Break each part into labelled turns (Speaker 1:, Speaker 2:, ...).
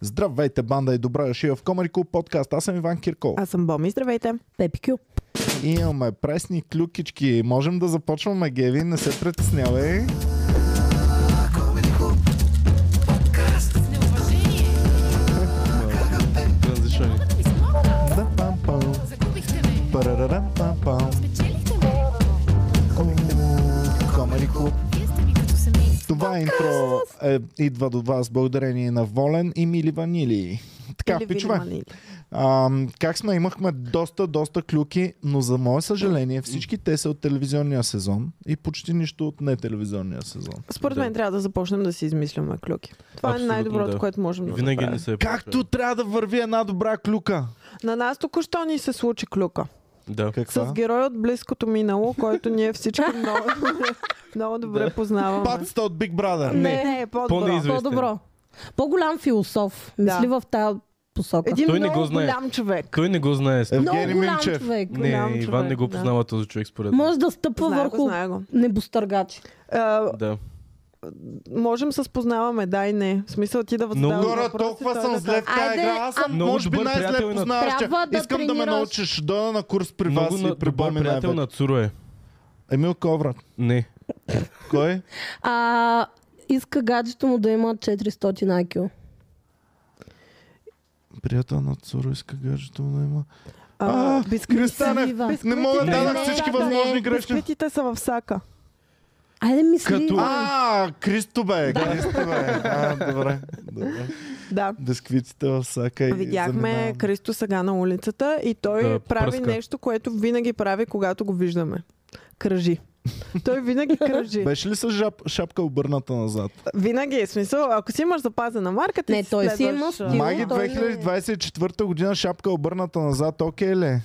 Speaker 1: Здравейте, банда и добра дошли в Комарико подкаст. Аз съм Иван Кирков.
Speaker 2: Аз съм Боми, здравейте.
Speaker 3: Пепи Кю.
Speaker 1: Имаме пресни клюкички. Можем да започваме, Геви. Не се притеснявай.
Speaker 4: Разрешение.
Speaker 1: Да, пам, пам. Парарарам, пам, пам. Комарико. Това интро е, идва до вас благодарение на Волен и Мили Ванили. Така,
Speaker 2: Или
Speaker 1: пичове.
Speaker 2: Вили Манили.
Speaker 1: А, как сме, имахме доста, доста клюки, но за мое съжаление всички те са от телевизионния сезон и почти нищо от нетелевизионния сезон.
Speaker 2: Според
Speaker 4: Да.
Speaker 2: мен трябва да започнем да си измисляме клюки. Това
Speaker 4: Абсолютно,
Speaker 2: е най-доброто,
Speaker 4: да.
Speaker 2: което можем да
Speaker 4: Винаги
Speaker 2: направим.
Speaker 4: не се е
Speaker 1: Както
Speaker 4: получавало.
Speaker 1: трябва да върви една добра клюка.
Speaker 2: На нас току-що ни се случи клюка.
Speaker 4: Да.
Speaker 2: С герой от близкото минало, който ние всички много, много добре познаваме.
Speaker 1: Пацата от Big Brother.
Speaker 2: Не, не, по-добро.
Speaker 4: по-неизвестен.
Speaker 3: По-добро. По-голям философ.
Speaker 2: Да.
Speaker 3: Мисли в тази посока.
Speaker 2: Един
Speaker 4: Той не
Speaker 2: много
Speaker 4: го знае.
Speaker 2: голям човек.
Speaker 4: Той не го знае. Стефан.
Speaker 3: Много
Speaker 1: Евгений
Speaker 3: голям
Speaker 1: Минчев.
Speaker 3: човек.
Speaker 4: Не,
Speaker 2: Е, голям
Speaker 4: Иван
Speaker 2: човек,
Speaker 4: не го
Speaker 2: да.
Speaker 4: познава този човек според мен.
Speaker 3: Може да стъпва
Speaker 2: Знае го,
Speaker 3: върху
Speaker 2: знае го.
Speaker 3: небостъргачи.
Speaker 2: А,
Speaker 4: Да.
Speaker 2: можем с познаваме, да и не. В смисъл ти да
Speaker 4: Много-
Speaker 2: задаваш
Speaker 1: Гора,
Speaker 3: е
Speaker 2: въпроси,
Speaker 1: толкова
Speaker 2: той
Speaker 1: съм
Speaker 2: да
Speaker 1: зле в тази
Speaker 3: Айде,
Speaker 1: игра. Аз съм,
Speaker 3: ам-
Speaker 4: Много
Speaker 1: може би
Speaker 4: добър приятел
Speaker 1: най-зле
Speaker 4: и на-
Speaker 1: познаващия.
Speaker 3: Трябва да
Speaker 1: Искам да ме
Speaker 3: тренираш.
Speaker 1: научиш. Дойда на курс при
Speaker 4: Много
Speaker 1: вас
Speaker 4: на-
Speaker 1: и при
Speaker 4: добър
Speaker 1: Боми
Speaker 4: приятел
Speaker 1: най-вече.
Speaker 4: на Цуро е.
Speaker 1: Емил Коврат.
Speaker 4: Не.
Speaker 1: Кой?
Speaker 3: А, иска гаджето му да има 400 IQ.
Speaker 1: Приятел на Цуро иска гаджето да има.
Speaker 2: А,
Speaker 1: А,
Speaker 2: бисквит-
Speaker 1: Кристане,
Speaker 3: Слива.
Speaker 1: не мога да
Speaker 2: Бисквитите-
Speaker 1: дадах
Speaker 3: Не,
Speaker 1: всички
Speaker 3: да,
Speaker 1: възможни
Speaker 3: не.
Speaker 1: грешки.
Speaker 2: Бисквитите са в сака.
Speaker 3: Айде мисли.
Speaker 4: Като-
Speaker 1: А, Кристо бе, Кристо бе. А, добре. добре.
Speaker 2: Да.
Speaker 1: Дисквиците в сака и
Speaker 2: Видяхме
Speaker 1: Е, заминаваме.
Speaker 2: Кристо сега на улицата и той
Speaker 4: Да,
Speaker 2: да, прави
Speaker 4: пръска.
Speaker 2: нещо, което винаги прави, когато го виждаме. Кръжи. Той винаги кръжи.
Speaker 1: Беше ли с жап- шапка обърната назад?
Speaker 2: винаги е смисъл. Ако си имаш запазена марка, ти
Speaker 3: Не, той си
Speaker 2: следваш,
Speaker 3: има
Speaker 2: а,
Speaker 3: стил.
Speaker 1: Маги
Speaker 3: той не е.
Speaker 1: 2024 година шапка обърната назад, окей ли?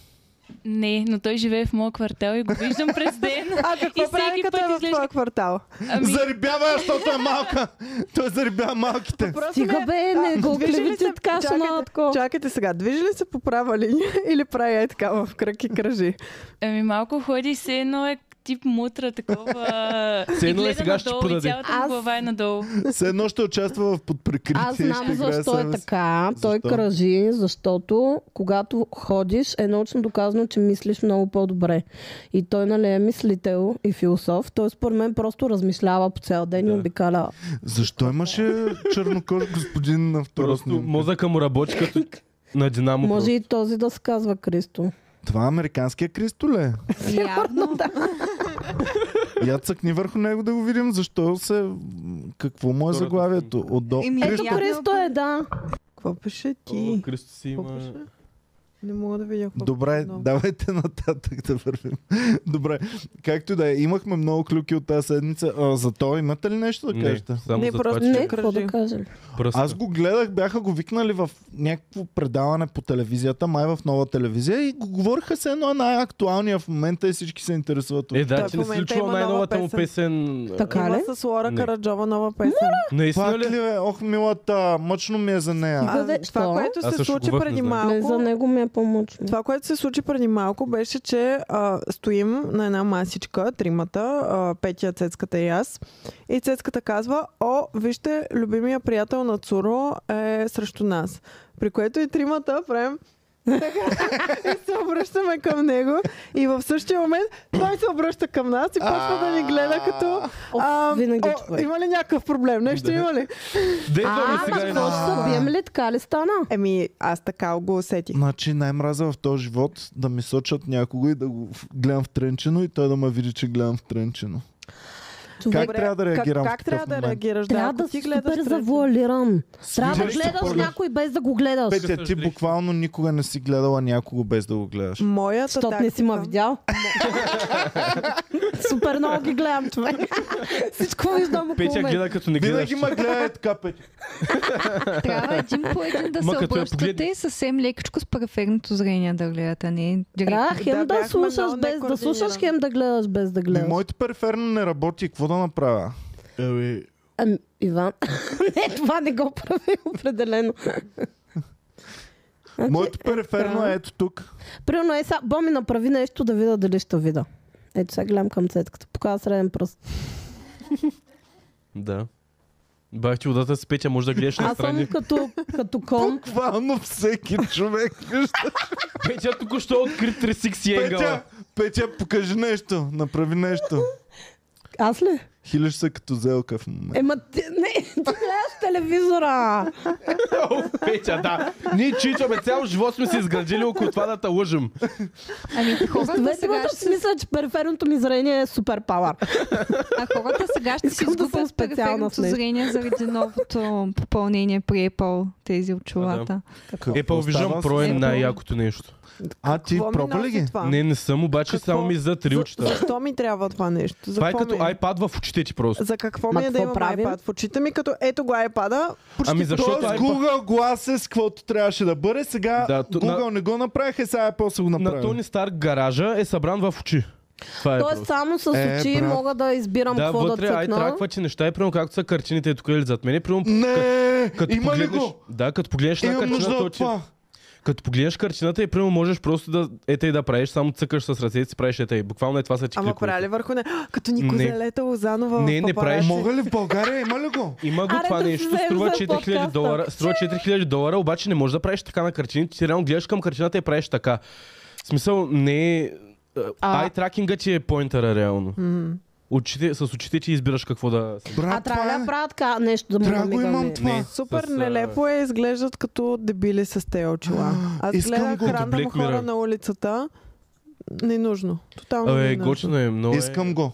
Speaker 5: Не, но той живее в моя квартал и го виждам през ден.
Speaker 2: А
Speaker 5: И
Speaker 2: какво
Speaker 5: всеки
Speaker 2: прави като
Speaker 5: път
Speaker 2: е в
Speaker 5: изглежда-
Speaker 2: твоя квартал?
Speaker 5: Ами,
Speaker 1: Зарибява, я, защото е малка. Той зарибява малките.
Speaker 2: Просто
Speaker 3: Стига
Speaker 2: ми-
Speaker 3: бе,
Speaker 2: а,
Speaker 3: не го
Speaker 2: движи ли се-
Speaker 3: клевети така, ще
Speaker 2: чакайте,
Speaker 3: на такова.
Speaker 2: Чакайте сега, движи ли се по права линия или прави е така в кръг и кръжи?
Speaker 5: ами малко ходи се едно е тип мутра такова.
Speaker 4: Все
Speaker 5: и
Speaker 4: едно е
Speaker 5: гледа
Speaker 4: сега ще
Speaker 5: надолу,
Speaker 4: подаде.
Speaker 5: и Цялата му
Speaker 3: Аз-
Speaker 5: глава е надолу.
Speaker 1: Все едно ще участва в подприкритие.
Speaker 3: Аз знам
Speaker 1: ще играе
Speaker 3: защо е
Speaker 1: себе си.
Speaker 3: така. Той
Speaker 1: Защо?
Speaker 3: кръжи, защото когато ходиш е научно доказано, че мислиш много по-добре. И той нали е мислител и философ. Той според мен просто размишлява по цял ден и
Speaker 4: Да.
Speaker 3: обикаля.
Speaker 1: Защо имаше чернокож господин на второ
Speaker 4: Просто
Speaker 1: снимка?
Speaker 4: мозъка му работи като на Динамо.
Speaker 3: Може
Speaker 4: просто.
Speaker 3: и този да се казва Кристо.
Speaker 1: Това е американския Кристо ли? е?
Speaker 3: Явно да.
Speaker 1: Я цъкни върху него да го видим защо се... Какво му е
Speaker 4: Втората
Speaker 1: заглавието?
Speaker 4: снимка.
Speaker 1: Отдо...
Speaker 6: Еми,
Speaker 3: Ето
Speaker 6: явно
Speaker 3: Кристо е, да.
Speaker 2: Какво пише
Speaker 4: О,
Speaker 2: ти?
Speaker 4: Кристо си
Speaker 2: Какво
Speaker 4: има...
Speaker 2: пише? Не мога да видя какво
Speaker 1: Добре,
Speaker 2: пише, но-
Speaker 1: давайте нататък да вървим. Добре, както и да е, имахме много клюки от тази седмица. А, за то имате ли нещо да
Speaker 4: Не,
Speaker 1: кажете?
Speaker 4: само
Speaker 2: Не,
Speaker 4: за
Speaker 2: просто-
Speaker 4: това, че
Speaker 3: Не,
Speaker 4: е
Speaker 3: какво да
Speaker 2: кръжи.
Speaker 3: кажа ли?
Speaker 4: пръска.
Speaker 1: Аз го гледах, бяха го викнали в някакво предаване по телевизията, май в нова телевизия и го говориха се едно е най-актуалния в момента и всички се интересуват. от
Speaker 4: Е,
Speaker 2: Той
Speaker 4: да,
Speaker 2: в
Speaker 4: че не си
Speaker 2: момента
Speaker 4: ли
Speaker 2: има
Speaker 4: чула
Speaker 2: нова
Speaker 4: най-новата му песен?
Speaker 3: Така.
Speaker 2: Има
Speaker 3: Кале?
Speaker 2: с Лора
Speaker 4: Не.
Speaker 2: Караджова нова песен.
Speaker 4: Наистина
Speaker 1: Пак
Speaker 4: ли?
Speaker 1: ли бе? Ох, милата, мъчно ми е за нея.
Speaker 2: А,
Speaker 3: Бъде-
Speaker 2: това,
Speaker 3: Що?
Speaker 2: което
Speaker 4: Аз
Speaker 2: се
Speaker 4: също
Speaker 2: случи
Speaker 4: говорих,
Speaker 2: преди
Speaker 4: не знам.
Speaker 3: Не, за
Speaker 2: малко,
Speaker 3: него ми е по-мъчно.
Speaker 2: това, което се случи преди малко, беше, че а, стоим на една масичка, тримата, а, Петя, Цецката и аз. И Цецката казва, о, вижте, любимия приятел на Цуро е срещу нас. При което и тримата правим така, и се обръщаме към него. И в същия момент той се обръща към нас и почва да ни гледа като...
Speaker 3: Оф,
Speaker 2: ам,
Speaker 3: винаги
Speaker 2: о,
Speaker 3: човек.
Speaker 2: има ли някакъв проблем? Нещо
Speaker 4: Да.
Speaker 2: има ли?
Speaker 4: Де да ми
Speaker 3: А, ама
Speaker 4: сега е?
Speaker 3: какво ще се бием ли? Така ли стана?
Speaker 2: Еми, аз така го усетих.
Speaker 1: Значи най-мраза в този живот да ми сочат някого и да го в- гледам в тренчено и той да ме види, че гледам в тренчено. Как
Speaker 3: Човек,
Speaker 1: трябва да реагирам
Speaker 2: Как,
Speaker 1: в
Speaker 2: как
Speaker 1: такъв
Speaker 2: трябва да
Speaker 1: момент?
Speaker 2: реагираш?
Speaker 3: трябва
Speaker 2: да, Е,
Speaker 3: да
Speaker 2: ако ти
Speaker 3: си
Speaker 2: гледаш
Speaker 3: супер
Speaker 2: трети-
Speaker 3: завуалиран. Трябва да
Speaker 1: Свириш ли
Speaker 3: гледаш
Speaker 1: по-добре?
Speaker 3: някой без да го гледаш.
Speaker 1: Петя, ти
Speaker 4: Слушаш ли?
Speaker 1: буквално никога не си гледала някого без да го гледаш.
Speaker 2: Моята
Speaker 3: Защото
Speaker 2: тактика...
Speaker 3: не си ма видял. Супер много ги гледам, човек. Всичко виждам около
Speaker 4: Петя
Speaker 3: мен.
Speaker 4: гледа като не гледаш.
Speaker 1: Винаги ме гледа е така, Петя.
Speaker 6: Трябва един по един да
Speaker 4: Ма
Speaker 6: се
Speaker 4: като я
Speaker 6: обръщате
Speaker 4: погледне-
Speaker 6: и съвсем лекичко с периферното зрение да гледате, а не
Speaker 3: Да,
Speaker 6: директно.
Speaker 3: хем
Speaker 2: Да,
Speaker 3: да
Speaker 2: бяхме
Speaker 3: слушаш
Speaker 2: много
Speaker 3: без да слушаш,
Speaker 2: некоординирани.
Speaker 3: хем да гледаш без да
Speaker 1: Ми,
Speaker 3: гледаш.
Speaker 1: моето периферно не работи, какво да направя?
Speaker 4: Еми,
Speaker 3: Ами, Иван, не, това не го прави определено. Значи,
Speaker 1: Моето периферно е ето тук.
Speaker 3: Примерно е сега, Боми направи нещо да видя дали ще видя. Ето сега гледам към цетката. Показва среден пръст.
Speaker 4: Да. Бах ти водата с петя, може да гледаш на
Speaker 3: Аз съм
Speaker 4: страни.
Speaker 3: като, като кон.
Speaker 1: Буквално всеки човек. вижда.
Speaker 4: Петя току-що откри 360 ангъла.
Speaker 1: Петя, Петя, покажи нещо, направи нещо.
Speaker 3: Аз ли?
Speaker 1: Хилиш се като зелка в момента.
Speaker 3: Ема, ти, не, ти гледаш телевизора.
Speaker 4: О, Петя, да. Ние чичаме, цял живот сме се изградили около това да те лъжим.
Speaker 6: Ами хората
Speaker 3: Оставете ме
Speaker 6: сега
Speaker 3: да
Speaker 6: ще
Speaker 3: си мисля, че периферното ми зрение е супер пауър.
Speaker 6: А хората сега ще си
Speaker 3: Искам да съм
Speaker 6: изгубят
Speaker 3: специална
Speaker 6: периферното
Speaker 3: в нещо.
Speaker 6: зрение заради новото попълнение при Apple, тези очилата.
Speaker 1: Какво
Speaker 4: Apple Vision
Speaker 1: става с-
Speaker 4: Pro е
Speaker 6: Apple?
Speaker 4: най-якото нещо.
Speaker 1: А ти
Speaker 2: Какво ми
Speaker 1: проба ли
Speaker 2: носи
Speaker 1: ги?
Speaker 2: Това?
Speaker 4: Не, не съм, обаче
Speaker 2: Какво?
Speaker 4: само ми зад
Speaker 2: За,
Speaker 4: рилчета.
Speaker 2: защо ми трябва това нещо? За
Speaker 4: Това е
Speaker 2: какво
Speaker 4: като
Speaker 2: ми
Speaker 4: iPad в очите ти просто.
Speaker 2: За какво
Speaker 3: Ма
Speaker 2: ми е да
Speaker 3: какво
Speaker 2: имам
Speaker 3: правим?
Speaker 2: iPad в очите ми, като ето го iPad-а, почти
Speaker 4: Ами защо
Speaker 1: Тоест
Speaker 4: това е
Speaker 1: Google Glass е с каквото трябваше да бъде. Сега
Speaker 4: Да, то-
Speaker 1: Google не го направиха, сега Apple са го
Speaker 4: на
Speaker 1: направили.
Speaker 4: Тони Старк гаража е събран в очи. Това е
Speaker 3: Тоест
Speaker 4: просто.
Speaker 3: само с
Speaker 1: Е,
Speaker 3: очи
Speaker 1: брат.
Speaker 3: мога да избирам
Speaker 4: Да,
Speaker 3: какво да
Speaker 4: вътре ай
Speaker 3: цъкна.
Speaker 4: траква, че неща е примерно както са картините тук или зад мене. Примерно,
Speaker 1: Не,
Speaker 4: като
Speaker 1: има ли
Speaker 4: погледнеш,
Speaker 1: го?
Speaker 4: Да, като погледнеш на
Speaker 1: Имам нужда
Speaker 4: картината,
Speaker 1: от
Speaker 4: очи,
Speaker 1: това.
Speaker 4: като погледнеш картината и примерно можеш просто да ете и да правиш, само цъкаш с ръцете си, правиш ете и буквално е това са ти
Speaker 2: Ама
Speaker 4: кликовете.
Speaker 2: прави ли върху не? А, Като Нико
Speaker 4: Не.
Speaker 2: Зелета Лозанова
Speaker 4: Не,
Speaker 2: в
Speaker 4: не прави.
Speaker 2: папараци.
Speaker 1: Мога ли в България? Има ли го?
Speaker 4: Има го
Speaker 3: Аре,
Speaker 4: това
Speaker 3: да
Speaker 4: нещо,
Speaker 3: вземем
Speaker 4: струва
Speaker 3: за
Speaker 4: 4000
Speaker 3: подкаста.
Speaker 4: долара, струва 4000 долара, обаче не можеш да правиш така на картините, ти реално гледаш към картината и правиш така. В смисъл, не е...
Speaker 3: А-
Speaker 4: Ай тракинга ти е поинтера реално. Очите, с очите ти избираш какво да...
Speaker 1: Брат,
Speaker 3: А трябва ли да
Speaker 1: е-
Speaker 3: правя така нещо да му
Speaker 1: Трябва го имам
Speaker 3: намигаме?
Speaker 1: това.
Speaker 4: Не.
Speaker 2: Супер
Speaker 4: С, а,
Speaker 2: нелепо е, изглеждат като дебили с те очила. Аз
Speaker 1: искам
Speaker 2: гледах
Speaker 1: го.
Speaker 2: рандъм
Speaker 4: Black
Speaker 2: хора
Speaker 4: Mirror.
Speaker 2: на улицата. Ненужно. Тотално
Speaker 4: Абе,
Speaker 3: Ами,
Speaker 2: ненужно.
Speaker 4: готино е, много
Speaker 1: Искам
Speaker 4: е,
Speaker 1: го.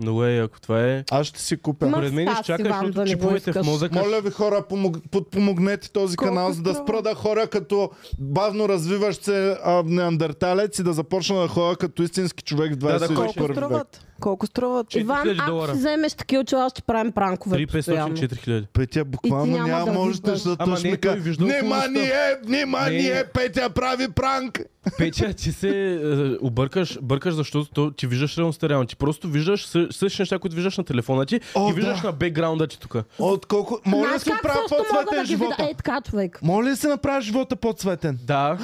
Speaker 4: много е, ако това е...
Speaker 1: Аз ще си купя.
Speaker 3: Ма,
Speaker 4: Поред мен
Speaker 3: стас,
Speaker 4: ще чакаш,
Speaker 3: Иван,
Speaker 4: защото
Speaker 3: да не го
Speaker 4: чиповете в
Speaker 3: искаш.
Speaker 4: мозъка...
Speaker 1: Моля ви хора, помог... подпомогнете този
Speaker 2: Колко
Speaker 1: канал, за да
Speaker 2: струва?
Speaker 1: спра да хора като бавно развиващ се а, неандерталец и да започна да хора като истински човек в
Speaker 4: Да, да,
Speaker 1: 21
Speaker 2: Колко
Speaker 1: да, век.
Speaker 2: струват? Колко струват?
Speaker 4: Че-
Speaker 3: Иван,
Speaker 4: 4000
Speaker 3: ако
Speaker 4: долара.
Speaker 3: си вземеш такива очила, ще правим пранкове
Speaker 4: 3500,
Speaker 3: постоянно.
Speaker 4: 4000.
Speaker 1: Петя,
Speaker 3: И
Speaker 1: буквално
Speaker 3: ти няма
Speaker 1: няма
Speaker 3: да
Speaker 1: можеш да
Speaker 3: разбереш.
Speaker 1: защото
Speaker 4: Ама
Speaker 1: ще
Speaker 4: не,
Speaker 1: ми
Speaker 4: той
Speaker 1: кажа,
Speaker 4: вижда около
Speaker 1: Внимание, внимание,
Speaker 4: Не.
Speaker 1: Петя прави пранк!
Speaker 4: Петя, ти се е, объркаш, бъркаш, защото то, ти виждаш реалността реално. Ти просто виждаш съ- същите неща, които виждаш на телефона ти
Speaker 1: О,
Speaker 4: и виждаш
Speaker 1: да.
Speaker 4: на бекграунда ти тук.
Speaker 1: От колко... Моля да
Speaker 3: Знаеш
Speaker 1: си
Speaker 3: как
Speaker 1: направя
Speaker 3: също мога да
Speaker 1: по-цветен
Speaker 3: ги видя?
Speaker 1: живота.
Speaker 3: Е, така, човек.
Speaker 1: Моля да си направя живота по-цветен.
Speaker 4: Да.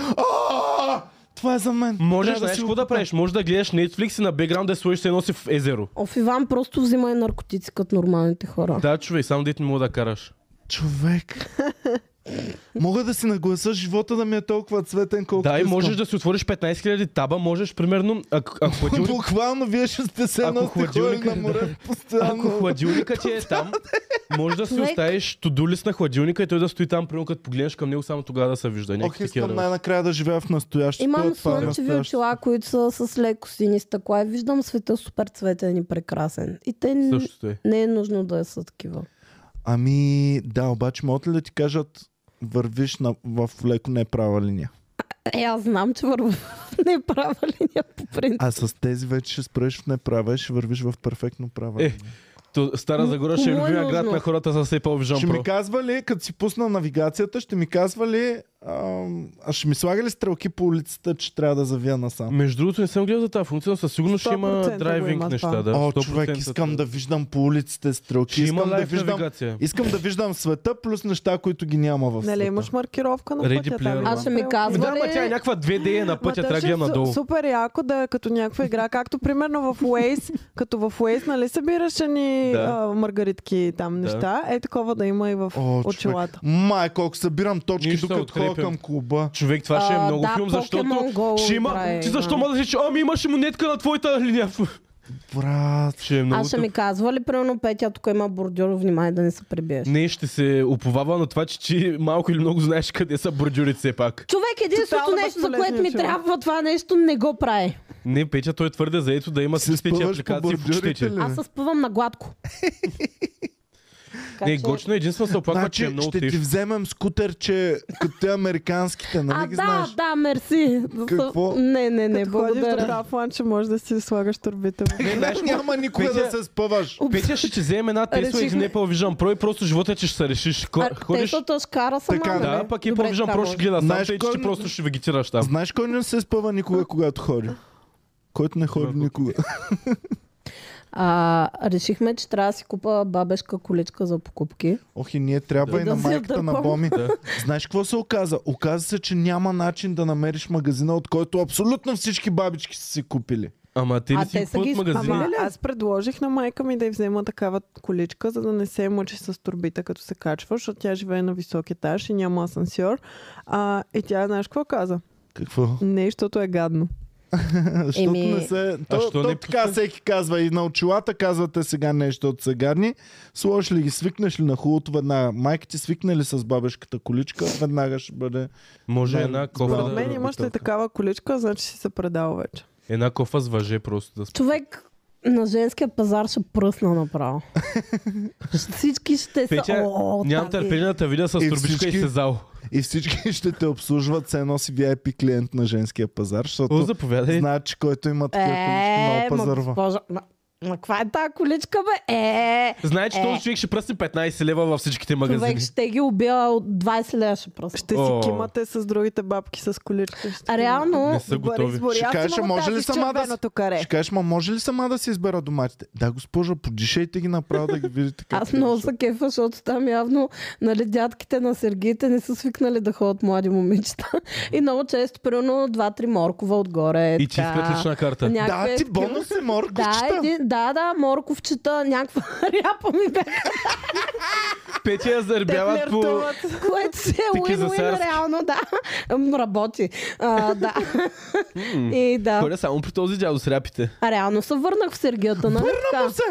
Speaker 1: А, Това е за мен.
Speaker 4: Можеш,
Speaker 1: Трябва
Speaker 4: знаеш
Speaker 1: си
Speaker 4: какво
Speaker 1: го
Speaker 4: да
Speaker 1: купя.
Speaker 4: правиш? Може да гледаш Netflix и на бекграунда да сложиш се носи в езеро.
Speaker 3: Оф, Иван просто взима и наркотици като нормалните хора.
Speaker 4: Да, човек, само дете не мога да караш.
Speaker 1: Човек. Мога да си нагласа живота да ми е толкова цветен, колкото
Speaker 4: Да, и
Speaker 1: искам.
Speaker 4: можеш да си отвориш 15 000 таба, можеш примерно, ако, ако, хладилник,
Speaker 1: Буквално вие ще сте се
Speaker 4: Ако
Speaker 1: едно сте ходили
Speaker 4: хладилника
Speaker 1: на
Speaker 4: не
Speaker 1: море
Speaker 4: дойде.
Speaker 1: постоянно.
Speaker 4: ако хладилника ти е там, може да си
Speaker 3: Човек.
Speaker 4: оставиш тудулис на хладилника и той да стои там, примерно като погледнеш към него, само тогава да се вижда.
Speaker 1: Ох,
Speaker 4: Някакви
Speaker 1: искам
Speaker 4: е такива.
Speaker 1: най-накрая да живея в настоящето. Това
Speaker 3: Имам
Speaker 1: е това е
Speaker 3: слънчеви
Speaker 1: настоящето.
Speaker 3: очила, които са с леко сини стъкла и виждам света супер цветен и прекрасен. И те н-
Speaker 4: Същото е.
Speaker 3: не е нужно да са такива.
Speaker 1: Ами, да, обаче могат ли да ти кажат вървиш на, в леко неправа линия?
Speaker 3: Е, аз знам, че вървам не е права линия по принцип.
Speaker 1: А с тези вече ще спреш в неправа и ще вървиш в перфектно права
Speaker 4: Е,
Speaker 1: линия.
Speaker 4: То, Стара
Speaker 3: М,
Speaker 4: Загора ще е
Speaker 3: кому е
Speaker 4: любимия град
Speaker 3: нужно?
Speaker 4: на хората с Apple Vision
Speaker 1: Ще ми
Speaker 4: Pro.
Speaker 1: казва ли, като си пусна навигацията, ще ми казва ли, а, а ще ми слага ли стрелки по улицата, че трябва да завия насам?
Speaker 4: Между другото не съм гледал за тази функция, но със сигурност ще има
Speaker 2: 100% го
Speaker 4: драйвинг
Speaker 2: има това.
Speaker 4: неща. Да,
Speaker 1: О,
Speaker 4: 100%
Speaker 1: човек, искам
Speaker 4: това.
Speaker 1: да виждам по улиците стрелки.
Speaker 4: Ще има
Speaker 1: Искам да
Speaker 4: лайв
Speaker 1: виждам
Speaker 4: навигация.
Speaker 1: Искам да виждам света, плюс неща, които ги няма в света.
Speaker 2: Нали имаш маркировка на
Speaker 4: Ready
Speaker 2: пътя?
Speaker 4: Player
Speaker 2: там
Speaker 4: One.
Speaker 2: има
Speaker 3: Аз ще ми
Speaker 2: стрелки.
Speaker 3: казвам.
Speaker 4: Да, ма тя е някаква 2D е на
Speaker 2: Ма
Speaker 4: пътя,
Speaker 2: то
Speaker 4: трябва да
Speaker 2: ще е
Speaker 4: гледам
Speaker 2: су-
Speaker 4: надолу.
Speaker 2: Супер яко да е като някаква игра, както примерно в Waze, като в Waze, нали събираше ни
Speaker 4: Да.
Speaker 2: а, маргаритки там неща, е такова да има и в
Speaker 1: О, човек.
Speaker 2: очилата.
Speaker 1: Май, колко събирам точки,
Speaker 4: Ние ще
Speaker 1: докато
Speaker 4: открепим.
Speaker 1: ходя към клуба.
Speaker 4: Човек, това ще е
Speaker 3: А,
Speaker 4: много
Speaker 3: да,
Speaker 4: филм, защото
Speaker 3: Pokemon Go
Speaker 4: ще има...
Speaker 3: играе,
Speaker 4: Ти защо
Speaker 3: да.
Speaker 4: ма да си, че, ами имаше монетка на твоята линия?
Speaker 1: Брат,
Speaker 4: Ще е много
Speaker 3: Аз ще ми казва ли, примерно, Петя, тук има бордюр, внимай да не се прибиеш.
Speaker 4: Не, ще се уповава на това, че ти малко или много знаеш къде са бордюрите все пак.
Speaker 3: Човек, единственото
Speaker 2: Тотално
Speaker 3: нещо, за
Speaker 2: безполезни
Speaker 3: което ми
Speaker 2: очила.
Speaker 3: трябва това нещо, не го прави.
Speaker 4: Не, Петя, той е твърде заето да има
Speaker 1: се
Speaker 4: спети
Speaker 1: спъваш по
Speaker 4: апликации в очите.
Speaker 1: бордюрите ли?
Speaker 3: Аз се спъвам на гладко. Така
Speaker 4: Не,
Speaker 3: че-
Speaker 4: гочно единствено се оплаква, че е
Speaker 1: Значи
Speaker 4: много
Speaker 1: ще ти
Speaker 4: тежко. вземем...
Speaker 1: вземем скутерче, като те американските,
Speaker 3: А,
Speaker 1: нали ги
Speaker 3: да,
Speaker 1: знаеш?
Speaker 3: да, мерси.
Speaker 1: Какво?
Speaker 3: Не, не, не,
Speaker 2: Като ходиш до
Speaker 3: благодаря.
Speaker 2: Рафлан, че можеш да си слагаш турбите.
Speaker 1: Няма никога
Speaker 4: Петя-
Speaker 1: да се спъваш.
Speaker 4: Петя ще ти вземе една Тесла и един
Speaker 3: Решихме.
Speaker 4: Apple Vision Pro и просто живота е, че ще се решиш. Ко-
Speaker 3: А,
Speaker 4: Ходиш...
Speaker 3: Теслата ще кара сама,
Speaker 1: Така,
Speaker 3: нали?
Speaker 4: Да, пък Apple
Speaker 3: Добре,
Speaker 4: Vision
Speaker 3: така
Speaker 4: Pro
Speaker 3: може.
Speaker 4: ще гледа сам,
Speaker 1: Знаеш
Speaker 4: тъй че
Speaker 1: кой-
Speaker 4: ти просто ще вегетираш там.
Speaker 1: Знаеш кой не се спъва никога, когато ходи? Който не ходи
Speaker 4: Който.
Speaker 1: никога.
Speaker 3: А, решихме, че трябва да си купа бабешка количка за покупки.
Speaker 1: Ох и ние трябва
Speaker 3: Да.
Speaker 1: и
Speaker 3: Да
Speaker 1: на
Speaker 3: се
Speaker 1: майката на
Speaker 3: дърпам.
Speaker 1: Боми.
Speaker 4: Да.
Speaker 1: Знаеш какво се оказа? Оказа се, че няма начин да намериш магазина, от който абсолютно всички бабички са си купили.
Speaker 4: Ама те
Speaker 3: А
Speaker 4: не си
Speaker 3: те са ги
Speaker 4: купуват магазини.
Speaker 3: изпълнили.
Speaker 2: Ама нали,
Speaker 3: ли?
Speaker 2: аз предложих на майка ми да й взема такава количка, за да не се мъчи с турбите, като се качва, защото тя живее на висок етаж и няма асансьор. А, и тя, знаеш какво каза?
Speaker 1: Какво?
Speaker 2: Не, защото е гадно.
Speaker 1: Защото
Speaker 3: Еми-
Speaker 1: не се... То,
Speaker 4: що
Speaker 1: то
Speaker 4: не
Speaker 1: така
Speaker 4: пусна?
Speaker 1: всеки казва и на очилата казвате сега нещо от са гадни. Сложиш ли ги, свикнеш ли на хубавото веднага? Майка ти свикне ли с бабешката количка? Веднага ще бъде...
Speaker 4: Може
Speaker 1: Да,
Speaker 4: една
Speaker 1: Кога
Speaker 2: Според
Speaker 1: да
Speaker 2: мен
Speaker 1: е
Speaker 4: кофа,
Speaker 2: имаш ли
Speaker 1: готов?
Speaker 2: такава количка, значи си се предал вече.
Speaker 4: една кофа с въже просто да
Speaker 3: Човек на женския пазар ще пръсна направо. Всички ще са...
Speaker 4: Петя,
Speaker 3: О, о,
Speaker 4: Нямам
Speaker 3: тази.
Speaker 4: търпение да те видя с
Speaker 1: И
Speaker 4: турбичка и
Speaker 1: всички-
Speaker 4: сезал.
Speaker 1: И всички ще те обслужват, все едно си VIP клиент на женския пазар,
Speaker 4: О,
Speaker 1: защото
Speaker 4: заповядай.
Speaker 1: знаят, че който има такива колички,
Speaker 3: Е,
Speaker 1: много
Speaker 3: ма,
Speaker 1: пазарва.
Speaker 3: госпожа, ма, ма, каква е тази количка, бе? Е,
Speaker 4: Знае, че
Speaker 3: Е.
Speaker 4: този човек ще пръсне 15 лева във всичките
Speaker 3: човек
Speaker 4: магазини.
Speaker 3: ще ги убива от 20 лева ще пръсна.
Speaker 2: Ще си
Speaker 4: О.
Speaker 2: кимате с другите бабки с колички. Ще
Speaker 3: А
Speaker 2: ги-
Speaker 3: реално,
Speaker 4: Не са
Speaker 2: Добър
Speaker 4: готови.
Speaker 2: избор.
Speaker 1: Ще
Speaker 2: Аз
Speaker 1: кажеш,
Speaker 2: имам
Speaker 1: а може
Speaker 2: тази
Speaker 1: ли
Speaker 2: с
Speaker 1: сама да с-
Speaker 2: червеното каре.
Speaker 1: Ще кажеш, ма може ли сама да си избера доматите? Да, госпожо, подишайте ги направо да ги видите как
Speaker 3: Аз
Speaker 1: е,
Speaker 3: много
Speaker 1: защото-
Speaker 3: се кефа, защото там явно нали, дядките на Сергиите не са свикнали да ходят млади момичета. И много често, примерно, два-три моркова отгоре.
Speaker 4: И ти искат лична карта.
Speaker 3: някакви
Speaker 1: Да, ти
Speaker 3: такива-
Speaker 1: бонус е
Speaker 3: Да,
Speaker 1: морковчета.
Speaker 3: един, да, да, морковчета, някаква ряпа ми бе,
Speaker 4: Петя я заребяват по...
Speaker 3: което си е
Speaker 4: Таки за
Speaker 3: уин-уин,
Speaker 4: царски.
Speaker 3: реално, да. М, Работи. А, да. И да.
Speaker 4: Ходя само при този дядо с ряпите.
Speaker 3: А реално се върнах в Сергията, нали? Върна
Speaker 1: се!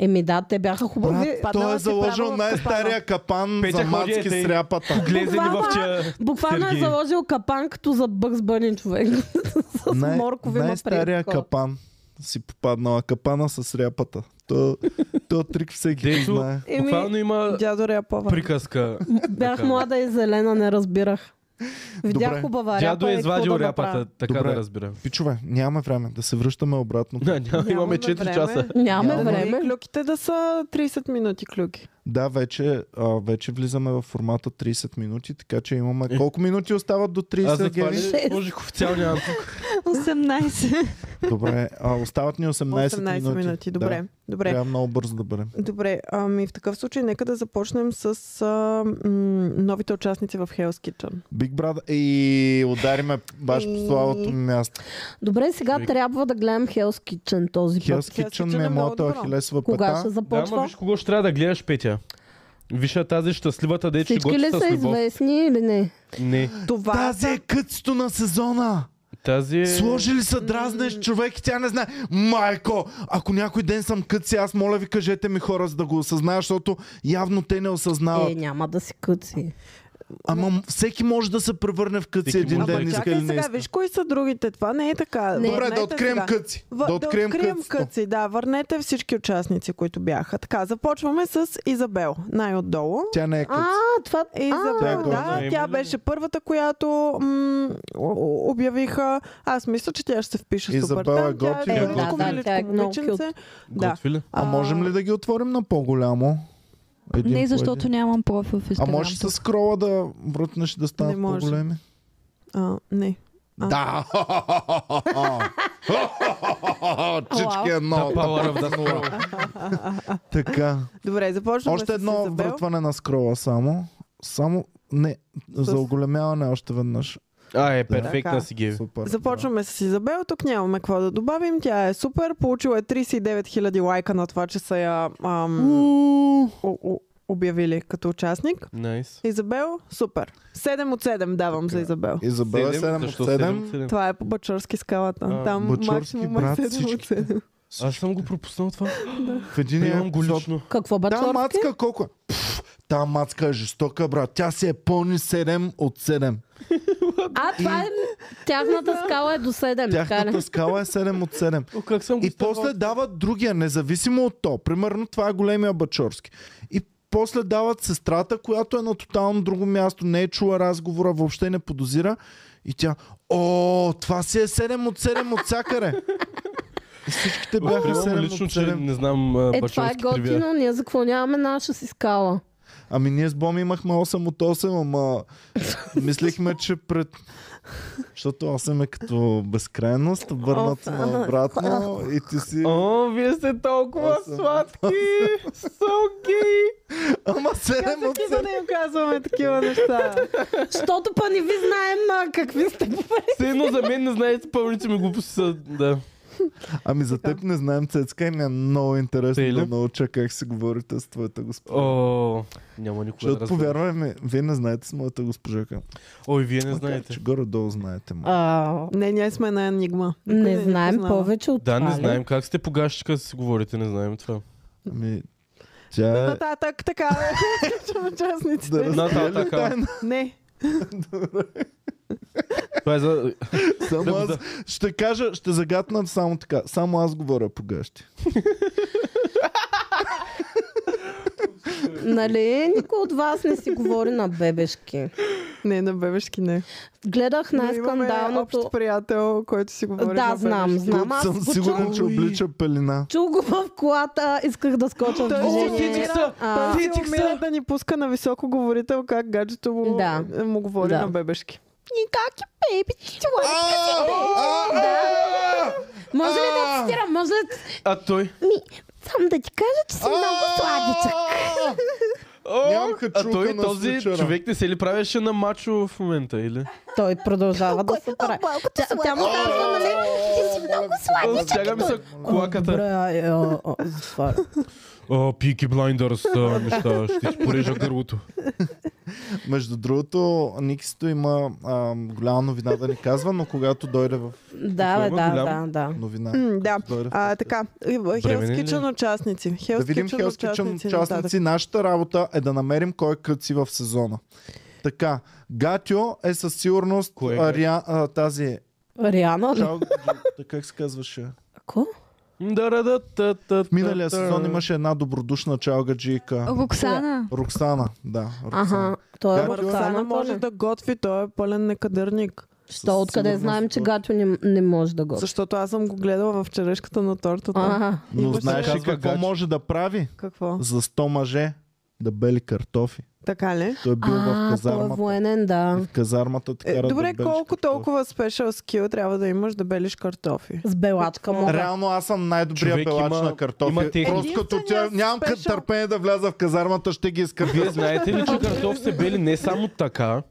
Speaker 3: Еми да, те бяха хубави.
Speaker 1: Брат, той е заложил най-стария капан
Speaker 4: Петя,
Speaker 1: за
Speaker 4: ходи,
Speaker 1: мацки
Speaker 4: ей,
Speaker 1: с
Speaker 4: тъй.
Speaker 1: ряпата.
Speaker 4: Глезени
Speaker 3: Буквално-
Speaker 4: в тия...
Speaker 3: Буквално е
Speaker 4: Сергей.
Speaker 3: заложил капан като за Бъкс Бъни човек. с
Speaker 1: Най-
Speaker 3: моркови има
Speaker 1: най-стария
Speaker 3: преди такова.
Speaker 1: капан си попаднала. Капана с ряпата. То, то трик всеки го
Speaker 4: Дето,
Speaker 1: знае.
Speaker 3: Еми,
Speaker 4: буквално има
Speaker 2: Дядо Ряпова.
Speaker 4: приказка.
Speaker 3: Бях
Speaker 4: Така.
Speaker 3: млада и зелена, не разбирах. Видях
Speaker 1: Добре.
Speaker 3: хубава
Speaker 4: Дядо
Speaker 3: ряпа
Speaker 4: е
Speaker 3: и какво
Speaker 4: извадил
Speaker 3: да направя.
Speaker 4: ряпата, така
Speaker 1: Добре.
Speaker 4: да разбирам.
Speaker 1: Пичове, няма време да се връщаме обратно.
Speaker 4: Да, няма, имаме 4 часа.
Speaker 3: Нямаме
Speaker 1: Няма
Speaker 3: време.
Speaker 2: Клюките да са 30 минути клюки.
Speaker 1: Да, вече, а, вече влизаме в формата 30 минути, така че имаме... Колко минути остават до
Speaker 4: Е. Аз
Speaker 1: 30,
Speaker 4: затова
Speaker 1: Гери?
Speaker 4: ли
Speaker 3: Шест.
Speaker 4: сложих официалния антук.
Speaker 6: 18.
Speaker 1: Добре, а, остават ни 18,
Speaker 2: 18
Speaker 1: минути.
Speaker 2: минути. Добре,
Speaker 1: Да,
Speaker 2: добре.
Speaker 1: Трябва много бързо да бъдем.
Speaker 2: Добре, ами в такъв случай нека да започнем с а, м- новите участници в Hell's Kitchen.
Speaker 1: Big Brother и удариме баш по славото ми място.
Speaker 3: Добре, сега
Speaker 4: Човек.
Speaker 3: трябва да гледам Hell's Kitchen този път.
Speaker 1: Хелс
Speaker 2: Kitchen
Speaker 1: Кичен
Speaker 2: е
Speaker 1: е
Speaker 2: много
Speaker 1: моята
Speaker 2: добро.
Speaker 1: ахилесова
Speaker 3: Кога ще
Speaker 1: пета.
Speaker 4: Да, ама
Speaker 3: започва?
Speaker 4: виж кого ще трябва да гледаш, Петя. Виж а тази щастливата дече, ще
Speaker 3: Всички
Speaker 4: готви с
Speaker 3: ли са
Speaker 4: любов.
Speaker 3: известни или не?
Speaker 4: Не,
Speaker 2: Това
Speaker 1: Тази е кътсто на сезона!
Speaker 4: тази е...
Speaker 1: Сложили са дразнеш човек и тя не знае. Майко, ако някой ден съм къци, аз моля ви кажете ми хора, за да го осъзная, защото явно те не
Speaker 3: Е,
Speaker 1: осъзнават.
Speaker 3: няма да си къци.
Speaker 1: Ама м- всеки може да се превърне в къци
Speaker 4: Всеки
Speaker 1: един
Speaker 4: може.
Speaker 1: ден,
Speaker 2: Ама
Speaker 1: иска
Speaker 2: чакай
Speaker 1: или не
Speaker 2: сега,
Speaker 1: иска.
Speaker 2: виж кои са другите. Това не е така.
Speaker 3: Не.
Speaker 1: е. Добре, да
Speaker 2: Върнете
Speaker 1: открием
Speaker 2: сега.
Speaker 1: къци.
Speaker 2: В-
Speaker 1: Да открием къци.
Speaker 2: къци. Да, върнете всички участници, които бяха. Така, започваме с Изабел, най-отдолу.
Speaker 1: Тя не е къци.
Speaker 3: А, това...
Speaker 2: Изабел,
Speaker 1: Тя е
Speaker 2: да,
Speaker 1: горна.
Speaker 4: Има ли?
Speaker 2: тя беше първата, която м- о- о- обявиха. Аз мисля, че тя ще се впише супер.
Speaker 1: Изабела
Speaker 2: Там тя
Speaker 1: Готина.
Speaker 2: е
Speaker 4: Да,
Speaker 2: миличко,
Speaker 3: да,
Speaker 2: миличко
Speaker 3: тя е много
Speaker 2: момиченце. Да.
Speaker 4: Готви ли?
Speaker 1: А можем ли да ги отворим на по-голямо? Един по
Speaker 6: Не,
Speaker 1: един.
Speaker 6: защото нямам профил в
Speaker 1: А
Speaker 6: Инстаграм.
Speaker 1: можеш с скрола да врътнеш и да станат
Speaker 2: Не може.
Speaker 1: по-големи?
Speaker 2: А, не. А.
Speaker 1: Да! Чички едно.
Speaker 4: Да, Power of the Scroll.
Speaker 1: Така.
Speaker 2: Добре, започваме
Speaker 1: Още
Speaker 2: с
Speaker 1: едно
Speaker 2: Изабел.
Speaker 1: въртване на скрола само. Само. Не, за оголемяване още веднъж.
Speaker 4: А, е,
Speaker 1: Да.
Speaker 4: перфектна си ги.
Speaker 1: Супер.
Speaker 2: Започваме с Изабел. Тук нямаме какво да добавим. Тя е супер. Получила е 39 000 лайка на това, че са я ам, о- о- обявили като участник.
Speaker 4: Найс.
Speaker 2: Изабел, супер. 7 от 7 давам за Изабел.
Speaker 1: Изабела
Speaker 4: Седем,
Speaker 1: 7
Speaker 4: защо
Speaker 1: е от
Speaker 4: седем от
Speaker 1: 7.
Speaker 4: седем?
Speaker 2: Това е по бачорски скалата.
Speaker 4: А,
Speaker 2: Там
Speaker 1: Бачорски,
Speaker 2: максимум
Speaker 1: брат,
Speaker 2: е 7 от
Speaker 1: всички.
Speaker 2: 7.
Speaker 4: Аз съм го пропуснал това.
Speaker 1: В един
Speaker 4: Приемам го
Speaker 1: епизод.
Speaker 4: лично.
Speaker 3: Какво
Speaker 1: Та
Speaker 3: бачорски?
Speaker 1: е мацка колко е? Пф, Та мацка е жестока, брат. Тя си е пълни 7 от 7.
Speaker 3: А, това е... Тяхната скала е до 7, така ли?
Speaker 1: Тяхната скала е 7 от 7.
Speaker 4: О, как съм го
Speaker 1: И после дават другия, независимо от то. Примерно това е големия Бачорски. И после дават сестрата, която е на тотално друго място, не е чула разговора, въобще не подозира. И тя, о, това си е 7 от 7 от всякъре. И всичките бяха
Speaker 4: Приемам
Speaker 1: 7
Speaker 4: лично,
Speaker 1: от
Speaker 4: че
Speaker 1: 7.
Speaker 4: не знам а,
Speaker 3: Е, това е
Speaker 4: бачовски тривия.
Speaker 3: готино, ние за какво нямаме наша си скала?
Speaker 1: Ами ние с Боми имахме 8 от 8, ама мислихме, че пред... Защото 8 е като безкрайност, върнато
Speaker 3: Осем.
Speaker 1: на обратно и ти си...
Speaker 4: О, вие сте толкова
Speaker 1: Осем.
Speaker 4: сладки! Солки!
Speaker 1: Ама 7 от
Speaker 2: Ти да
Speaker 1: 7!
Speaker 2: не им казваме такива неща.
Speaker 3: Защото па не ви знаем а, какви сте.
Speaker 4: Все едно за мен не знаете пълните ми глупости са... Да.
Speaker 1: Ами за
Speaker 2: Така.
Speaker 1: теб не знаем цецка и ми е много интересно
Speaker 4: Тъй ли?
Speaker 1: да науча как си говорите с твоята госпожа.
Speaker 4: О, няма никога да
Speaker 1: Защото
Speaker 4: разбера.
Speaker 1: повярвай ми, вие не знаете с моята госпожа. как-
Speaker 4: Ой, вие не
Speaker 1: Макар,
Speaker 4: знаете.
Speaker 1: Че горе-долу знаете. ма.
Speaker 3: А,
Speaker 2: Не, ние сме на енигма. Никой
Speaker 3: не
Speaker 2: ни
Speaker 3: знаем
Speaker 2: познава.
Speaker 3: повече от
Speaker 4: Да,
Speaker 3: това.
Speaker 4: не
Speaker 3: ли?
Speaker 4: знаем как сте погащика си говорите, не знаем това.
Speaker 1: Ами, тя е...
Speaker 2: Нататък, така, да участниците.
Speaker 1: Да разкрие ли
Speaker 4: Нататък.
Speaker 1: тайна?
Speaker 2: Не,
Speaker 4: Това е за...
Speaker 1: Само
Speaker 4: Да,
Speaker 1: аз
Speaker 4: да.
Speaker 1: ще кажа, ще загатна само така. Само аз говоря по гащи.
Speaker 3: Нали, никой от вас не си говори на бебешки.
Speaker 2: не, на бебешки не.
Speaker 3: Гледах
Speaker 2: Но имаме
Speaker 3: най-скандалното...
Speaker 2: общ приятел, който си говори
Speaker 3: Да,
Speaker 2: на
Speaker 3: знам,
Speaker 2: бебешки.
Speaker 3: знам.
Speaker 1: Който
Speaker 3: аз
Speaker 1: съм
Speaker 3: го
Speaker 1: сигурен,
Speaker 3: чух.
Speaker 1: че облича пелена.
Speaker 3: Чул го в колата, исках да скоча в
Speaker 2: Той си
Speaker 3: движение.
Speaker 2: умира,
Speaker 3: А,
Speaker 2: той си умира да ни пуска на високо говорител как гаджето му,
Speaker 3: Да.
Speaker 2: е, му говори
Speaker 3: Да.
Speaker 2: на бебешки.
Speaker 3: И как е бейби, ти ти ласкаш, бейби. Да. Може ли да цитирам? Може ли да-
Speaker 4: А той?
Speaker 3: само да ти кажа, че си много сладичък?
Speaker 4: О,
Speaker 1: Нямам
Speaker 4: а
Speaker 1: хачулка
Speaker 4: той
Speaker 1: на
Speaker 4: този
Speaker 1: случара.
Speaker 4: човек не се ли правеше на мачо в момента, или?
Speaker 3: Той продължава да се прави. Тя, тя му казва, нали, ти си много сладичък.
Speaker 4: Стяга ми се колаката. О, Пики Блайндърс, неща, ще ти порежа гърлото.
Speaker 1: Между другото, Никсито има а, голяма новина да ни казва, но когато дойде в
Speaker 3: Да, бе, да, да,
Speaker 4: Голям.
Speaker 3: да.
Speaker 1: новина.
Speaker 2: М, да.
Speaker 1: като дойде в
Speaker 2: А, така, и- Hell's
Speaker 4: ли?
Speaker 2: Kitchen участници. Hell's
Speaker 1: е Да видим
Speaker 2: Kitchen
Speaker 1: Хелс Кичен
Speaker 2: нататък.
Speaker 1: участници. Нашата работа е да намерим кой кът си в сезона. Така, Гатио е със сигурност
Speaker 4: Кое е
Speaker 1: а, Риа, а, тази...
Speaker 3: Риана, ли?
Speaker 1: Чао, да, как се казваше?
Speaker 3: Ако?
Speaker 4: В
Speaker 1: В миналия сезон имаше една добродушна чалгаджийка.
Speaker 6: Роксана.
Speaker 1: Роксана, да. Роксана.
Speaker 3: Аха, той е
Speaker 1: Гатио.
Speaker 2: Роксана
Speaker 3: Роксана,
Speaker 2: може да готви, той е пълен некадърник.
Speaker 3: Що, откъде
Speaker 1: сигурност
Speaker 3: знаем, че
Speaker 1: той.
Speaker 3: Гачо не, не може да го...
Speaker 2: Защото аз съм го гледала в черешката на тортата.
Speaker 3: А,
Speaker 1: Но
Speaker 2: Имаше-
Speaker 1: знаеш ли
Speaker 4: Казва
Speaker 1: какво
Speaker 4: Гатио.
Speaker 1: може да прави
Speaker 2: Какво?
Speaker 1: за 100 мъже? Да бели картофи.
Speaker 2: Така ли?
Speaker 1: Той е бил в
Speaker 3: а, той е
Speaker 1: казармата.
Speaker 3: военен,
Speaker 1: И
Speaker 3: да.
Speaker 1: в казармата те
Speaker 2: Е,
Speaker 1: карат да
Speaker 2: добре,
Speaker 1: белиш
Speaker 2: колко
Speaker 1: картофи.
Speaker 2: толкова спешъл скил трябва да имаш да белиш картофи?
Speaker 3: С белачка му.
Speaker 1: Реално аз съм най-добрия
Speaker 4: Човек
Speaker 1: пелач
Speaker 4: има-
Speaker 1: на картофи.
Speaker 4: има техника.
Speaker 1: Просто като тя,
Speaker 2: Единственият
Speaker 1: нямам като
Speaker 2: спешъл-
Speaker 1: търпение да вляза в казармата, ще ги
Speaker 4: Вие
Speaker 1: изкървя.
Speaker 4: знаете ли, че картоф се бели не само така,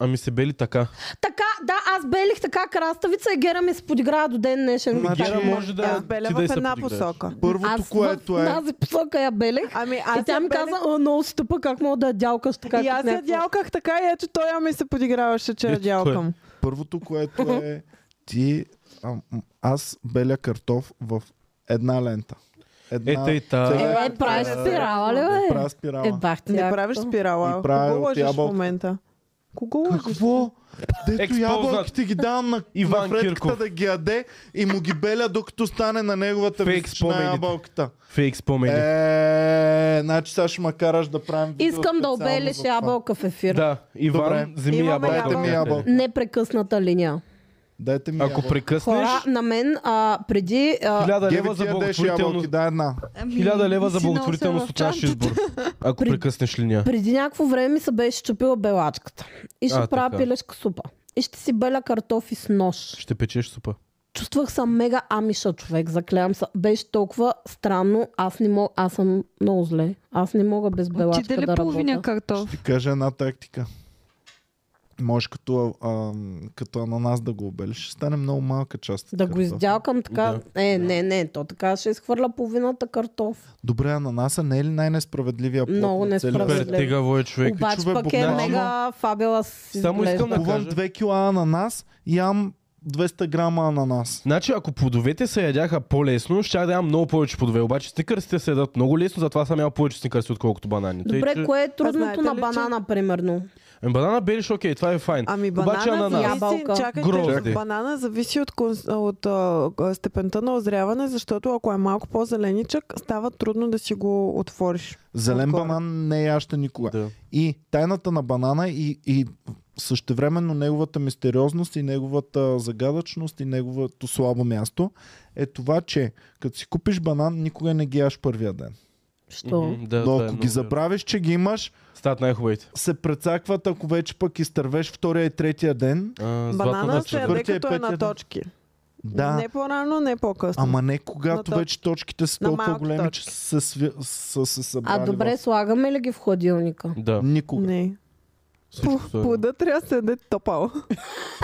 Speaker 4: ами се бели така.
Speaker 3: Така, да, аз белих така краставица и Гера ми се подиграва до ден днешен.
Speaker 1: Значи,
Speaker 3: Така,
Speaker 4: Гера може да-
Speaker 2: Аз беля
Speaker 4: ти да
Speaker 2: в
Speaker 4: я се
Speaker 2: една
Speaker 4: подиграеш.
Speaker 2: посока.
Speaker 1: Първото,
Speaker 3: Аз
Speaker 1: което
Speaker 3: в
Speaker 1: е...
Speaker 3: тази посока я белих.
Speaker 2: Ами
Speaker 3: А
Speaker 2: аз
Speaker 3: и тя
Speaker 2: я
Speaker 3: ми
Speaker 2: беля-
Speaker 3: каза, о, много стъпа, как мога да я дялкаш така.
Speaker 2: и аз
Speaker 3: като
Speaker 2: я
Speaker 3: някаква-
Speaker 2: дялках така и ето той я ми се подиграваше, че я
Speaker 4: Ето той.
Speaker 2: дялкам.
Speaker 1: Първото, което е... Ти... А, м- аз беля картоф в една лента. Една...
Speaker 4: Ето и та.
Speaker 1: Сега-
Speaker 3: Е, правиш спирала ли,
Speaker 1: Не
Speaker 3: бе?
Speaker 1: правя спирала.
Speaker 3: Е, бах ти.
Speaker 2: Не
Speaker 3: яко.
Speaker 2: правиш спирала.
Speaker 1: И правя
Speaker 2: Кого
Speaker 1: от
Speaker 2: лъжеш в
Speaker 1: ябълка.
Speaker 2: момента? Кого лъжеш?
Speaker 1: Какво? Дето
Speaker 4: Експознат.
Speaker 1: ябълките ги давам на,
Speaker 4: Иван
Speaker 1: на Фредката
Speaker 4: Кирков.
Speaker 1: да ги яде и му ги беля докато стане на неговата
Speaker 4: Фейк
Speaker 1: височина
Speaker 4: спомените.
Speaker 1: ябълката.
Speaker 4: Фейк спомени.
Speaker 1: Е, значи сега ще ма караш да правим видео
Speaker 3: Искам да
Speaker 1: специално за
Speaker 3: обелиш
Speaker 1: това.
Speaker 3: ябълка в ефир.
Speaker 4: Да, Иван,
Speaker 1: Добре.
Speaker 4: вземи
Speaker 2: Имаме
Speaker 4: ябълка.
Speaker 2: ябълка.
Speaker 4: от някъде.
Speaker 1: Ябълка.
Speaker 3: Непрекъсната линия.
Speaker 1: Дайте ми
Speaker 4: Ако
Speaker 1: ябълка.
Speaker 4: прекъснеш,
Speaker 3: Хора, на мен а, преди... А,
Speaker 4: хиляда
Speaker 1: Геви,
Speaker 4: лева за
Speaker 1: ти ядеш ябълки,
Speaker 4: благотворителност.
Speaker 1: да една.
Speaker 6: Ами,
Speaker 4: Хиляда лева за
Speaker 6: си нося
Speaker 4: благотворителност
Speaker 6: в
Speaker 4: от наш
Speaker 6: чантата.
Speaker 4: избор. Ако
Speaker 3: При-
Speaker 4: прекъснеш линия.
Speaker 3: преди някакво време ми се беше чупила белачката. И ще
Speaker 4: А,
Speaker 3: правя
Speaker 4: така.
Speaker 3: пилешка супа. И ще си беля картофи с нож.
Speaker 4: Ще печеш супа.
Speaker 3: Чувствах се мега амиша човек, заклявам се. Беше толкова странно. Аз не мога, аз съм много зле. Аз не мога без
Speaker 6: Отиде
Speaker 3: белачка
Speaker 6: ли
Speaker 3: да
Speaker 6: половина
Speaker 3: работя.
Speaker 6: картоф?
Speaker 1: Ти кажа една тактика. Можеш като, а, като ананас да го обелиш. Ще стане много малка част. от
Speaker 3: Да го
Speaker 1: картофа.
Speaker 3: издялкам така. Е, не, не, то така ще изхвърля половината картоф.
Speaker 1: Добре, ананаса не е ли най-несправедливия плод?
Speaker 3: Много
Speaker 1: на целия
Speaker 3: несправедлив.
Speaker 1: свят?
Speaker 4: Пертегаво е човек.
Speaker 3: Обаче
Speaker 1: човек,
Speaker 3: пък е
Speaker 1: буквално-
Speaker 3: мега фабела с
Speaker 4: Само искам
Speaker 3: изглежда.
Speaker 4: да-
Speaker 1: Купувам
Speaker 4: кажа.
Speaker 1: 2 кила ананас, ям 200 грама ананас.
Speaker 4: Значи, ако плодовете се ядяха по-лесно, щях да ям много повече плодове. Обаче сникърсите се ядат много лесно, затова съм ял повече сникърси, отколкото банани. Тъй,
Speaker 3: Добре,
Speaker 4: че-
Speaker 3: кое е трудното
Speaker 2: знаете
Speaker 3: на
Speaker 2: ли, че-
Speaker 3: банана, примерно?
Speaker 4: Ами, банана белиш, окей, това е файн.
Speaker 2: Ами
Speaker 4: Обаче
Speaker 2: банана
Speaker 4: ананас.
Speaker 2: зависи,
Speaker 3: Ябълка.
Speaker 2: чакайте,
Speaker 4: Грозде.
Speaker 2: банана зависи от, конс- от а, а, степента на озряване, защото ако е малко по-зеленичък, става трудно да си го отвориш.
Speaker 1: Зелен
Speaker 2: Отгоре.
Speaker 1: банан не яще никога.
Speaker 4: Да.
Speaker 1: И тайната на банана и, и същевременно неговата мистериозност и неговата загадъчност и неговото слабо място е това, че като си купиш банан, никога не ги яш първия ден.
Speaker 3: Що?
Speaker 4: Мгм, Да,
Speaker 1: Но
Speaker 4: това е
Speaker 1: ако
Speaker 4: много
Speaker 1: ги
Speaker 4: вярно.
Speaker 1: забравиш, че ги имаш,
Speaker 4: Стават най-хубавите.
Speaker 1: се прецакват, ако вече пък изтървеш втория и третия ден.
Speaker 4: А, златна
Speaker 2: Банана се
Speaker 4: настина.
Speaker 2: яде
Speaker 1: Четвъртия,
Speaker 2: като е на
Speaker 1: петия ден.
Speaker 2: точки.
Speaker 1: Да,
Speaker 2: Не по-рано, не по-късно.
Speaker 1: ама не когато
Speaker 2: На точ-
Speaker 1: вече точките са
Speaker 2: на
Speaker 1: толкова
Speaker 2: малки
Speaker 1: големи,
Speaker 2: точки.
Speaker 1: че са, сви... са се събрали.
Speaker 3: А добре,
Speaker 1: в...
Speaker 3: слагаме ли ги в хладилника?
Speaker 4: Да.
Speaker 1: Никога.
Speaker 2: Не.
Speaker 4: Всичко
Speaker 2: Пу-
Speaker 4: стои.
Speaker 2: Плода трябва да се яде топал.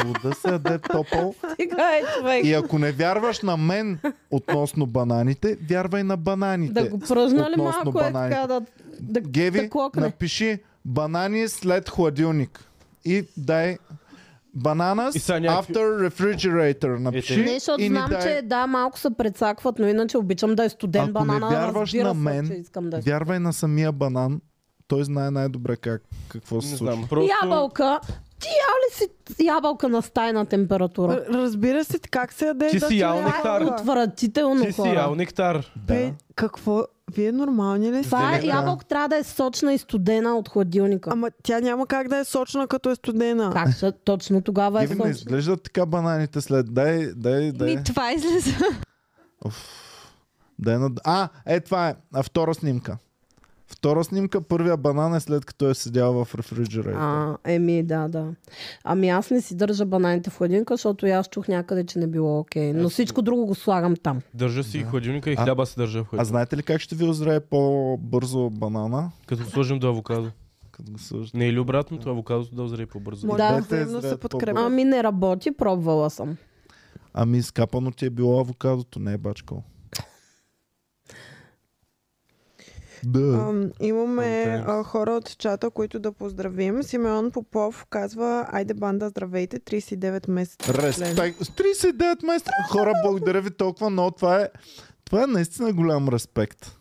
Speaker 1: Плода се яде топъл.
Speaker 3: Сега е човек.
Speaker 1: И ако не вярваш на мен относно бананите, вярвай на бананите.
Speaker 3: Да го пръжна ли
Speaker 1: Относно
Speaker 3: малко е
Speaker 1: бананите.
Speaker 3: така да, да, да
Speaker 1: Геви,
Speaker 3: клокне.
Speaker 1: напиши банани след хладилник. И дай Bananas
Speaker 4: И сега някакви-
Speaker 1: after refrigerator. Напиши
Speaker 4: Ете.
Speaker 3: Не, Е, защото
Speaker 1: и ни
Speaker 3: знам,
Speaker 1: дай...
Speaker 3: че да, малко се прецакват, но иначе обичам да е студен
Speaker 1: Ако
Speaker 3: банан.
Speaker 1: не вярваш
Speaker 3: разбира
Speaker 1: на
Speaker 3: се,
Speaker 1: мен,
Speaker 3: че искам да е.
Speaker 1: Вярвай на самия банан. Той знае най-добре как, какво се
Speaker 4: Не
Speaker 1: случва.
Speaker 4: знам, просто...
Speaker 3: Ябълка. Ти ял ли си ябълка на стайна температура?
Speaker 2: Р- Разбира се как се яде. и
Speaker 4: Ти
Speaker 2: Е, да
Speaker 4: си
Speaker 2: ти
Speaker 4: ял
Speaker 2: е
Speaker 4: нектар.
Speaker 2: ябълка.
Speaker 3: Отвратително
Speaker 4: Ти си
Speaker 3: хора.
Speaker 4: ял нектар.
Speaker 2: Бе, какво? Вие нормални ли сте?
Speaker 3: Това е,
Speaker 1: Зелена.
Speaker 3: ябълка трябва да е сочна и студена от хладилника.
Speaker 2: Ама тя няма как да е сочна, като е студена.
Speaker 3: Как ще, точно тогава е
Speaker 1: Геви, не
Speaker 3: сочна.
Speaker 1: изглеждат така бананите след. Дай, дай, дай.
Speaker 6: Ми
Speaker 4: е.
Speaker 6: това излиза.
Speaker 1: дай на... А, е, това е. А, втора снимка. Втора снимка, първия банан е след като е седял в рефрижератора.
Speaker 3: А, еми, да, да. Ами аз не си държа бананите в хладилника, защото и аз чух някъде, че не било окей. Но всичко друго го слагам там.
Speaker 4: Държа си и хладилника и
Speaker 1: А-
Speaker 4: хляба се държа в
Speaker 1: А
Speaker 4: хладилника.
Speaker 1: знаете ли как ще ви озрее по-бързо банана?
Speaker 4: Като го сложим до авокадо.
Speaker 1: Като го сложите.
Speaker 4: Не е или обратното, авокадото да озрее по-бързо.
Speaker 3: Моля.
Speaker 2: Може
Speaker 3: Да.
Speaker 2: Е, да,
Speaker 1: Двете
Speaker 2: взаимно се
Speaker 1: зрят
Speaker 2: подкрепят.
Speaker 3: Ами не работи, пробвала съм.
Speaker 1: Ами скапано ти е било авокадото, не е бачкало. Да.
Speaker 2: Ам, имаме
Speaker 4: Ам, да.
Speaker 2: а, хора от чата, които да поздравим. Симеон Попов казва, айде банда, здравейте, 39 месеца. член.
Speaker 1: Респект. С 39 месеца. Хора, благодаря ви толкова много. Това е, това е наистина голям респект.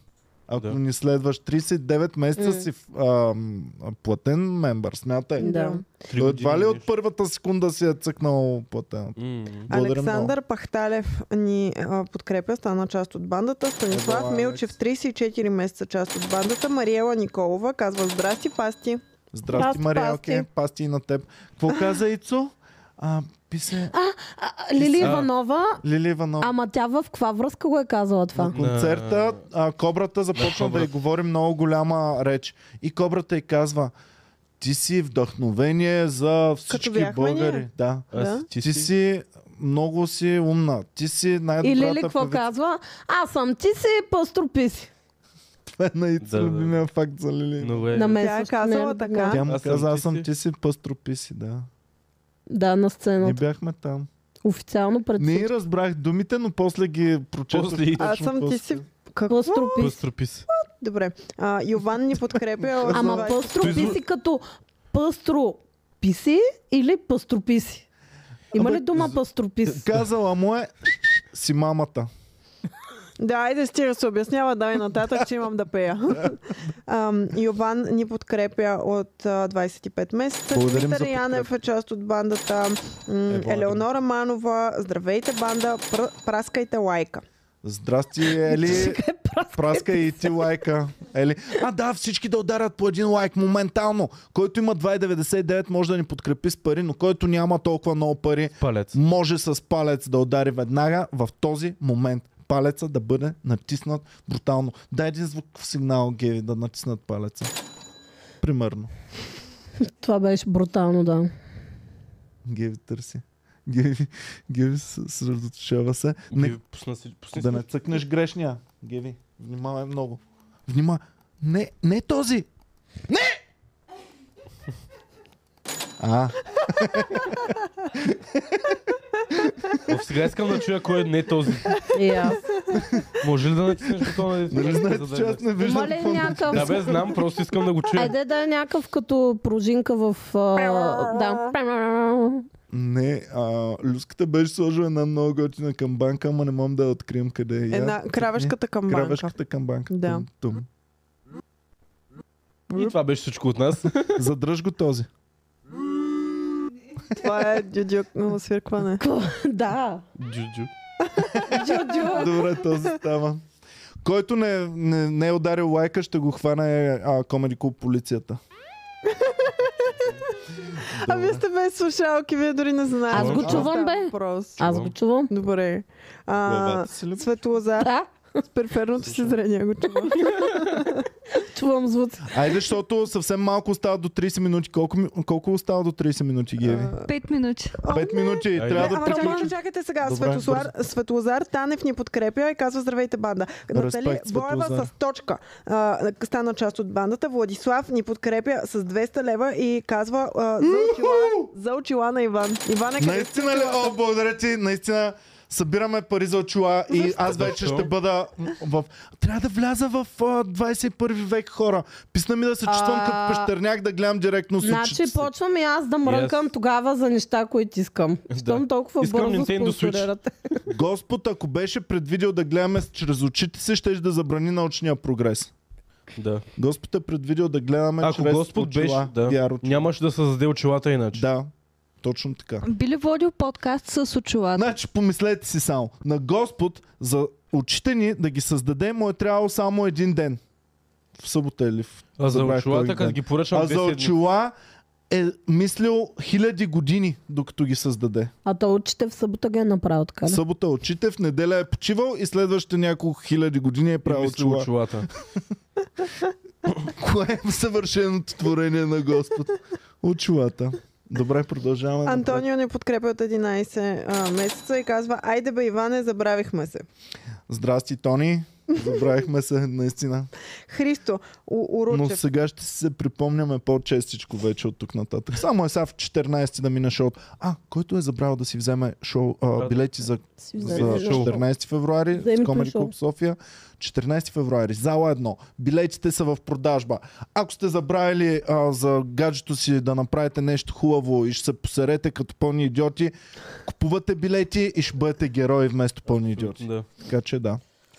Speaker 1: Ако да.
Speaker 4: Да.
Speaker 1: ни следваш 39 месеца
Speaker 3: М.
Speaker 1: си в, ам, а, платен мембър, смятай.
Speaker 3: Да.
Speaker 4: Три
Speaker 1: Той
Speaker 4: години
Speaker 1: едва Е, ли от
Speaker 4: нещо. първата
Speaker 1: първата секунда си е цъкнал платен?
Speaker 4: М.
Speaker 1: Благодаря
Speaker 2: Александър Пахталев ни а, подкрепя, стана част от бандата. Станислав
Speaker 1: Ева,
Speaker 2: Милчев, 34 месеца част от бандата. Мариела Николова казва, здрасти, пасти.
Speaker 1: Здрасти,
Speaker 3: Пасти,
Speaker 1: Мариалке.
Speaker 3: пасти.
Speaker 1: Пасти и на теб. Какво каза Ицо? А, писе
Speaker 3: А, Лили
Speaker 4: А.
Speaker 3: Иванова,
Speaker 1: Лили Иванова.
Speaker 3: ама тя в каква връзка го е казала това?
Speaker 1: На концерта а, кобрата започна да й
Speaker 4: Кобрата.
Speaker 1: говори много голяма реч. И кобрата й казва, ти си вдъхновение за всички
Speaker 2: бяхме
Speaker 1: българи.
Speaker 2: ние.
Speaker 1: Да.
Speaker 4: Аз-
Speaker 2: Да.
Speaker 1: Ти, си много си умна. Ти си
Speaker 3: И
Speaker 1: най-добрата
Speaker 3: Лили какво
Speaker 1: певица.
Speaker 3: казва? Аз съм ти си, пастропи си.
Speaker 1: Това е наистина
Speaker 4: Да, да.
Speaker 1: любимия факт за Лили.
Speaker 4: Но бе,
Speaker 3: На мен
Speaker 2: Тя е
Speaker 3: също ми
Speaker 2: казала
Speaker 3: любима.
Speaker 2: така.
Speaker 1: Тя му
Speaker 4: Аз съм
Speaker 1: каза,
Speaker 4: ти
Speaker 1: аз съм
Speaker 4: си».
Speaker 1: ти си пъстропи си, да.
Speaker 3: Да, на
Speaker 1: Ние
Speaker 3: сцената.
Speaker 1: бяхме там.
Speaker 3: Официално пред
Speaker 1: Не е разбрах думите, но после ги прочетох.
Speaker 4: После и-
Speaker 1: точно
Speaker 2: Аз съм ти
Speaker 1: после.
Speaker 2: си... Какво?
Speaker 3: Пастропи си.
Speaker 4: пъстропис.
Speaker 2: Добре. А, Йован ни подкрепя.
Speaker 3: Ама
Speaker 2: Ама
Speaker 3: пастропи си като пъстро писи или пастропи си? Има
Speaker 1: Абе,
Speaker 3: ли дума пастропи си?
Speaker 1: Казала му е си мамата.
Speaker 2: Да, айде стига се обяснява, дай нататък, че имам да пея. Ам, Йован ни подкрепя от а, 25 месеца.
Speaker 1: Благодарим за Е,
Speaker 2: Димитър
Speaker 1: подкрепа.
Speaker 2: Янев е част от бандата. М,
Speaker 1: Ева,
Speaker 2: Елеонора Манова, здравейте банда, пр- праскайте лайка.
Speaker 1: Здрасти, Ели. Праска и ти лайка. Ели. А, да, всички да ударят по един лайк моментално. Който има 2,99 може да ни подкрепи с пари, но който няма толкова много пари,
Speaker 4: Палец.
Speaker 1: може с палец да удари веднага в този момент. Палеца да бъде натиснат брутално. Дай един звук в сигнал, Геви, да натиснат палеца. Примерно.
Speaker 3: Това беше брутално, да.
Speaker 1: Геви търси. Геви, Геви се- съсредоточава се. Не,
Speaker 4: Геви, Пусна си, пусни
Speaker 1: да
Speaker 4: си.
Speaker 1: не цъкнеш грешния. Геви, внимавай много. Внимавай. Не, не този. Не! А,
Speaker 4: О, сега искам да чуя кой е не този.
Speaker 3: И аз.
Speaker 4: Може ли да натиснеш бутона? да ти
Speaker 1: нали
Speaker 4: кажа,
Speaker 1: знаете,
Speaker 4: за да
Speaker 1: че аз
Speaker 4: е-
Speaker 1: не виждам
Speaker 3: Има ли
Speaker 1: какво да-
Speaker 3: някакъв...
Speaker 4: Да бе, знам, просто искам да го чуя.
Speaker 3: Айде да е някакъв като пружинка в... а, Да.
Speaker 1: Не, а, люската беше сложила една много готина камбанка, ама не мога да я открием къде е. Я
Speaker 2: Една
Speaker 1: цъкни.
Speaker 2: кравешката към банка.
Speaker 1: Кравешката камбанка.
Speaker 2: Да.
Speaker 1: Тум, тум.
Speaker 4: И това беше всичко от нас.
Speaker 1: Задръж го този.
Speaker 2: Това е дюдюк на свиркване.
Speaker 3: Да.
Speaker 4: Джуджу.
Speaker 3: Джуджу.
Speaker 1: Добре, този става. Който не, не, не е ударил лайка, ще го хване а, Comedy Club полицията.
Speaker 2: А вие сте без слушалки, вие дори не знаете.
Speaker 3: Аз
Speaker 4: го
Speaker 2: за какво
Speaker 3: чувам,
Speaker 2: става
Speaker 3: бе.
Speaker 2: въпрос.
Speaker 3: Аз го чувам.
Speaker 2: Добре. А,
Speaker 1: Главата си ли?
Speaker 2: Светлозар
Speaker 3: Да.
Speaker 2: С периферното си зрение го чува.
Speaker 3: Чувам звуци.
Speaker 1: Айде, защото съвсем малко остава до 30 минути. Колко, ми- колко остава до 30 минути, Геви?
Speaker 6: Пет минути.
Speaker 1: Пет минути.
Speaker 4: Айде.
Speaker 1: Трябва
Speaker 2: Не,
Speaker 1: да
Speaker 2: ама чакайте,
Speaker 1: приключим.
Speaker 2: чакайте сега.
Speaker 1: Добре,
Speaker 2: Светозар, Светозар Танев ни подкрепя и казва здравейте банда. Натали
Speaker 1: Респект,
Speaker 2: Боева
Speaker 1: Светозар.
Speaker 2: с точка а, стана част от бандата. Владислав ни подкрепя с 200 лева и казва а, за, очила, за очила на Иван. Иван е къде?
Speaker 1: Наистина ли? О, благодаря ти. Наистина събираме пари за очила и аз вече
Speaker 4: Защо?
Speaker 1: ще бъда м, в... Трябва да вляза в а, 21 век, хора. Писна ми да се чувствам
Speaker 3: А,
Speaker 1: като пещерняк, да гледам директно с
Speaker 3: Значи
Speaker 1: очите си.
Speaker 3: почвам и аз да мрънкам
Speaker 4: Yes.
Speaker 3: тогава за неща, които искам. Щом толкова
Speaker 4: Искам
Speaker 3: бързо
Speaker 4: Nintendo Switch.
Speaker 3: спонсорирате.
Speaker 1: Господ, ако беше предвидел да гледаме с- чрез очите си, ще да забрани научния прогрес.
Speaker 4: Да.
Speaker 1: Господ е предвидел да гледаме
Speaker 4: Ако
Speaker 1: чрез
Speaker 4: Господ
Speaker 1: очила,
Speaker 4: беше, да,
Speaker 1: VR очила.
Speaker 4: нямаше да създаде очилата иначе.
Speaker 1: Да, точно така.
Speaker 6: Би ли водил подкаст с очилата?
Speaker 1: Значи помислете си само. На Господ за очите ни да ги създаде му е трябвало само един ден. В събота или в...
Speaker 4: А за
Speaker 1: забравих кой
Speaker 4: очилата,
Speaker 1: ден.
Speaker 4: като ги поръчам
Speaker 1: А
Speaker 4: две
Speaker 1: за
Speaker 4: седмици.
Speaker 1: очила е мислил хиляди години, докато ги създаде.
Speaker 3: А то очите в събота ги е направил така.
Speaker 1: В
Speaker 3: ли?
Speaker 1: събота е очите, в неделя е почивал и следващите няколко хиляди години е
Speaker 4: И
Speaker 1: правил
Speaker 4: мисля
Speaker 1: очила.
Speaker 4: очилата.
Speaker 1: Кое е съвършеното творение на Господ? Очилата. Добре, продължаваме. напред.
Speaker 2: Антонио ни подкрепя от 11 а, месеца и казва Айде бе Иване, забравихме се.
Speaker 1: Здрасти, Тони. Забравихме се, наистина.
Speaker 2: Христо У-
Speaker 1: Но
Speaker 2: Уручев.
Speaker 1: сега ще се припомняме по-честичко вече от тук нататък. Само е сега в 14 да мине шоу. А, който е забрал да си вземе шоу, а,
Speaker 4: да.
Speaker 1: билети за,
Speaker 3: Си
Speaker 1: за
Speaker 3: взема нещо.
Speaker 1: 14 февруари с
Speaker 3: Вземи
Speaker 1: Comedy
Speaker 3: шоу.
Speaker 1: Club София. 14 февруари, зала 1. Билетите са в продажба. Ако сте забравили а, за гаджето си да направите нещо хубаво и ще се посерете като пълни идиоти, купувате билети и ще бъдете герои вместо пълни идиоти.
Speaker 4: Да.
Speaker 1: Така че да.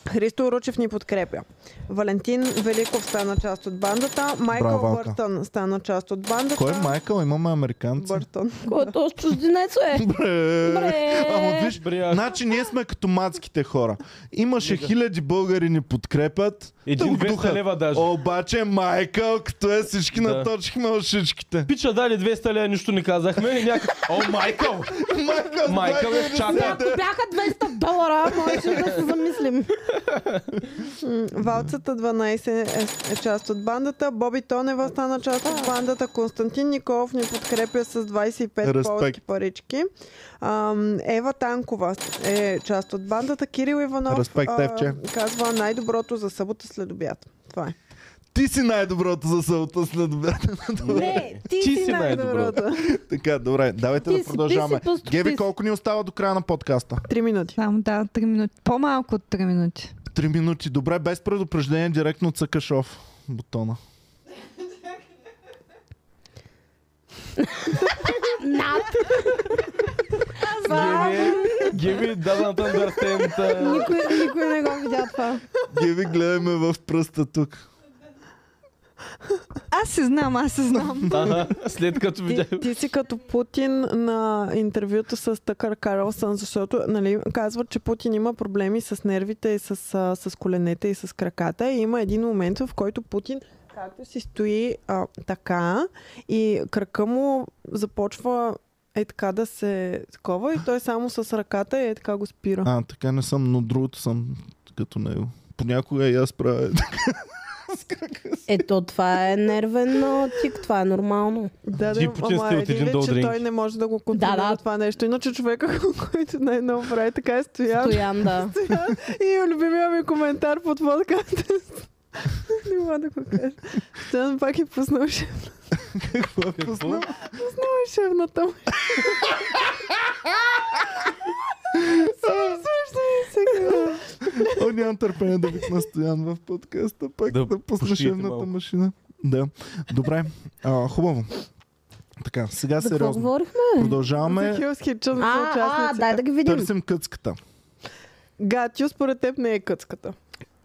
Speaker 2: Христо Ручев ни подкрепя. Валентин Великов стана част от бандата. Майкъл
Speaker 1: Браво, Алка.
Speaker 2: Бъртън стана част от бандата.
Speaker 1: Кой е Майкъл? Имаме американца.
Speaker 2: Бъртън.
Speaker 3: Който още чужденец е.
Speaker 1: Бре.
Speaker 3: Добре.
Speaker 1: Ама виж,
Speaker 4: Бря.
Speaker 1: Значи ние сме като мацките хора. Имаше хиляди българи ни подкрепят. да
Speaker 4: Един
Speaker 1: го
Speaker 4: 200
Speaker 1: духат.
Speaker 4: лева даже.
Speaker 1: Обаче Майкъл, като е всички
Speaker 4: Да.
Speaker 1: наточихме ушичките.
Speaker 4: Пича дали 200 лева, нищо не казахме. и Някак... О, Майкъл!
Speaker 1: Майкъл,
Speaker 4: Майкъл е в чата.
Speaker 3: Ако бяха 200 долара, можеше да се замислим.
Speaker 2: М, Валцата 12 е, е част от бандата. Боби Тонева стана част от бандата. Константин Николов ни подкрепя с 25
Speaker 1: Респект.
Speaker 2: полски парички. Ам, Ева Танкова е част от бандата. Кирил Иванов
Speaker 1: Респект, Евче.
Speaker 2: казва най-доброто за събота след обяд. Това е.
Speaker 1: Ти си най-доброто за събота след обяд.
Speaker 3: Не, ти
Speaker 4: Ти
Speaker 3: си
Speaker 4: си най-доброто.
Speaker 1: така, добре, давайте
Speaker 3: Ти
Speaker 1: да
Speaker 3: си,
Speaker 1: продължаваме.
Speaker 3: ти си, пъсто, ти
Speaker 1: Геви,
Speaker 3: си.
Speaker 1: колко ни остава до края на подкаста?
Speaker 2: Три минути.
Speaker 6: Само да, 3 минути. По-малко от 3 минути.
Speaker 1: Три минути. Добре, без предупреждение, директно цъкаш оф бутона.
Speaker 3: Над.
Speaker 4: Геви, Геви, doesn't understand. а.
Speaker 3: Никой, никой не го видя това.
Speaker 1: Геви, гледаме в пръста тук.
Speaker 6: Аз се знам, аз се знам.
Speaker 4: Ага, след като видях...
Speaker 2: Ти, ти си като Путин на интервюто с Такър Карлсън, защото нали, казват, че Путин има проблеми с нервите и с, а, с коленете и с краката. И има един момент, в който Путин както си стои а, така и крака му започва е така да се такова и той само с ръката е така го спира.
Speaker 1: А, така не съм, но другото съм като него. Понякога и аз правя
Speaker 3: Ето, това е нервен а, тик, това е нормално.
Speaker 2: Да, да,
Speaker 4: Ти Путин
Speaker 2: ама
Speaker 4: сте от
Speaker 2: един
Speaker 4: един
Speaker 2: вид,
Speaker 4: до
Speaker 2: че
Speaker 4: дринки.
Speaker 2: той не може да го контролира
Speaker 3: Да, да.
Speaker 2: това нещо. Иначе човека, който най-ново прави така е стоял.
Speaker 3: Стоян, да.
Speaker 2: И любимия ми е коментар под подкаста. Не мога да го кажа. Стоян пак е пуснал шеф,
Speaker 4: Какво?
Speaker 2: шефната му. Супер смешно ми се гледа.
Speaker 1: О, нямам търпение да викна Стоян в подкаста, пак да,
Speaker 4: Да
Speaker 1: да пусна
Speaker 4: пошиете
Speaker 1: шевната
Speaker 4: малко.
Speaker 1: машина. Да, добре. А, хубаво. Така, сега
Speaker 3: За какво
Speaker 1: сериозно.
Speaker 3: говорихме?
Speaker 2: За
Speaker 4: е-
Speaker 1: Продължаваме.
Speaker 2: Хилс Китчън са
Speaker 3: А, а, дай
Speaker 2: участниците.
Speaker 3: да ги видим.
Speaker 1: Търсим къцката.
Speaker 2: Гатю според теб не е къцката.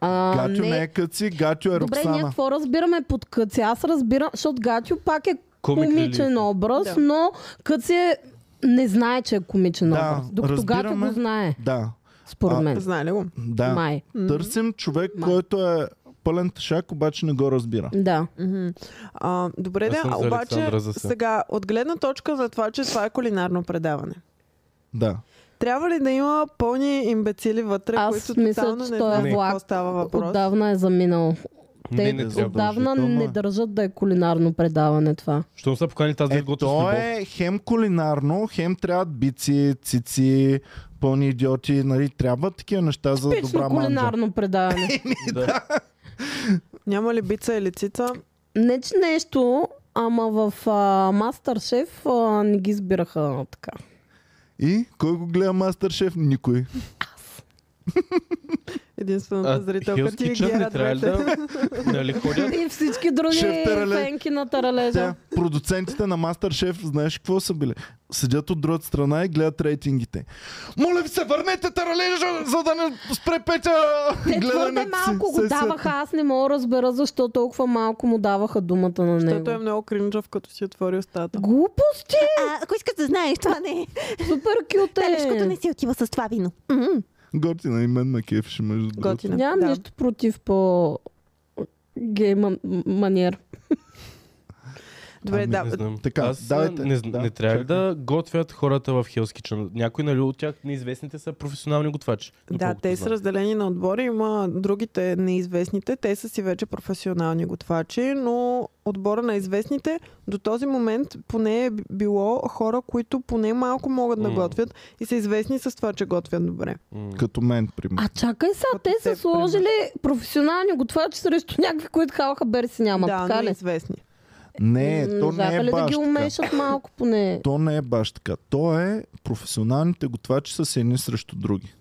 Speaker 3: А,
Speaker 1: Гатю не е къци, Гатю е
Speaker 3: Добре, ние
Speaker 1: Роксана.
Speaker 3: какво разбираме под къци? Аз разбирам, защото Гатю пак е
Speaker 4: Комик
Speaker 3: комичен
Speaker 4: релиф.
Speaker 3: образ,
Speaker 2: Да.
Speaker 3: но къци е не знае, че е комичен
Speaker 1: Да,
Speaker 3: образ. Докато
Speaker 1: разбираме.
Speaker 3: Гатю го знае,
Speaker 1: Да,
Speaker 3: според
Speaker 1: А,
Speaker 3: мен.
Speaker 2: Знае ли го?
Speaker 1: да.
Speaker 3: Май.
Speaker 1: Търсим човек,
Speaker 3: Май.
Speaker 1: който е пълен тъшак, обаче не го разбира.
Speaker 3: Да.
Speaker 2: Мгм. А, добре,
Speaker 4: Аз
Speaker 2: да,
Speaker 4: съм
Speaker 2: а
Speaker 4: за
Speaker 2: обаче
Speaker 4: Александра за сега.
Speaker 2: сега, от гледна точка за това, че това е кулинарно предаване.
Speaker 1: Да.
Speaker 2: Трябва ли да има пълни имбецили вътре,
Speaker 3: Аз
Speaker 2: които
Speaker 3: мисля,
Speaker 2: тотално
Speaker 3: че
Speaker 2: не
Speaker 3: този
Speaker 2: знаят за
Speaker 3: влак
Speaker 2: какво става въпрос?
Speaker 3: Отдавна е заминал. Те
Speaker 1: не трябва.
Speaker 3: отдавна
Speaker 1: Задължително
Speaker 3: не
Speaker 1: е.
Speaker 3: държат да е кулинарно предаване това.
Speaker 4: Щом са поканили тази
Speaker 1: Е,
Speaker 4: е, готов
Speaker 1: то е хем кулинарно, хем трябват бици, цици, пълни идиоти, нали, трябва такива неща за
Speaker 3: Пично
Speaker 1: добра манджа.
Speaker 3: кулинарно предаване.
Speaker 4: да.
Speaker 2: Няма ли бица или цица?
Speaker 3: Не, че нещо, ама в а, Мастершеф а, не ги избираха така.
Speaker 1: И кой го гледа мастер шеф? Никой.
Speaker 2: Единствената зрителка
Speaker 4: Hell's
Speaker 2: ти ги
Speaker 4: Kitchen не
Speaker 2: е
Speaker 4: трябва ли да... Нали ходят?
Speaker 3: И всички други
Speaker 1: Шеф Тарале.
Speaker 3: фенки на таралежа.
Speaker 1: Тя, продуцентите на Мастер Шеф, знаеш какво са били? Седят от другата страна и гледат рейтингите. Моля ви се, върнете таралежа, за да не спре Петя
Speaker 3: Те твърде
Speaker 1: гледането си.
Speaker 3: малко го
Speaker 1: Се
Speaker 3: даваха, аз не мога да разбера защо толкова малко му даваха думата на
Speaker 2: Защото е
Speaker 3: него.
Speaker 2: много кринжов, като си отвори устата.
Speaker 3: Глупости!
Speaker 7: А, ако искаш да знаеш, това не е.
Speaker 3: Супер кют
Speaker 7: Талешкото не
Speaker 3: е!
Speaker 7: си отива с това вино.
Speaker 1: сетя. Готина и мен ме кефеше между другото.
Speaker 2: Готина.
Speaker 3: Нямам
Speaker 2: да.
Speaker 3: нищо против по гей ман- манер.
Speaker 2: Добре,
Speaker 4: Ами,
Speaker 2: да.
Speaker 4: не знам.
Speaker 1: Така,
Speaker 4: Аз
Speaker 1: давайте.
Speaker 4: давайте, не, да,
Speaker 1: Да,
Speaker 4: не трябва ли
Speaker 1: чакай.
Speaker 4: да готвят хората в Hell's Kitchen? Някои нали, от тях неизвестните са професионални готвачи.
Speaker 2: Да,
Speaker 4: доколкото
Speaker 2: те
Speaker 4: знам.
Speaker 2: са разделени на отбори. Има другите неизвестните. Те са си вече професионални готвачи, но отбора на известните до този момент поне е било хора, които поне малко могат да
Speaker 4: М.
Speaker 2: готвят и са известни с това, че готвят добре.
Speaker 4: М.
Speaker 1: Като мен, примерно.
Speaker 3: А чакай сега,
Speaker 2: Като
Speaker 3: те са
Speaker 2: теб,
Speaker 3: сложили професионални готвачи срещу някакви, които халаха берси няма,
Speaker 2: да,
Speaker 3: така
Speaker 2: но
Speaker 3: ли?
Speaker 2: известни.
Speaker 1: Не,
Speaker 3: М,
Speaker 1: то не
Speaker 3: можаха
Speaker 1: е
Speaker 3: ли да
Speaker 1: баш
Speaker 3: ги
Speaker 1: така.
Speaker 3: умешат малко поне?
Speaker 1: То не е баш така. То е професионалните готвачи са си едни срещу други.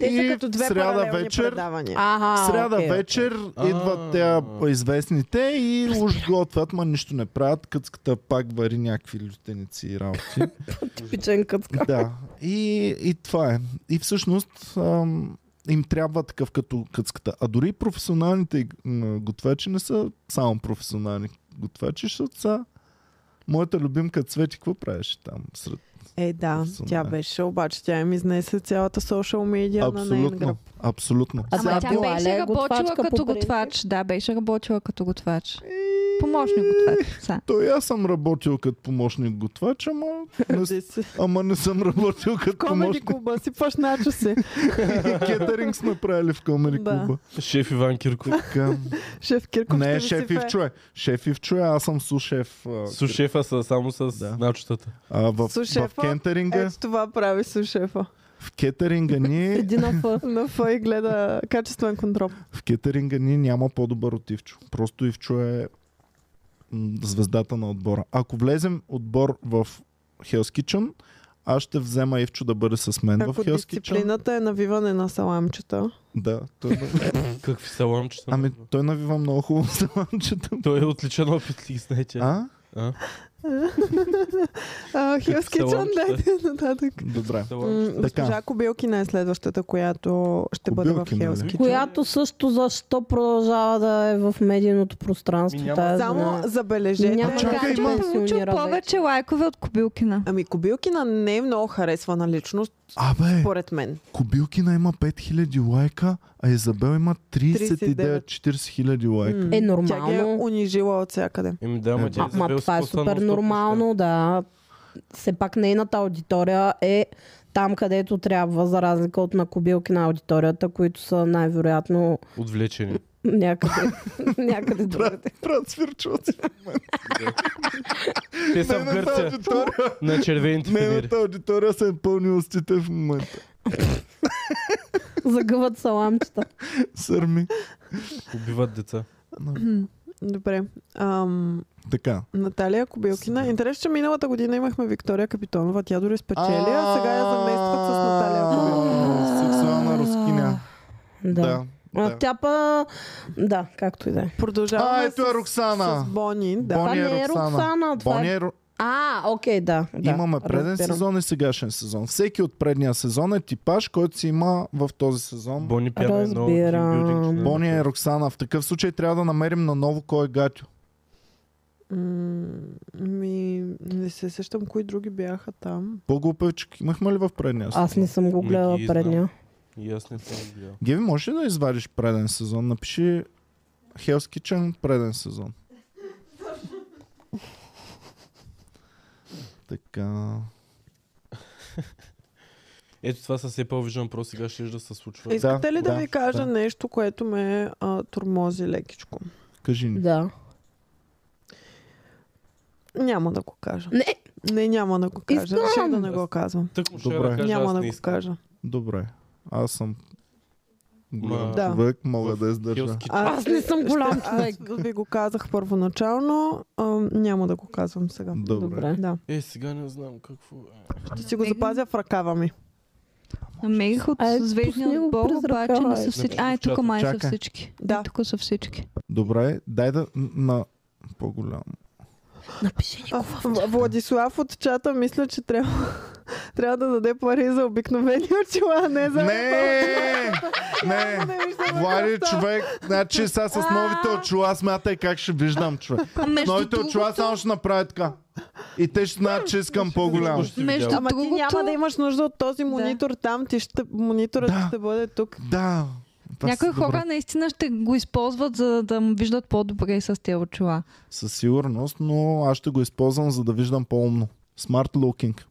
Speaker 2: Те
Speaker 1: И
Speaker 2: са като две
Speaker 1: в сряда
Speaker 2: паралелни
Speaker 1: вечер,
Speaker 2: предавания.
Speaker 3: Аха,
Speaker 1: в сряда
Speaker 3: окей, окей.
Speaker 1: вечер идват те
Speaker 4: А.
Speaker 1: известните и уж готвят, ма нищо не правят. Къцката пак вари някакви лютеници и работи.
Speaker 3: Типичен къцка.
Speaker 1: да. И, и това е. И всъщност ам, им трябва такъв като къцката. А дори професионалните м, готвачи не са само професионални готвачи, защото са моята любимка Цвети, какво правиш там? Сред...
Speaker 2: Е, да,
Speaker 1: Абсолютно.
Speaker 2: тя беше, обаче тя им изнесе цялата социал медиа на нейн
Speaker 1: Абсолютно.
Speaker 2: гръб.
Speaker 1: Абсолютно.
Speaker 3: сега
Speaker 6: Ама тя
Speaker 3: била ли
Speaker 6: беше
Speaker 3: е
Speaker 6: работила
Speaker 3: готвачка
Speaker 6: като
Speaker 3: по принцип?
Speaker 6: готвач. Да, беше работила като готвач. Помощник готвач. са.
Speaker 1: То и аз съм работил като помощник готвач, ама не,
Speaker 2: Ти си-
Speaker 1: ама не съм работил като
Speaker 2: Комеди
Speaker 1: помощник.
Speaker 2: клуба, си пашначо си.
Speaker 1: Кетеринг сме правили в Комери
Speaker 2: Да.
Speaker 1: клуба.
Speaker 4: Шеф Иван Кирков.
Speaker 1: Така.
Speaker 2: Шеф Кирков
Speaker 1: Не,
Speaker 2: ще
Speaker 1: шеф
Speaker 2: ви сипе.
Speaker 1: Ивчуе. Шеф Ивчуе, аз съм сушеф. а,
Speaker 4: С шефа са само с
Speaker 1: Да.
Speaker 4: начетата.
Speaker 1: А, в, в
Speaker 2: Сушефа? е-
Speaker 1: кетеринга,
Speaker 2: Ето това прави с шефа.
Speaker 1: в кетеринга ни,
Speaker 3: Седи на фъ.
Speaker 2: На Фа и гледа качествен контрол.
Speaker 1: в кетеринга ни няма по-добър от Ивчо. Просто Ивчо е м, звездата на отбора. Ако влезем отбор в Hell's Kitchen, аз ще взема Ивчо да бъде с мен в
Speaker 2: Ако
Speaker 1: Hell's Kitchen.
Speaker 2: дисциплината е навиване на саламчета.
Speaker 1: Да, той,
Speaker 4: Какви са ламчета?
Speaker 1: ами той навива много хубаво саламчета.
Speaker 4: Той е отличен опит, ли знаете.
Speaker 1: А?
Speaker 4: А?
Speaker 2: А, Хилс Кичън,
Speaker 4: саламчета.
Speaker 2: дайте нататък.
Speaker 1: Добре.
Speaker 4: Са
Speaker 2: М,
Speaker 4: ламчета.
Speaker 2: Госпожа Кобилкина е следващата, която ще бъде в
Speaker 1: Кобилкина,
Speaker 2: Хилс
Speaker 1: нали?
Speaker 2: Кичън.
Speaker 3: Която също защо продължава да е в медийното пространство.
Speaker 4: Ми няма-
Speaker 3: Тази
Speaker 2: Само
Speaker 3: жена.
Speaker 2: забележете.
Speaker 3: Няма
Speaker 1: Чакай,
Speaker 3: как да
Speaker 1: има-
Speaker 6: Получил
Speaker 3: пенсионира вече.
Speaker 6: повече лайкове от Кобилкина.
Speaker 2: Ами Кобилкина не е много харесвана личност,
Speaker 1: Абе,
Speaker 2: според мен.
Speaker 1: Кобилкина има 5000 лайка, а Изабел има 39-40 хиляди лайка.
Speaker 2: М,
Speaker 3: Е,
Speaker 2: Тя ги е
Speaker 3: нормално.
Speaker 2: унижила от всякъде.
Speaker 4: Еми да, ма тя
Speaker 1: Ама
Speaker 3: Ама
Speaker 4: Изабел
Speaker 3: това е
Speaker 4: Скоса
Speaker 3: супер
Speaker 4: нон-стоп
Speaker 3: нормално, да. Все пак нейната аудитория е там, където трябва, за разлика от на кобилки на аудиторията, които са най-вероятно
Speaker 4: пуска Отвлечени.
Speaker 3: някъде, някъде другаде.
Speaker 1: Е, Брат, свирчват си.
Speaker 4: Те са в
Speaker 1: Нейната
Speaker 4: Гърция.
Speaker 1: аудитория
Speaker 4: На червените фенери.
Speaker 1: Нейната аудитория се е пълни устите в момента.
Speaker 3: Загъват саламчета.
Speaker 1: Сърми.
Speaker 4: Убиват деца.
Speaker 2: Добре. Ам,
Speaker 1: Така.
Speaker 2: Наталия Кобилкина. Интересно, че миналата година имахме Виктория Капитонова. Тя дори спечели, а сега я заместват с Наталия Кобилкина.
Speaker 1: А, Е, Сексуална рускиня.
Speaker 3: Да.
Speaker 1: Да.
Speaker 3: А,
Speaker 1: да.
Speaker 3: Тя па... Да, както и да е.
Speaker 2: Продължаваме
Speaker 1: А, ето е
Speaker 2: с-
Speaker 1: Роксана.
Speaker 2: С Бони, да.
Speaker 1: Бони
Speaker 3: Това не е Роксана. Това
Speaker 1: Бони
Speaker 3: е...
Speaker 1: е... Ро-
Speaker 3: А, окей, да. да
Speaker 1: Имаме преден
Speaker 3: разбирам.
Speaker 1: сезон и сегашен сезон. Всеки от предния сезон е типаж, който си има в този сезон.
Speaker 4: Бони пяна е едно.
Speaker 3: Разбирам.
Speaker 4: тимбилдинг.
Speaker 1: Бони е Роксана. В такъв случай трябва да намерим на ново кой е гатю.
Speaker 2: М, Ми, не се сещам кои други бяха там.
Speaker 1: По-глупавчик имахме ли в предния сезон?
Speaker 3: Аз не съм го
Speaker 4: Не
Speaker 3: гледала
Speaker 4: ги знам.
Speaker 3: предния.
Speaker 4: И аз не съм гледал.
Speaker 1: Геви, можеш ли да извадиш преден сезон? Напиши Hell's Kitchen преден сезон. така.
Speaker 4: Ето това с Apple Vision Pro сега ще да се случва.
Speaker 2: Искате ли да,
Speaker 1: да,
Speaker 2: ви кажа
Speaker 1: да.
Speaker 2: нещо, което ме а, турмози лекичко?
Speaker 1: Кажи ни.
Speaker 3: Да.
Speaker 2: Няма да го кажа.
Speaker 3: Не,
Speaker 2: Не, няма да го кажа.
Speaker 3: Искам!
Speaker 2: Реших да не го казвам.
Speaker 4: Тък му ще
Speaker 1: Добре.
Speaker 4: да кажа, аз
Speaker 2: Няма да
Speaker 4: не
Speaker 2: го
Speaker 4: искам.
Speaker 2: кажа.
Speaker 1: Добре. Аз съм голям
Speaker 4: Ма-
Speaker 2: Да.
Speaker 1: човек, мога да издържа.
Speaker 4: Хилски
Speaker 3: Аз не съм голям
Speaker 2: ще-
Speaker 3: човек.
Speaker 2: Аз ви го казах първоначално. А, няма да го казвам сега.
Speaker 1: Добре.
Speaker 3: добре.
Speaker 2: Да.
Speaker 4: Е, сега не знам какво е.
Speaker 2: Ще си го запазя в ръкава ми.
Speaker 6: Намерих от
Speaker 3: Е, пусни
Speaker 6: звездния
Speaker 3: го
Speaker 6: отбор,
Speaker 3: през
Speaker 6: обаче
Speaker 3: ръкава,
Speaker 6: не
Speaker 3: е.
Speaker 6: са всички.
Speaker 4: Напиши
Speaker 6: А, е,
Speaker 4: в чата.
Speaker 6: тук май са
Speaker 1: Чакай.
Speaker 6: всички.
Speaker 2: Да.
Speaker 6: Тук са всички.
Speaker 1: Добре, дай да на по-голям.
Speaker 3: Напиши ни.
Speaker 2: А, В- Владислав от чата мисля, че трябва, трябва да даде пари за обикновени очила, а не за...
Speaker 1: Не! Не!
Speaker 2: Не е виждам
Speaker 1: Влади,
Speaker 2: ръкавта.
Speaker 1: човек, значи сега с новите очила смятай как ще виждам, човек. С новите очила само ще направя така. И те ще знаят, че искам по-голям.
Speaker 4: Ще ти
Speaker 6: Между
Speaker 4: видя.
Speaker 2: Ама ти няма да
Speaker 6: другото,
Speaker 2: имаш нужда от този монитор там, ти ще, мониторът
Speaker 1: Да.
Speaker 2: ще бъде тук.
Speaker 1: Да. Това
Speaker 6: някои
Speaker 1: си добре.
Speaker 6: хора наистина ще го използват, за да м- виждат по-добре с тези очила.
Speaker 1: Със сигурност, но аз ще го използвам, за да виждам по-умно. Smart looking.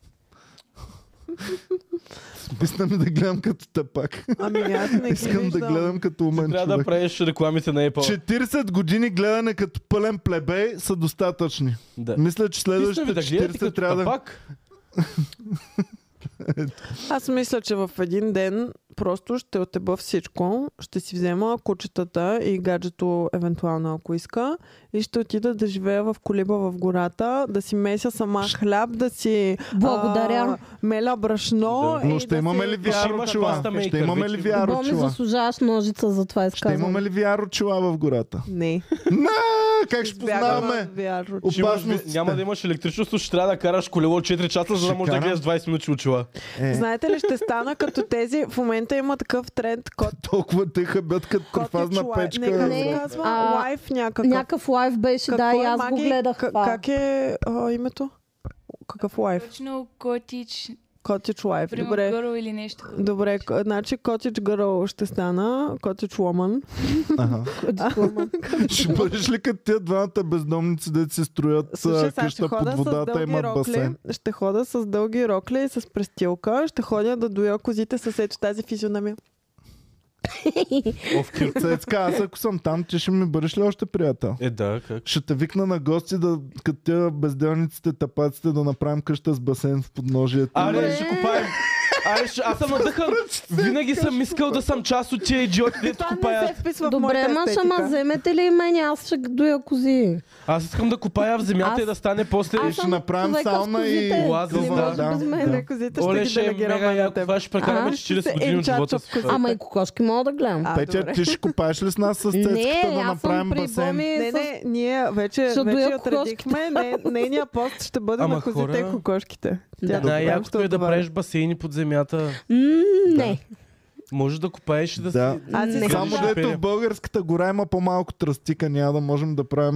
Speaker 1: Мисля ми да гледам като тъпак.
Speaker 2: Ами аз не ги
Speaker 1: Искам да
Speaker 2: виждам.
Speaker 1: гледам като умен
Speaker 4: Трябва да
Speaker 1: човек.
Speaker 4: правиш рекламите на Apple.
Speaker 1: 40 години гледане като пълен плебей са достатъчни.
Speaker 4: Да.
Speaker 1: Мисля, че
Speaker 4: Писна
Speaker 1: следващите
Speaker 4: ми да
Speaker 1: 40
Speaker 4: гледате като
Speaker 1: трябва да...
Speaker 4: тапак.
Speaker 2: Аз мисля, че в един ден просто ще отеба всичко. Ще си взема кучетата и гаджето, евентуално ако иска. И ще отида да живея в колиба в гората, да си меся сама хляб, да си
Speaker 3: Благодаря.
Speaker 2: а, меля брашно.
Speaker 4: Да.
Speaker 2: и
Speaker 1: Но ще
Speaker 2: Е, да
Speaker 1: имаме
Speaker 2: си-
Speaker 1: ли
Speaker 4: Ще
Speaker 1: VR
Speaker 4: имаш
Speaker 1: очила?
Speaker 4: паста
Speaker 1: Ще
Speaker 4: мейкър,
Speaker 1: имаме ли
Speaker 4: вече.
Speaker 1: VR
Speaker 3: Боми,
Speaker 1: очила?
Speaker 3: заслужаваш ножица за това
Speaker 1: Ще
Speaker 3: изказване.
Speaker 1: имаме ли VR очила в гората?
Speaker 2: Не.
Speaker 1: На, как Е, ще
Speaker 2: Избягвам
Speaker 1: познаваме?
Speaker 2: VR
Speaker 4: Ще имаш-
Speaker 1: Опасностите.
Speaker 4: Няма да имаш електричество, ще трябва да караш колело 4 часа, за
Speaker 1: Ще
Speaker 4: да можеш да
Speaker 1: карам.
Speaker 4: гледаш 20 минути очила.
Speaker 1: Е,
Speaker 2: Знаете ли, ще стана като тези. В момента има такъв тренд кот.
Speaker 1: толкова те хъбят като
Speaker 2: кот и
Speaker 1: трифазна
Speaker 2: чула- Не,
Speaker 1: печка.
Speaker 2: как се
Speaker 3: Не,
Speaker 2: казва?
Speaker 3: а,
Speaker 2: Лайф някакъв.
Speaker 3: Някакъв лайф беше,
Speaker 2: Какво
Speaker 3: да, и
Speaker 2: е
Speaker 3: аз го
Speaker 2: маги?
Speaker 3: гледах.
Speaker 2: К-
Speaker 3: това.
Speaker 2: как е а, името? Какъв лайф?
Speaker 5: Точно котич,
Speaker 2: Котич лайф. е. Добре.
Speaker 5: примерно или нещо.
Speaker 2: Добре, к- значи Cottage Girl ще стана, Cottage Woman.
Speaker 1: Ага.
Speaker 3: Диплома.
Speaker 1: Ще бъдеш ли като тия двамата бездомници, да си строят а,
Speaker 2: Слушай, сега ще
Speaker 1: къща
Speaker 2: хода
Speaker 1: под
Speaker 2: с
Speaker 1: водата,
Speaker 2: дълги
Speaker 1: имат
Speaker 2: рокли,
Speaker 1: басейн?
Speaker 2: ще хода с дълги рокли и с престилка, ще ходя да доя козите с ето тази физиономия.
Speaker 4: О, в кир.
Speaker 1: Цецка, е аз ако съм там, ти ще ми бъдеш ли още приятел?
Speaker 4: Е, да, как?
Speaker 1: Ще те викна на гости да, като тия безделниците, тапаците, да направим къща с басейн в подножието.
Speaker 4: Аре, ще купаем. Аре, ще- аз съм надъхан. Винаги съм искал да съм част от тия идиоти, дето
Speaker 2: Е, Това не се
Speaker 4: купаят.
Speaker 2: вписва в
Speaker 3: Добре,
Speaker 2: моята
Speaker 3: ма,
Speaker 2: естетика.
Speaker 3: ама вземете ли мен, аз ще доя кози.
Speaker 4: Аз искам да купая в земята
Speaker 3: Аз-
Speaker 4: и да стане после.
Speaker 1: И
Speaker 3: Аз
Speaker 1: ще
Speaker 3: съм
Speaker 1: направим
Speaker 3: човека с
Speaker 1: сауна и...
Speaker 3: козите.
Speaker 4: Оазис,
Speaker 1: това,
Speaker 4: да.
Speaker 3: Без мен.
Speaker 1: да.
Speaker 2: Добре, козите ще
Speaker 4: Оле,
Speaker 2: ги
Speaker 4: ще е мега
Speaker 2: делегираме на
Speaker 4: яко.
Speaker 2: теб.
Speaker 4: Това ще прекараме
Speaker 3: А?
Speaker 4: 40
Speaker 2: Ще
Speaker 4: години от
Speaker 2: енчача
Speaker 4: живота
Speaker 2: в
Speaker 4: си.
Speaker 2: козата.
Speaker 3: Ама и кокошки мога да гледам.
Speaker 2: А,
Speaker 1: Петя,
Speaker 2: добре.
Speaker 1: ти ще купаеш ли с нас с
Speaker 3: Не,
Speaker 1: цецката да
Speaker 3: аз съм
Speaker 1: направим
Speaker 3: при
Speaker 1: басейн?
Speaker 3: Боми
Speaker 2: Не,
Speaker 3: с...
Speaker 2: не, ние вече,
Speaker 3: Ще
Speaker 2: вече
Speaker 3: доя
Speaker 2: я отредихме. Не, нейния пост ще бъде
Speaker 4: Ама
Speaker 2: на козите
Speaker 4: хора-
Speaker 2: и кокошките.
Speaker 3: Да.
Speaker 2: Тя добре, ще
Speaker 4: Най-якото е да
Speaker 2: отговаря.
Speaker 4: правиш басейни под земята.
Speaker 3: М, не.
Speaker 4: Може да купаеш и да,
Speaker 1: Да.
Speaker 4: си...
Speaker 2: Аз
Speaker 3: Не.
Speaker 2: не
Speaker 1: Само
Speaker 4: Ще
Speaker 1: дето
Speaker 4: пея.
Speaker 1: в българската гора има по-малко тръстика, няма да можем да правим...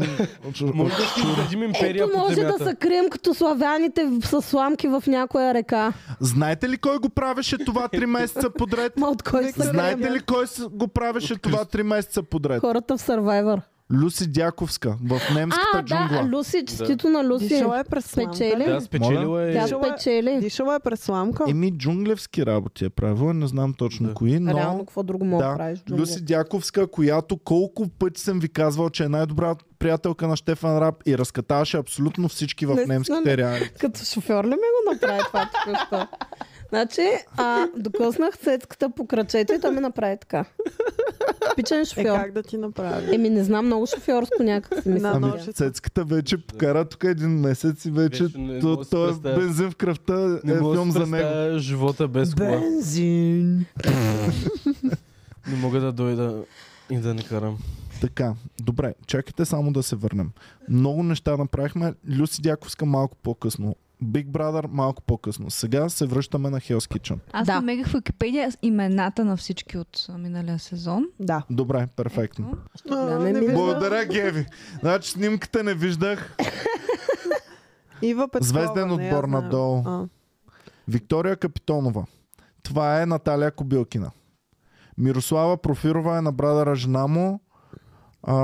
Speaker 4: Може да си изградим империя
Speaker 3: Ето
Speaker 4: под
Speaker 3: може
Speaker 4: земята.
Speaker 3: да се крием като славяните в- с сламки в някоя река.
Speaker 1: Знаете ли кой го правеше това 3 месеца подред?
Speaker 3: Ма от кой са
Speaker 1: Знаете ли кой с- го правеше това 3 месеца подред?
Speaker 3: хората в Survivor?
Speaker 1: Люси Дяковска в
Speaker 3: А,
Speaker 1: немската
Speaker 3: да,
Speaker 1: джунгла.
Speaker 3: Люси, честито на Люси.
Speaker 2: Дишала е през сламка.
Speaker 3: Спечели?
Speaker 2: ли?
Speaker 4: Да, спечелила е...
Speaker 3: Тя
Speaker 2: Дишала е-
Speaker 3: спечели.
Speaker 2: Дишала е през сламка.
Speaker 1: Еми джунглевски работи е правила, не знам точно
Speaker 4: Да.
Speaker 1: кои,
Speaker 3: Реално,
Speaker 1: но...
Speaker 3: какво друго мога да
Speaker 1: да,
Speaker 3: правиш? Джунго?
Speaker 1: Люси Дяковска, която колко пъти съм ви казвал, че е най-добра приятелка на Штефан Рап и разкатаваше абсолютно всички в
Speaker 3: Не, не.
Speaker 1: немските реалити.
Speaker 3: Като шофьор ли ми го направи това току-що? Значи, а, докоснах цецката по крачето и той ми направи така. Типичен
Speaker 2: Е,
Speaker 3: шофьор.
Speaker 2: как да ти направя?
Speaker 3: Еми, не знам, много шофьорско някак си мисля.
Speaker 2: На
Speaker 1: Ами
Speaker 2: ножица.
Speaker 1: цецката вече покара тук един месец и вече,
Speaker 4: Вече не мога да
Speaker 1: то,
Speaker 4: си
Speaker 1: то е
Speaker 4: представя.
Speaker 1: бензин в кръвта е
Speaker 4: Не мога да
Speaker 1: филм
Speaker 4: си
Speaker 1: за него.
Speaker 4: представя живота без кола.
Speaker 2: Бензин.
Speaker 4: Не мога да дойда и да не карам.
Speaker 1: Така, добре, чакайте само да се върнем. Много неща направихме. Люси Дяковска малко по-късно. Big Brother малко по-късно. Сега се връщаме на Hell's Kitchen.
Speaker 6: Аз
Speaker 3: Да.
Speaker 6: намерих в Википедия с имената на всички от а, миналия сезон.
Speaker 2: Да.
Speaker 1: Добре, перфектно.
Speaker 3: Да, не ми-
Speaker 1: Благодаря, Геви. Значи снимката не виждах.
Speaker 2: Ива Петкова,
Speaker 1: Звезден
Speaker 2: не я
Speaker 1: отбор
Speaker 2: знам.
Speaker 1: надолу.
Speaker 2: А,
Speaker 1: Виктория Капитонова. Това е Наталия Кобилкина. Мирослава Профирова е на брадъра жена му. А,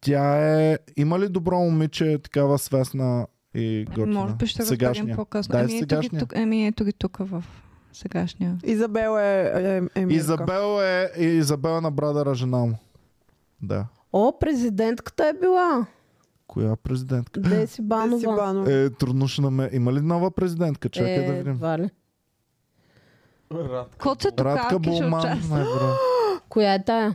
Speaker 1: тя е... Има ли добро момиче, такава свестна и
Speaker 6: Ами,
Speaker 1: готина.
Speaker 6: Може би ще го
Speaker 1: Сегашния.
Speaker 6: правим по-късно.
Speaker 1: Дай
Speaker 6: ами, ето ги
Speaker 1: сегашния.
Speaker 6: тук, ами ето ги тук в сегашния.
Speaker 2: Изабел е, е, е мирка.
Speaker 1: Изабел е, е Изабела на брадъра жена му. Да.
Speaker 3: О, президентката е била.
Speaker 1: Коя президентка?
Speaker 3: Деси Банова.
Speaker 2: Си банова.
Speaker 1: Е, трудно ще наме. Има ли нова президентка? Чакай
Speaker 3: е,
Speaker 1: да видим.
Speaker 3: едва ли.
Speaker 6: Коце
Speaker 1: Радка
Speaker 6: Токалки ще
Speaker 1: Болман
Speaker 6: участва.
Speaker 1: най-вероятно.
Speaker 3: Коя е тая?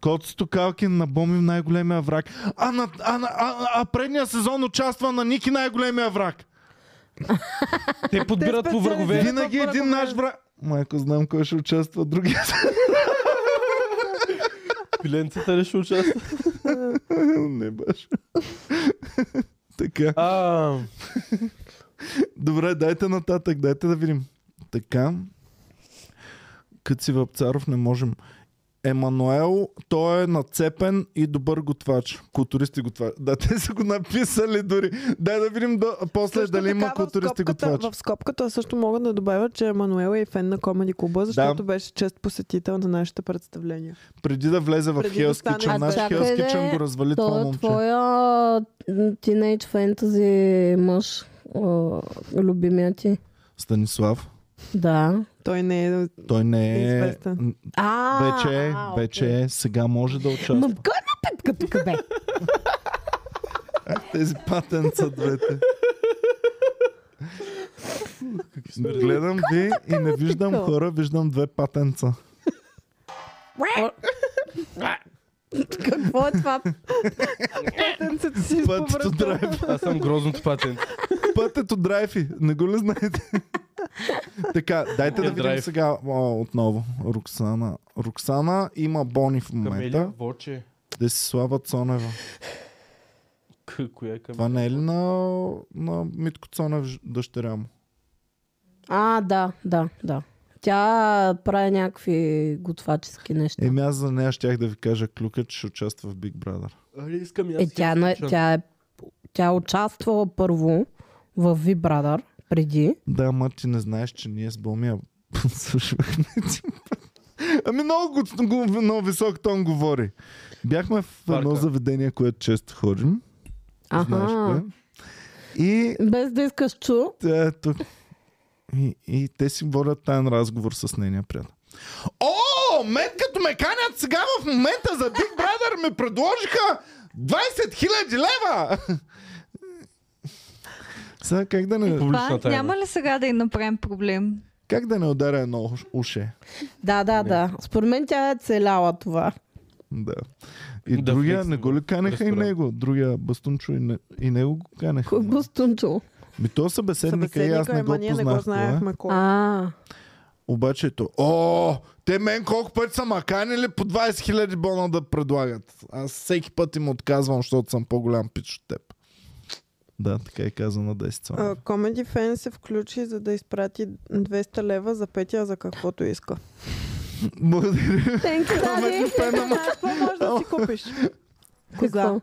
Speaker 1: Кот Стокалкин набоми в най-големия враг. А, на, а, на, а, а предния сезон участва на Ники най-големия враг.
Speaker 4: Те подбират по врагове.
Speaker 1: Винаги един наш враг. Майко, знам кой ще участва другия.
Speaker 4: Пиленцата ли ще участва?
Speaker 1: Не баш. така.
Speaker 4: А,
Speaker 1: Добре, дайте нататък, дайте да видим. Така. Къци Вапцаров не можем. Емануел, той е нацепен и добър готвач. Културисти готвач. Да, те са го написали дори. Дай да видим да, после
Speaker 2: Също
Speaker 1: дали има
Speaker 2: така в
Speaker 1: културисти
Speaker 2: скобката-
Speaker 1: готвач.
Speaker 2: В скобката също мога да добавя, че Емануела е фен на Комеди клуба, защото беше чест посетител на нашите представления.
Speaker 1: Преди да влезе в
Speaker 2: Преди да
Speaker 1: Хелски
Speaker 2: стане-
Speaker 1: Кичън,
Speaker 3: А,
Speaker 1: наш
Speaker 3: чакай
Speaker 1: Хелс
Speaker 3: да е,
Speaker 1: Кичън го развали това
Speaker 3: Той е
Speaker 1: момче.
Speaker 3: твоя тинейдж фентази мъж. а, Любимия ти.
Speaker 1: Станислав,
Speaker 3: Да.
Speaker 2: Той не е...
Speaker 1: той не е...
Speaker 2: Известен.
Speaker 1: н-
Speaker 3: А,
Speaker 1: Вече е,
Speaker 3: а,
Speaker 1: вече е, сега може да
Speaker 3: окей.
Speaker 1: участва.
Speaker 3: Ма кой на пепка тук бе?
Speaker 1: Тези патенца двете. Гледам ви и не виждам
Speaker 3: такова?
Speaker 1: хора, виждам две патенца.
Speaker 3: Какво е това?
Speaker 2: Патенцето си
Speaker 1: Пътето драйв.
Speaker 4: аз съм грозното патент.
Speaker 1: Пътето драйви. Не го ли знаете? така, дайте да
Speaker 4: Е,
Speaker 1: видим
Speaker 4: драйв.
Speaker 1: сега а, отново. Роксана. Роксана има Бони в
Speaker 4: Камелия,
Speaker 1: момента.
Speaker 4: Воче.
Speaker 1: Десислава Цонева.
Speaker 4: К- Коя е Камелия?
Speaker 1: Това не е ли на, на Митко Цонев ж- дъщеря му?
Speaker 3: А, да, да, да. Тя прави някакви готвачески неща.
Speaker 1: Еми аз за нея щях да ви кажа клюка, че ще участва в Big Brother.
Speaker 4: Али, искам и аз
Speaker 3: Е, тя, не, тя, е, тя е участвала първо в Ви Брадър преди.
Speaker 1: Да, ама ти не знаеш, че ние с Бомия слушахме. ти. Ами много, го- го- много висок тон говори. Бяхме в едно
Speaker 4: Парка.
Speaker 1: заведение, което често ходим. Знаеш
Speaker 3: Аха.
Speaker 1: кое. И
Speaker 3: Без да искаш чу.
Speaker 1: тя е тук. И, и те си водят таен разговор с нейния приятел. О, мен като ме канят сега в момента за Big Brother ми предложиха 20 000 лева! Сега как да не,
Speaker 4: Публична
Speaker 6: Това
Speaker 4: тайна.
Speaker 6: няма ли сега да й направим проблем?
Speaker 1: как да не ударя едно уш- уше?
Speaker 3: Да, да, да. Според мен тя е целяла това.
Speaker 1: Да. И
Speaker 4: Да
Speaker 1: другия
Speaker 4: влезем
Speaker 1: не го ли канеха и
Speaker 4: ресторант.
Speaker 1: него? Другия Бастунчо и, не, и него го канеха.
Speaker 3: Кой го стунчил?
Speaker 1: Ми то събеседника и аз не го
Speaker 2: ама ние не го
Speaker 1: познах. кой е.
Speaker 2: знаехме кой.
Speaker 3: А,
Speaker 1: Обаче то, о, те мен колко пъти са ма канили по 20 000 бона да предлагат. Аз всеки път им отказвам, защото съм по-голям пич от теб. Да, така и каза на 10
Speaker 2: А,
Speaker 1: цона.
Speaker 2: Comedy Fan се включи, за да изпрати 200 лева за петия за каквото иска.
Speaker 1: Благодаря.
Speaker 3: thank you,
Speaker 1: Comedy
Speaker 3: daddy.
Speaker 1: Fan, ама-
Speaker 2: Това може да си купиш.
Speaker 3: Коза.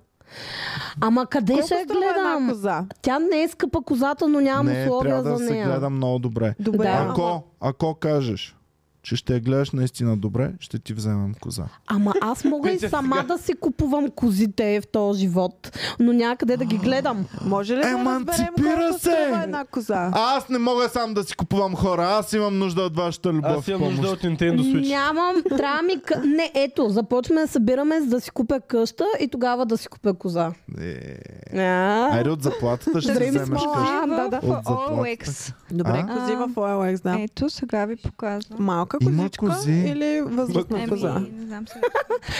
Speaker 3: Ама къде
Speaker 2: Колко
Speaker 3: ще я
Speaker 2: струва една
Speaker 3: гледам?
Speaker 2: коза?
Speaker 3: Тя не е скъпа козата, но нямам
Speaker 1: Не,
Speaker 3: условия
Speaker 1: трябва
Speaker 3: за
Speaker 1: да се
Speaker 3: нея.
Speaker 1: гледа много добре.
Speaker 2: Добре,
Speaker 3: Да.
Speaker 2: ама-
Speaker 1: Ако, ако кажеш, че ще я гледаш наистина добре, ще ти вземем коза.
Speaker 3: Ама аз мога и
Speaker 4: Петя,
Speaker 3: сама да си купувам козите в този живот, но някъде да ги гледам.
Speaker 2: Може ли да разберем
Speaker 1: Еманципира
Speaker 2: колко
Speaker 1: се!
Speaker 2: струва една коза?
Speaker 1: Аз не мога сам да си купувам хора. Аз имам нужда от вашата любов.
Speaker 4: Аз
Speaker 1: и
Speaker 4: имам
Speaker 1: помощ.
Speaker 4: нужда от Nintendo Switch.
Speaker 3: Нямам, трябва ми... къ- Не, ето, започваме да събираме, за да си купя къща и тогава да си купя коза.
Speaker 1: Е,
Speaker 3: А,
Speaker 1: Айде от заплатата ще си
Speaker 3: Дрейм
Speaker 1: вземеш
Speaker 3: смола.
Speaker 1: къща.
Speaker 3: А, да, да.
Speaker 1: От
Speaker 6: в
Speaker 1: заплатата.
Speaker 6: OLX.
Speaker 2: Добре,
Speaker 1: А?
Speaker 2: кози в OLX, да.
Speaker 6: Ето, сега ви показвам. Ами,
Speaker 2: Малка
Speaker 1: Има
Speaker 2: козичка
Speaker 1: кози.
Speaker 2: или възрастна коза?
Speaker 6: не знам сега.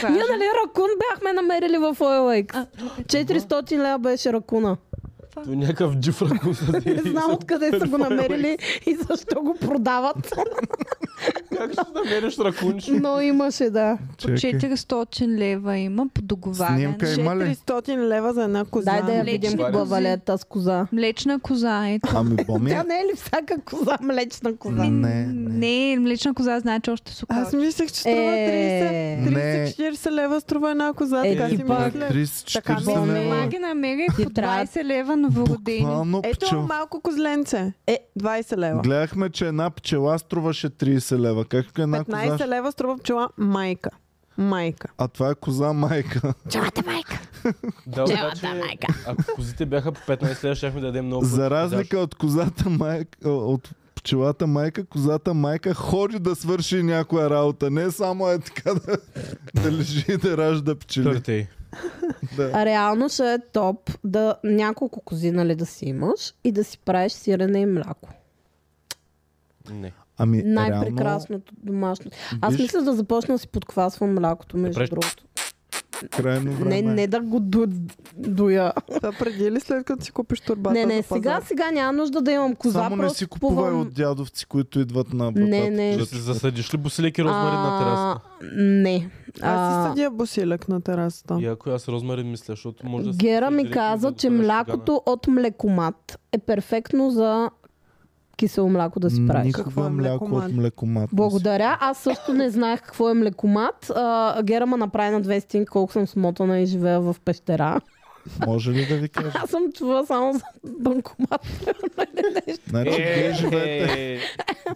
Speaker 6: как да
Speaker 3: ние
Speaker 6: кажа.
Speaker 3: нали ракун бяхме намерили в OLX? 400 лева беше ракуна.
Speaker 4: До някакъв джиф ръкун са взели.
Speaker 3: Не знам откъде са го намерили и защо го продават,
Speaker 4: Как ще намериш ракунче?
Speaker 3: но имаше, да.
Speaker 6: По
Speaker 1: Чакай.
Speaker 6: 400 лева има по договаряне.
Speaker 1: Снимка има ли?
Speaker 2: 400 лева за една коза.
Speaker 3: Дай да я
Speaker 6: Млечни
Speaker 3: видим
Speaker 6: кози.
Speaker 3: главалета с коза.
Speaker 6: Млечна коза, ето.
Speaker 1: Ами боми.
Speaker 3: Тя не е ли всяка коза млечна коза?
Speaker 1: Не, не.
Speaker 6: Не, млечна коза значи още сукал.
Speaker 2: Аз мислех, че струва
Speaker 3: Е,
Speaker 2: 30
Speaker 1: не.
Speaker 2: 30-40 лева струва една коза.
Speaker 3: Е,
Speaker 2: така
Speaker 3: ти
Speaker 2: си
Speaker 3: пак.
Speaker 2: мисля.
Speaker 1: 30-40
Speaker 3: ми е
Speaker 1: лева.
Speaker 6: Маги намери по
Speaker 3: Ти трябва-
Speaker 6: 20 лева новородени.
Speaker 1: Буквално
Speaker 2: Ето
Speaker 1: пчел.
Speaker 2: малко козленце. Е, 20 лева.
Speaker 1: Гледахме, че една пчела струваше 30 лева. Как е една
Speaker 2: 15
Speaker 1: коза?
Speaker 2: лева струва пчела майка. Майка.
Speaker 1: А това е коза майка.
Speaker 7: Чалата майка.
Speaker 4: Да, обаче, ако козите бяха по 15 лева, щяхме да дадем много.
Speaker 1: За
Speaker 4: повече,
Speaker 1: разлика от козата майка, от пчелата майка, козата майка ходи да свърши някоя работа. Не само е така да, да лежи и да ражда
Speaker 4: защото-
Speaker 1: пчели.
Speaker 4: Търтей.
Speaker 1: Да.
Speaker 3: Реално ще е топ да няколко кози нали, да си имаш и да си правиш сирене и мляко.
Speaker 4: Не.
Speaker 1: Ами, реално,
Speaker 3: Най-прекрасното домашно. Аз
Speaker 1: виж,
Speaker 3: мисля да започна да си подхвасвам млякото, между
Speaker 4: Добре.
Speaker 3: другото.
Speaker 1: крайно
Speaker 3: Не,
Speaker 1: време. е.
Speaker 3: не да го ду- дуя.
Speaker 2: Това преди или след като си купиш турбата
Speaker 3: не, не,
Speaker 2: на
Speaker 3: сега,
Speaker 2: пазар?
Speaker 3: сега няма нужда да имам коза.
Speaker 1: Само не
Speaker 3: просто
Speaker 1: си купувай
Speaker 3: купувам-
Speaker 1: от дядовци, които идват на вратата.
Speaker 3: Не, не.
Speaker 4: Да се засадиш ли босилеки розмарин на терасата?
Speaker 3: А, Не.
Speaker 2: Аз си
Speaker 3: А,
Speaker 2: съдя босилек на терасата.
Speaker 4: И ако аз розмарин мисля, защото може да се
Speaker 3: Гера
Speaker 4: сложи
Speaker 3: ми
Speaker 4: директно
Speaker 3: каза,
Speaker 4: да
Speaker 3: че
Speaker 4: отнесеш
Speaker 3: млякото от млекомат е перфектно за кисело мляко да си правиш.
Speaker 1: Никакво
Speaker 2: Какво е
Speaker 1: мляко от
Speaker 2: млекомат?
Speaker 1: млекомат. не си.
Speaker 3: Благодаря. Аз също не знаех какво е млекомат. А, Гера ма направи на две стинки колко съм смотана и живея в пещера.
Speaker 1: Може ли да ви кажа?
Speaker 3: Аз съм чула само за банкомат.
Speaker 1: Значи, вие живеете,
Speaker 4: Е,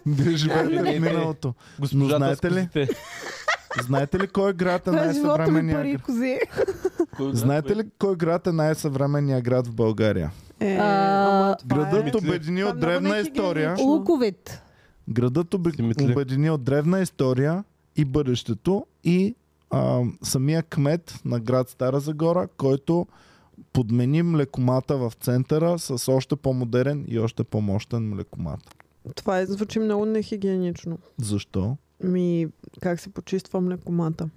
Speaker 1: вие живеете
Speaker 4: Е, е, е.
Speaker 1: в миналото. Но
Speaker 4: Госпожата
Speaker 1: знаете
Speaker 4: с
Speaker 1: ли,
Speaker 4: козите.
Speaker 1: знаете ли кой е град е
Speaker 3: Това е живота ми
Speaker 1: най-съвременния
Speaker 3: пари
Speaker 1: град?
Speaker 3: кози.
Speaker 4: Кой град,
Speaker 1: Знаете
Speaker 4: кой-
Speaker 1: ли кой град е най-съвременния град в България?
Speaker 2: Е,
Speaker 3: А,
Speaker 2: ама това е-
Speaker 1: Градът обедини
Speaker 2: Това е
Speaker 1: от
Speaker 2: много
Speaker 1: древна
Speaker 2: нехигиенично.
Speaker 1: история.
Speaker 2: Точно.
Speaker 3: Луковит.
Speaker 1: Градът обе-
Speaker 4: Симитли.
Speaker 1: обедини от древна история и бъдещето и а, самия кмет на град Стара Загора, който подмени млекомата в центъра с още по-модерен и още по-мощен млекомат.
Speaker 2: Това е, звучи много нехигиенично.
Speaker 1: Защо?
Speaker 2: Ми, как се почиства млекомата?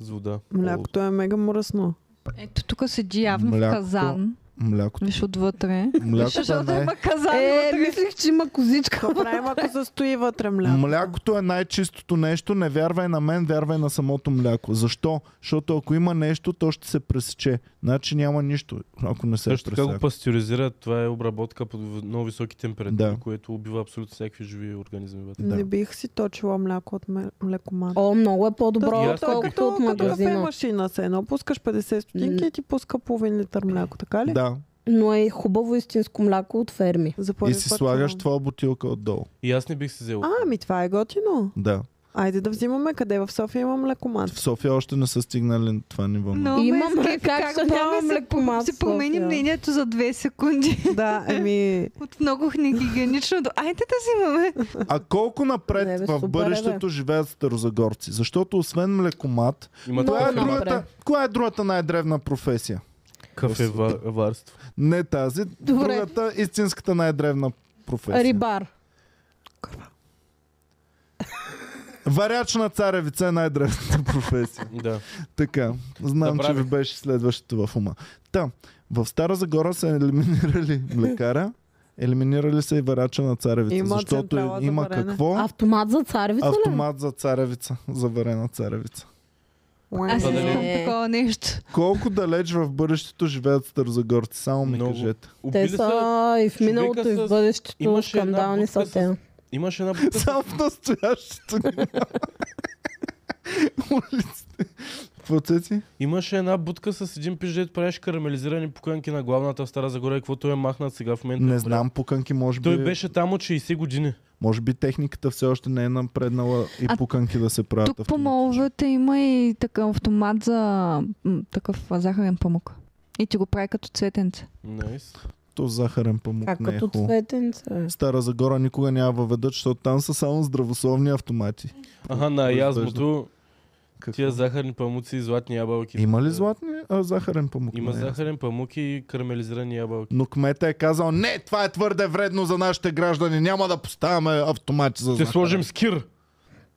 Speaker 4: С вода.
Speaker 2: Млякото е мега мръсно.
Speaker 6: Ето тук седи явно в
Speaker 1: Млякото.
Speaker 6: казан.
Speaker 1: Млякото.
Speaker 6: Виж отвътре.
Speaker 1: Млякото е,
Speaker 6: Защото
Speaker 1: най-
Speaker 6: има казан
Speaker 3: Е,
Speaker 6: вътре.
Speaker 3: мислих, че има козичка.
Speaker 2: Какво правим, ако застои вътре мляко?
Speaker 1: млякото е най-чистото нещо. Не вярвай на мен, вярвай на самото мляко. Защо? Защото ако има нещо, то ще се пресече. Значи няма нищо, ако не се
Speaker 4: Също така
Speaker 1: пресече.
Speaker 4: го пастеризират. Това е обработка под в- много високи температури,
Speaker 1: Да.
Speaker 4: което убива абсолютно всякакви живи организми вътре.
Speaker 1: Да.
Speaker 2: Не бих си точила мляко от ме- млекомата.
Speaker 3: О, много е
Speaker 2: Та,
Speaker 3: по-добро,
Speaker 2: той е
Speaker 3: отколкото
Speaker 2: като-
Speaker 3: от
Speaker 2: като кафе
Speaker 3: магазина.
Speaker 2: машина се едно. Пускаш 50 стотинки и ти пуска половин литър мляко, така ли?
Speaker 1: Да.
Speaker 3: Но е хубаво истинско мляко от ферми.
Speaker 2: За
Speaker 1: И
Speaker 2: първи
Speaker 1: си
Speaker 2: път
Speaker 1: слагаш
Speaker 2: знам.
Speaker 1: това бутилка отдолу.
Speaker 4: И аз не бих си взел.
Speaker 2: А, ми това е готино.
Speaker 1: Да.
Speaker 2: Айде да взимаме къде в София има млекомат.
Speaker 1: В София още не са стигнали на това ниво. на-
Speaker 6: Но ме
Speaker 3: Имам
Speaker 6: скефи
Speaker 3: ръка, че
Speaker 6: Боми
Speaker 3: нямам
Speaker 6: се-
Speaker 3: лекомат в
Speaker 6: Се промени
Speaker 3: София.
Speaker 6: мнението за две секунди.
Speaker 2: да, еми,
Speaker 6: От много нехигиенично до... Айде да взимаме.
Speaker 1: А колко напред
Speaker 3: Не, бе,
Speaker 1: в
Speaker 3: супер е,
Speaker 1: бъдещето живеят старозагорци? Защото освен млекомат,
Speaker 4: Има
Speaker 3: Но-
Speaker 1: коя е,
Speaker 4: такъв
Speaker 3: напред.
Speaker 1: другата, коя е другата най-древна професия?
Speaker 4: кафеварство.
Speaker 1: Не тази,
Speaker 3: Добре.
Speaker 1: другата истинската най-древна професия.
Speaker 3: Рибар.
Speaker 1: Варяч на царевица е най-древната професия.
Speaker 4: Да.
Speaker 1: Така, знам, че ви
Speaker 4: Забравих.
Speaker 1: беше следващото в ума. Та, в Стара Загора са елиминирали млекара, елиминирали са и варача на царевица,
Speaker 2: Има
Speaker 1: защото
Speaker 2: централа за
Speaker 1: има
Speaker 2: варене.
Speaker 1: какво?
Speaker 3: Автомат за царевица ли?
Speaker 1: Автомат за царевица, за варена царевица.
Speaker 6: Аз не
Speaker 4: Е.
Speaker 6: знам такова нещо.
Speaker 1: Колко далеч в бъдещето живеят старозагорци? Само ми
Speaker 4: Много.
Speaker 1: кажете.
Speaker 3: Те
Speaker 4: Убили са...
Speaker 3: са и в
Speaker 4: човека
Speaker 3: миналото, и в
Speaker 4: с-
Speaker 3: бъдещето.
Speaker 4: имаше една
Speaker 3: Скандални
Speaker 4: бутка
Speaker 3: са
Speaker 4: с-
Speaker 3: те.
Speaker 4: Имаше една бутка с...
Speaker 1: Само в настоящето. Улиците. Какво цеци?
Speaker 4: Имаше една будка с един пич, дето правиш карамелизирани пуканки на главната в Стара Загора и каквото е махнат сега в момента. е
Speaker 1: Не
Speaker 4: умрял.
Speaker 1: знам, пуканки може
Speaker 4: Той
Speaker 1: би...
Speaker 4: беше там от 60 години.
Speaker 1: Може би техниката все още не е напреднала и
Speaker 6: А,
Speaker 1: пуканки да се правят.
Speaker 6: Тук по
Speaker 1: автоматично.
Speaker 6: моловете има и такъв автомат за м, такъв а, захарен памук. И ти го прави като цветенце.
Speaker 4: Найс.
Speaker 1: То захарен памук
Speaker 3: Как
Speaker 1: не е
Speaker 3: като
Speaker 1: хубаво.
Speaker 3: цветенце.
Speaker 1: Стара Загора никога няма въведат, защото там са само здравословни автомати.
Speaker 4: Ага, на
Speaker 1: Произвежда.
Speaker 4: язмото
Speaker 1: Какво?
Speaker 4: тия захарни памуци и златни ябълки.
Speaker 1: Има ли златни а, захарен памук?
Speaker 4: Има
Speaker 1: Не е.
Speaker 4: захарен памук и карамелизирани ябълки.
Speaker 1: Но кмета е казал, не, това е твърде вредно за нашите граждани, няма да поставяме автомати за
Speaker 4: Ще
Speaker 1: захарен.
Speaker 4: сложим скир.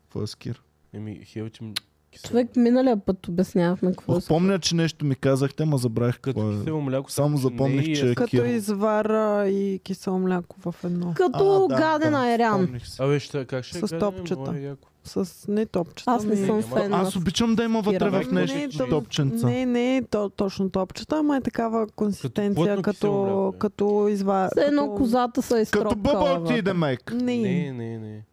Speaker 1: Какво е скир?
Speaker 4: Еми, хелти м- кисело.
Speaker 3: Човек миналия път обяснявахме какво е.
Speaker 1: Ох, Помня, че нещо ми казахте, ма забравих какво
Speaker 4: Като
Speaker 1: е.
Speaker 4: кисело мляко.
Speaker 1: Само
Speaker 4: само че
Speaker 1: запомних,
Speaker 4: не е
Speaker 1: че е
Speaker 4: ясно.
Speaker 2: като
Speaker 1: кир.
Speaker 2: извара и кисело мляко в едно.
Speaker 3: Като гаден айран.
Speaker 1: спомних си.
Speaker 4: Абе, ще, как ще
Speaker 2: С
Speaker 4: кажем,
Speaker 2: топчета.
Speaker 4: много е яко.
Speaker 2: С не топчета.
Speaker 3: Аз не
Speaker 2: ми- е.
Speaker 3: съм
Speaker 4: няма да-
Speaker 3: фен на
Speaker 1: Аз обичам да има вътре
Speaker 3: Кира,
Speaker 1: в
Speaker 4: бе.
Speaker 1: нещо
Speaker 4: Не,
Speaker 1: нещо
Speaker 4: то-
Speaker 1: топченца.
Speaker 2: Не, не е то, точно топчета, ама е такава консистенция,
Speaker 4: плътно кисело
Speaker 2: като,
Speaker 4: мляко, бе.
Speaker 2: като извара.
Speaker 3: Все едно козата са
Speaker 1: Като бъба
Speaker 3: изтропкала. вътре.
Speaker 1: отиде мек.
Speaker 2: Не.
Speaker 4: Не, не, не.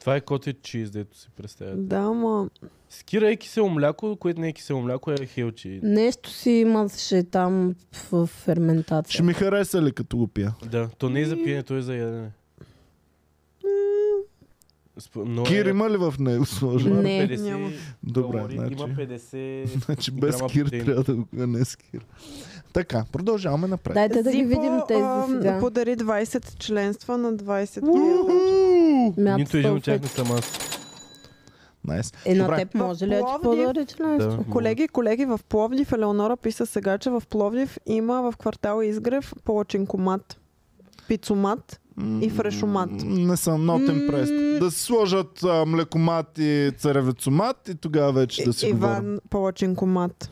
Speaker 4: Това е котед чиз, дето си представят.
Speaker 2: Да, ама
Speaker 4: Скира е кисело мляко, което не е кисело мляко, е хелчи.
Speaker 3: Нещо си имаше там в
Speaker 1: Ще
Speaker 3: ферментация.
Speaker 1: ми хареса ли като го пия?
Speaker 4: Да, то не е за пиене, то е за ядене. Сп- Но
Speaker 1: Кир има ли в него сложен?
Speaker 3: Не.
Speaker 2: Няма.
Speaker 1: Добре,
Speaker 4: калории,
Speaker 1: значи.
Speaker 4: Има 50...
Speaker 1: Значи без
Speaker 4: грама
Speaker 1: кир
Speaker 4: протеин.
Speaker 1: трябва да го а не с кир. Така, продължаваме напред.
Speaker 3: Дайте Е, да ги
Speaker 2: Зипо,
Speaker 3: видим
Speaker 2: ам,
Speaker 3: тези сега.
Speaker 2: Подари 20 членства на 20 клиента.
Speaker 1: Уу!
Speaker 3: Мята
Speaker 4: Нито един от тях не
Speaker 3: салфет.
Speaker 4: съм аз.
Speaker 1: Найс.
Speaker 3: Е, на
Speaker 1: Добре.
Speaker 3: теб може ли да
Speaker 2: В
Speaker 3: ти
Speaker 2: Пловдив-
Speaker 3: подари членство?
Speaker 4: Да.
Speaker 2: Колеги, колеги, в Пловдив, Елеонора писа сега, че в Пловдив има в квартал Изгрев палачинкомат, пицомат
Speaker 1: М,
Speaker 2: и фрешомат.
Speaker 1: Не съм not impressed.
Speaker 3: М.
Speaker 1: Да се сложат а, млекомат и царевицомат и тогава вече да си говорим.
Speaker 2: Иван палачинкомат.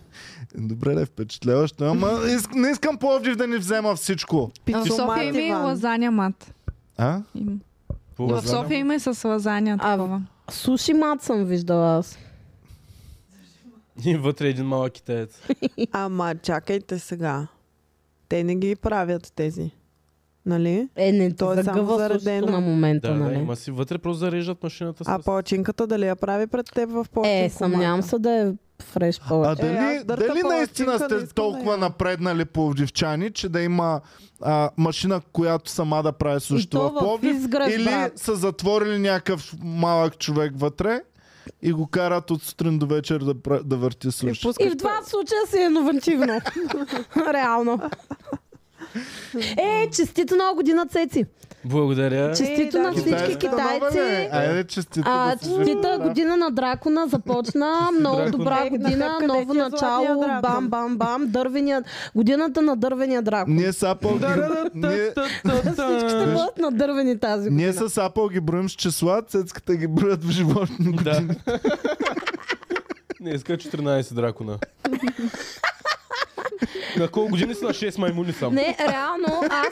Speaker 1: Добре, да е впечатляващо, ама иск, не искам Пловдив да ни взема всичко.
Speaker 6: А в
Speaker 2: Пицомат,
Speaker 6: София има и
Speaker 2: Иван.
Speaker 6: лазаня мат.
Speaker 1: А?
Speaker 6: Има. В
Speaker 1: Лазаня?
Speaker 6: София има и с лазаня
Speaker 3: А,
Speaker 6: такова.
Speaker 3: Суши мат съм виждала аз.
Speaker 4: И вътре е един малък китаец.
Speaker 2: Ама чакайте сега. Те не ги правят тези. Нали?
Speaker 3: Е, не,
Speaker 2: То
Speaker 3: то
Speaker 2: е
Speaker 3: е
Speaker 2: само
Speaker 3: загъва сушито
Speaker 2: заредено.
Speaker 3: на момента,
Speaker 4: Да, да,
Speaker 3: нали?
Speaker 4: има си. Вътре просто зареждат машината с...
Speaker 2: А палачинката дали я прави пред теб в палачинкомата?
Speaker 3: Е, съмнявам се да е фреш
Speaker 1: А
Speaker 3: повече.
Speaker 1: дали,
Speaker 2: аз дърта
Speaker 1: дали наистина
Speaker 2: палачинка не
Speaker 1: сте
Speaker 2: искам да
Speaker 1: толкова
Speaker 2: ям.
Speaker 1: напреднали пловдивчани, че да има а, машина, която сама да прави
Speaker 3: И
Speaker 1: сушито
Speaker 3: то
Speaker 1: в
Speaker 3: в
Speaker 1: Пловдив?
Speaker 3: изгрев,
Speaker 1: Или
Speaker 3: брат.
Speaker 1: са затворили някакъв малък човек вътре и го карат от сутрин до вечер да, пра- да
Speaker 3: Е,
Speaker 1: върти
Speaker 2: И
Speaker 1: суши.
Speaker 3: И
Speaker 2: пускаш
Speaker 3: в два случая си иновативно. Реално. Е, честито нова година, Цеци!
Speaker 4: Благодаря.
Speaker 2: Че-
Speaker 3: Честито
Speaker 2: Е,
Speaker 3: на
Speaker 2: да,
Speaker 3: всички
Speaker 1: Китайската нова, бе.
Speaker 3: китайци!
Speaker 1: Айде, честито
Speaker 3: А,
Speaker 1: да си живи,
Speaker 3: честита
Speaker 1: да.
Speaker 3: година на дракона започна. Много
Speaker 4: дракона.
Speaker 3: добра
Speaker 2: Е, на
Speaker 3: година,
Speaker 2: къде
Speaker 3: ново
Speaker 2: ти е златния
Speaker 3: начало.
Speaker 2: дракон?
Speaker 3: Бам, бам, бам. Дървения... Годината на дървения дракон.
Speaker 1: Ние с Апъл ги... ние,
Speaker 3: Всички ще бъдат на дървени тази
Speaker 1: ние
Speaker 3: година.
Speaker 1: с Апъл ги броим с числа, цецката ги броят в животни години.
Speaker 4: Да. Не, иска 14 е дракона. На колко години са на 6 маймуни само?
Speaker 3: Не, реално, аз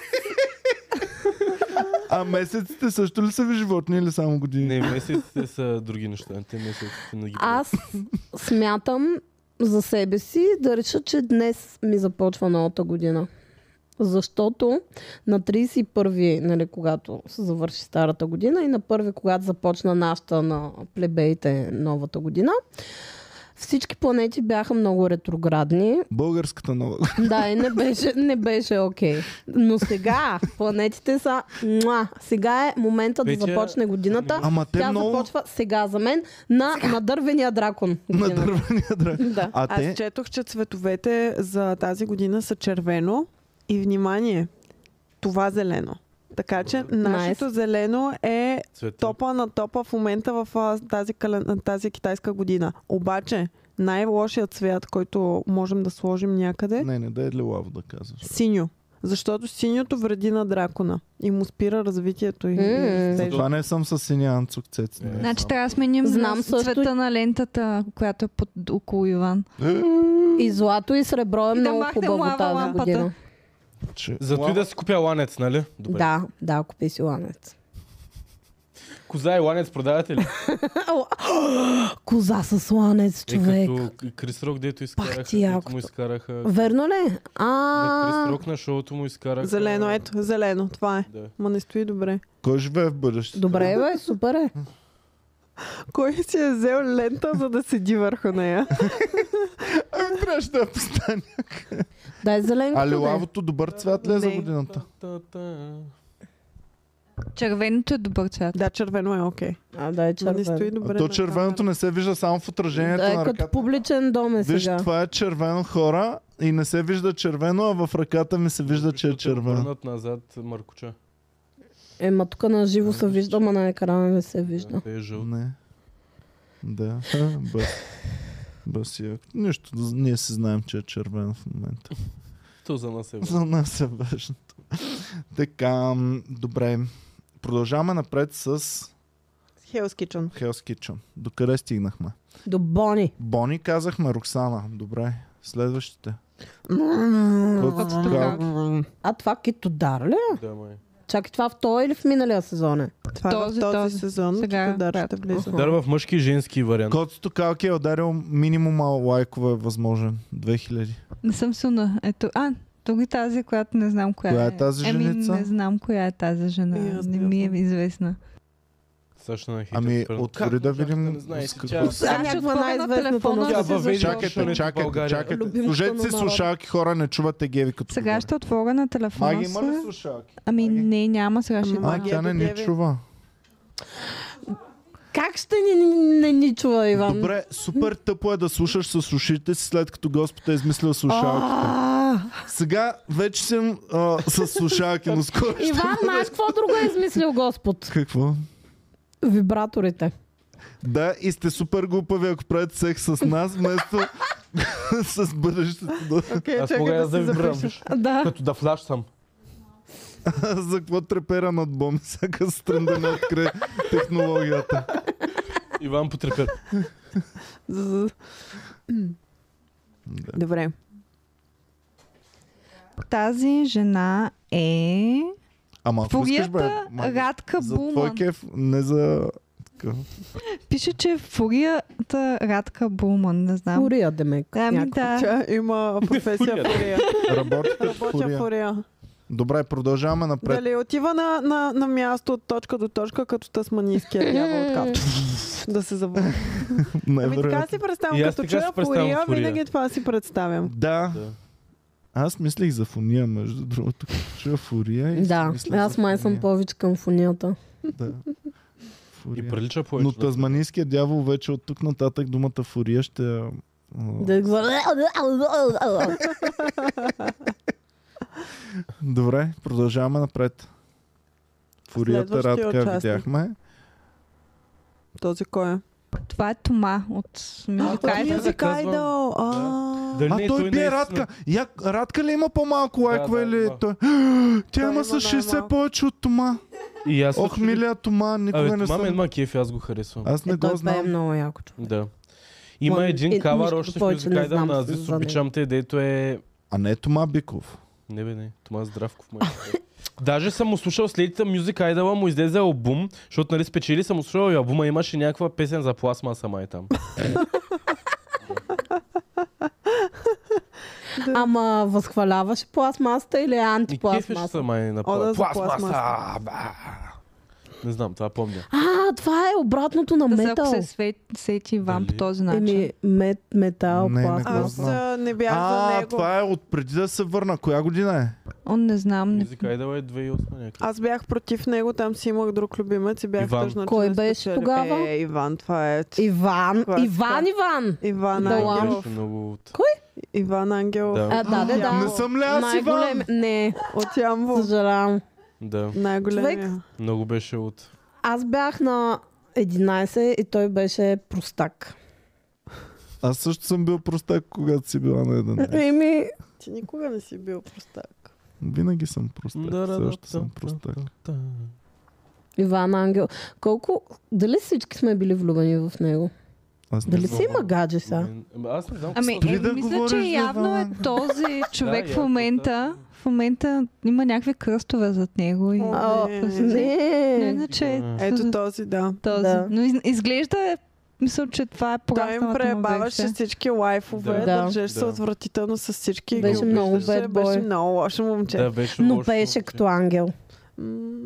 Speaker 1: А месеците също ли са ви животни или само години?
Speaker 4: Не, месеците са други неща. Те месеците не ги
Speaker 3: Аз смятам за себе си да реша, че днес ми започва новата година. Защото на 31-и, нали, когато се завърши старата година и на 1-и, когато започна нашата на плебеите новата година, всички планети бяха много ретроградни.
Speaker 1: Българската нова. година.
Speaker 3: Да, и не беше, не беше окей. Но сега планетите са... Муа, сега е момента да
Speaker 4: Петя,
Speaker 3: започне годината.
Speaker 1: Ама те
Speaker 3: Тя
Speaker 1: много
Speaker 3: започва сега за мен на, на дървения дракон.
Speaker 1: на
Speaker 3: годината.
Speaker 1: дървения драк.
Speaker 3: Да.
Speaker 1: А те...
Speaker 2: Аз четох, че цветовете за тази година са червено и внимание, това зелено. Така че нашето зелено е
Speaker 4: Цвета.
Speaker 2: топа на топа в момента в а, тази, кален... на тази китайска година. Обаче най-лошият цвят, който можем да сложим някъде,
Speaker 1: Не, не, да е лилаво да казваш.
Speaker 2: синьо. Защото синьото вреди на дракона и му спира развитието и, и
Speaker 3: М.
Speaker 2: растежа.
Speaker 1: Това не съм с синя анцук цец.
Speaker 4: Е.
Speaker 1: Не.
Speaker 6: Значи трябва да сменим
Speaker 3: Знам
Speaker 6: Знам
Speaker 3: също-
Speaker 6: цвета на лентата, която е под, около Иван.
Speaker 3: Значи- И злато и сребро е
Speaker 6: И да
Speaker 3: много
Speaker 6: махнем
Speaker 3: хубаво
Speaker 6: лава
Speaker 3: тази
Speaker 6: лампата.
Speaker 3: година.
Speaker 1: Че-
Speaker 4: Зато и да си купя ланец, нали? Добре.
Speaker 3: Да, да, купи си ланец.
Speaker 4: Коза и ланец продавате ли?
Speaker 3: Коза с ланец,
Speaker 4: Е,
Speaker 3: човек.
Speaker 4: като Крис Рок, дето изкараха.
Speaker 3: ти
Speaker 4: дето
Speaker 3: якото.
Speaker 4: му изкараха.
Speaker 3: Верно ли?
Speaker 4: На Крис
Speaker 3: А,
Speaker 4: Рок на шоуто му
Speaker 1: е
Speaker 4: изкараха.
Speaker 2: Зелено, ето, зелено, това е.
Speaker 4: Да.
Speaker 2: Ма не стои добре.
Speaker 1: Кой живее в бъдещето?
Speaker 3: добре бе, супер е.
Speaker 2: Кой си е взел лента, за да седи върху нея?
Speaker 1: Ами трябваше да я постане.
Speaker 3: Дай
Speaker 1: А
Speaker 3: зеленкото да е.
Speaker 1: лилавото добър цвят ли е за
Speaker 2: Ами, Не.
Speaker 1: годината?
Speaker 4: Та-та-та.
Speaker 6: Червеното е добър цвят.
Speaker 2: Да, червено е окей.
Speaker 3: А, дай
Speaker 1: нали
Speaker 2: Okay. Не стои
Speaker 3: червено.
Speaker 1: А
Speaker 2: добре.
Speaker 1: то
Speaker 2: на
Speaker 1: червеното не се вижда само в отражението
Speaker 3: Да е
Speaker 1: на
Speaker 3: като
Speaker 1: ръката.
Speaker 3: публичен дом е
Speaker 1: Виж,
Speaker 3: сега.
Speaker 1: това е червено хора и не се вижда червено, а в ръката ми се вижда, че е
Speaker 4: Защото
Speaker 1: червено.
Speaker 4: Върнат назад Маркуча.
Speaker 3: Ема тук на живо се вижда, ама на екрана не се вижда.
Speaker 4: Те е жълт.
Speaker 1: Не. Да. Ха, Бъс. Бъс яко. Нищо. Ние си знаем, че е червено в момента.
Speaker 4: То за нас е важно.
Speaker 1: За нас е важното. Така, м, добре. Продължаваме напред с
Speaker 2: карта. Hell's Kitchen.
Speaker 1: Hell's Kitchen. До къде стигнахме?
Speaker 3: До Бони.
Speaker 1: Бони казахме, Роксана. Добре. Следващите. Кот- как?
Speaker 3: А това китодар ли? е?
Speaker 4: Да, май.
Speaker 3: Чакай, това в този или в миналия сезон е?
Speaker 2: Това този, е
Speaker 6: Този,
Speaker 2: в този,
Speaker 6: този.
Speaker 2: сезон.
Speaker 6: Сега,
Speaker 2: Сега, да, ще
Speaker 6: брат.
Speaker 2: влиза.
Speaker 4: Дар в мъжки и женски вариант.
Speaker 1: Котото Калки е ударил минимума лайкове е възможен. 2000.
Speaker 6: Не съм силна. Ето, а, тук е тази, която не знам коя,
Speaker 1: Коя е тази
Speaker 6: Еми,
Speaker 1: женица?
Speaker 6: не знам коя е тази жена.
Speaker 2: И аз
Speaker 6: не
Speaker 2: не
Speaker 6: ми е
Speaker 2: знам.
Speaker 6: известна.
Speaker 4: Сашна на хитър.
Speaker 1: Ами,
Speaker 4: Ферн.
Speaker 1: отвори
Speaker 4: Как
Speaker 1: да
Speaker 4: можахте
Speaker 1: видим
Speaker 4: не знаете,
Speaker 1: с какво
Speaker 4: тя-
Speaker 1: се-
Speaker 6: Аз ще
Speaker 2: някаква
Speaker 6: отворя на
Speaker 2: най-известната
Speaker 6: телефона,
Speaker 4: Тя
Speaker 6: за да
Speaker 4: въвежда-
Speaker 6: се
Speaker 1: Чакайте,
Speaker 4: Шоуто в
Speaker 1: чакайте,
Speaker 4: България.
Speaker 1: чакайте.
Speaker 3: Любимото
Speaker 1: Сложете
Speaker 3: на
Speaker 1: си
Speaker 3: народа.
Speaker 1: слушалки, хора, не чувате геви като
Speaker 6: Сега
Speaker 1: говоря.
Speaker 6: ще отворя на телефона.
Speaker 1: Маги има ли
Speaker 6: си.
Speaker 1: слушалки?
Speaker 6: Ами
Speaker 1: Маги?
Speaker 6: не, няма сега ще
Speaker 2: Ама
Speaker 1: А,
Speaker 6: Маги...
Speaker 2: Маги-
Speaker 1: тя не
Speaker 2: Геви,
Speaker 1: ни
Speaker 2: геви.
Speaker 1: чува.
Speaker 3: Как ще ни, ни, ни, ни чува, Иван?
Speaker 1: Добре, супер тъпо е да слушаш с ушите си, след като Господ е измислил слушалките.
Speaker 3: А,
Speaker 1: Сега вече съм а, с слушалки, но скоро ще...
Speaker 3: Иван, знаеш какво друго е измислил Господ?
Speaker 1: Какво?
Speaker 3: Вибраторите.
Speaker 1: Е, Да, и сте супер глупави, ако правите секс с нас, вместо с бъдещето.
Speaker 2: Окей,
Speaker 4: Аз мога
Speaker 2: чакай да
Speaker 4: да, да
Speaker 2: се
Speaker 4: вибрирам.
Speaker 2: запиша.
Speaker 4: виж.
Speaker 3: Да.
Speaker 4: Като да флаш съм.
Speaker 1: За какво трепера над бомби всяка сутрин да не открие технологията?
Speaker 4: Иван потрепя.
Speaker 2: З- Добре.
Speaker 6: Тази жена е...
Speaker 1: Ама ако искаш, бе,
Speaker 6: Фурията
Speaker 1: ма,
Speaker 6: Радка
Speaker 1: за твой
Speaker 6: Булман.
Speaker 1: кеф, не за... такъв.
Speaker 6: Пише, че е Фурията Радка Булман. Не знам.
Speaker 3: Фурия, Демек.
Speaker 6: Ами
Speaker 3: някаква.
Speaker 6: да.
Speaker 2: Тя има професия
Speaker 4: Фурия, да.
Speaker 2: фурия.
Speaker 1: Работите в
Speaker 2: Работя
Speaker 1: Корея.
Speaker 2: фурия.
Speaker 1: Добре, продължаваме напред.
Speaker 2: Дали отива на, на, на място от точка до точка, като тасманийския дявол от капто. да се забави. Ами така
Speaker 1: Невероятно.
Speaker 2: си
Speaker 4: Е, И
Speaker 2: представям.
Speaker 4: аз
Speaker 2: Като
Speaker 4: така
Speaker 2: чуя
Speaker 4: си представям
Speaker 2: фурия,
Speaker 4: фурия.
Speaker 2: винаги това си представям.
Speaker 1: Да.
Speaker 4: Да.
Speaker 1: Аз мислих за фония, между другото. Чуя фурия и си
Speaker 3: Да,
Speaker 1: мисля
Speaker 3: аз
Speaker 1: за
Speaker 3: май съм
Speaker 1: фония.
Speaker 3: повече към фонията.
Speaker 1: Да.
Speaker 4: И
Speaker 1: Фурия.
Speaker 4: прилича по
Speaker 1: Но тазманийският дявол вече от тук нататък думата фурия ще... я, а,
Speaker 3: Да го-
Speaker 1: Добре, продължаваме напред. Фурията
Speaker 2: Следващия
Speaker 1: Радка
Speaker 2: участник.
Speaker 1: видяхме.
Speaker 2: Този кой е?
Speaker 6: Това е Тома от
Speaker 2: Той
Speaker 6: Мюзикайда.
Speaker 4: да
Speaker 2: Music
Speaker 4: казвам.
Speaker 2: Idol. А.
Speaker 4: Дали
Speaker 1: А
Speaker 4: не,
Speaker 1: той би
Speaker 4: не
Speaker 1: е
Speaker 4: е
Speaker 1: Радка. Я, Радка ли има по-малко лайкове
Speaker 4: да,
Speaker 1: или
Speaker 4: има.
Speaker 1: той? Тя
Speaker 2: Той
Speaker 1: има
Speaker 2: има
Speaker 1: с 60
Speaker 2: най-малко.
Speaker 1: повече от Тома.
Speaker 4: И аз
Speaker 1: Ох,
Speaker 4: също-
Speaker 1: милия Тома, никога
Speaker 4: Абе, е
Speaker 1: не
Speaker 4: това мен
Speaker 1: съм.
Speaker 4: ма кефи, аз го харесвам.
Speaker 1: Аз не
Speaker 3: Е,
Speaker 1: го
Speaker 3: той пее
Speaker 1: знам.
Speaker 3: много яко. човек.
Speaker 4: Да. Има
Speaker 3: Ма, е,
Speaker 4: един кавар
Speaker 3: нищо
Speaker 4: още в
Speaker 3: повече не
Speaker 4: Мюзикайда
Speaker 3: знам
Speaker 4: на
Speaker 3: за-
Speaker 4: Азис
Speaker 3: за него.
Speaker 4: Обичам те, дето е...
Speaker 1: А не Тома Биков.
Speaker 4: Не бе, не. Тома Здравков май. Даже съм му слушал след Music Idol, му излезе албум, защото нали спечели, съм му слушал и албума имаше някаква песен за пластмаса май там.
Speaker 3: Ама възхваляваш пластмасата или
Speaker 4: И кефеше
Speaker 3: антипластмаса?
Speaker 4: са май на
Speaker 2: О, да,
Speaker 4: пла-
Speaker 2: за пластмаса.
Speaker 4: пластмаса. ба. Не знам, това помня.
Speaker 3: А, това е обратното на
Speaker 6: Да се, ако
Speaker 3: метал.
Speaker 6: се све- сети Иван по
Speaker 4: Дали?
Speaker 6: този начин.
Speaker 3: Еми, мет, метал,
Speaker 1: Не, не го
Speaker 2: Аз
Speaker 3: пластмаса.
Speaker 1: знам.
Speaker 2: а, не бях за
Speaker 1: А,
Speaker 2: него.
Speaker 1: това е от преди да се върна. Коя година е?
Speaker 6: Он не знам. Не...
Speaker 4: Music Idol е 2008 някъде.
Speaker 2: Аз бях против него, там си имах друг любимец и бях
Speaker 4: Иван.
Speaker 2: тъжна, че
Speaker 3: Кой
Speaker 2: не
Speaker 3: беше
Speaker 2: спечели.
Speaker 3: тогава?
Speaker 2: Е, Иван, това е.
Speaker 3: Иван,
Speaker 2: Това е
Speaker 3: Иван, Иван!
Speaker 2: Иван
Speaker 3: Да,
Speaker 4: Иван
Speaker 2: Ангелов.
Speaker 4: беше много от...
Speaker 2: Иван Ангелов.
Speaker 4: Да,
Speaker 3: А, да, да, да.
Speaker 1: Не съм ли аз Иван?
Speaker 3: Най-големи- Не,
Speaker 2: От Ямбол.
Speaker 3: съжалявам.
Speaker 4: да.
Speaker 2: Най-големия.
Speaker 4: Много беше от...
Speaker 3: Аз бях на 11 и той беше простак.
Speaker 1: Аз също съм бил простак, когато си била на един.
Speaker 3: Еми,
Speaker 2: Ти никога не си бил простак.
Speaker 1: Винаги съм простак.
Speaker 4: Да, да,
Speaker 1: Все
Speaker 4: да,
Speaker 1: още съм
Speaker 4: да,
Speaker 1: простак.
Speaker 4: Та.
Speaker 3: Иван Ангел. Колко... Дали всички сме били влюбени в него?
Speaker 1: Аз не
Speaker 3: Дали
Speaker 1: знам.
Speaker 3: си има гадже сега?
Speaker 4: Мен- Ама Аз не знам.
Speaker 6: Ами,
Speaker 1: Спри
Speaker 6: е,
Speaker 1: да
Speaker 6: мисля,
Speaker 1: говориш
Speaker 6: че
Speaker 1: за
Speaker 6: явно е
Speaker 1: Иван.
Speaker 6: този човек в
Speaker 4: явно,
Speaker 6: момента. В момента има някакви кръстове зад него. И...
Speaker 2: О,
Speaker 3: А,
Speaker 2: не.
Speaker 6: Но
Speaker 3: не.
Speaker 6: иначе е
Speaker 4: Да.
Speaker 2: Ето този, да.
Speaker 6: този.
Speaker 3: Да.
Speaker 6: Но из- изглежда е мисля, че това е
Speaker 2: Той им
Speaker 6: порасналата му
Speaker 2: пребаваше
Speaker 6: версия.
Speaker 2: всички лайфове,
Speaker 4: Да.
Speaker 2: да.
Speaker 3: Да.
Speaker 2: държеше се
Speaker 4: Да.
Speaker 2: отвратително с всички. и
Speaker 3: Беше
Speaker 2: ги
Speaker 3: много
Speaker 2: обиждаше.
Speaker 3: bad boy.
Speaker 2: Беше много лошо момче.
Speaker 4: Да, беше
Speaker 3: Но
Speaker 4: лошо,
Speaker 3: беше
Speaker 4: че-
Speaker 3: като ангел.
Speaker 2: М,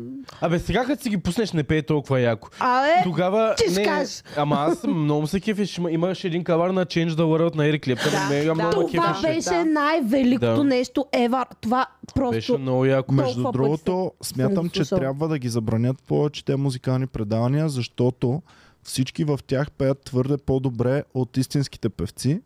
Speaker 4: Абе, сега като си ги пуснеш, не пее толкова яко.
Speaker 3: Абе,
Speaker 4: Тогава...
Speaker 3: Е, ти ще
Speaker 4: не,
Speaker 3: кажеш.
Speaker 4: Ама аз много се кефиш. Има- Имаше един кавар на Change the World на Ерик Лептър. Да, мега много ме
Speaker 3: това
Speaker 4: кефеше.
Speaker 3: беше най-великото
Speaker 4: Да.
Speaker 3: нещо ever. Това
Speaker 4: Беше
Speaker 3: просто...
Speaker 4: много яко.
Speaker 3: Толкова
Speaker 1: Между
Speaker 3: пъти
Speaker 1: другото,
Speaker 3: съм
Speaker 1: смятам,
Speaker 3: го
Speaker 1: че
Speaker 3: слушала.
Speaker 1: трябва да ги забранят повече те музикални предавания, защото всички в тях пеят твърде по-добре от истинските певци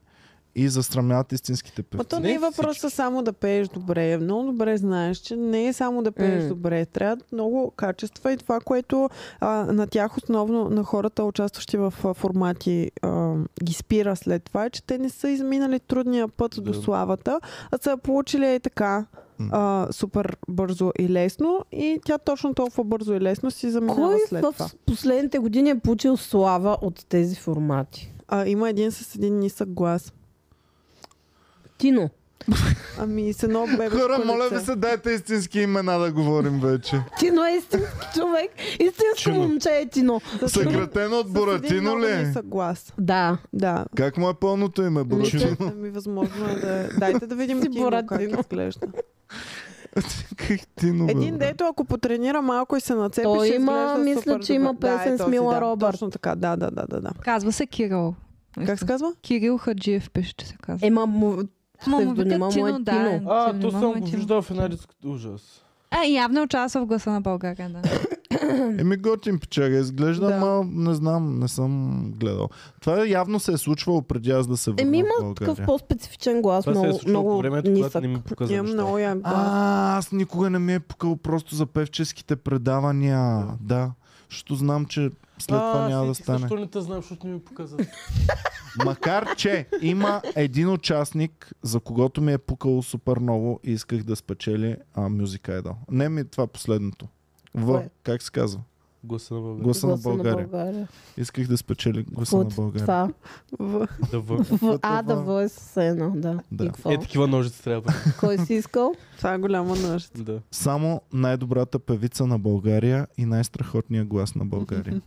Speaker 1: и засрамяват истинските
Speaker 2: Ма то
Speaker 1: певци.
Speaker 2: не е
Speaker 4: Не
Speaker 2: въпроса само да пееш добре. Много добре знаеш, че не е само да пееш
Speaker 3: М.
Speaker 2: добре. Трябват много качества и това, което а, на тях основно, на хората, участващи в а, формати, а, ги спира след това, е, че те не са изминали трудния път до
Speaker 4: Да.
Speaker 2: славата, а са я получили е така
Speaker 1: М.
Speaker 2: а, супер бързо и лесно и тя точно толкова бързо и лесно си заминава
Speaker 3: Кой
Speaker 2: след
Speaker 3: в
Speaker 2: това.
Speaker 3: последните години е получил слава от тези формати?
Speaker 2: А, има един с един нисък глас.
Speaker 3: Тино.
Speaker 2: Ами с едно
Speaker 3: е
Speaker 2: бебешко
Speaker 1: Хора, моля
Speaker 2: лице.
Speaker 1: ви се, дайте истински имена да говорим вече.
Speaker 3: Тино е истински човек. Истинско
Speaker 4: Чино.
Speaker 3: момче е Тино.
Speaker 2: С един-
Speaker 1: Съкратено от
Speaker 2: с един
Speaker 1: Буратино
Speaker 2: много
Speaker 1: ли? е?
Speaker 2: нисък глас.
Speaker 3: Да.
Speaker 2: Да,
Speaker 1: Как му е пълното име, Буратино?
Speaker 2: Мисля, ми възможно е да... Дайте да видим
Speaker 3: Си
Speaker 2: Тино как
Speaker 3: Буратино.
Speaker 2: изглежда.
Speaker 1: Как Тино, бе,
Speaker 2: Един
Speaker 1: брат?
Speaker 2: дето, ако потренира малко и се нацепи,
Speaker 3: Той
Speaker 2: ще
Speaker 3: има,
Speaker 2: изглежда
Speaker 3: мисля,
Speaker 2: супер
Speaker 3: че има
Speaker 2: добър.
Speaker 3: песен
Speaker 2: е
Speaker 3: с
Speaker 2: този,
Speaker 3: Мила
Speaker 2: да,
Speaker 3: Робърт.
Speaker 2: Точно така, да, да, да, да. да.
Speaker 6: Казва се Кирил.
Speaker 2: Как се казва?
Speaker 6: Кирил Хаджиев пише, че се казва.
Speaker 3: Ема му...
Speaker 6: Ма му
Speaker 3: Е, псевдонима
Speaker 6: викат
Speaker 3: му е
Speaker 6: Тино,
Speaker 3: Тино.
Speaker 6: да.
Speaker 4: А, то
Speaker 6: псевдонима
Speaker 4: съм
Speaker 6: му е
Speaker 4: го
Speaker 6: Тино. е
Speaker 4: виждал в една диск. Ужас.
Speaker 6: А, явно е участвал в гласа на България, да.
Speaker 1: Еми готин печага, изглежда,
Speaker 2: Да.
Speaker 1: ама не знам, не съм гледал. Това явно се е случвало преди аз да се върна
Speaker 3: Еми
Speaker 1: в
Speaker 3: има
Speaker 1: България.
Speaker 3: такъв по-специфичен глас,
Speaker 4: Това се е
Speaker 3: много,
Speaker 4: случило по
Speaker 3: много
Speaker 4: времето, когато
Speaker 3: нисък.
Speaker 4: не ми показа
Speaker 2: Имам много
Speaker 4: неща.
Speaker 2: ям глас.
Speaker 1: А, аз никога не ми е пукал просто за певческите предавания. Да. Защото знам, че след това няма да стане.
Speaker 4: Защо не те знам, защото не ми показа.
Speaker 1: Макар, че има един участник, за когото ми е пукало супер много и исках да спечели а, Music Idol. Не ми е това последното. В,
Speaker 3: Кое?
Speaker 1: как се казва?
Speaker 4: Гласа на България.
Speaker 1: Гласа на България. Исках да спечели гласа на
Speaker 3: От
Speaker 1: България.
Speaker 3: Това.
Speaker 2: В-
Speaker 4: Да вър.
Speaker 3: В А
Speaker 1: това.
Speaker 3: да В е с едно, да.
Speaker 1: Да.
Speaker 3: И какво?
Speaker 4: Е, такива ножици трябва.
Speaker 3: Кой си искал?
Speaker 2: Това е голяма нощ.
Speaker 4: да.
Speaker 1: Само най-добрата певица на България и най-страхотния глас на България.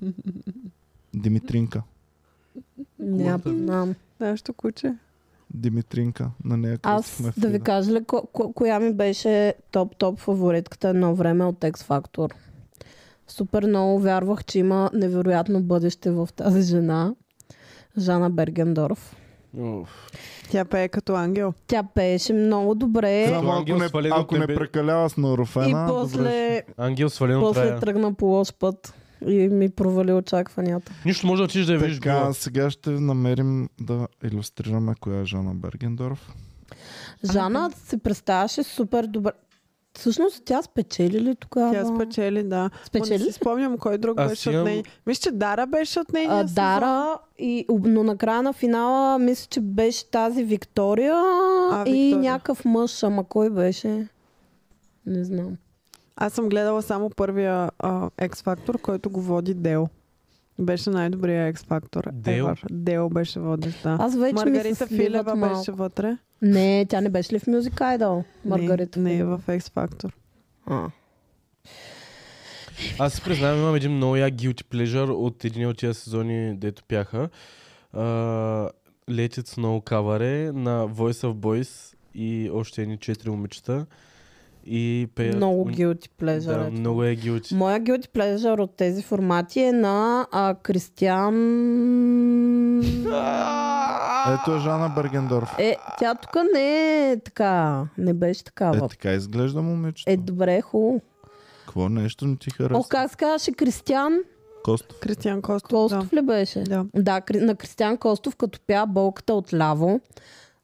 Speaker 1: Димитринка.
Speaker 3: Не
Speaker 4: Кулата.
Speaker 3: знам.
Speaker 2: Нашето куче.
Speaker 1: Димитринка. На нея
Speaker 3: Аз
Speaker 1: кръстихме
Speaker 3: да ви
Speaker 1: Фрида.
Speaker 3: кажа ли, ко- ко- коя ми беше топ-топ фаворитката едно време от X Factor? Супер много вярвах, че има невероятно бъдеще в тази жена. Жана Бергендорф.
Speaker 4: Уф.
Speaker 2: Тя пее като ангел.
Speaker 3: Тя пееше много добре.
Speaker 1: Само
Speaker 4: Като
Speaker 1: ако
Speaker 4: ангел
Speaker 1: не,
Speaker 4: свален от
Speaker 1: ако не
Speaker 4: небе.
Speaker 1: прекалява с
Speaker 3: и
Speaker 1: Норофена, е добре.
Speaker 3: после,
Speaker 4: Ангел свален от
Speaker 3: после
Speaker 4: рая.
Speaker 3: тръгна по лош път и ми провали очакванията.
Speaker 4: Нищо може да отидеш да я видиш
Speaker 1: Така,
Speaker 4: гола.
Speaker 1: сега ще намерим да иллюстрираме коя е Жана Бергендорф.
Speaker 3: Жана се представяше супер добре. Всъщност тя спечели ли тогава?
Speaker 2: Тя спечели, да. Ма
Speaker 3: Спечели?
Speaker 2: Не си спомням кой друг
Speaker 4: Аз
Speaker 2: беше от
Speaker 4: имам-
Speaker 2: нея. Мисля, че Дара беше от нея.
Speaker 3: а, Дара, и, но на края на финала мисля, че беше тази Виктория
Speaker 2: А,
Speaker 3: а, и
Speaker 2: Виктория.
Speaker 3: някакъв мъж, ама кой беше? Не знам.
Speaker 2: Аз съм гледала само първия а, X-Factor, който го води Дел. Беше най-добрия X-Factor.
Speaker 4: Дел?
Speaker 2: ever. Дел беше водещ, да.
Speaker 3: Аз вече ми се
Speaker 2: Маргарита
Speaker 3: сливат
Speaker 2: Филева
Speaker 3: малко.
Speaker 2: беше вътре.
Speaker 3: Не, тя не беше ли в Music Idol? Маргарита
Speaker 2: Не, не е
Speaker 3: Филева?
Speaker 2: в X-Factor.
Speaker 3: А.
Speaker 4: Аз си признавам, имам един много як guilty pleasure от един от тия сезони, дето пяха. А, Летец Snow каваре на Voice of Boys и още едни четири момичета. И пеят...
Speaker 3: Много
Speaker 4: м-
Speaker 3: guilty pleasure.
Speaker 4: Е, Да,
Speaker 3: е
Speaker 4: много е guilty.
Speaker 3: Моя guilty pleasure от тези формати е на а, Кристиан...
Speaker 1: Ето е Жана Бергендорф.
Speaker 3: Е, тя тук не е така. Не беше
Speaker 1: Е,
Speaker 3: такава.
Speaker 1: така изглежда момичето.
Speaker 3: Е, добре, хубаво.
Speaker 1: Какво нещо не ти
Speaker 3: О,
Speaker 1: харесва?
Speaker 3: как се казваше Кристиан?
Speaker 1: Костов.
Speaker 2: Кристиан Костов.
Speaker 3: Костов ли беше?
Speaker 2: Да. да.
Speaker 3: Да, Кри- на Кристиан Костов, като пя болката от ляво,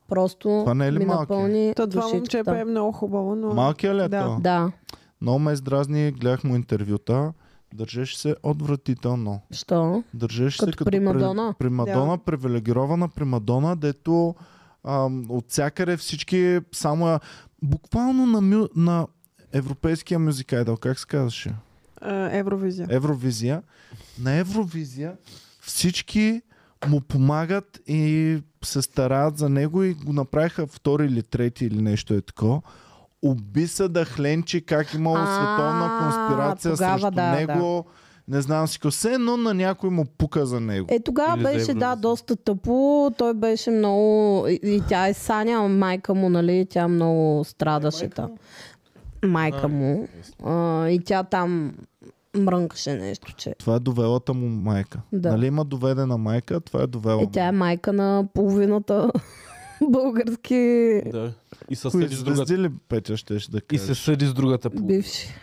Speaker 3: просто
Speaker 1: Това не е ли
Speaker 3: ми
Speaker 1: малкият?
Speaker 3: напълни
Speaker 2: То това момче
Speaker 3: душичката.
Speaker 2: пее много хубаво, но...
Speaker 1: Малкият ли е
Speaker 2: Да.
Speaker 1: да.
Speaker 3: Да,
Speaker 1: Много ме издразни, гледах му интервюта. Държеше се отвратително.
Speaker 3: що?
Speaker 1: Държеше се
Speaker 3: Като
Speaker 1: като
Speaker 3: примадона.
Speaker 1: При, примадона, да. привилегирована примадона, дето ам, от всякъде всички само я- буквално на, мю, на европейския мюзик айдъл, как се казваше?
Speaker 2: Е, Евровизия.
Speaker 1: Евровизия. На Евровизия всички му помагат и се стараят за него и го направиха втори или трети или нещо е такова. Уби се да хленчи как имало
Speaker 3: А,
Speaker 1: световна конспирация
Speaker 3: тогава
Speaker 1: срещу
Speaker 3: да,
Speaker 1: него. Не знам си какво. Все едно на някой му пука за него.
Speaker 3: Е, тогава
Speaker 4: Или за
Speaker 3: беше, да,
Speaker 4: Евровизия.
Speaker 3: доста тъпо. Той беше много... И, и тя е Саня, майка му, нали? Тя много страдаше. Майка, майка
Speaker 4: А.
Speaker 1: е,
Speaker 3: му. А, и тя там мрънкаше нещо, че...
Speaker 1: Това е довелата му майка.
Speaker 3: Да.
Speaker 1: Нали има доведена майка, това е довела.
Speaker 3: Е, тя е майка на половината български
Speaker 4: Да. И се
Speaker 1: Кои
Speaker 4: съди с другата.
Speaker 1: звезди ли Петя щеше да
Speaker 4: И
Speaker 1: кажеш?
Speaker 4: се съди с другата. полу-
Speaker 3: бивши.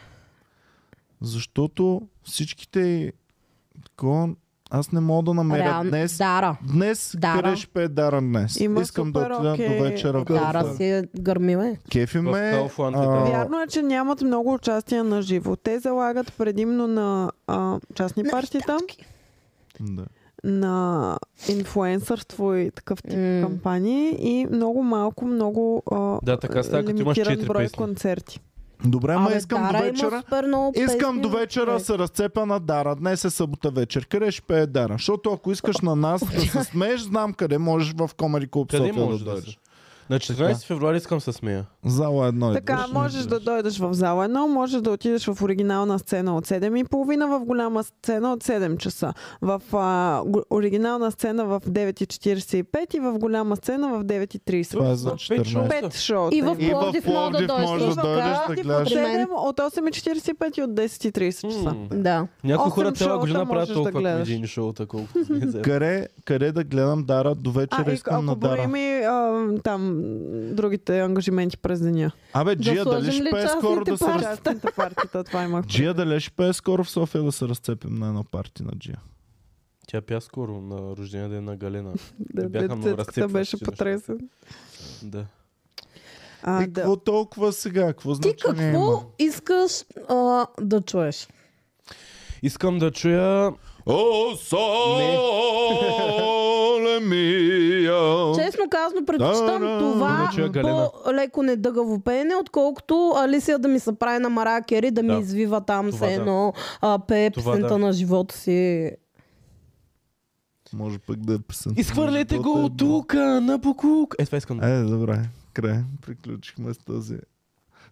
Speaker 1: Защото всичките й- такова, аз не мога да намеря
Speaker 3: Реално,
Speaker 1: Ами, днес.
Speaker 3: Дара.
Speaker 1: Днес
Speaker 3: Дара.
Speaker 1: къде ще пее Дара днес?
Speaker 2: Има
Speaker 1: Искам да
Speaker 2: супер
Speaker 1: отида
Speaker 2: окей
Speaker 1: до вечера. в
Speaker 3: Дара
Speaker 1: Калфа.
Speaker 3: си е гърмила. е.
Speaker 1: Кефи
Speaker 4: В
Speaker 1: ме.
Speaker 4: Кауфланд е
Speaker 1: а,
Speaker 4: така.
Speaker 2: Вярно е, че нямат много участия на живо. Те залагат предимно на а, частни партита,
Speaker 1: да.
Speaker 2: на инфлуенсърство и такъв тип
Speaker 3: М.
Speaker 2: кампании и много малко, много а,
Speaker 4: Да, така става, като имаш
Speaker 2: лимитиран
Speaker 4: четири
Speaker 2: брой
Speaker 4: песни.
Speaker 2: концерти.
Speaker 1: Добре, ама
Speaker 3: Абе,
Speaker 1: искам до
Speaker 3: Дара има
Speaker 1: вечера.
Speaker 3: супер много
Speaker 1: Искам
Speaker 3: песни. Е,
Speaker 1: до вечера да се разцепя на Дара. Днес е събота вечер. Къде ще пее Дара? Защото ако искаш на нас да се смееш, знам къде можеш в Комери Клуб
Speaker 4: Къде
Speaker 1: София да
Speaker 4: може да
Speaker 1: дойдеш.
Speaker 4: си? На 14 февруари искам с смея.
Speaker 1: Зала едно е.
Speaker 2: Така,
Speaker 1: идваш.
Speaker 2: можеш да дойдеш в зала едно, можеш да отидеш в оригинална сцена от 7.30, в голяма сцена от 7 часа, в а, го- оригинална сцена в 9.45 и в голяма сцена в 9.30.
Speaker 1: Това е за 14.
Speaker 2: Пет шоута.
Speaker 3: И в
Speaker 1: И в
Speaker 3: Пловдив мога да
Speaker 1: Пловдив
Speaker 3: дойдеш.
Speaker 1: можеш
Speaker 2: И
Speaker 1: да
Speaker 2: в
Speaker 1: дойдеш да
Speaker 2: Пловдив
Speaker 1: гледаш.
Speaker 2: от 7, от 8.45 и от 10.30 часа.
Speaker 4: М.
Speaker 3: Да.
Speaker 4: Някои
Speaker 2: Осем
Speaker 4: хора цяла
Speaker 2: шоута
Speaker 4: година правят
Speaker 2: можеш да
Speaker 4: толкова
Speaker 2: гледаш.
Speaker 4: комедийни шоута, колкото сме взели.
Speaker 1: Къде, къде да гледам Дара до вечера?
Speaker 2: А, и
Speaker 1: искам
Speaker 2: ако
Speaker 1: на Дара.
Speaker 2: броим и а, там другите ангажименти през деня.
Speaker 1: Абе,
Speaker 3: Да
Speaker 1: Джия, дали
Speaker 3: сложим
Speaker 1: ще
Speaker 3: ли
Speaker 1: пее скоро
Speaker 3: частните
Speaker 1: да се раз...
Speaker 3: пар-
Speaker 2: Частната партията, това имах.
Speaker 1: Джия, дали ще пее скоро в София да се разцепим на едно парти на Джия?
Speaker 4: Тя пя скоро на рождения ден на Галена.
Speaker 2: Да,
Speaker 4: бяха много
Speaker 2: Децата
Speaker 4: разцепващи
Speaker 2: беше
Speaker 4: неща.
Speaker 2: потресен.
Speaker 4: Да.
Speaker 2: А,
Speaker 1: и
Speaker 2: да.
Speaker 1: какво толкова сега? Какво значи
Speaker 3: Ти
Speaker 1: значение
Speaker 3: какво
Speaker 1: има?
Speaker 3: искаш а, да чуеш?
Speaker 4: Искам да чуя...
Speaker 1: О, соле мия!
Speaker 3: Честно казано, предпочитам
Speaker 1: Да, Значи да,
Speaker 3: това
Speaker 4: иначе е Галена.
Speaker 3: по-леко недъгаво пеене, отколкото Алисия да ми се прави на Мара Кери, да, ми
Speaker 4: Да.
Speaker 3: извива там
Speaker 4: Това
Speaker 3: се
Speaker 4: да.
Speaker 3: едно а, пее
Speaker 4: Това
Speaker 3: песента
Speaker 4: да.
Speaker 3: на живота си.
Speaker 1: Може пък да е песен.
Speaker 4: Изхвърлете
Speaker 1: Може
Speaker 4: го
Speaker 1: да е
Speaker 4: от тук, на буклук. Е, това искам да...
Speaker 1: Е, добре. Край. Приключихме с този.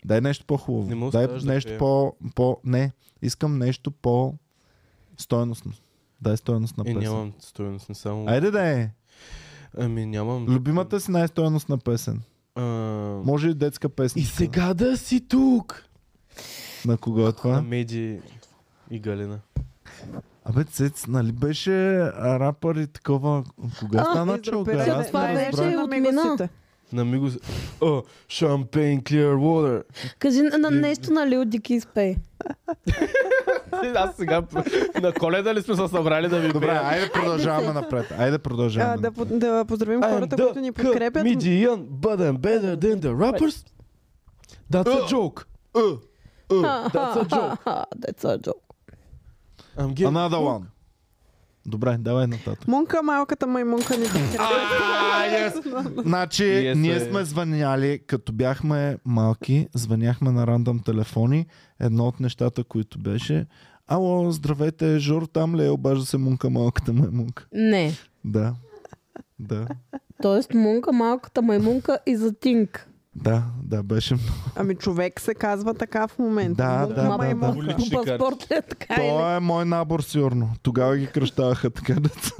Speaker 1: Дай нещо по-хубаво.
Speaker 4: Не му
Speaker 1: Дай
Speaker 4: оставаш да
Speaker 1: нещо
Speaker 4: пее.
Speaker 1: по, по... Не, искам нещо по... Стойностно. Дай стойност на
Speaker 4: Е,
Speaker 1: песен.
Speaker 4: нямам стоеност, не само...
Speaker 1: Айде да е.
Speaker 4: Ами нямам...
Speaker 1: Любимата си най-стойност на песен.
Speaker 4: А...
Speaker 1: Може и детска песен.
Speaker 4: И сега да си тук!
Speaker 1: На кого е
Speaker 4: На
Speaker 1: това?
Speaker 4: Меди и Галена.
Speaker 1: Абе, Цец, нали беше а, рапър и такова... Кога
Speaker 3: А,
Speaker 1: стана
Speaker 2: и друга
Speaker 1: чалга?
Speaker 2: песен.
Speaker 1: Аз
Speaker 3: Това
Speaker 1: не
Speaker 3: беше
Speaker 1: разбрах.
Speaker 3: и
Speaker 2: на
Speaker 3: от
Speaker 2: мигосите.
Speaker 4: На Мигос... О, шампейн, clear water.
Speaker 3: Кажи на- на нещо на Лил Дикис пее.
Speaker 4: Аз сега на коледа ли сме се събрали да ви
Speaker 1: Добре, айде продължаваме напред. Айде
Speaker 2: А,
Speaker 1: продължаваме.
Speaker 2: да,
Speaker 1: напред.
Speaker 2: по- да поздравим хората, които ни подкрепят.
Speaker 4: Median, but I'm better than the rappers. That's
Speaker 1: Е!
Speaker 4: a joke. That's a joke.
Speaker 3: Деца е джок.
Speaker 4: I'm getting...
Speaker 1: Another one. Добре, давай нататък.
Speaker 2: Мунка, малката маймунка ни подкрепя.
Speaker 1: Значи,
Speaker 4: Yes,
Speaker 1: ние
Speaker 4: е.
Speaker 1: сме звъняли, като бяхме малки, звъняхме на рандъм телефони. Едно от нещата, които беше Ало, здравейте, Жор, там ли е? Обажда се мунка малката маймунка.
Speaker 3: Не.
Speaker 1: Да. Да.
Speaker 3: Тоест мунка, малката маймунка и за Тинк.
Speaker 1: Да, да, беше много.
Speaker 2: Ами човек се казва така в момента.
Speaker 1: Да,
Speaker 2: Мунка,
Speaker 1: да, да, да.
Speaker 2: маймунка.
Speaker 4: Улични
Speaker 3: По паспорт ли е така или?
Speaker 1: Това е мой набор, сигурно. Тогава ги кръщаваха така деца.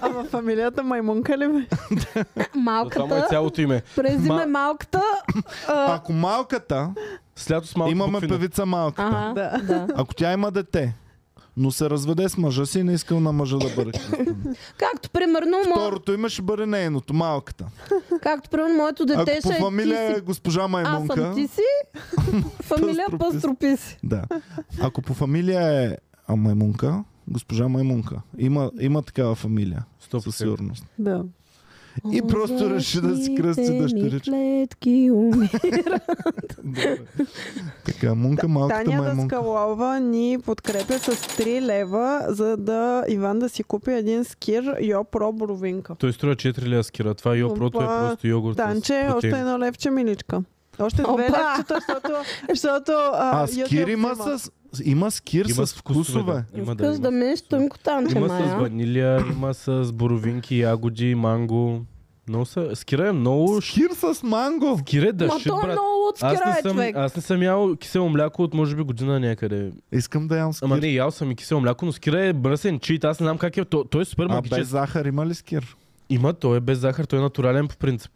Speaker 2: Ама фамилията маймунка ли бе?
Speaker 4: Това му е
Speaker 3: Малката,
Speaker 4: цялото име.
Speaker 3: през име
Speaker 4: Ма-
Speaker 3: малката. а,
Speaker 1: Ако малката,
Speaker 4: С лято с малко
Speaker 1: имаме
Speaker 4: букви на-
Speaker 1: певица малката.
Speaker 3: Ага,
Speaker 2: Да.
Speaker 3: да.
Speaker 1: Ако тя има дете, но се разведе с мъжа си и не искал на мъжа да бъде. кръстен.
Speaker 3: Както примерно, мо-
Speaker 1: Второто име ще бъде нейното, малката.
Speaker 3: както примерно моето дете
Speaker 1: Ако
Speaker 3: ще
Speaker 1: по
Speaker 3: е
Speaker 1: фамилия е
Speaker 3: Киси.
Speaker 1: госпожа
Speaker 3: Аз
Speaker 1: Маймунка.
Speaker 3: съм ти си, фамилия е
Speaker 1: Пъстропис.
Speaker 3: пастропис.
Speaker 1: Да. Ако по фамилия е а, Маймунка, госпожа Маймунка. Има, има такава фамилия,
Speaker 4: Стоп,
Speaker 1: със
Speaker 4: сега.
Speaker 1: сигурност. И просто реши да си кръсти
Speaker 3: Облачните ми
Speaker 1: дъщеричка.
Speaker 3: клетки умират.
Speaker 1: Добре. Така, Мунка, малката
Speaker 2: Таня
Speaker 1: Маймунка.
Speaker 2: Даскалова ни подкрепя с 3 лева, за да Иван да си купи един скир Йо Про Бровинка.
Speaker 4: Той струва 4 лева скира. Това йогурт е
Speaker 2: Опа.
Speaker 4: просто йогурт. с
Speaker 2: Танче,
Speaker 4: протеин.
Speaker 2: още едно левче, миличка. Още две
Speaker 3: Опа!
Speaker 2: левчета, защото... защото
Speaker 1: А,
Speaker 2: а,
Speaker 1: скир
Speaker 2: YouTube
Speaker 1: има
Speaker 2: взима.
Speaker 1: с... Има скир
Speaker 4: Има
Speaker 1: с вкусове.
Speaker 4: да. Има да
Speaker 3: Искаш да
Speaker 4: има.
Speaker 3: минеш тънко танче,
Speaker 4: Има с
Speaker 3: Мая.
Speaker 4: ванилия, има с боровинки, ягоди, манго. Но са... Скира е много... ш-
Speaker 1: Скир с манго.
Speaker 4: Скира е да
Speaker 3: Ма
Speaker 4: шит,
Speaker 3: то е
Speaker 4: брат.
Speaker 3: много от
Speaker 4: Аз
Speaker 3: скира,
Speaker 4: не,
Speaker 3: е,
Speaker 4: съм,
Speaker 3: човек.
Speaker 4: аз не съм ял кисело мляко от може би година някъде.
Speaker 1: Искам да ям скир.
Speaker 4: Ама не, ял съм и кисело мляко, но скира е бръсен чит. Аз не знам как е. То- Той, е супер
Speaker 1: а без
Speaker 4: магически.
Speaker 1: захар има ли скир?
Speaker 4: Има, той е без захар, той е натурален по принцип.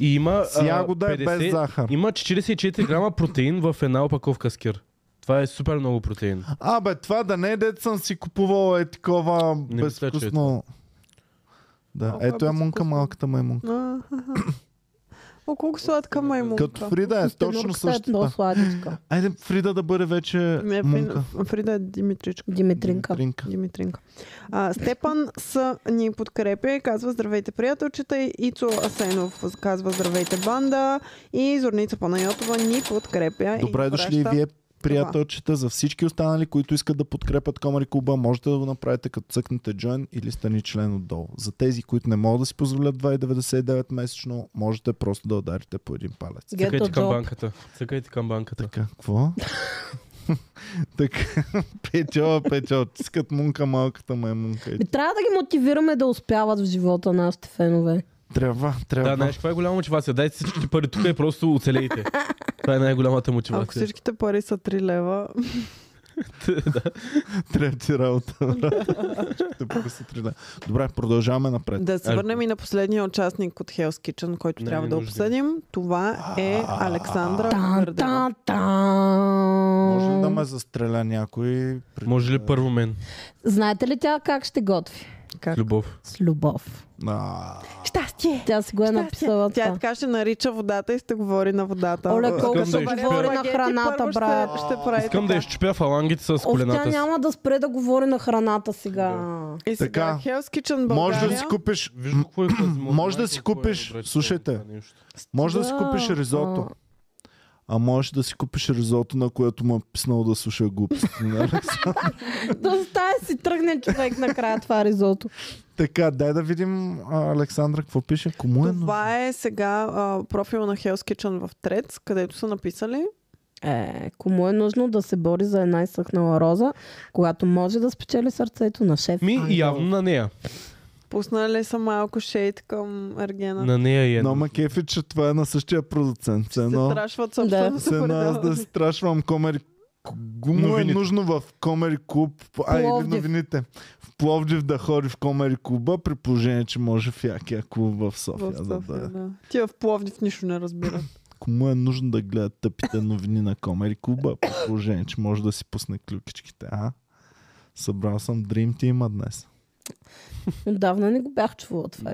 Speaker 4: И има...
Speaker 1: С
Speaker 4: а,
Speaker 1: ягода е
Speaker 4: 50
Speaker 1: без захар.
Speaker 4: Има 44 грама протеин в една опаковка скир. Това е супер много протеин.
Speaker 1: Абе, това да не е дет съм си купувал е такова
Speaker 4: мисля, че е
Speaker 1: безвкусно. Да,
Speaker 2: Колко е
Speaker 1: ето я мунка,
Speaker 2: безвкусно.
Speaker 1: малката маймунка.
Speaker 2: А, аха. О, колко сладка маймунка.
Speaker 1: Като Фрида е точно
Speaker 3: Стенурката е
Speaker 1: същата.
Speaker 3: много сладичка.
Speaker 1: Айде Фрида да бъде вече
Speaker 2: Не,
Speaker 1: мунка.
Speaker 2: Фрида, Фрида е Димитричка.
Speaker 3: Димитринка.
Speaker 1: Тринка.
Speaker 2: Димитринка. А, Степан с ни подкрепя и казва здравейте приятелчета. И Ицо Асенов казва здравейте банда. И Зорница Панайотова ни подкрепя.
Speaker 1: Добре
Speaker 2: Е, и
Speaker 1: дошли и
Speaker 2: праща-
Speaker 1: вие, приятелчета, за всички останали, които искат да подкрепят Комари Клуба, можете да го направите като цъкнете Join или стани член отдолу. За тези, които не могат да си позволят 2,99 месечно, можете просто да ударите по един палец.
Speaker 3: Гето
Speaker 4: Цъкайте към
Speaker 3: джоб.
Speaker 4: банката. Цъкайте към банката.
Speaker 1: Така, какво? така, печо, печо, тискат мунка малката маймунка.
Speaker 3: Ми, трябва да ги мотивираме да успяват в живота нашите фенове.
Speaker 1: Трябва, трябва.
Speaker 4: Да, знаеш, каква е голяма мотивация? Дайте всичките пари тук и просто оцелейте. Това е най-голямата
Speaker 2: Ако
Speaker 4: мотивация.
Speaker 2: всичките пари са 3 лева,
Speaker 1: Трябва ти работа. брат. Ще покъса три дни. Добре, продължаваме напред.
Speaker 2: да се
Speaker 4: Ай,
Speaker 2: върнем и на последния участник от Hell's Kitchen, който
Speaker 4: Е, Не,
Speaker 2: трябва
Speaker 4: не
Speaker 2: да
Speaker 4: нужди.
Speaker 2: обсъдим. Това е Александра
Speaker 3: Тан,
Speaker 2: Гърдева.
Speaker 3: тан, тан.
Speaker 1: Може ли да ме застреля някой? При-
Speaker 4: Може ли първо мен?
Speaker 3: Знаете ли тя как ще готви?
Speaker 2: Как?
Speaker 4: Любов.
Speaker 3: С любов.
Speaker 1: А,
Speaker 7: Щастие!
Speaker 3: Тя си го е
Speaker 7: Щастие.
Speaker 3: написала
Speaker 2: Тя
Speaker 3: това.
Speaker 2: така ще нарича водата и ще говори на водата.
Speaker 3: Оле,
Speaker 4: Искам
Speaker 3: колко
Speaker 4: да
Speaker 3: се
Speaker 4: изпя.
Speaker 3: говори на
Speaker 2: Спагети
Speaker 3: храната,
Speaker 2: първо ще-
Speaker 3: брат.
Speaker 2: Ще прави
Speaker 4: Искам да
Speaker 2: така.
Speaker 4: изчупя фалангите с
Speaker 3: Е, Оф,
Speaker 4: колената
Speaker 3: тя
Speaker 4: си.
Speaker 3: няма да спре да говори на храната сега.
Speaker 2: И сега
Speaker 1: е Така.
Speaker 2: Hell's Kitchen България.
Speaker 1: може да си купиш
Speaker 4: Виж какво е тази мода,
Speaker 1: Може да
Speaker 4: майко,
Speaker 1: си
Speaker 4: какво е
Speaker 1: купиш-
Speaker 4: добре, че
Speaker 1: слушайте.
Speaker 4: това нещо.
Speaker 1: Може да си купиш ризото. А можеш да си купиш ризото, на което му е писнал да слуша глупости. нали? на Александър.
Speaker 3: Да стая си тръгне човек накрая това ризото.
Speaker 1: така, дай да видим а, Александра какво пише. Кому е нужно?
Speaker 2: Това е сега а, профил на Hell's Kitchen в Трец, където са написали.
Speaker 3: Е, кому е нужно да се бори за една изсъхнала роза, когато може да спечели сърцето на шеф?
Speaker 4: Ми
Speaker 3: Ангел?
Speaker 4: явно на нея.
Speaker 2: Пуснали са малко шейт към Ергена.
Speaker 4: На нея е.
Speaker 1: Но ма кефи, че това е на същия продуцент. Все
Speaker 2: се
Speaker 1: едно,
Speaker 2: трашват собственото
Speaker 1: все едно аз да си трашвам комери Кому е
Speaker 4: Новините.
Speaker 1: нужно в Комери клуб, а или
Speaker 3: Пловдив.
Speaker 1: новините, в Пловдив да ходи в Комери клуба, при положение, че може в якия клуб в София,
Speaker 2: в
Speaker 1: да
Speaker 2: София,
Speaker 1: дойде.
Speaker 2: да. Тия в Пловдив нищо не разбира.
Speaker 1: Кому е нужно да гледа тъпите новини на Комери клуба, при положение, че може да си пусне клюкичките, а? Събрал съм Dream Team днес.
Speaker 3: Отдавна не го бях чувала това.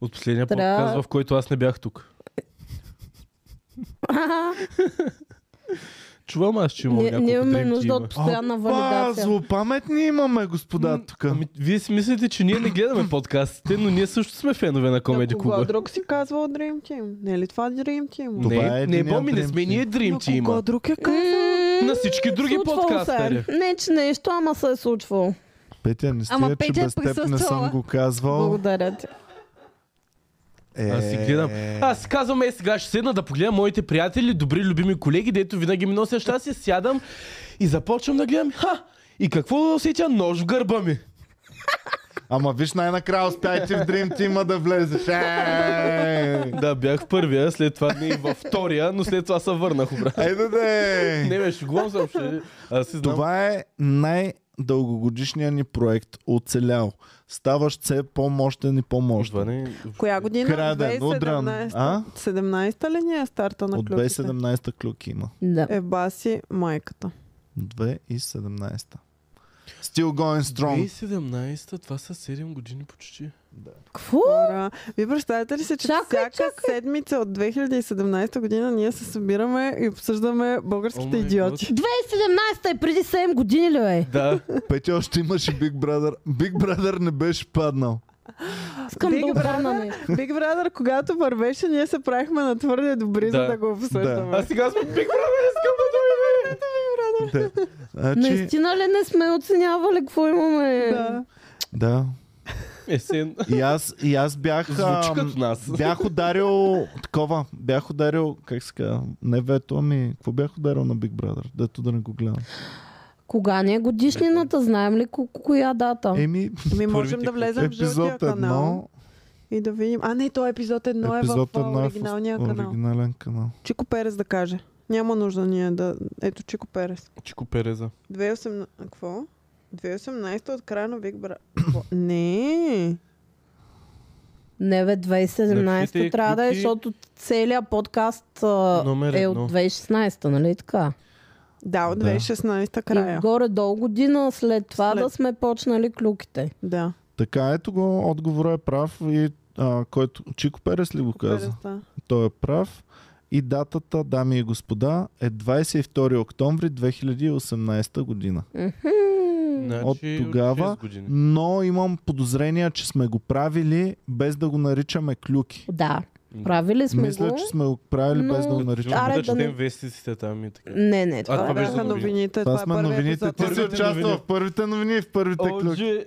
Speaker 4: От последния
Speaker 3: Трябва-
Speaker 4: подкаст, в който аз не бях тук. Чувам аз, че имам
Speaker 3: Ние
Speaker 4: няколко
Speaker 3: ние имаме
Speaker 4: Dream
Speaker 3: нужда
Speaker 4: Team-а.
Speaker 3: от постоянна
Speaker 1: Па,
Speaker 3: валидация.
Speaker 1: злопаметни имаме, господа, тук.
Speaker 4: Ами, вие си мислите, че ние не гледаме подкастите, но ние също сме фенове на Комеди
Speaker 2: На кого
Speaker 4: Куба.
Speaker 2: друг си казвал Dream Team? Не е ли това Dream Team?
Speaker 1: Това е
Speaker 4: Не, не,
Speaker 1: единият
Speaker 4: боми, не
Speaker 1: Dream
Speaker 4: сме
Speaker 1: Team.
Speaker 4: ние Dream
Speaker 2: На кого
Speaker 4: Team.
Speaker 2: друг е казал?
Speaker 3: М,
Speaker 4: На всички други
Speaker 3: случвало
Speaker 4: подкастери.
Speaker 3: се. е. Не, че нещо, ама се е случвало.
Speaker 1: Петя, не
Speaker 6: Ама
Speaker 1: стига, че
Speaker 6: Петя е
Speaker 1: без теб не съм
Speaker 6: присъствала.
Speaker 1: го казвал.
Speaker 3: Благодаря ти.
Speaker 1: Е,
Speaker 4: Аз си гледам. Аз си казвам, е сега ще седна да погледам моите приятели, добри, любими колеги, дето винаги ми носят щастие, сядам и започвам да гледам. Ха! И какво да усетя? Нож в гърба ми.
Speaker 1: Ама виж, най-накрая успяйте в Dream Team да влезеш. Е! Ей!
Speaker 4: Да, бях в първия, след това не и във втория, но след това се върнах, брат.
Speaker 1: Айде Е, да
Speaker 4: Не, бе, шегувам съм, ще... Аз си знам.
Speaker 1: Това е най-дългогодишният ни проект. Оцелял. Ставаш все по-мощен и
Speaker 4: Това
Speaker 1: по-мощен.
Speaker 4: не...
Speaker 2: Коя година?
Speaker 1: Краден, удран.
Speaker 2: 2017.
Speaker 1: е А?
Speaker 2: 17-та ли ни е старта на
Speaker 1: От
Speaker 2: клюките?
Speaker 1: 2017 клюк има.
Speaker 3: Да.
Speaker 2: Е, баси майката.
Speaker 1: 2017. Still going strong.
Speaker 4: 2017-та, това са 7 години почти.
Speaker 3: Какво?
Speaker 2: Хора, ви представяте ли се, че
Speaker 3: Чакай,
Speaker 2: всяка седмица от 2017 година ние се събираме и обсъждаме българските
Speaker 4: О май
Speaker 2: идиоти.
Speaker 3: 2017 е преди 7 години ли е?
Speaker 4: Да,
Speaker 1: Петя още имаше Big Brother. Big Brother не беше паднал.
Speaker 3: Искам да
Speaker 2: Big
Speaker 3: обърна нещо.
Speaker 2: Big Brother, когато вървеше, ние се правихме на твърде добри, за
Speaker 4: Да.
Speaker 2: да го обсъждаме.
Speaker 4: аз сега сме Big Brother, искам да дойде.
Speaker 1: Да. Значи,
Speaker 3: Наистина ли не сме оценявали какво имаме?
Speaker 2: Да.
Speaker 1: да.
Speaker 4: Есен.
Speaker 1: И аз, и аз бях...
Speaker 4: Е, Звучи
Speaker 1: ам,
Speaker 4: като нас.
Speaker 1: Бях ударил такова, бях ударил, как се казва, не вето, ами, какво бях ударил на Big Brother, дето да не го гледам.
Speaker 3: Кога ни е годишнината? Знаем ли ко- коя дата?
Speaker 1: Еми,
Speaker 2: Ми можем
Speaker 4: Първите
Speaker 2: да влезем Ами, в жълтия
Speaker 1: епизод
Speaker 2: канал
Speaker 1: едно,
Speaker 2: и да видим. А, не, то епизод едно е в
Speaker 1: епизод
Speaker 2: а,
Speaker 1: едно е в
Speaker 2: оригиналния канал.
Speaker 1: оригинален канал.
Speaker 2: Чико Перес да каже. Няма нужда ние да... Ето Чико Перес.
Speaker 4: Чико Переза.
Speaker 2: 2018... Какво? 2018 от края на Big Brother. Не.
Speaker 3: Не бе, 2017
Speaker 4: Напишете
Speaker 3: трябва да е,
Speaker 4: клюки.
Speaker 3: защото целият подкаст а,
Speaker 4: Номер
Speaker 3: е от
Speaker 4: едно.
Speaker 3: 2016, нали така?
Speaker 2: Да, от
Speaker 1: Да.
Speaker 2: 2016
Speaker 3: И
Speaker 2: края.
Speaker 3: горе-долу година след това
Speaker 2: След.
Speaker 3: да сме почнали клюките.
Speaker 2: Да.
Speaker 1: Така, ето го, отговора е прав и а, който, Чико Перес ли го каза?
Speaker 2: Перес, да.
Speaker 1: Той е прав. И датата, дами и господа, е 22 октомври 2018 година.
Speaker 4: Значи,
Speaker 1: тогава-
Speaker 4: От 6 години.
Speaker 1: Но имам подозрение, че сме го правили без да го наричаме клюки.
Speaker 3: Да, правили сме
Speaker 1: Мисля,
Speaker 3: го.
Speaker 1: че сме го правили без да
Speaker 3: но-
Speaker 1: го наричаме.
Speaker 3: Аре,
Speaker 4: да
Speaker 3: да не-
Speaker 4: четем вестниците там и така.
Speaker 3: Не, не, това,
Speaker 4: това
Speaker 3: е
Speaker 2: Това
Speaker 4: беше за
Speaker 2: бяха
Speaker 4: новини.
Speaker 2: новините.
Speaker 1: Това
Speaker 2: Това,
Speaker 1: сме
Speaker 2: е първият
Speaker 1: новините.
Speaker 2: епизод.
Speaker 1: Ти си
Speaker 4: Първите
Speaker 1: участвал
Speaker 4: новини.
Speaker 1: в първите новини, в първите клюки.
Speaker 4: Отже,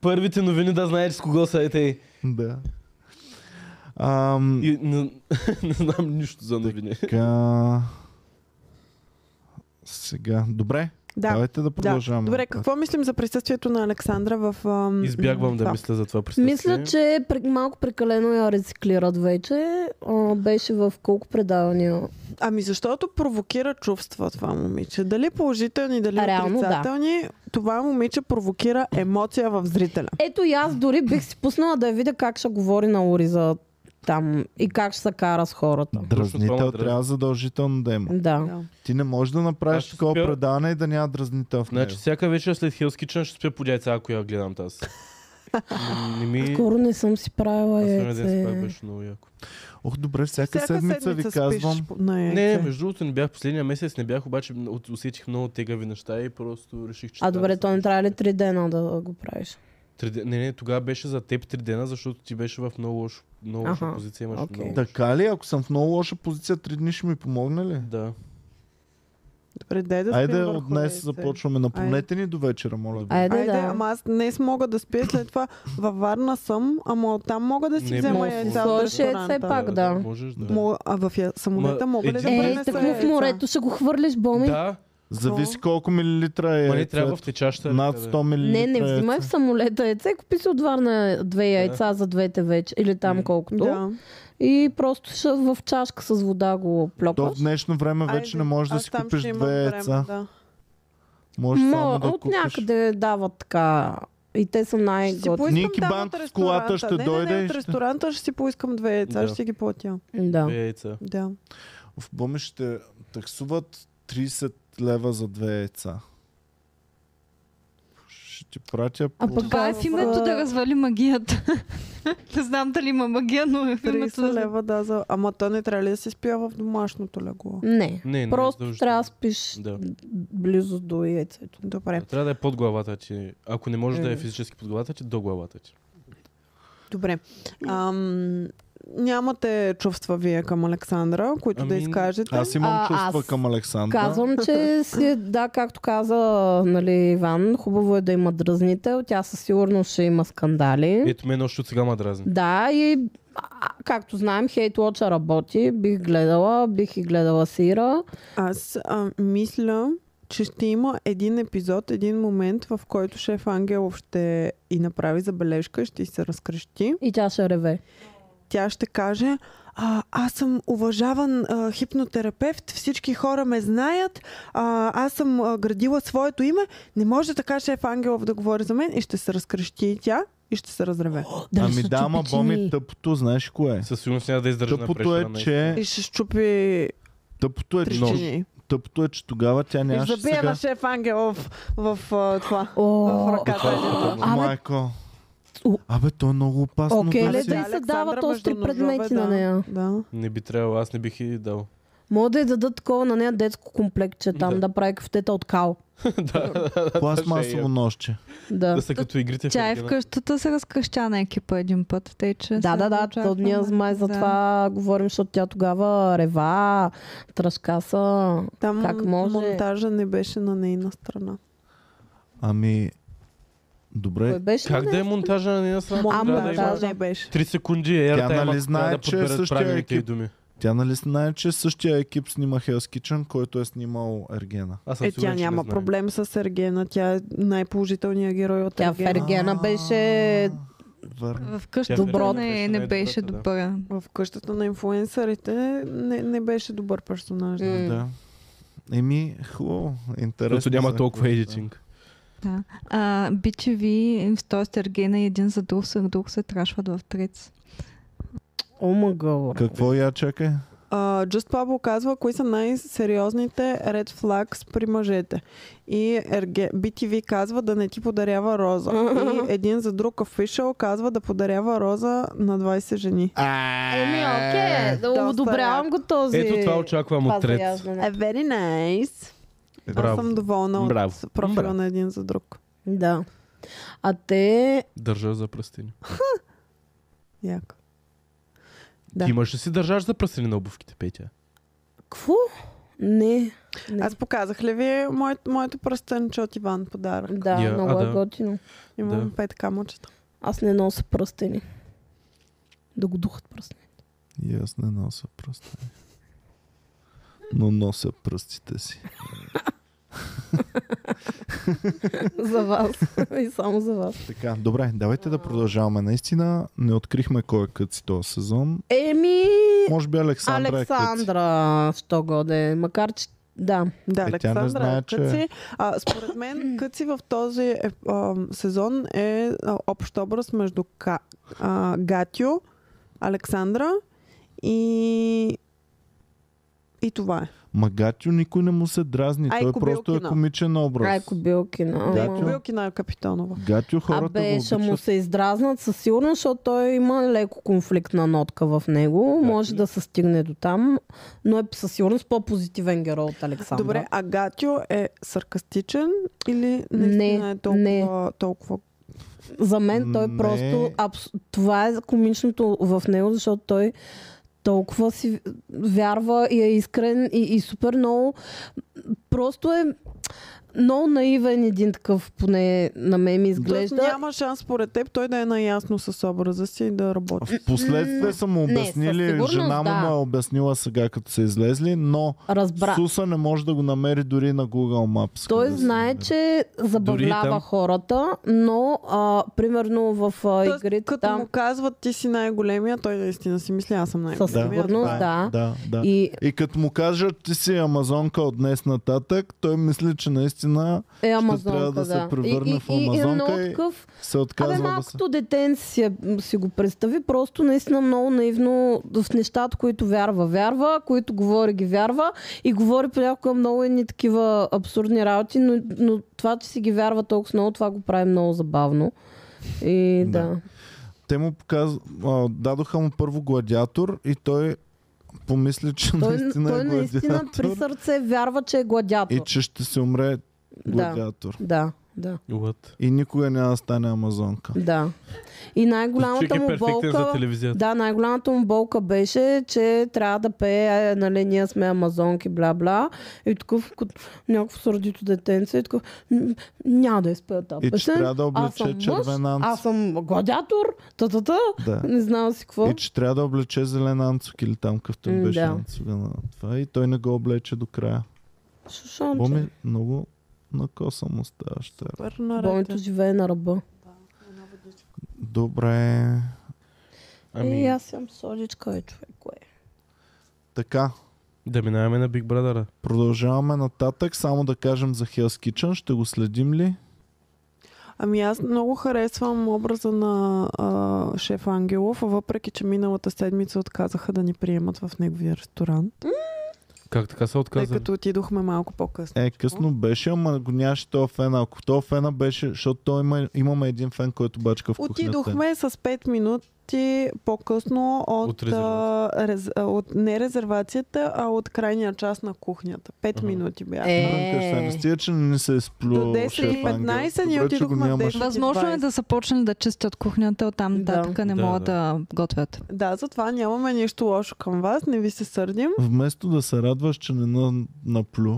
Speaker 4: първите новини да знаеш с кого са е, ете.
Speaker 1: Да. Ам,
Speaker 4: И, не, не знам нищо за новини.
Speaker 1: така... Сега. Добре,
Speaker 2: Да.
Speaker 1: давайте да
Speaker 2: Да.
Speaker 1: продължаваме.
Speaker 2: Добре, какво мислим за присъствието на Александра в... ам,
Speaker 4: Избягвам да
Speaker 2: това?
Speaker 4: мисля за това присъствие.
Speaker 3: Мисля, че е пре- малко прекалено я рециклират вече. А, беше в колко предавания?
Speaker 2: Ами защото провокира чувства това момиче. Дали положителни, дали
Speaker 3: Реално, да.
Speaker 2: отрицателни, това момиче провокира емоция в зрителя.
Speaker 3: Ето и аз дори бих си пуснала да я видя как ще говори на Ориза там и как ще се кара с хората.
Speaker 4: Точно това
Speaker 1: Дразнител
Speaker 4: ме дразни.
Speaker 1: трябва задължително да има.
Speaker 3: Да.
Speaker 2: Да.
Speaker 1: Ти не можеш да направиш
Speaker 4: Аз ще
Speaker 1: такова
Speaker 4: спя-
Speaker 1: предаване и да няма дразнител в него.
Speaker 4: Значи всяка вечер след Хелс Кичен ще спя по яйца, ако я гледам тази. М, Не ми...
Speaker 3: Скоро не съм си правила
Speaker 4: Аз на ден това
Speaker 3: яйце.
Speaker 4: беше много яко.
Speaker 1: Ох, добре, всяка, седмица ви
Speaker 2: спиш
Speaker 1: казвам.
Speaker 2: по- на яйце.
Speaker 4: Не, между другото не бях последния месец, не бях, обаче м- от- усетих много тегави неща и просто реших, че...
Speaker 3: А
Speaker 4: трябва да
Speaker 3: добре,
Speaker 4: се
Speaker 3: то не трябва ли три дена да го правиш?
Speaker 4: Три ден- Не, не, тогава беше за теб три дена, защото ти беше в много лош, много лоша
Speaker 3: Аха,
Speaker 4: позиция. Имаш
Speaker 3: окей.
Speaker 4: много...
Speaker 1: Така ли? Ако съм в много лоша позиция, три дни ще ми помогне ли?
Speaker 4: Да.
Speaker 2: Добре, дай да спим
Speaker 1: Айде,
Speaker 2: върху
Speaker 1: от днес
Speaker 2: яйце.
Speaker 1: започваме. Напомнете ни до вечера, моля.
Speaker 3: Айде,
Speaker 2: Айде,
Speaker 3: да.
Speaker 2: ама аз днес мога да спя, след това във Варна съм, ама оттам мога да си
Speaker 4: Не
Speaker 2: взема
Speaker 4: мога.
Speaker 2: яйца от
Speaker 3: Сложи
Speaker 2: ресторанта.
Speaker 3: яйце пак, да.
Speaker 4: Можеш да.
Speaker 2: Мога- а в я- самолета
Speaker 4: Ма,
Speaker 2: мога ли да
Speaker 4: един-
Speaker 3: Е,
Speaker 2: принеса
Speaker 3: такво в
Speaker 2: яйца?
Speaker 3: морето ще го хвърлиш, Боми.
Speaker 4: Да,
Speaker 1: Зависи колко милилитра е.
Speaker 4: ма не
Speaker 1: яйцето.
Speaker 4: трябва в течаща.
Speaker 1: Над
Speaker 4: ръка, бе.
Speaker 1: 100 милилитра.
Speaker 3: Не, не
Speaker 1: е.
Speaker 3: взимай в самолета яйце, купи си от Варна две яйца за двете вече, или там
Speaker 4: М.
Speaker 3: колкото.
Speaker 2: Да.
Speaker 3: И просто ще в чашка с вода го
Speaker 1: То в
Speaker 3: плопаш.
Speaker 1: днешно време вече
Speaker 2: Айде,
Speaker 1: не можеш да
Speaker 2: аз
Speaker 1: си
Speaker 2: там
Speaker 1: купиш
Speaker 2: ще имам
Speaker 1: две
Speaker 2: време,
Speaker 1: яйца.
Speaker 2: да.
Speaker 1: Можеш само
Speaker 3: Ма,
Speaker 1: да
Speaker 3: от
Speaker 1: купиш.
Speaker 3: някъде дават така. И те са
Speaker 2: Ще си
Speaker 3: най-готини.
Speaker 2: поискам
Speaker 1: Ники
Speaker 2: там
Speaker 1: Банков
Speaker 2: от
Speaker 1: с колата ще
Speaker 2: ресторанта. не,
Speaker 1: дойде
Speaker 2: Не, не,
Speaker 1: и
Speaker 2: от
Speaker 1: ще-
Speaker 2: ресторанта ще си поискам две яйца,
Speaker 4: Да.
Speaker 2: ще си ги платя.
Speaker 3: Да.
Speaker 1: Е,
Speaker 4: Две е яйца.
Speaker 2: Да.
Speaker 1: В Боми ще таксуват 30 лева за две яйца. Ще ти пратя
Speaker 3: А
Speaker 1: по...
Speaker 3: пък
Speaker 6: Това е в името да развали магията. Не знам дали има магия, но е в името
Speaker 2: 30
Speaker 6: да...
Speaker 2: лева, да, за... Ама то не трябва ли да се спя в домашното легло?
Speaker 3: Не.
Speaker 1: е
Speaker 4: Не, не.
Speaker 3: Просто
Speaker 4: задължително.
Speaker 3: трябва да спиш
Speaker 4: Да.
Speaker 3: близо до яйцето.
Speaker 2: Добре.
Speaker 4: Трябва да е под главата ти. Ако не можеш да е
Speaker 2: М.
Speaker 4: физически под главата ти, до главата ти.
Speaker 2: Добре. Ам, нямате чувства вие към Александра, които да
Speaker 4: Ами,
Speaker 2: изкажете.
Speaker 1: Аз имам
Speaker 3: А,
Speaker 1: чувства
Speaker 3: аз
Speaker 1: към Александър.
Speaker 3: Казвам, че си, е- да, както каза нали, Иван, хубаво е да има дразнител. Тя със сигурност ще има скандали.
Speaker 1: Е,
Speaker 4: Ето мен още от сега ма дразни.
Speaker 3: Да, и а, както знаем, Хейт Watcher работи. Бих гледала, бих и гледала Сира.
Speaker 2: Аз а, мисля, че ще има един епизод, един момент, в който шеф Ангелов ще и направи забележка, ще й се разкрещи.
Speaker 3: И тя ще реве.
Speaker 2: Тя ще каже, а, аз съм уважаван а, хипнотерапевт, всички хора ме знаят, а, аз съм а, градила своето име, не може така шеф Ангелов да говори за мен и ще се разкрещи и тя и ще се разреве.
Speaker 1: Ами да, ма Боми, тъпото, знаеш кое е?
Speaker 4: Със сигурност няма да издържа на
Speaker 1: Тъпото
Speaker 4: пресора.
Speaker 1: е, че...
Speaker 2: И ще щупи
Speaker 1: Тъпото е, че...
Speaker 2: трещини.
Speaker 1: Тъпото е, че тогава тя
Speaker 2: И ще
Speaker 1: нямаше
Speaker 2: забие
Speaker 1: сега...
Speaker 2: на шеф Ангелов в, а, това. В
Speaker 3: О,
Speaker 2: ръката
Speaker 1: е
Speaker 2: един нож.
Speaker 3: Абе-
Speaker 1: Майко.
Speaker 3: О.
Speaker 1: Абе, то е много опасно.
Speaker 3: Окей,
Speaker 1: да
Speaker 3: ле,
Speaker 1: си-
Speaker 3: да и се дават остри предмети на нея.
Speaker 2: Да.
Speaker 4: Не би трябвало, аз не бих и дал.
Speaker 3: Мога да й дадат такова на нея детско комплектче там, да,
Speaker 4: Да.
Speaker 3: прави кафтета от кал.
Speaker 4: да, ще е
Speaker 1: Пластмасово
Speaker 4: яко.
Speaker 1: нощче.
Speaker 3: Да.
Speaker 4: да са като игрите в
Speaker 6: Тя е в
Speaker 4: Ергена.
Speaker 6: къщата се разкръща на екипа един път, тъй че...
Speaker 3: Да,
Speaker 6: се
Speaker 3: да, да,
Speaker 6: очаква
Speaker 3: то ние
Speaker 6: на-
Speaker 3: май за
Speaker 6: да.
Speaker 3: това говорим, защото тя тогава рева, трашкаса.
Speaker 2: Там
Speaker 3: Как може?
Speaker 2: монтажа не беше на нейна страна.
Speaker 1: Ами...
Speaker 3: Кой
Speaker 1: Добре,
Speaker 3: беше?
Speaker 4: Как да е
Speaker 3: днес?
Speaker 4: монтажа на нея страна?
Speaker 3: Ама,
Speaker 4: Трябва да има
Speaker 3: да.
Speaker 2: не беше.
Speaker 4: 3 секунди е
Speaker 1: Тя нали знае,
Speaker 4: да
Speaker 1: че
Speaker 4: подберат
Speaker 1: същия
Speaker 4: правилните й
Speaker 1: екип.
Speaker 4: думи.
Speaker 1: тя нали знае, че същия екип снима Hell's Kitchen, който е снимал Ергена.
Speaker 4: Аз съм
Speaker 2: Е,
Speaker 4: сигурен,
Speaker 2: тя
Speaker 4: че не
Speaker 2: няма
Speaker 4: знае.
Speaker 2: проблем с Ергена. Тя е най-положителният герой от
Speaker 3: Тя в
Speaker 2: Ергена.
Speaker 3: Ергена беше...
Speaker 1: Върна.
Speaker 6: В
Speaker 4: Тя
Speaker 6: къщата
Speaker 4: в
Speaker 3: Добро.
Speaker 6: не, не беше
Speaker 4: Да.
Speaker 6: добра.
Speaker 2: В къщата на инфуенсърите не, не беше добър персонаж.
Speaker 3: М.
Speaker 2: Mm.
Speaker 1: Да. Еми, хубаво, интересно. е.
Speaker 4: Защото няма
Speaker 1: са
Speaker 4: толкова
Speaker 1: нещата.
Speaker 4: едитинг.
Speaker 6: Да. А, бичи ви, т.е. Ергена и един за друг, за друг се трашват в трец.
Speaker 3: О, мъгъл.
Speaker 1: Какво я чакай?
Speaker 2: Uh, Just Pablo казва, кои са най-сериозните red flags при мъжете. И Ерге... BTV казва да не ти подарява роза. И един за друг official казва да подарява роза на 20 жени.
Speaker 3: Еми, Е, окей, да
Speaker 2: Доста
Speaker 3: одобрявам го този.
Speaker 4: Ето това очаквам
Speaker 3: това
Speaker 4: от трет.
Speaker 3: заяждане.
Speaker 2: Е, very nice. Аз съм доволна от
Speaker 4: Браво.
Speaker 2: профила
Speaker 4: Браво.
Speaker 2: на един за друг.
Speaker 3: Да. А те...
Speaker 4: Държа за пръстени.
Speaker 2: Яко. Да.
Speaker 4: Ти имаш ли си държаш за пръстени на обувките, Петя?
Speaker 3: Кво? Не. не.
Speaker 2: Аз показах ли ви мое, моето пръстенче от Иван подарък?
Speaker 3: Да,
Speaker 4: Я-
Speaker 3: много
Speaker 4: а,
Speaker 3: е
Speaker 4: да.
Speaker 3: готино.
Speaker 2: Имам
Speaker 4: Да.
Speaker 2: пет камъчета.
Speaker 3: Аз не нося пръстени. Да го духат пръстени.
Speaker 1: И аз не нося пръстени. Но нося пръстите си.
Speaker 3: за вас. И само за вас.
Speaker 1: Така, добре, давайте да продължаваме. Наистина не открихме кой е къци този сезон.
Speaker 3: Еми,
Speaker 1: Може би Александра, е къци.
Speaker 3: Александра, що годе. Макар, че да.
Speaker 2: Да,
Speaker 1: Е, тя не
Speaker 2: Александра
Speaker 1: знае,
Speaker 2: е
Speaker 1: че-
Speaker 2: Къци. А, според мен Къци в този е, а, сезон е а, общ образ между Ка, а, Гатио, Александра и И това е.
Speaker 1: Магатио никой не му се дразни. Той
Speaker 2: Айко
Speaker 1: просто е
Speaker 2: Билкина.
Speaker 1: комичен образ.
Speaker 3: Райко Билкина.
Speaker 1: Да,
Speaker 3: ама-
Speaker 1: Гатио.
Speaker 2: Билкина е Капитонова.
Speaker 1: Гатио хората
Speaker 3: Абе,
Speaker 1: го
Speaker 3: ще му
Speaker 1: обичат.
Speaker 3: се издразнат със сигурност, защото той има леко конфликтна нотка в него. Може да се стигне до там, но е със сигурност по-позитивен герой от Александър.
Speaker 2: Добре, а Гатио е саркастичен или
Speaker 3: Не,
Speaker 2: наистина е толкова,
Speaker 3: не.
Speaker 2: толкова...
Speaker 3: За мен той
Speaker 1: Не.
Speaker 3: просто... Абс... Това е комичното в него, защото той толкова си вярва и е искрен и, и супер много. Просто е много наивен един такъв, поне на мен ми
Speaker 2: Тоест
Speaker 3: изглежда.
Speaker 2: няма шанс според теб той да е наясно с образа си и да работи.
Speaker 1: В последствие са му
Speaker 3: Не, със
Speaker 1: обяснили,
Speaker 3: сигурност
Speaker 1: жена му
Speaker 3: да.
Speaker 1: му е обяснила сега, като са излезли, но
Speaker 3: Разбра.
Speaker 1: Суса не може да го намери дори на Google Maps.
Speaker 3: Той
Speaker 1: къде се
Speaker 3: знае,
Speaker 1: намира.
Speaker 3: че забавлява
Speaker 4: Дори и там.
Speaker 3: хората, но а, примерно в а,
Speaker 2: Тоест,
Speaker 3: игрите
Speaker 2: като
Speaker 3: там...
Speaker 2: му казват ти си най-големия, той наистина си мисли, аз съм
Speaker 3: Със
Speaker 2: най-големия.
Speaker 3: сигурност,
Speaker 2: Това е.
Speaker 3: да.
Speaker 1: Да, да. И...
Speaker 3: И
Speaker 1: и като му кажат, ти си амазонка от днес нататък, той мисли, че наистина
Speaker 3: е Амазонка,
Speaker 1: да
Speaker 3: да.
Speaker 1: се превърне
Speaker 3: и, и,
Speaker 1: в
Speaker 3: и, и е много
Speaker 1: амазонка и
Speaker 3: такъв...
Speaker 1: се
Speaker 3: Абе,
Speaker 1: отказва да се...
Speaker 3: малкото детен си, е- си го представи, просто наистина много наивно в нещата, които вярва, вярва, които говори, ги вярва и говори понякога много едни такива абсурдни работи, но, но това, че си ги вярва толкова много, това го прави много забавно. И
Speaker 1: Да.
Speaker 3: да. да.
Speaker 1: Те му показ... а, дадоха му първо гладиатор и той помисли, че
Speaker 3: Той,
Speaker 1: наистина
Speaker 3: той
Speaker 1: е
Speaker 3: наистина при
Speaker 1: гладиатор
Speaker 3: сърце вярва, че е гладиатор.
Speaker 1: и че ще се умре
Speaker 3: Да,
Speaker 1: гладиатор.
Speaker 3: да, да,
Speaker 4: What?
Speaker 1: И никога няма да стане амазонка.
Speaker 3: да. И най-голямата
Speaker 4: Човек е
Speaker 3: му
Speaker 4: перфектен за
Speaker 3: болка...
Speaker 4: телевизията.
Speaker 3: Да, най-голямата му болка беше, че трябва да пее, е, нали, ние сме амазонки, бла-бла. И такъв, като някакво сърдито детенце, и такъв, «М, няма да изпея тази
Speaker 1: И че трябва
Speaker 3: песен.
Speaker 1: да
Speaker 3: Аз съм
Speaker 1: облече
Speaker 3: мъж,
Speaker 1: червен
Speaker 3: аз
Speaker 1: анцук.
Speaker 3: съм гладиатор, та-та-та,
Speaker 1: Да.
Speaker 3: не знам си какво.
Speaker 1: И че трябва да облече зелен анцук или там какъвто
Speaker 3: М,
Speaker 1: им беше
Speaker 3: да.
Speaker 1: анцуга на това. И той не го облече до края.
Speaker 3: Шушонче.
Speaker 1: Боми много на коса му ставаш. тая.
Speaker 2: Супер наред е.
Speaker 3: Бомито живее на ръба.
Speaker 1: Добре.
Speaker 3: Ами...
Speaker 2: Е,
Speaker 4: Ами,
Speaker 3: И аз съм соричка, е човек, кое.
Speaker 1: Така.
Speaker 4: да минаваме на Big Brother.
Speaker 1: Продължаваме нататък. Само да кажем за Hell's Kitchen. Ще го следим ли?
Speaker 2: Ами аз много харесвам образа на а, шеф Ангелов, въпреки че миналата седмица отказаха да ни приемат в неговия ресторант,
Speaker 4: Как така се
Speaker 2: тъй
Speaker 4: отказа?
Speaker 2: като отидохме малко по-късно.
Speaker 1: Е, късно беше, ама го нямаше този фен. Ако този фена беше, защото той има, имаме един фен, който бачка в кухнята.
Speaker 2: Отидохме с 5 минути по-късно от,
Speaker 4: От
Speaker 2: от,
Speaker 4: резервацията.
Speaker 2: а, рез, а, от не резервацията, а от крайния част на кухнята. 5
Speaker 4: Ага.
Speaker 2: минути бяха.
Speaker 3: Е,
Speaker 1: Е. Стига, че не се е сплю
Speaker 2: До 10:15 ни отидохме в 10.
Speaker 6: Възможно е да са почнали да чистят кухнята, оттам
Speaker 3: Да.
Speaker 6: нататък не
Speaker 4: Да,
Speaker 6: могат
Speaker 4: да.
Speaker 6: да готвят.
Speaker 2: Да, затова нямаме нищо лошо към вас, не ви се сърдим.
Speaker 1: Вместо да се радваш, че не на, наплю.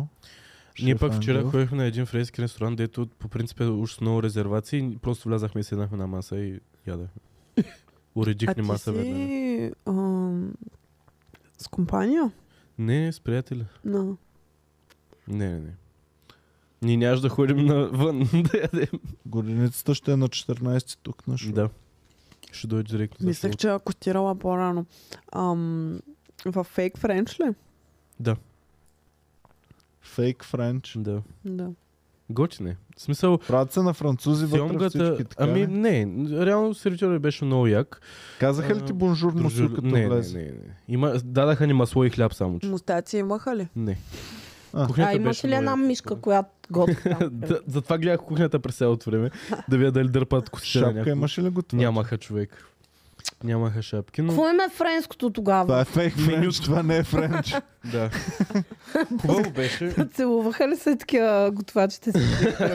Speaker 4: Ние
Speaker 1: шеф
Speaker 4: пък вчера
Speaker 1: Ангелов.
Speaker 4: ходихме на един френски ресторант, дето по принцип е уж с много резервации. и Просто влязахме и седнахме на маса и ядахме.
Speaker 2: А
Speaker 4: Уредихме
Speaker 2: ти
Speaker 4: маса веднага.
Speaker 2: си ам, с компания?
Speaker 4: Не, с приятели.
Speaker 2: No.
Speaker 4: Не, не, не. Ние нямаш да ходим навън да ядем.
Speaker 1: Годиницата ще е на 14 тук на шоу.
Speaker 4: Да. Ще дойде директно. за
Speaker 2: Мислех,
Speaker 4: селото.
Speaker 2: че ако стирала по-рано. Ам, в фейк френч ли?
Speaker 1: Фейк френч.
Speaker 4: Да.
Speaker 2: Да.
Speaker 4: Готин е. В смисъл,
Speaker 1: Правят се на французи вътре
Speaker 4: филмгата...
Speaker 1: всички, така
Speaker 4: Ами
Speaker 1: ли?
Speaker 4: не, реално сервитьорът беше много як.
Speaker 1: Казаха ли ти
Speaker 4: а,
Speaker 1: бонжур мусу,
Speaker 4: Дружу-
Speaker 1: като
Speaker 4: Не, не,
Speaker 1: влезе?
Speaker 4: не, не. Има, дадаха ни масло и хляб само, че.
Speaker 2: Мустаци имаха ли?
Speaker 4: Не.
Speaker 1: А.
Speaker 4: Кухнята
Speaker 3: А имаш
Speaker 4: беше
Speaker 3: ли
Speaker 4: много
Speaker 3: една
Speaker 4: яка.
Speaker 3: мишка, която готви там?
Speaker 4: да, затова гледах кухнята през цялото време, да видя дали дърпат косите на
Speaker 1: Шапка
Speaker 4: някого.
Speaker 1: имаше ли го това?
Speaker 4: Нямаха човек. Нямаха шапки, но...
Speaker 3: Какво им е френското тогава?
Speaker 1: Това е фейк френч,
Speaker 4: Менюто.
Speaker 1: това не е френч.
Speaker 4: Да. Хубаво беше.
Speaker 1: е-
Speaker 3: Целуваха ли се такива готвачите си?
Speaker 4: не.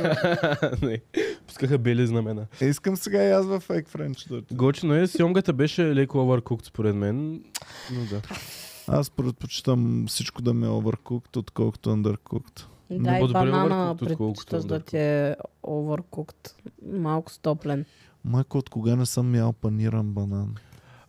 Speaker 4: Нали? Пускаха бели знамена.
Speaker 1: Е, Искам сега и аз във фейк френч да отида.
Speaker 4: Гочно е, сьомгата беше леко overcooked според мен. Но да.
Speaker 1: Аз предпочитам всичко да ми е overcooked, отколкото undercooked.
Speaker 3: Да,
Speaker 4: По-добре
Speaker 3: и банана
Speaker 4: overcooked, отколкото
Speaker 3: предпочиташ да
Speaker 4: undercooked.
Speaker 3: ти е overcooked. Малко стоплен.
Speaker 1: Майко, от кога не съм ял паниран банан?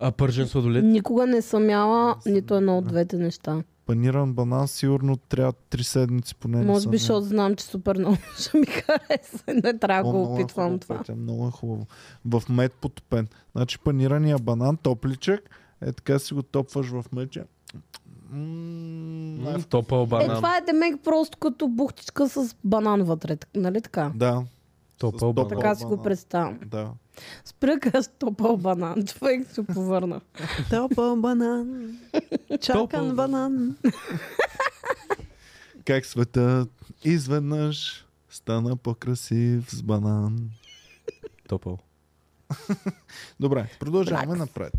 Speaker 4: А пържен сладолет?
Speaker 3: Никога не съм яла нито едно от двете неща.
Speaker 1: Паниран банан сигурно трябва 3 седмици поне. не
Speaker 3: Може
Speaker 1: съм
Speaker 3: би,
Speaker 1: ял.
Speaker 3: защото знам, че супер много ще ми хареса. Не трябва да
Speaker 1: О,
Speaker 3: го
Speaker 1: много е
Speaker 3: опитвам
Speaker 1: хубаво,
Speaker 3: това.
Speaker 1: Петя, Много е хубаво. В мед потопен. Значи панирания банан, топличък, е така си го топваш в меча.
Speaker 4: М, Топъл
Speaker 3: Е,
Speaker 4: банан.
Speaker 3: това е демек просто като бухтичка с банан вътре, так- нали така?
Speaker 1: Да.
Speaker 4: Топъл
Speaker 1: С
Speaker 4: банан.
Speaker 3: Така си го
Speaker 1: банан.
Speaker 3: представям.
Speaker 1: Да.
Speaker 3: Спръка с топъл банан. Човек се повърна.
Speaker 2: Топъл банан. Чакан
Speaker 4: Топъл
Speaker 2: банан.
Speaker 1: Как света изведнъж стана по-красив с банан.
Speaker 4: Топъл.
Speaker 1: Добре, продължаваме напред.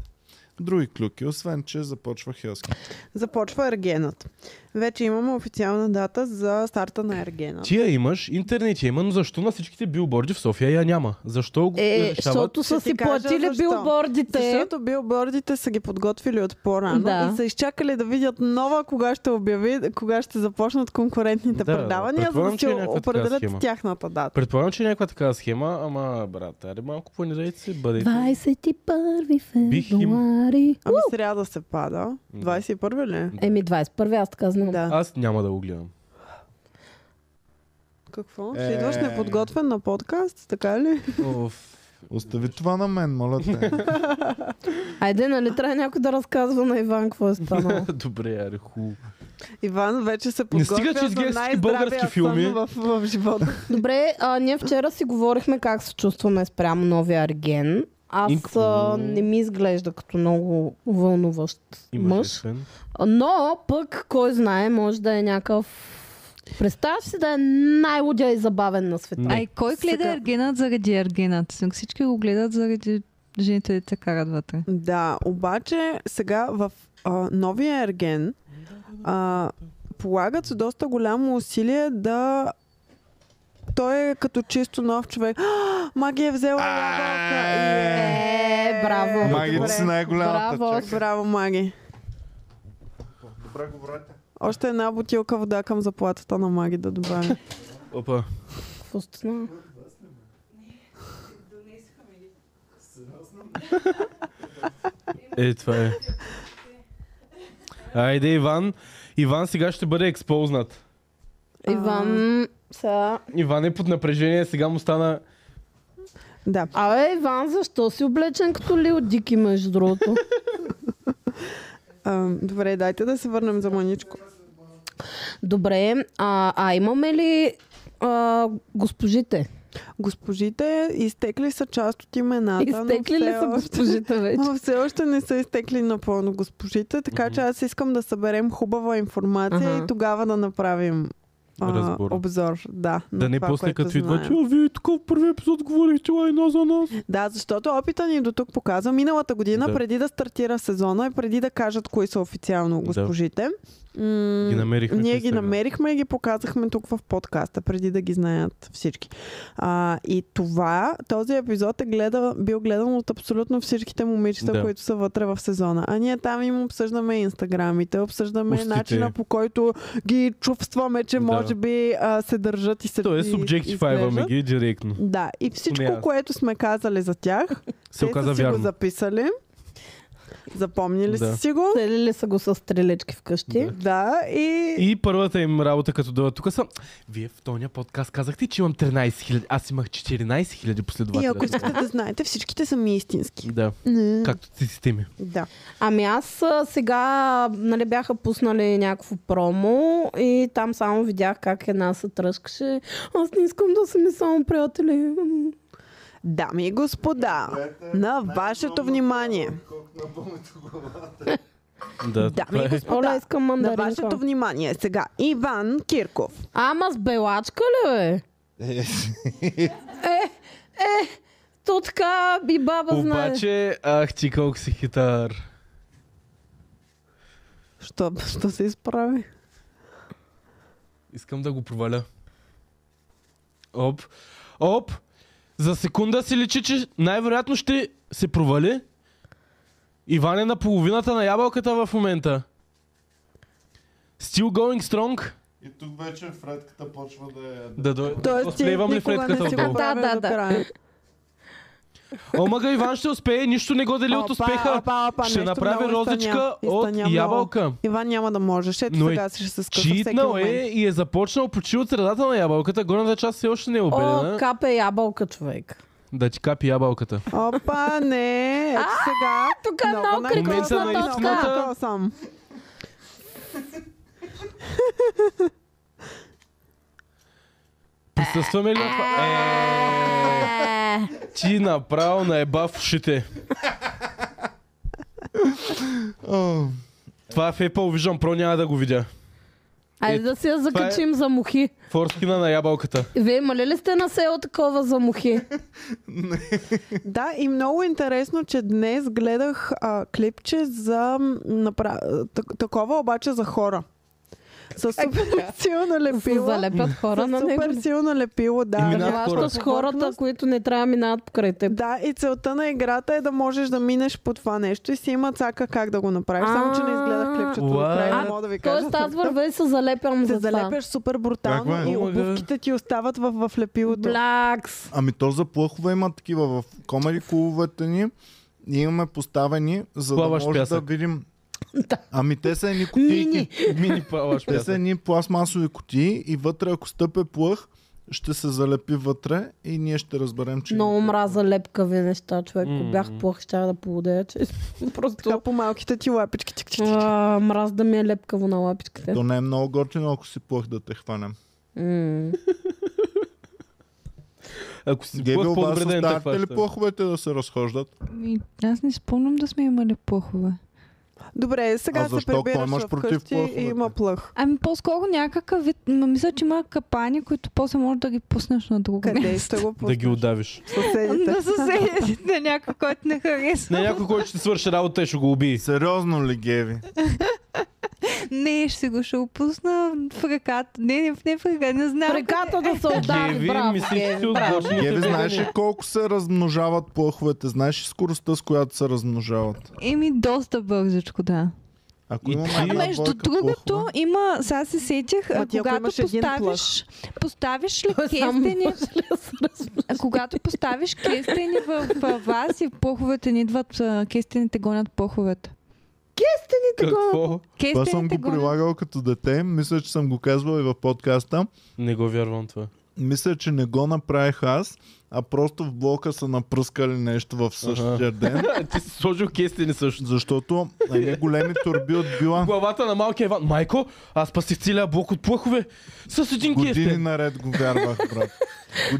Speaker 1: Други клюки, освен че започва Хелски.
Speaker 2: Започва ергенът. Вече имаме официална дата за старта на ергена.
Speaker 4: Ти я имаш, интернет я има, но защо на всичките билборди в София я няма? Защо го
Speaker 3: Е,
Speaker 4: решават?
Speaker 3: защото са
Speaker 2: Ще ти
Speaker 3: си
Speaker 2: кажа
Speaker 3: платили
Speaker 2: защо.
Speaker 3: билбордите.
Speaker 2: Защото билбордите са ги подготвили от по-рано
Speaker 3: Да.
Speaker 2: и са изчакали да видят нова, кога ще обяви, кога ще започнат конкурентните
Speaker 4: Да,
Speaker 2: предавания, за да
Speaker 4: предполагам,
Speaker 2: си
Speaker 4: че е някаква така
Speaker 2: определят
Speaker 4: схема.
Speaker 2: тяхната дата.
Speaker 4: Предполагам, че е някаква такава схема, ама брат, аре малко планирайте се, бъдете.
Speaker 3: 21
Speaker 4: Бих им-
Speaker 3: февруари.
Speaker 2: Ами сряда се пада.
Speaker 4: Да.
Speaker 2: 21 ли? е?
Speaker 3: Еми 21, аз така знам.
Speaker 2: Да.
Speaker 4: Аз няма да го гледам.
Speaker 2: Какво?
Speaker 1: Е.
Speaker 2: Ще идваш неподготвен на подкаст, така ли?
Speaker 4: Оф.
Speaker 1: Остави това на мен, моля те.
Speaker 3: Айде, нали трябва някой да разказва на Иван какво е станало?
Speaker 4: Добре, аре, ху.
Speaker 2: Всички български филми. Иван вече се
Speaker 4: Не стига,
Speaker 2: подготвя
Speaker 4: че изглежда
Speaker 2: за
Speaker 4: всички
Speaker 2: най-здравия
Speaker 4: български филми.
Speaker 2: сън в, в живота.
Speaker 3: Добре, а, ние вчера си говорихме как се чувстваме спрямо новия Арген. Аз
Speaker 4: Инк-
Speaker 3: а, не ми изглежда като много вълнуващ
Speaker 4: Имаш
Speaker 3: мъж.
Speaker 4: ли член?
Speaker 3: Но пък, кой знае, може да е някакъв... Представяш си да е най-лудя и забавен на света.
Speaker 4: Не.
Speaker 6: Ай, кой гледа
Speaker 2: Сега-
Speaker 6: ергенът заради ергенът? Всички го гледат заради жените, деца карат вътре.
Speaker 2: Да, обаче сега в а, новия ерген а, полагат се доста голямо усилие да той е като чисто нов човек. А, Маги е взела ябълка.
Speaker 3: Е, браво.
Speaker 1: Маги, ти
Speaker 2: Добре.
Speaker 1: си най-голямата.
Speaker 3: Браво.
Speaker 1: чакай.
Speaker 2: Браво, Маги.
Speaker 1: Добре, говорете.
Speaker 2: Още една бутилка вода към заплатата на Маги да добавим.
Speaker 4: Опа.
Speaker 3: Какво стана?
Speaker 4: Е, това е. Айде, Иван. Иван сега ще бъде експознат.
Speaker 3: Иван... Сега...
Speaker 4: Иван е под напрежение, сега му стана...
Speaker 2: Да.
Speaker 3: Абе, Иван, защо си облечен като Лил Дики, между другото?
Speaker 2: А, добре, дайте да се върнем за маничко.
Speaker 3: Добре, а, а имаме ли а, госпожите?
Speaker 2: Госпожите изтекли са част от имената. но
Speaker 3: Изтекли ли
Speaker 2: все още-
Speaker 3: са госпожите вече?
Speaker 2: Но все още не са изтекли напълно госпожите, така че аз искам да съберем хубава информация
Speaker 3: Аха.
Speaker 2: и тогава да направим а,
Speaker 4: Разбор.
Speaker 2: обзор. Да, на
Speaker 4: Да не
Speaker 2: това,
Speaker 4: после
Speaker 2: което
Speaker 4: като идва,
Speaker 2: знаем.
Speaker 4: че «А, вие тук в първи епизод говорихте лайна за нас.
Speaker 2: Да, защото опита ни до тук показва миналата година,
Speaker 4: Да.
Speaker 2: преди да стартира сезона и преди да кажат кои са официално
Speaker 4: Да.
Speaker 2: госпожите. м,
Speaker 4: Ги намерихме в
Speaker 2: Ние ги
Speaker 4: Инстаграм.
Speaker 2: намерихме и ги показахме тук в подкаста, преди да ги знаят всички. А, и това, този епизод е гледа, бил гледан от абсолютно всичките момичета,
Speaker 4: Да.
Speaker 2: които са вътре в сезона. А ние там им обсъждаме инстаграмите, обсъждаме
Speaker 4: Устите.
Speaker 2: начина по който ги чувстваме, че
Speaker 4: Да.
Speaker 2: може би а, се държат и се
Speaker 4: Тоест,
Speaker 2: и-
Speaker 4: субжектифайваме
Speaker 2: изглеждат.
Speaker 4: е ги директно.
Speaker 2: Да, и всичко,
Speaker 4: аз.
Speaker 2: което сме казали за тях,
Speaker 4: Се
Speaker 2: те
Speaker 4: оказа
Speaker 2: са си го
Speaker 4: вярно.
Speaker 2: записали. Запомнили
Speaker 4: Да.
Speaker 2: са си го.
Speaker 3: Цели ли са го с стрелечки вкъщи?
Speaker 4: Да.
Speaker 2: Да, и...
Speaker 4: И първата им работа, като дойдат тук са... Вие в тония подкаст казахте, че имам 13 000. Аз имах 14 000
Speaker 2: И
Speaker 4: последователи.
Speaker 2: ако искате да знаете, всичките са ми истински.
Speaker 4: Да,
Speaker 2: Не.
Speaker 4: както циците ми.
Speaker 2: Да.
Speaker 3: Ами аз а, сега нали, бяха пуснали някакво промо и там само видях как една се тръскаше. Аз не искам да съм и само приятели.
Speaker 2: Дами и господа, на вашето внимание.
Speaker 4: Да, е.
Speaker 2: Дами и
Speaker 3: Оля,
Speaker 2: господа,
Speaker 3: искам
Speaker 2: на
Speaker 3: мандаринка.
Speaker 2: вашето внимание. Сега Иван Кирков.
Speaker 3: Ама с белачка ли бе? Е, е, то така би баба знае.
Speaker 4: Обаче, ах ти колко си хитар.
Speaker 2: Що, що се изправи?
Speaker 4: Искам да го проваля. Оп. Оп. За секунда си личи, че най-вероятно ще се провали. Иван е на половината на ябълката в момента. Still going strong.
Speaker 1: И тук вече фредката почва да е...
Speaker 4: Да дойде.
Speaker 2: Тоест, ти
Speaker 4: Косплейвам ли
Speaker 2: никога не
Speaker 4: фредката
Speaker 2: си
Speaker 4: отдолу?
Speaker 2: го правил
Speaker 3: Да, да,
Speaker 2: до
Speaker 3: да.
Speaker 2: края.
Speaker 4: О, мага Иван ще успее, нищо не го дели от
Speaker 2: Опа,
Speaker 4: успеха.
Speaker 2: опа, опа,
Speaker 4: Ще
Speaker 2: нещо
Speaker 4: направи
Speaker 2: много изтъня.
Speaker 4: розичка от
Speaker 2: Изтъня много.
Speaker 4: ябълка.
Speaker 2: Иван няма да можеш. Ето
Speaker 4: Но е
Speaker 2: сега ще се скъса всеки
Speaker 4: Читнал е
Speaker 2: момент.
Speaker 4: и е започнал почти от средата на ябълката. Горната част все още не е
Speaker 3: О,
Speaker 4: обедена.
Speaker 3: капе ябълка, човек.
Speaker 4: Да ти капи ябълката.
Speaker 2: Опа, не. Ето сега.
Speaker 3: тук е много
Speaker 2: най-много
Speaker 4: критична
Speaker 2: съм, много
Speaker 4: точка.
Speaker 2: най-много съм.
Speaker 4: Присъстваме ли на това? Е,
Speaker 7: Е,
Speaker 4: Ти направо наеба в ушите.
Speaker 1: А,
Speaker 4: Това е в Apple Vision Pro няма да го видя.
Speaker 3: Айде да си я
Speaker 4: това е-
Speaker 3: закачим за мухи.
Speaker 4: Форскина на ябълката.
Speaker 3: Вие имали ли сте на село такова за мухи?
Speaker 2: Да, и много интересно, че днес гледах а, клипче за м, напра... так- такова обаче за хора.
Speaker 3: Е,
Speaker 2: С супер силно
Speaker 3: Се
Speaker 2: лепило.
Speaker 3: залепят хора на
Speaker 2: С
Speaker 3: него.
Speaker 2: супер силно лепило, да.
Speaker 4: Еми, Минават хора.
Speaker 3: Хваща нали? с Ами, хората,
Speaker 2: Повърхност.
Speaker 3: които не трябва да минават покрай теб.
Speaker 2: Да, и целта на играта е да можеш да минеш по това нещо и си има цака как да го направиш. Само, че не изгледах клипчето до края,
Speaker 4: What?
Speaker 2: не мога да ви кажа.
Speaker 3: Тоест аз вървя и се залепям
Speaker 2: Се
Speaker 3: за това.
Speaker 2: залепяш супер
Speaker 1: Какво е?
Speaker 2: брутално и
Speaker 4: Омага.
Speaker 2: обувките ти остават в, в лепилото.
Speaker 3: Блякс.
Speaker 1: Ами то за плъхове има такива в комери клубовете ни. Ние имаме поставени, за
Speaker 4: Плаващ
Speaker 1: да може
Speaker 4: пясък.
Speaker 1: да видим. Ами те са едни кутийки.
Speaker 4: Мини плаваш
Speaker 1: Те са
Speaker 4: пясък.
Speaker 1: едни пластмасови кутии и вътре, ако стъпе плъх, ще се залепи вътре и ние ще разберем, че...
Speaker 3: Много мраза лепкави неща, човек. Ако
Speaker 4: М.
Speaker 3: бях плох, ще да полудея, че
Speaker 2: Така
Speaker 3: просто
Speaker 2: по малките ти лапички. Чик, чик, чик.
Speaker 3: а, мраз да ми е лепкаво на лапичките.
Speaker 1: То не е много готино, ако си плъх да те хванем.
Speaker 3: М.
Speaker 4: Ако си
Speaker 1: Геби,
Speaker 4: плъх, по-добре
Speaker 1: обаче,
Speaker 4: да не те
Speaker 1: оставяте ли
Speaker 4: хваща.
Speaker 1: плъховете да се разхождат?
Speaker 6: Ми, аз не спомням да сме имали плъхове.
Speaker 2: Добре, сега
Speaker 1: А
Speaker 2: се
Speaker 1: защо? Кой
Speaker 2: прибираш
Speaker 1: имаш
Speaker 2: в
Speaker 1: против
Speaker 2: къщи и
Speaker 1: плъховете?
Speaker 2: има плъх.
Speaker 6: Ами по-скоро някакъв вид, м- мисля, че има капани, които после можеш да ги пуснеш на друго
Speaker 2: Къде е
Speaker 6: място.
Speaker 2: ще го
Speaker 4: Да
Speaker 2: пуснеш?
Speaker 4: ги отдавиш.
Speaker 2: Съседите.
Speaker 6: На съседите, на някой, който не харесва.
Speaker 4: На някой, който ще свърши работа, и ще го убие.
Speaker 1: Сериозно ли, Геви?
Speaker 6: Не, ще си го ще опусна в ръката. Не, не, не в ръката, не знам.
Speaker 3: Реката да се отдави,
Speaker 4: Геви,
Speaker 3: браво.
Speaker 4: мислиш, че си
Speaker 3: Геви,
Speaker 4: от
Speaker 3: браво.
Speaker 4: бошните
Speaker 1: Геви,
Speaker 4: вегани.
Speaker 1: знаеш ли колко се размножават плъховете? Знаеш ли скоростта, с която се размножават?
Speaker 6: Еми, доста бързичко, да.
Speaker 1: Ако
Speaker 4: И
Speaker 1: имаме
Speaker 4: ти-
Speaker 1: една
Speaker 6: Между
Speaker 1: двойка
Speaker 6: другото,
Speaker 1: плъхове-
Speaker 6: има, сега се сетих,
Speaker 2: Ма
Speaker 6: а,
Speaker 2: ти ако
Speaker 6: когато
Speaker 2: имаш един
Speaker 6: поставиш, поставиш ли
Speaker 3: Той само
Speaker 6: кестени,
Speaker 3: може ли да се разбере?
Speaker 6: а, когато поставиш кестени в, в вас и поховете не идват, а, кестените гонят поховете.
Speaker 4: Какво?
Speaker 1: Това съм
Speaker 6: Кестените
Speaker 1: го
Speaker 6: гонят.
Speaker 1: прилагал като дете. Мисля, че съм го казвал и в подкаста.
Speaker 4: Не го вярвам това.
Speaker 1: Мисля, че не го направих аз, а просто в блока са напръскали нещо в същия ден.
Speaker 4: Ти си сложил кестени също.
Speaker 1: Защото едни големи турби от била
Speaker 4: Главата на малкия Иван. Майко, аз спасих целия блок от плъхове с един
Speaker 1: години
Speaker 4: кестен.
Speaker 1: наред го вярвах, брат.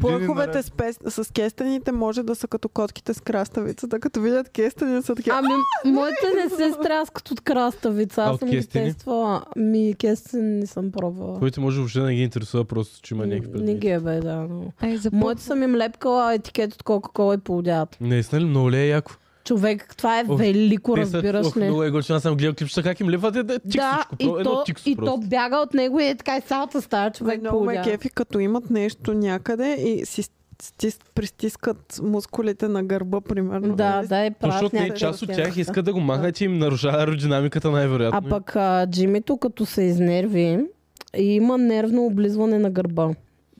Speaker 1: Години
Speaker 2: Плъховете
Speaker 1: наред.
Speaker 2: с, пес... с кестените може да са като котките с краставицата. Като видят кестени са такива.
Speaker 3: Ами, моите не се стряскат от краставица.
Speaker 4: А
Speaker 3: Аз
Speaker 4: от
Speaker 3: съм ги
Speaker 4: кестени?
Speaker 3: тествала. Ми, кестен не съм пробвала.
Speaker 4: Които може въобще да не ги интересува просто, че има някакви
Speaker 3: Не
Speaker 4: предмети.
Speaker 3: ги е бе, да. Но...
Speaker 6: Ай, за
Speaker 3: Моето съм им лепкала етикет от Кока-Кола и полудят.
Speaker 4: Наистина ли? Много ли е яко?
Speaker 3: Човек, това е
Speaker 4: Ох,
Speaker 3: велико,
Speaker 4: Те са-
Speaker 3: разбираш
Speaker 4: ох,
Speaker 3: ли.
Speaker 4: Много е горче, аз съм гледал клипчета, как им лепват е да е тик
Speaker 3: Да,
Speaker 4: всичко.
Speaker 3: и,
Speaker 4: Про- едно
Speaker 3: то,
Speaker 4: тикс
Speaker 3: и то
Speaker 4: просто.
Speaker 3: бяга от него и е така и цялата стая човек
Speaker 2: Много ме
Speaker 3: полудя.
Speaker 2: кефи, като имат нещо някъде и си стис... пристискат мускулите на гърба, примерно. Нали?
Speaker 3: Да, да, е прав.
Speaker 4: Защото не,
Speaker 3: някакъв
Speaker 4: част от
Speaker 3: такъв.
Speaker 4: тях искат да го махнат и им нарушава аеродинамиката най-вероятно.
Speaker 3: А пък а, Джимито, като се изнерви, има нервно облизване на гърба.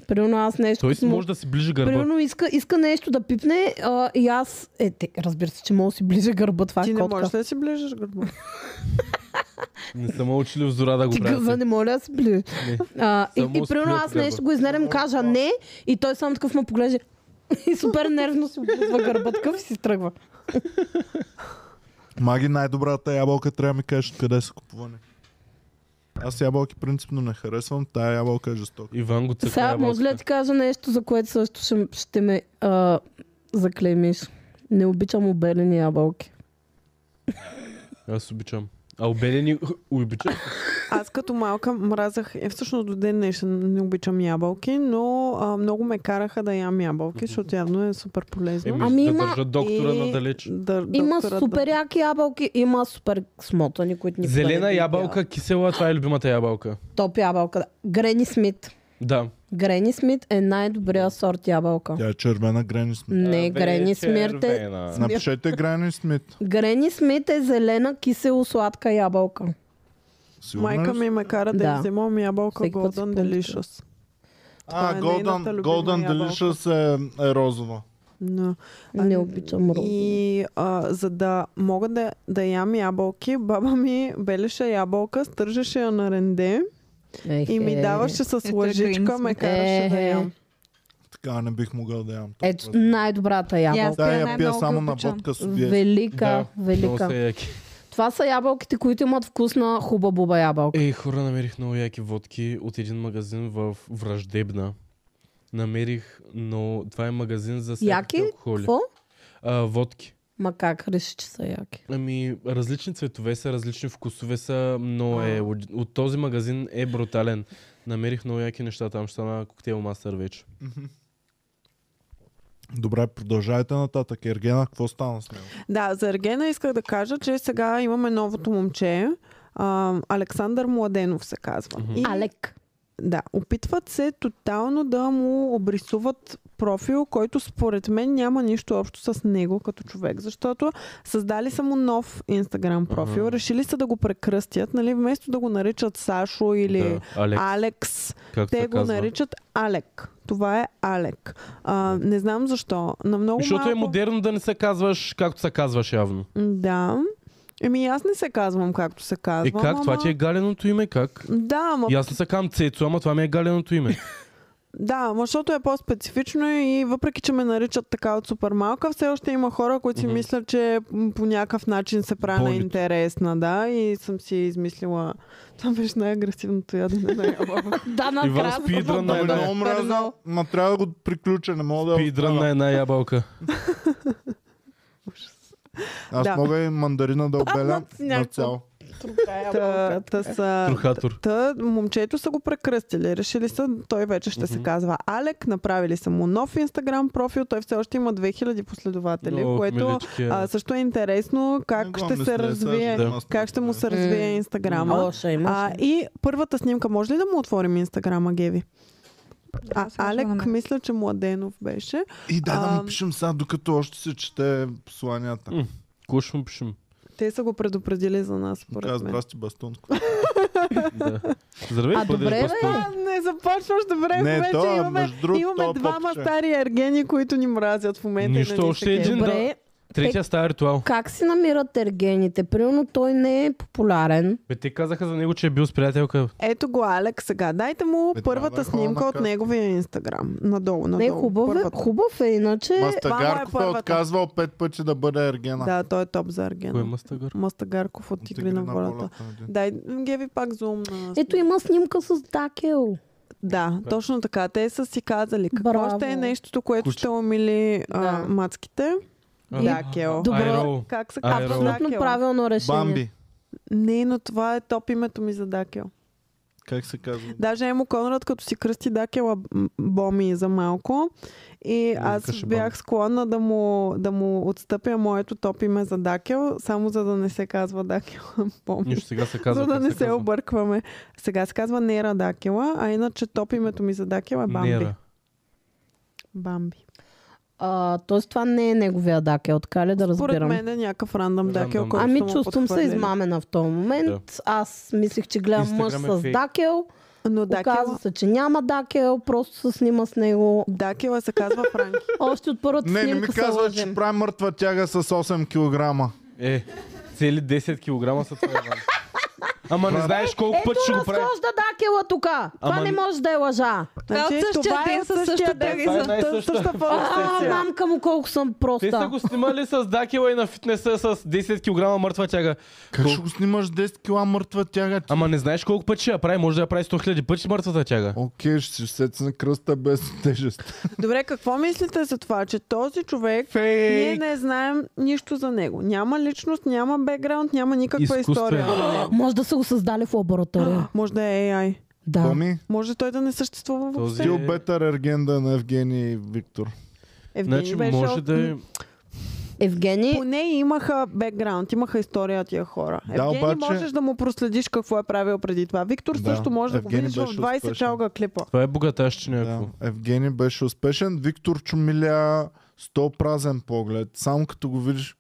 Speaker 3: Примерно аз нещо...
Speaker 4: Той си
Speaker 3: като му-
Speaker 4: може да си ближи гърба.
Speaker 3: Примерно иска, иска нещо да пипне а, и аз... Е, те, разбира се, че мога да си ближа гърба, това
Speaker 2: Ти
Speaker 3: е
Speaker 2: не
Speaker 3: котка.
Speaker 2: можеш ли да си ближиш гърба?
Speaker 4: Не са ме учили в зора да го
Speaker 3: Ти гъза
Speaker 4: правят.
Speaker 3: не моля да си ближа.
Speaker 4: Не.
Speaker 3: А, и,
Speaker 4: Само
Speaker 3: и
Speaker 4: с
Speaker 3: примерно
Speaker 4: плюк
Speaker 3: аз
Speaker 4: гърба.
Speaker 3: нещо го изнервям, кажа не и той само такъв ме поглежда и супер нервно си облизва гърба такъв и си тръгва.
Speaker 1: Маги най-добрата ябълка трябва да ми кажеш къде са купувани. Аз ябълки принципно не харесвам, тая ябълка е жестока.
Speaker 4: Иван го цъка
Speaker 3: Сега може ли да ти кажа нещо, за което също ще, ще ме а, заклемиш? Не обичам обелени ябълки.
Speaker 4: Аз обичам. А обедени обичам.
Speaker 2: Аз като малка мразах, е, всъщност до ден днешен не обичам ябълки, но а, много ме караха да ям ябълки, защото явно е супер полезно.
Speaker 4: Еми,
Speaker 3: Ами
Speaker 4: да
Speaker 3: има
Speaker 4: държа доктора
Speaker 2: И
Speaker 4: надалеч.
Speaker 2: Дър,
Speaker 3: Има
Speaker 2: докторът
Speaker 3: супер яки ябълки, има супер смотани, които никога не
Speaker 4: Зелена
Speaker 3: ги
Speaker 4: ябълка, кисела, това е любимата ябълка.
Speaker 3: ям. Топ ябълка. да. Грени Смит.
Speaker 4: Да.
Speaker 3: Грени Смит е най-добрия сорт ябълка.
Speaker 1: Тя е червена Грени Смит.
Speaker 3: Не, Грени Смит е...
Speaker 4: Червена.
Speaker 1: Напишете Грени Смит.
Speaker 3: Грени Смит е зелена кисело-сладка ябълка.
Speaker 1: Сигурна ли
Speaker 2: Майка
Speaker 1: си?
Speaker 2: ми е ме кара да, ами
Speaker 3: Да.
Speaker 2: да. вземам ябълка
Speaker 3: Всеки път си
Speaker 2: Golden
Speaker 3: помня.
Speaker 2: Delicious.
Speaker 1: А,
Speaker 2: Това е
Speaker 1: Golden,
Speaker 2: нейната любима
Speaker 1: Golden
Speaker 2: ябълка.
Speaker 1: Delicious е, е розова.
Speaker 2: Но, а,
Speaker 3: Не обичам розови.
Speaker 2: И а, за да мога да, да ям ябълки, баба ми белеше ябълка, стържеше я на ренде и ми даваше с
Speaker 6: Ето е
Speaker 2: лъжичка,
Speaker 6: Green
Speaker 2: ме
Speaker 6: Smith.
Speaker 2: караше да
Speaker 3: Е,
Speaker 2: ям.
Speaker 1: Така не бих могъл да ям.
Speaker 3: Ето
Speaker 1: толкова.
Speaker 3: най-добрата
Speaker 1: Тая
Speaker 3: ябълка.
Speaker 6: Тя
Speaker 1: я пия
Speaker 6: най-много
Speaker 1: само на
Speaker 6: обичам.
Speaker 1: водка с обие.
Speaker 3: Велика,
Speaker 4: Много са
Speaker 3: велика.
Speaker 4: яки.
Speaker 3: Това са ябълките, които имат вкус на хуба-буба ябълка.
Speaker 4: Ей, хора, намерих много яки водки от един магазин в Враждебна. намерих, но това е магазин за всякакви
Speaker 3: Яки?
Speaker 4: алкохоли.
Speaker 3: Какво?
Speaker 4: А, водки.
Speaker 3: Ма как реши, че са яки?
Speaker 4: Ами, различни цветове са, различни вкусове са, но е,
Speaker 3: А.
Speaker 4: от, от този магазин е брутален. Намерих много яки неща, там ще стана коктейл мастер вече.
Speaker 1: Добре, продължайте нататък. Ергена, какво стана с него?
Speaker 2: Да, за Ергена исках да кажа, че сега имаме новото момче. А, Александър Младенов се казва.
Speaker 4: Мгм.
Speaker 2: И,
Speaker 3: Алек.
Speaker 2: Да, опитват се тотално да му обрисуват профил, който според мен няма нищо общо с него като човек, защото създали са му нов инстаграм профил,
Speaker 4: Ага.
Speaker 2: решили са да го прекръстят, нали, вместо да го наричат Сашо или
Speaker 4: Да, Алек,
Speaker 2: Алекс,
Speaker 4: както
Speaker 2: те
Speaker 4: се
Speaker 2: го
Speaker 4: казва.
Speaker 2: наричат Алек. Това е Алек. А, не знам защо. На много
Speaker 4: Защото
Speaker 2: малко...
Speaker 4: е модерно да не се казваш както се казваш явно.
Speaker 2: Да. Еми аз не се казвам както се казвам.
Speaker 4: Е как? Това
Speaker 2: ама-
Speaker 4: ти е галеното име? Как?
Speaker 2: Да, ама...
Speaker 4: И аз не се казвам Цецо, ама това ми е галеното име.
Speaker 2: да, ама защото е по-специфично и въпреки, че ме наричат така от супер малка, все още има хора, които си
Speaker 4: Мгм.
Speaker 2: мислят, че м, по някакъв начин се правя на
Speaker 4: Болито.
Speaker 2: интересна, да, и съм си измислила... Това беше най-агресивното ядене на ялова.
Speaker 3: Да,
Speaker 4: Иван
Speaker 3: накрая.
Speaker 4: Спидран на
Speaker 1: Ама
Speaker 4: една,
Speaker 1: много мраза, ма трябва да го приключа, не мога да...
Speaker 4: спидран на една ябълка.
Speaker 1: Аз
Speaker 2: Да.
Speaker 1: мога и мандарина да обеля
Speaker 3: Паднат си
Speaker 1: на
Speaker 3: някакво.
Speaker 1: цяло.
Speaker 2: та, та са...
Speaker 4: Трухатор.
Speaker 2: Та момчето са го прекръстили. Решили са, той вече ще се
Speaker 4: Мгм.
Speaker 2: казва Алек. Направили са му нов инстаграм профил. Той все още има 2000 последователи,
Speaker 4: О,
Speaker 2: Нали, което
Speaker 4: миличкия.
Speaker 2: а, също е интересно
Speaker 1: Не
Speaker 2: как
Speaker 1: го
Speaker 2: ще
Speaker 1: мисля,
Speaker 2: се развие.
Speaker 1: Сашо, аз
Speaker 2: Как ще му се
Speaker 1: мисля.
Speaker 2: развие
Speaker 3: М.
Speaker 2: инстаграма.
Speaker 3: О, ще има.
Speaker 2: А, и първата снимка, може ли да му отворим инстаграма, Геви? А,
Speaker 6: сега ще го
Speaker 2: Алек,
Speaker 6: намеря.
Speaker 2: мисля, че Младенов беше.
Speaker 1: И да, да
Speaker 2: Ам.
Speaker 1: му пишем сега, докато още се чете посланията.
Speaker 4: М, Куш му пишем.
Speaker 2: Те са го предупредили за нас,
Speaker 1: Казва,
Speaker 2: според мен.
Speaker 1: здрасти, бастунко.
Speaker 4: Да. Здравей,
Speaker 3: А,
Speaker 4: бъдеш
Speaker 3: добре, бе.
Speaker 4: бастун.
Speaker 2: Не започваш добре,
Speaker 1: Не,
Speaker 2: вече
Speaker 1: то,
Speaker 2: имаме,
Speaker 1: между другото,
Speaker 2: имаме
Speaker 1: то
Speaker 2: двама
Speaker 1: попче.
Speaker 2: стари ергени, които ни мразят в момента. и нали
Speaker 4: Нищо,
Speaker 2: не ни се
Speaker 4: още
Speaker 2: кефят.
Speaker 4: един.
Speaker 3: Добре,
Speaker 4: Третия стар ритуал.
Speaker 3: как си намират ергените? Примерно той не е популярен.
Speaker 4: Бе, те казаха за него, че е бил с приятелка.
Speaker 2: Ето го Алек сега. Дайте му
Speaker 1: Е, това
Speaker 2: първата
Speaker 1: е хора
Speaker 2: снимка
Speaker 1: на
Speaker 2: от
Speaker 1: каста.
Speaker 2: неговия инстаграм. Надолу, надолу.
Speaker 3: Не, хубав, е,
Speaker 2: Първата.
Speaker 3: хубав е, иначе
Speaker 1: Мастагарков е
Speaker 2: първата.
Speaker 1: отказвал пет пъти да бъде Ергена.
Speaker 2: Да, той е топ за Арген.
Speaker 4: Кой е мастагър?
Speaker 2: Мастагарков от
Speaker 1: От
Speaker 2: Тигри на волята.
Speaker 1: нали?
Speaker 2: Дай, Геви, пак зум на...
Speaker 3: ето има снимка с Дакел.
Speaker 2: Да,
Speaker 4: Е.
Speaker 2: точно така. Те са си казали какво
Speaker 3: Браво.
Speaker 2: ще е нещото, което
Speaker 4: Куче.
Speaker 2: ще
Speaker 4: Ами,
Speaker 2: умили а,
Speaker 3: Да.
Speaker 2: мацките.
Speaker 4: А,
Speaker 2: Да, Кео.
Speaker 3: Добро.
Speaker 4: Айро.
Speaker 2: Как се
Speaker 4: Айро.
Speaker 2: казва?
Speaker 3: Абсолютно
Speaker 2: Дакел?
Speaker 3: правилно решение.
Speaker 1: Бамби.
Speaker 2: Не, но това е топ името ми за Дакел.
Speaker 1: Как се казва?
Speaker 2: Даже Емо Конрад, като си кръсти Дакела м, Боми за малко. И аз
Speaker 4: викаше
Speaker 2: бях
Speaker 4: Е, Боми.
Speaker 2: склонна да му, да му отстъпя моето топ име за Дакел, само за да не се казва Дакела Боми.
Speaker 4: Нищо сега се
Speaker 2: За
Speaker 4: казва.
Speaker 2: да
Speaker 4: как
Speaker 2: не се
Speaker 4: казва.
Speaker 2: объркваме. Сега се казва Нера Дакела, а иначе топ името ми за Дакела е Бамби.
Speaker 4: Нера.
Speaker 2: Бамби.
Speaker 3: А, тоест това не е неговия Дакел, така ли да
Speaker 2: Според
Speaker 3: разбирам?
Speaker 2: мен е някакъв рандъм Дакел,
Speaker 4: Рандъм.
Speaker 2: който
Speaker 3: Ами
Speaker 2: са му
Speaker 3: чувствам се
Speaker 2: подхвърлили.
Speaker 3: измамена в този момент. Да. Аз мислих, че гледам мъж
Speaker 4: Инстаграм е
Speaker 3: с
Speaker 4: фейк.
Speaker 3: дакел.
Speaker 2: Но
Speaker 3: Оказва
Speaker 2: Дакела,
Speaker 3: се, че няма дакел, просто се снима с него.
Speaker 2: Дакела се казва Франки.
Speaker 3: Още от първата
Speaker 1: Не, не
Speaker 3: снимка
Speaker 1: ми
Speaker 3: се
Speaker 1: казва, че
Speaker 3: лъжем.
Speaker 1: прави мъртва тяга с 8 кг.
Speaker 4: Е, цели 10 кг са това, Иван. Ама не знаеш колко
Speaker 3: Ето
Speaker 4: пъти ще го прави.
Speaker 3: разхожда дакела тук. Това
Speaker 4: Ама
Speaker 3: не
Speaker 4: не-
Speaker 3: може да е лъжа.
Speaker 6: Това е от същия
Speaker 2: това е
Speaker 6: ден
Speaker 2: от
Speaker 6: със същия
Speaker 2: същия
Speaker 6: ден.
Speaker 2: ден.
Speaker 4: Това е
Speaker 2: Та-
Speaker 4: най-съща.
Speaker 2: същата
Speaker 3: А,
Speaker 2: фотосесия.
Speaker 3: мамка му колко съм
Speaker 4: Те са
Speaker 3: проста.
Speaker 4: го снимали с дакела и на фитнеса с 10 кг мъртва тяга.
Speaker 1: Как
Speaker 4: Кол-
Speaker 1: ще го снимаш 10 кг мъртва тяга? ти?
Speaker 4: Ама не знаеш колко пъти ще я прави, може да я прави 100 000 пъти мъртвата тяга.
Speaker 1: Окей, ще си сеца на кръста без тежест.
Speaker 2: Добре, какво мислите за това, че този човек ние
Speaker 4: Фейк!
Speaker 2: не знаем нищо за него. Няма личност, няма бекграунд, няма никаква
Speaker 4: Изкуствен.
Speaker 2: история. за него.
Speaker 3: Може да са го създали в лаборатория.
Speaker 2: Може да е AI.
Speaker 3: да.
Speaker 1: Боми,
Speaker 2: Може той да не съществува въобще.
Speaker 4: Този-
Speaker 1: стил бетър ергенда на Евгений и Виктор.
Speaker 2: Евгений
Speaker 4: Значи
Speaker 2: беше
Speaker 4: може
Speaker 2: от-
Speaker 4: да е...
Speaker 3: Евгений,
Speaker 2: Поне имаха бекграунд, имаха история тия хора.
Speaker 1: Да,
Speaker 2: Евгений
Speaker 1: обаче-
Speaker 2: можеш да му проследиш какво е правил преди това. Виктор
Speaker 1: Да,
Speaker 2: също може да
Speaker 1: Евгений
Speaker 2: го видиш в
Speaker 1: беше
Speaker 2: 20
Speaker 1: успешен.
Speaker 2: чалга клипа.
Speaker 4: Това е богатащи някакво.
Speaker 1: Да, Евгений беше успешен. Виктор Чумиля 100 празен поглед. Само като го видиш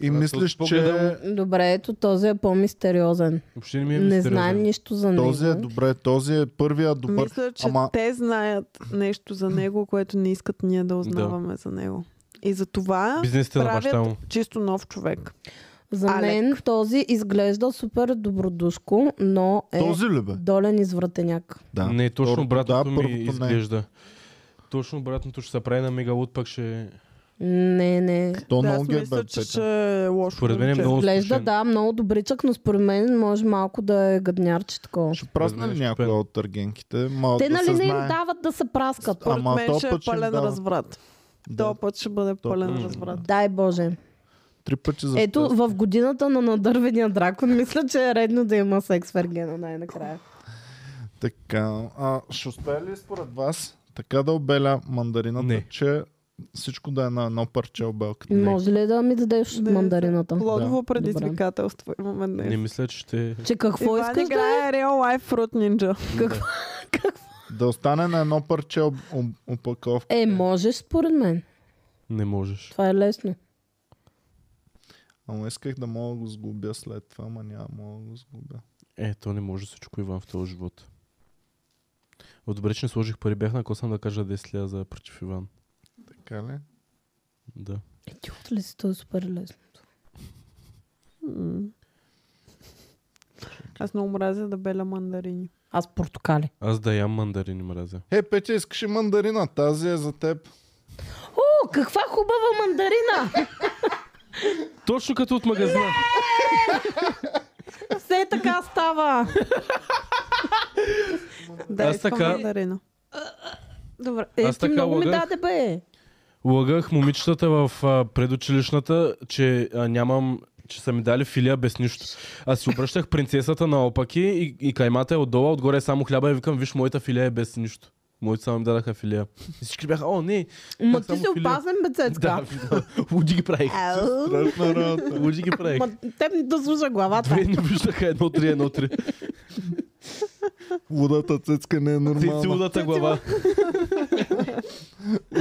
Speaker 1: и
Speaker 4: Да,
Speaker 1: мислиш,
Speaker 4: този погледа
Speaker 1: че
Speaker 3: добре, ето този е по-мистериозен.
Speaker 4: Въобще не ми е
Speaker 3: Не
Speaker 4: мистериозен.
Speaker 3: знаем нищо за него.
Speaker 1: този е добре, този е първия добър.
Speaker 2: Мисля, че
Speaker 1: Ама-
Speaker 2: те знаят нещо за него, което не искат ние да узнаваме за него. И за това
Speaker 4: Бизнесите на баща
Speaker 2: правят
Speaker 4: му.
Speaker 2: чисто нов човек.
Speaker 3: За
Speaker 2: Алек.
Speaker 3: мен този изглежда супер добродушко, но е
Speaker 1: Този ли бе?
Speaker 3: долен извратеняк.
Speaker 1: Да.
Speaker 4: Не, е точно
Speaker 1: Второто
Speaker 4: обратното
Speaker 1: да,
Speaker 4: ми
Speaker 1: първото не.
Speaker 4: изглежда. Точно обратното ще се прави на мегалут, пък ще...
Speaker 3: Не, не.
Speaker 1: То
Speaker 2: Да,
Speaker 1: много
Speaker 2: аз
Speaker 1: ги е
Speaker 2: мисля, че
Speaker 1: бе, Петя.
Speaker 2: ще е лошо.
Speaker 4: Според мен е
Speaker 2: момче.
Speaker 4: много
Speaker 3: Глежда,
Speaker 4: слушен.
Speaker 3: да, много добричък, но според мен може малко да е гаднярче такова.
Speaker 1: Ще прасна ли
Speaker 4: Разбираш,
Speaker 1: някоя
Speaker 4: Петя.
Speaker 1: от търгенките? Малко
Speaker 3: Те
Speaker 1: да
Speaker 3: нали
Speaker 1: се
Speaker 3: не им
Speaker 1: знае.
Speaker 3: дават да се праскат?
Speaker 2: Според
Speaker 1: Ама
Speaker 2: мен
Speaker 1: то
Speaker 2: ще е
Speaker 1: път ще им
Speaker 2: пълен
Speaker 1: дава.
Speaker 2: разврат.
Speaker 1: Да,
Speaker 2: То път ще бъде
Speaker 1: То-
Speaker 2: пълен
Speaker 4: М.
Speaker 2: разврат.
Speaker 3: Дай Боже.
Speaker 1: три пъти за
Speaker 3: Ето, в годината на надървения дракон, мисля, че е редно да има секс в Ергена най-накрая.
Speaker 1: Така. А, ще успее ли според вас така да обеля мандарината,
Speaker 4: Не.
Speaker 1: че всичко да е на едно парче обелката?
Speaker 4: Не.
Speaker 3: Може ли да ми дадеш
Speaker 2: Не,
Speaker 3: мандарината?
Speaker 2: Плодово предизвикателство
Speaker 3: предизвикателство
Speaker 2: имаме
Speaker 4: Не
Speaker 2: днес.
Speaker 4: мисля, че ще...
Speaker 3: Че какво
Speaker 2: Иван
Speaker 3: искаш да е?
Speaker 2: играе Real Life Fruit Ninja.
Speaker 3: Какво?
Speaker 1: Да остане на едно парче об, об, опаковка.
Speaker 3: Е, можеш според мен.
Speaker 4: Не можеш.
Speaker 3: Това е лесно.
Speaker 1: Ама исках да мога да го сгубя след това, ама няма мога да го сгубя.
Speaker 4: Е, то не може всичко, Иван, в този живот. От добре, че не сложих пари. Бях на косъм да кажа 10 000 за против Иван.
Speaker 1: Така ли?
Speaker 4: Да.
Speaker 3: Е, ти от ли си, то е супер лесно.
Speaker 2: М. Аз много мразя да беля мандарини.
Speaker 3: Аз портокали.
Speaker 4: Аз да ям мандарини мразя.
Speaker 1: Е, Петя, искаш и мандарина. Тази е за теб.
Speaker 3: О, каква хубава мандарина!
Speaker 4: Точно като от магазина.
Speaker 3: Все така става.
Speaker 2: Да,
Speaker 4: Аз
Speaker 2: искам
Speaker 4: така-
Speaker 2: мандарина.
Speaker 3: Добре. Е,
Speaker 4: Аз
Speaker 3: ти
Speaker 4: така
Speaker 3: много ми
Speaker 4: лъгах.
Speaker 3: даде, бе.
Speaker 4: Лъгах момичетата в а, предучилищната, че а, нямам че са ми дали филия без нищо. Аз си обръщах принцесата наопаки и, и каймата е отдолу, отгоре е само хляба и викам, виж, моята филия е без нищо. Моите само ми дадаха филия. И всички бяха, о, не.
Speaker 3: Ма
Speaker 4: пак
Speaker 3: ти
Speaker 4: само
Speaker 3: си
Speaker 4: филия».
Speaker 3: опазен,
Speaker 4: Да,
Speaker 3: бецецка.
Speaker 4: да. луди ги правих.
Speaker 3: Ау.
Speaker 1: Страшна работа.
Speaker 4: Луди ги правих.
Speaker 3: Ма теб не дослужа главата.
Speaker 4: Две не виждаха, едно, три, едно, три.
Speaker 1: Лудата цецка не е
Speaker 4: Ти
Speaker 1: нормална.
Speaker 4: лудата глава.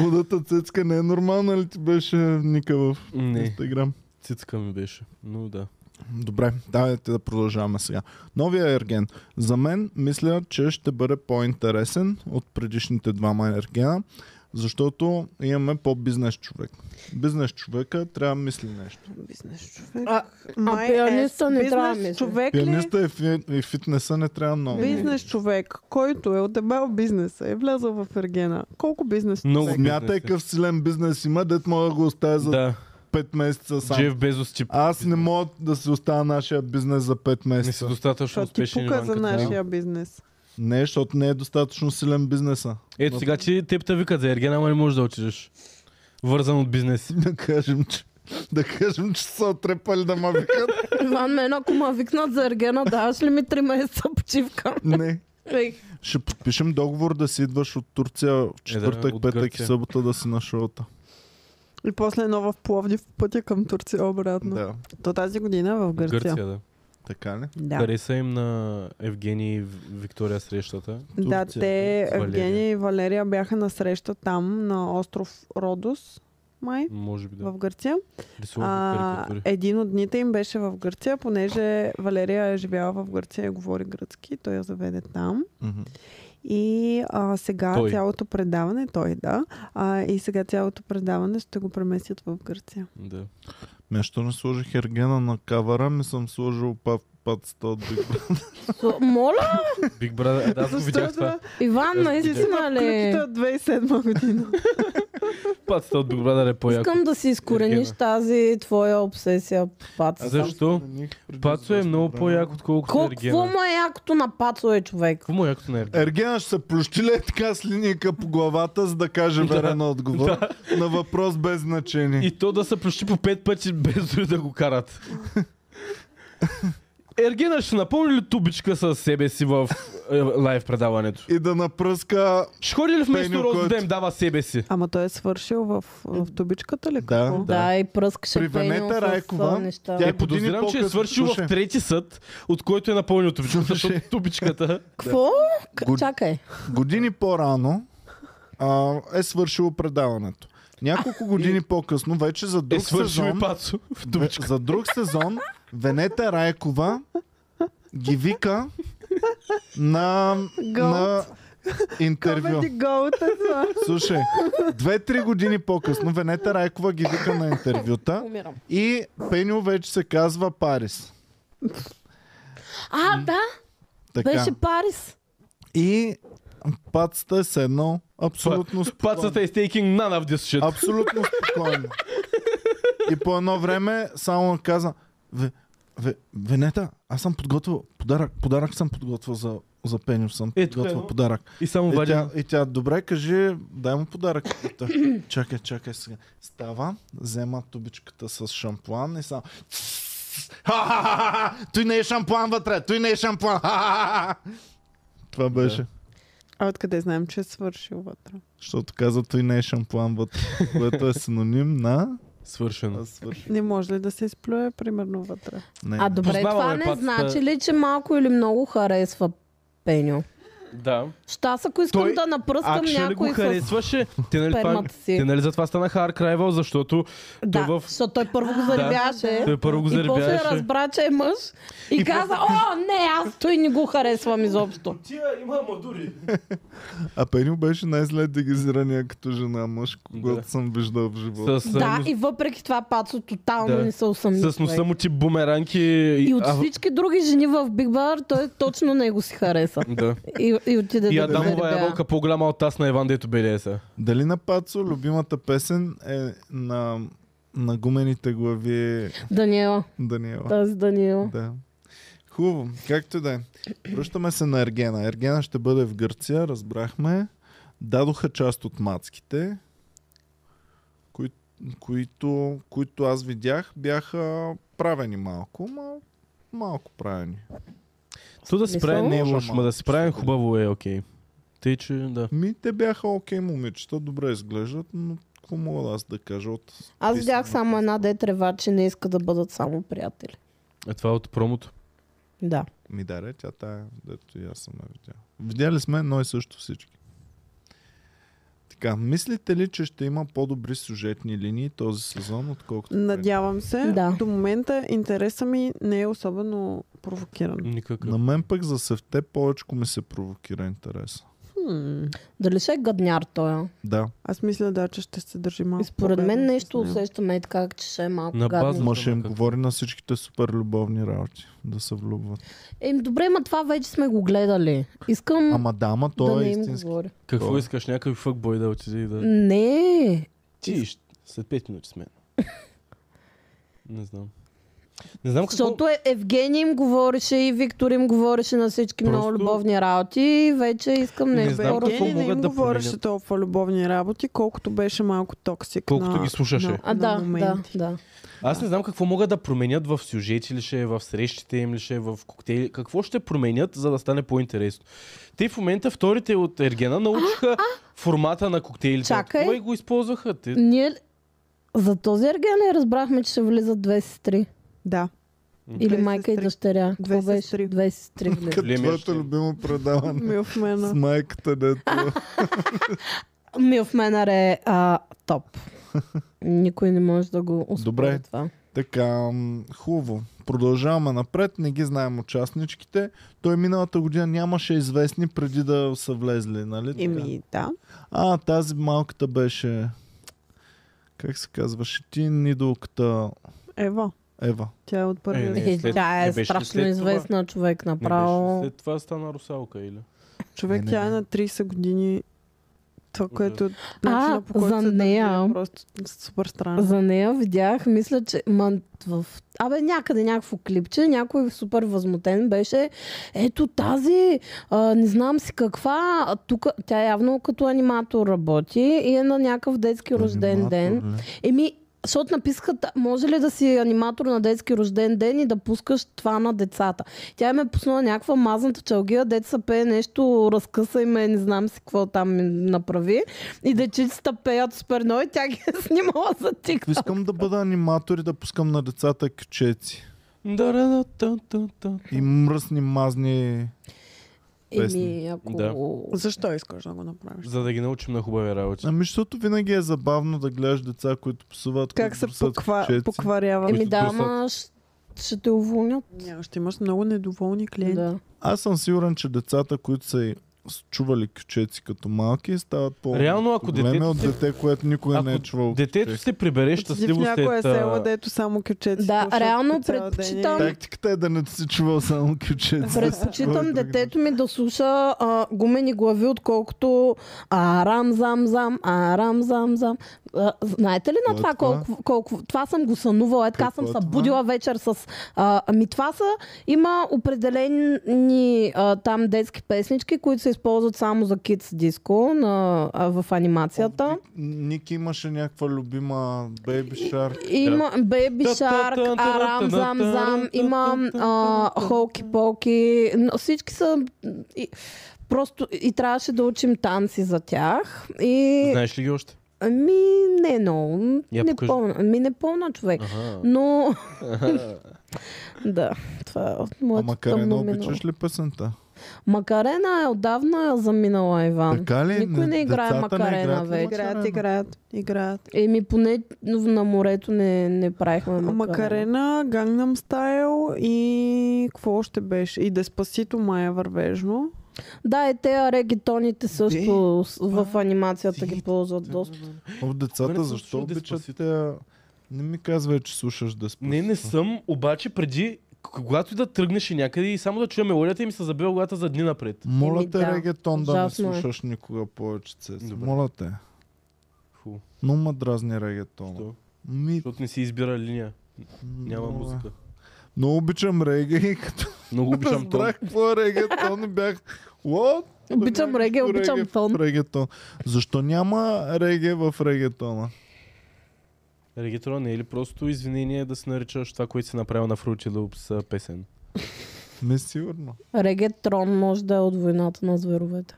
Speaker 1: Лудата цецка не е нормална ли ти беше Ника в
Speaker 4: Не,
Speaker 1: Инстаграм?
Speaker 4: цицка ми беше. Ну да.
Speaker 1: Добре, давайте да продължаваме сега. Новия ерген. За мен мисля, че ще бъде по-интересен от предишните двама ергена, защото имаме по-бизнес човек. Бизнес човека трябва да мисли нещо.
Speaker 2: Бизнес човек.
Speaker 3: А-
Speaker 2: Май
Speaker 3: а пианиста
Speaker 2: е-
Speaker 3: не
Speaker 2: бизнес
Speaker 3: трябва да мисли.
Speaker 2: човек ли?
Speaker 1: Пианиста и, фи- и фитнеса не трябва
Speaker 4: е
Speaker 1: много.
Speaker 2: Бизнес човек, който е от дебел бизнеса, е влязъл в Ергена. Колко бизнес
Speaker 4: Много е.
Speaker 2: човек?
Speaker 1: Смятай какъв силен бизнес има, дет мога да го оставя за
Speaker 4: Да,
Speaker 1: 5 месеца сам.
Speaker 4: Джеф Безос тип.
Speaker 1: Аз не мога да се оставя нашия бизнес за 5
Speaker 4: Не си
Speaker 1: месеца.
Speaker 4: достатъчно
Speaker 2: Защото ти
Speaker 4: успешен.
Speaker 2: пука
Speaker 4: Иван,
Speaker 2: за
Speaker 4: като него.
Speaker 2: нашия бизнес.
Speaker 1: Не, защото не е достатъчно силен бизнеса.
Speaker 4: Ето сега ти теб те викат за Ергена, ама не можеш да отидеш. Вързан от бизнес.
Speaker 1: Да кажем, че, да кажем, че са отрепали да ма викат.
Speaker 3: Иван, мен ако ма викнат за Ергена, даваш ли ми три месеца почивка?
Speaker 1: Не.
Speaker 3: Ей,
Speaker 1: Ще подпишем договор да си идваш от Турция в четвъртък,
Speaker 4: Е, да, от
Speaker 1: петък и
Speaker 4: Гърция.
Speaker 1: събота да си на шоута.
Speaker 2: И после едно в Пловдив по пътя към Турция обратно.
Speaker 1: Да.
Speaker 2: То тази година в Гърция.
Speaker 4: Гърция, да.
Speaker 1: Така ли?
Speaker 2: Да.
Speaker 4: Хареса им на Евгений и В- Виктория срещата.
Speaker 2: Да,
Speaker 1: Турция.
Speaker 2: те,
Speaker 4: Валерия.
Speaker 2: Евгения и Валерия бяха на среща там, на остров Родос, май,
Speaker 4: Може би да.
Speaker 2: в Гърция.
Speaker 4: Рисува
Speaker 2: А,
Speaker 4: карикатури.
Speaker 2: един от дните им беше в Гърция, понеже Валерия е живяла в Гърция и говори гръцки, той я заведе там.
Speaker 1: Мгм.
Speaker 2: И а, сега
Speaker 4: Той.
Speaker 2: цялото предаване, той да, а, и сега цялото предаване ще го преместят в Гърция.
Speaker 4: Да.
Speaker 1: Ме, Защо не сложих ергена на кавара, ми съм сложил пат, патста от Big Brother.
Speaker 3: со- Моля,
Speaker 4: Биг Brother, е, да, аз го видях това.
Speaker 3: Иван,
Speaker 4: Аз
Speaker 1: Е,
Speaker 3: наистина ли?
Speaker 2: Клипите Е, от 2007 година.
Speaker 4: Пацата от Big Brother е по-яко.
Speaker 3: Искам да си изкорениш
Speaker 4: Ергена.
Speaker 3: тази твоя обсесия, Пацо.
Speaker 4: Защо? Пацо е много по-яко, отколкото на
Speaker 3: Какво
Speaker 4: Ергена.
Speaker 3: му е якото на Пацо е човек?
Speaker 4: Какво му е якото на Ергена?
Speaker 1: Ергена ще се плющи ли е така с линейка по главата, за да каже верен отговор на въпрос без значение.
Speaker 4: И то да се прощи по пет пъти, без дори да го карат. Ергена ще напълни ли тубичка със себе си в е, лайв предаването?
Speaker 1: И да напръска...
Speaker 4: Ще ходи ли
Speaker 1: Пеню,
Speaker 4: вместо Розо
Speaker 1: който-
Speaker 4: да им дава себе си?
Speaker 2: Ама той е свършил в, в тубичката ли?
Speaker 1: Да.
Speaker 2: какво?
Speaker 1: Да.
Speaker 3: Да, и
Speaker 1: При
Speaker 3: пръскаше
Speaker 1: Венета
Speaker 3: пенио с
Speaker 1: Райкова,
Speaker 3: а, неща.
Speaker 1: тя е
Speaker 4: Е, подозирам, че е
Speaker 1: по-късно,
Speaker 4: свършил
Speaker 1: слушай.
Speaker 4: в трети съд, от който е напълнил тубичката.
Speaker 1: Слушай. Е,
Speaker 4: защото тубичката.
Speaker 3: Какво? К-
Speaker 1: Гуд-
Speaker 3: Чакай.
Speaker 1: Години по-рано а, е свършило предаването. Няколко години по-късно, вече за
Speaker 4: Е
Speaker 1: друг
Speaker 4: свършил
Speaker 1: сезон...
Speaker 4: и пацо в
Speaker 1: Ве-
Speaker 4: тубичка.
Speaker 1: За друг сезон Венета Райкова ги вика на, на интервю.
Speaker 2: Комеди Gold е това.
Speaker 1: Слушай, две-три години по-късно Венета Райкова ги вика на интервюта
Speaker 3: Умирам.
Speaker 1: и Пеню вече се казва Парис.
Speaker 3: А, да,
Speaker 1: Така.
Speaker 3: беше Парис.
Speaker 1: И Пацата е седнал абсолютно спокойно.
Speaker 4: Пацата е is taking none of this shit.
Speaker 1: Абсолютно спокойно. И по едно време само каза, Ве, Ве, Венета, аз съм подготвил подарък, подарък съм подготвил за, за Пеню, съм
Speaker 4: Е, тук
Speaker 1: подготвил
Speaker 4: е, но-
Speaker 1: подарък.
Speaker 4: И само
Speaker 1: И
Speaker 4: вади...
Speaker 1: тя, и тя, добре, кажи, дай му подарък. И та, чакай, чакай сега. Става, взема тубичката с шампуан и само... Ха-ха-ха-ха! Той не е шампуан вътре! Той не е шампуан! Ха-ха-ха-ха! Това беше.
Speaker 2: А откъде знаем, че е свършил вътре?
Speaker 1: Защото каза, той не е шампуан вътре, което е синоним на...
Speaker 4: Свършено.
Speaker 1: Аз свърших.
Speaker 2: Не може ли да се изплюе примерно вътре?
Speaker 4: Е,
Speaker 1: Не,
Speaker 3: А
Speaker 1: не.
Speaker 3: добре, това
Speaker 4: Познаваме
Speaker 3: не
Speaker 4: пацата.
Speaker 3: значи ли, че малко или много харесва Пеню?
Speaker 4: Да.
Speaker 3: Ща аз ако искам
Speaker 4: Той
Speaker 3: да напръскам
Speaker 4: Акшън го
Speaker 3: някой с
Speaker 4: харесваше. Те нали, това,
Speaker 3: спермата си.
Speaker 4: те нали затова станаха Аркрайвал, защото
Speaker 3: Да,
Speaker 4: той в-
Speaker 3: защото той първо го заребяваше.
Speaker 4: той първо го
Speaker 3: И после
Speaker 4: заребяваше.
Speaker 3: разбра, че е мъж и,
Speaker 4: И
Speaker 3: каза, о, не, аз той не го харесвам изобщо.
Speaker 4: Тия има мадури.
Speaker 1: А Пеню беше най-зле дегизирания като жена мъж, когато
Speaker 4: Да.
Speaker 1: съм виждал в живота.
Speaker 4: С,
Speaker 3: Да,
Speaker 4: да,
Speaker 3: и въпреки това Пацо тотално
Speaker 4: Да.
Speaker 3: не се усъмни.
Speaker 4: с
Speaker 3: човек.
Speaker 4: носа му ти бумеранки.
Speaker 3: И от
Speaker 4: а,
Speaker 3: всички други жени в Биг Бар, той точно него си хареса.
Speaker 4: да.
Speaker 3: И, и отиде
Speaker 4: И
Speaker 3: да го
Speaker 4: Адамова
Speaker 3: заребя.
Speaker 4: ябълка по-голяма от тази на Иван, дето БДС.
Speaker 1: Дали на Пацо любимата песен е на, на гумените глави
Speaker 3: Даниела,
Speaker 1: Даниела?
Speaker 3: тази Даниела.
Speaker 1: Да. Хубаво, както и да е. Връщаме се на Ергена. Ергена ще бъде в Гърция, разбрахме. Дадоха част от мацките, кои, които, които аз видях, бяха правени малко, ма малко правени.
Speaker 4: То да си
Speaker 3: Мисъл?
Speaker 4: правим не е
Speaker 1: Може
Speaker 4: лошо, ма
Speaker 1: малко,
Speaker 4: да си правим
Speaker 1: ще
Speaker 4: хубаво е окей. Тъй, че да.
Speaker 1: Ми, те бяха окей момичета, добре изглеждат, но какво мога аз да кажа от...
Speaker 3: Аз
Speaker 1: Истина.
Speaker 3: видях само една детрева, че не иска да бъдат само приятели.
Speaker 4: Е това е от промото.
Speaker 3: Да.
Speaker 1: Ми да, ре, тя тая, дето и аз съм я видял. Видяли сме едно и също всички. Така, мислите ли, че ще има по-добри сюжетни линии този сезон, отколкото...
Speaker 2: Надявам се.
Speaker 3: Да.
Speaker 2: До момента интереса ми не е особено провокиран.
Speaker 1: преди?
Speaker 4: Никакъв.
Speaker 1: На мен пък за съвте повече ми се провокира интереса.
Speaker 2: Хм.
Speaker 3: Дали ще е гадняр той?
Speaker 1: Да,
Speaker 2: Аз мисля, да, че ще се държи малко.
Speaker 3: И според мен
Speaker 2: по-бедно с
Speaker 3: нещо
Speaker 2: него.
Speaker 3: усещаме и така, че ще е малко
Speaker 4: На
Speaker 3: гадно.
Speaker 4: база-
Speaker 1: ма ще им
Speaker 4: Как?
Speaker 1: говори на всичките супер любовни работи, да се влюбват.
Speaker 3: Еми добре, ма това вече сме го гледали. Искам
Speaker 1: Ама да, ама
Speaker 3: да
Speaker 1: то е
Speaker 3: не им
Speaker 1: истински.
Speaker 3: говоря.
Speaker 4: Какво
Speaker 1: Кой?
Speaker 4: искаш? Някакъв фъкбой да отиде и да...
Speaker 3: Не,
Speaker 4: Ти ще- след 5 минути с мен. Не знам. Не знам какво...
Speaker 3: защото е, Евгений им говореше и Виктор им говореше на всички
Speaker 4: Просто-
Speaker 3: много любовни работи и вече искам
Speaker 4: Не
Speaker 3: нещо
Speaker 4: знам
Speaker 3: по-различно.
Speaker 4: какво
Speaker 2: Евгений не
Speaker 4: могат
Speaker 2: им
Speaker 4: да
Speaker 2: говореше
Speaker 4: променят.
Speaker 2: толкова любовни работи, колкото беше малко токсик.
Speaker 4: Колкото
Speaker 2: на,
Speaker 4: ги слушаше.
Speaker 2: на-
Speaker 3: А,
Speaker 2: на
Speaker 3: да, да,
Speaker 2: моменти.
Speaker 3: да.
Speaker 4: Аз не знам какво могат да променят в сюжети ли ще, е, в срещите им ли ще, е, в коктейли. Какво ще променят, за да стане по-интересно? Те в момента вторите от Ергена научиха формата на коктейлите.
Speaker 3: Чакай.
Speaker 4: Кой го използваха? Те...
Speaker 3: Ние за този ерген не разбрахме, че ще влизат две сестри.
Speaker 2: да.
Speaker 3: Или
Speaker 2: Две
Speaker 3: майка
Speaker 2: сестри.
Speaker 3: и дъщеря. Какво
Speaker 2: Две
Speaker 3: беше?
Speaker 2: сестри. Ами
Speaker 3: Две сестри. влизат.
Speaker 1: Като
Speaker 4: Големия ще
Speaker 1: твоето
Speaker 4: е.
Speaker 1: любимо предаване.
Speaker 2: Милф
Speaker 1: С
Speaker 2: мена.
Speaker 1: майката, дето.
Speaker 3: Милф Менър е а, топ. Никой не може да го успори
Speaker 1: Добре.
Speaker 3: това.
Speaker 1: така, м, хубаво. Продължаваме напред, не ги знаем участничките. Той миналата година нямаше известни преди да са влезли, нали? така?
Speaker 2: Еми, да.
Speaker 1: А, тази малката беше... Как се казваше? Ти идолката
Speaker 2: Ева.
Speaker 1: Ева.
Speaker 2: Тя е от
Speaker 4: Е,
Speaker 2: първия.
Speaker 4: не.
Speaker 2: Е,
Speaker 3: Е,
Speaker 4: след-
Speaker 3: тя
Speaker 4: не
Speaker 3: е
Speaker 4: беше ли
Speaker 3: страшно
Speaker 4: след това?
Speaker 3: известна човек
Speaker 4: Не беше.
Speaker 3: направо.
Speaker 4: След това стана русалка или?
Speaker 2: Човек,
Speaker 1: Не, не,
Speaker 2: тя е
Speaker 1: не.
Speaker 2: на 30 години. Това, което... начина, по
Speaker 3: А,
Speaker 2: който
Speaker 3: за
Speaker 2: се
Speaker 3: нея.
Speaker 2: държи, е Просто супер странно.
Speaker 3: За нея видях, мисля, че ма, в... Абе, някъде някакво клипче, някой супер възмутен беше. Ето тази, а, не знам си каква, а тук тя явно като аниматор работи и е на някакъв детски рожден ден.
Speaker 1: Аниматор нали? ли?
Speaker 3: Еми, защото написаха, та- може ли да си аниматор на детски рожден ден и да пускаш това на децата. Тя им е пуснала някаква мазната чалгия, деца пее нещо, разкъса им е, не знам си какво там им направи. И дечицата пеят супер много и тя ги е снимала за тик.
Speaker 1: Ако Искам да бъда аниматор и да пускам на децата кючеци.
Speaker 4: Да, да, да, да, да, да.
Speaker 1: И мръсни, мазни...
Speaker 3: Еми, ако...
Speaker 4: Да.
Speaker 2: Защо искаш да го направиш?
Speaker 4: За да ги научим на хубави работи.
Speaker 1: Ами, защото винаги е забавно да гледаш деца, които псуват,
Speaker 2: Как
Speaker 1: които
Speaker 2: се
Speaker 1: бръсат
Speaker 2: поква...
Speaker 1: кючеци.
Speaker 2: покварява?
Speaker 3: Еми
Speaker 4: които
Speaker 3: да,
Speaker 4: търсят.
Speaker 3: ама ще, ще те уволнят.
Speaker 2: Няма, ще имаш много недоволни клиенти.
Speaker 3: Да.
Speaker 1: Аз съм сигурен, че децата, които са и с чували кючеци като малки и стават по
Speaker 4: Реално, ако
Speaker 1: големи
Speaker 4: детето
Speaker 1: от
Speaker 4: си-
Speaker 1: дете, което никога не е
Speaker 4: ако
Speaker 1: чувал.
Speaker 4: Детето
Speaker 1: кючек.
Speaker 4: се прибере
Speaker 2: Отиди в
Speaker 4: щастливо
Speaker 2: някоя
Speaker 4: след...
Speaker 2: села,
Speaker 4: а,
Speaker 2: дето само кючеци.
Speaker 3: Да,
Speaker 2: слушат
Speaker 3: реално
Speaker 2: по цял ден и-
Speaker 3: предпочитам-
Speaker 1: Тактиката е да не си чувал само кючеци.
Speaker 3: Предпочитам детето ми да слуша а, гумени глави, отколкото арам зам зам, арам зам зам. А, знаете ли на
Speaker 1: Какво
Speaker 3: това,
Speaker 1: е това?
Speaker 3: Колко, колко... Това съм го сънувала, е така
Speaker 1: Какво
Speaker 3: съм
Speaker 1: е
Speaker 3: се
Speaker 1: това?
Speaker 3: будила вечер с... А, ами това са... Има определени а, там детски песнички, които се използват само за kids диско на, а, в анимацията.
Speaker 1: Ники имаше някаква любима Бейби Шарк.
Speaker 3: Има Бейби
Speaker 4: Та, та,
Speaker 3: Шарк,
Speaker 4: та, та,
Speaker 3: Арам
Speaker 4: та,
Speaker 3: Зам
Speaker 4: та,
Speaker 3: Зам,
Speaker 4: та,
Speaker 3: има
Speaker 4: та, та, та,
Speaker 3: Холки Полки, но всички са... и- Просто и трябваше да учим танци за тях. И
Speaker 4: Знаеш ли ги още?
Speaker 3: ами не много.
Speaker 4: Я
Speaker 3: Не
Speaker 4: покажи.
Speaker 3: помня. Ами не помня човек.
Speaker 4: Аха.
Speaker 3: Но да, това е от моята
Speaker 1: Ама Карена,
Speaker 3: тъмно минало.
Speaker 1: обичаш ли песента?
Speaker 3: Макарена е отдавна заминала Иван.
Speaker 1: Така ли?
Speaker 3: Никой не играе
Speaker 1: децата не
Speaker 3: Макарена
Speaker 1: играят ли
Speaker 3: вече.
Speaker 2: Играят, играят, играят.
Speaker 3: Еми поне на морето не, не правихме макарена.
Speaker 2: Макарена, Gangnam Style и какво още беше? И Деспасито Майя вървежно.
Speaker 3: Да, и те регетоните също с- в
Speaker 4: А,
Speaker 3: анимацията
Speaker 4: ти-
Speaker 3: ги ползват доста.
Speaker 1: О,
Speaker 4: Добре,
Speaker 1: децата,
Speaker 4: съм
Speaker 1: защо
Speaker 4: слушал
Speaker 1: обичат
Speaker 4: Деспасито.
Speaker 1: те? Не ми казвай, че слушаш Деспасито.
Speaker 4: Не, не съм, обаче преди, когато и да тръгнеш и някъде и само да чуя мелодията ми се забива главата за дни напред.
Speaker 1: Моля
Speaker 3: Еми,
Speaker 1: те,
Speaker 3: Ами да.
Speaker 1: регетон, да не
Speaker 3: Ужасно е.
Speaker 1: слушаш никога повече цец.
Speaker 4: Добре.
Speaker 1: Моля те.
Speaker 4: Фу,
Speaker 1: Но ма дразни регетон.
Speaker 4: що?
Speaker 1: Ми,
Speaker 4: Защото не си избира линия. Няма
Speaker 1: много е.
Speaker 4: музика.
Speaker 1: Много обичам реге и като
Speaker 4: Много обичам тон.
Speaker 1: разбрах какво е регетон и бях... What?
Speaker 3: Обичам реге, обичам тон.
Speaker 1: Регетон. Защо няма реге в регетона?
Speaker 4: Регетро не е ли просто извинение да се наричаш това, което си направил на Fruity Loops а, песен?
Speaker 1: Не е сигурно.
Speaker 3: Регетрон може да е от войната на зверовете.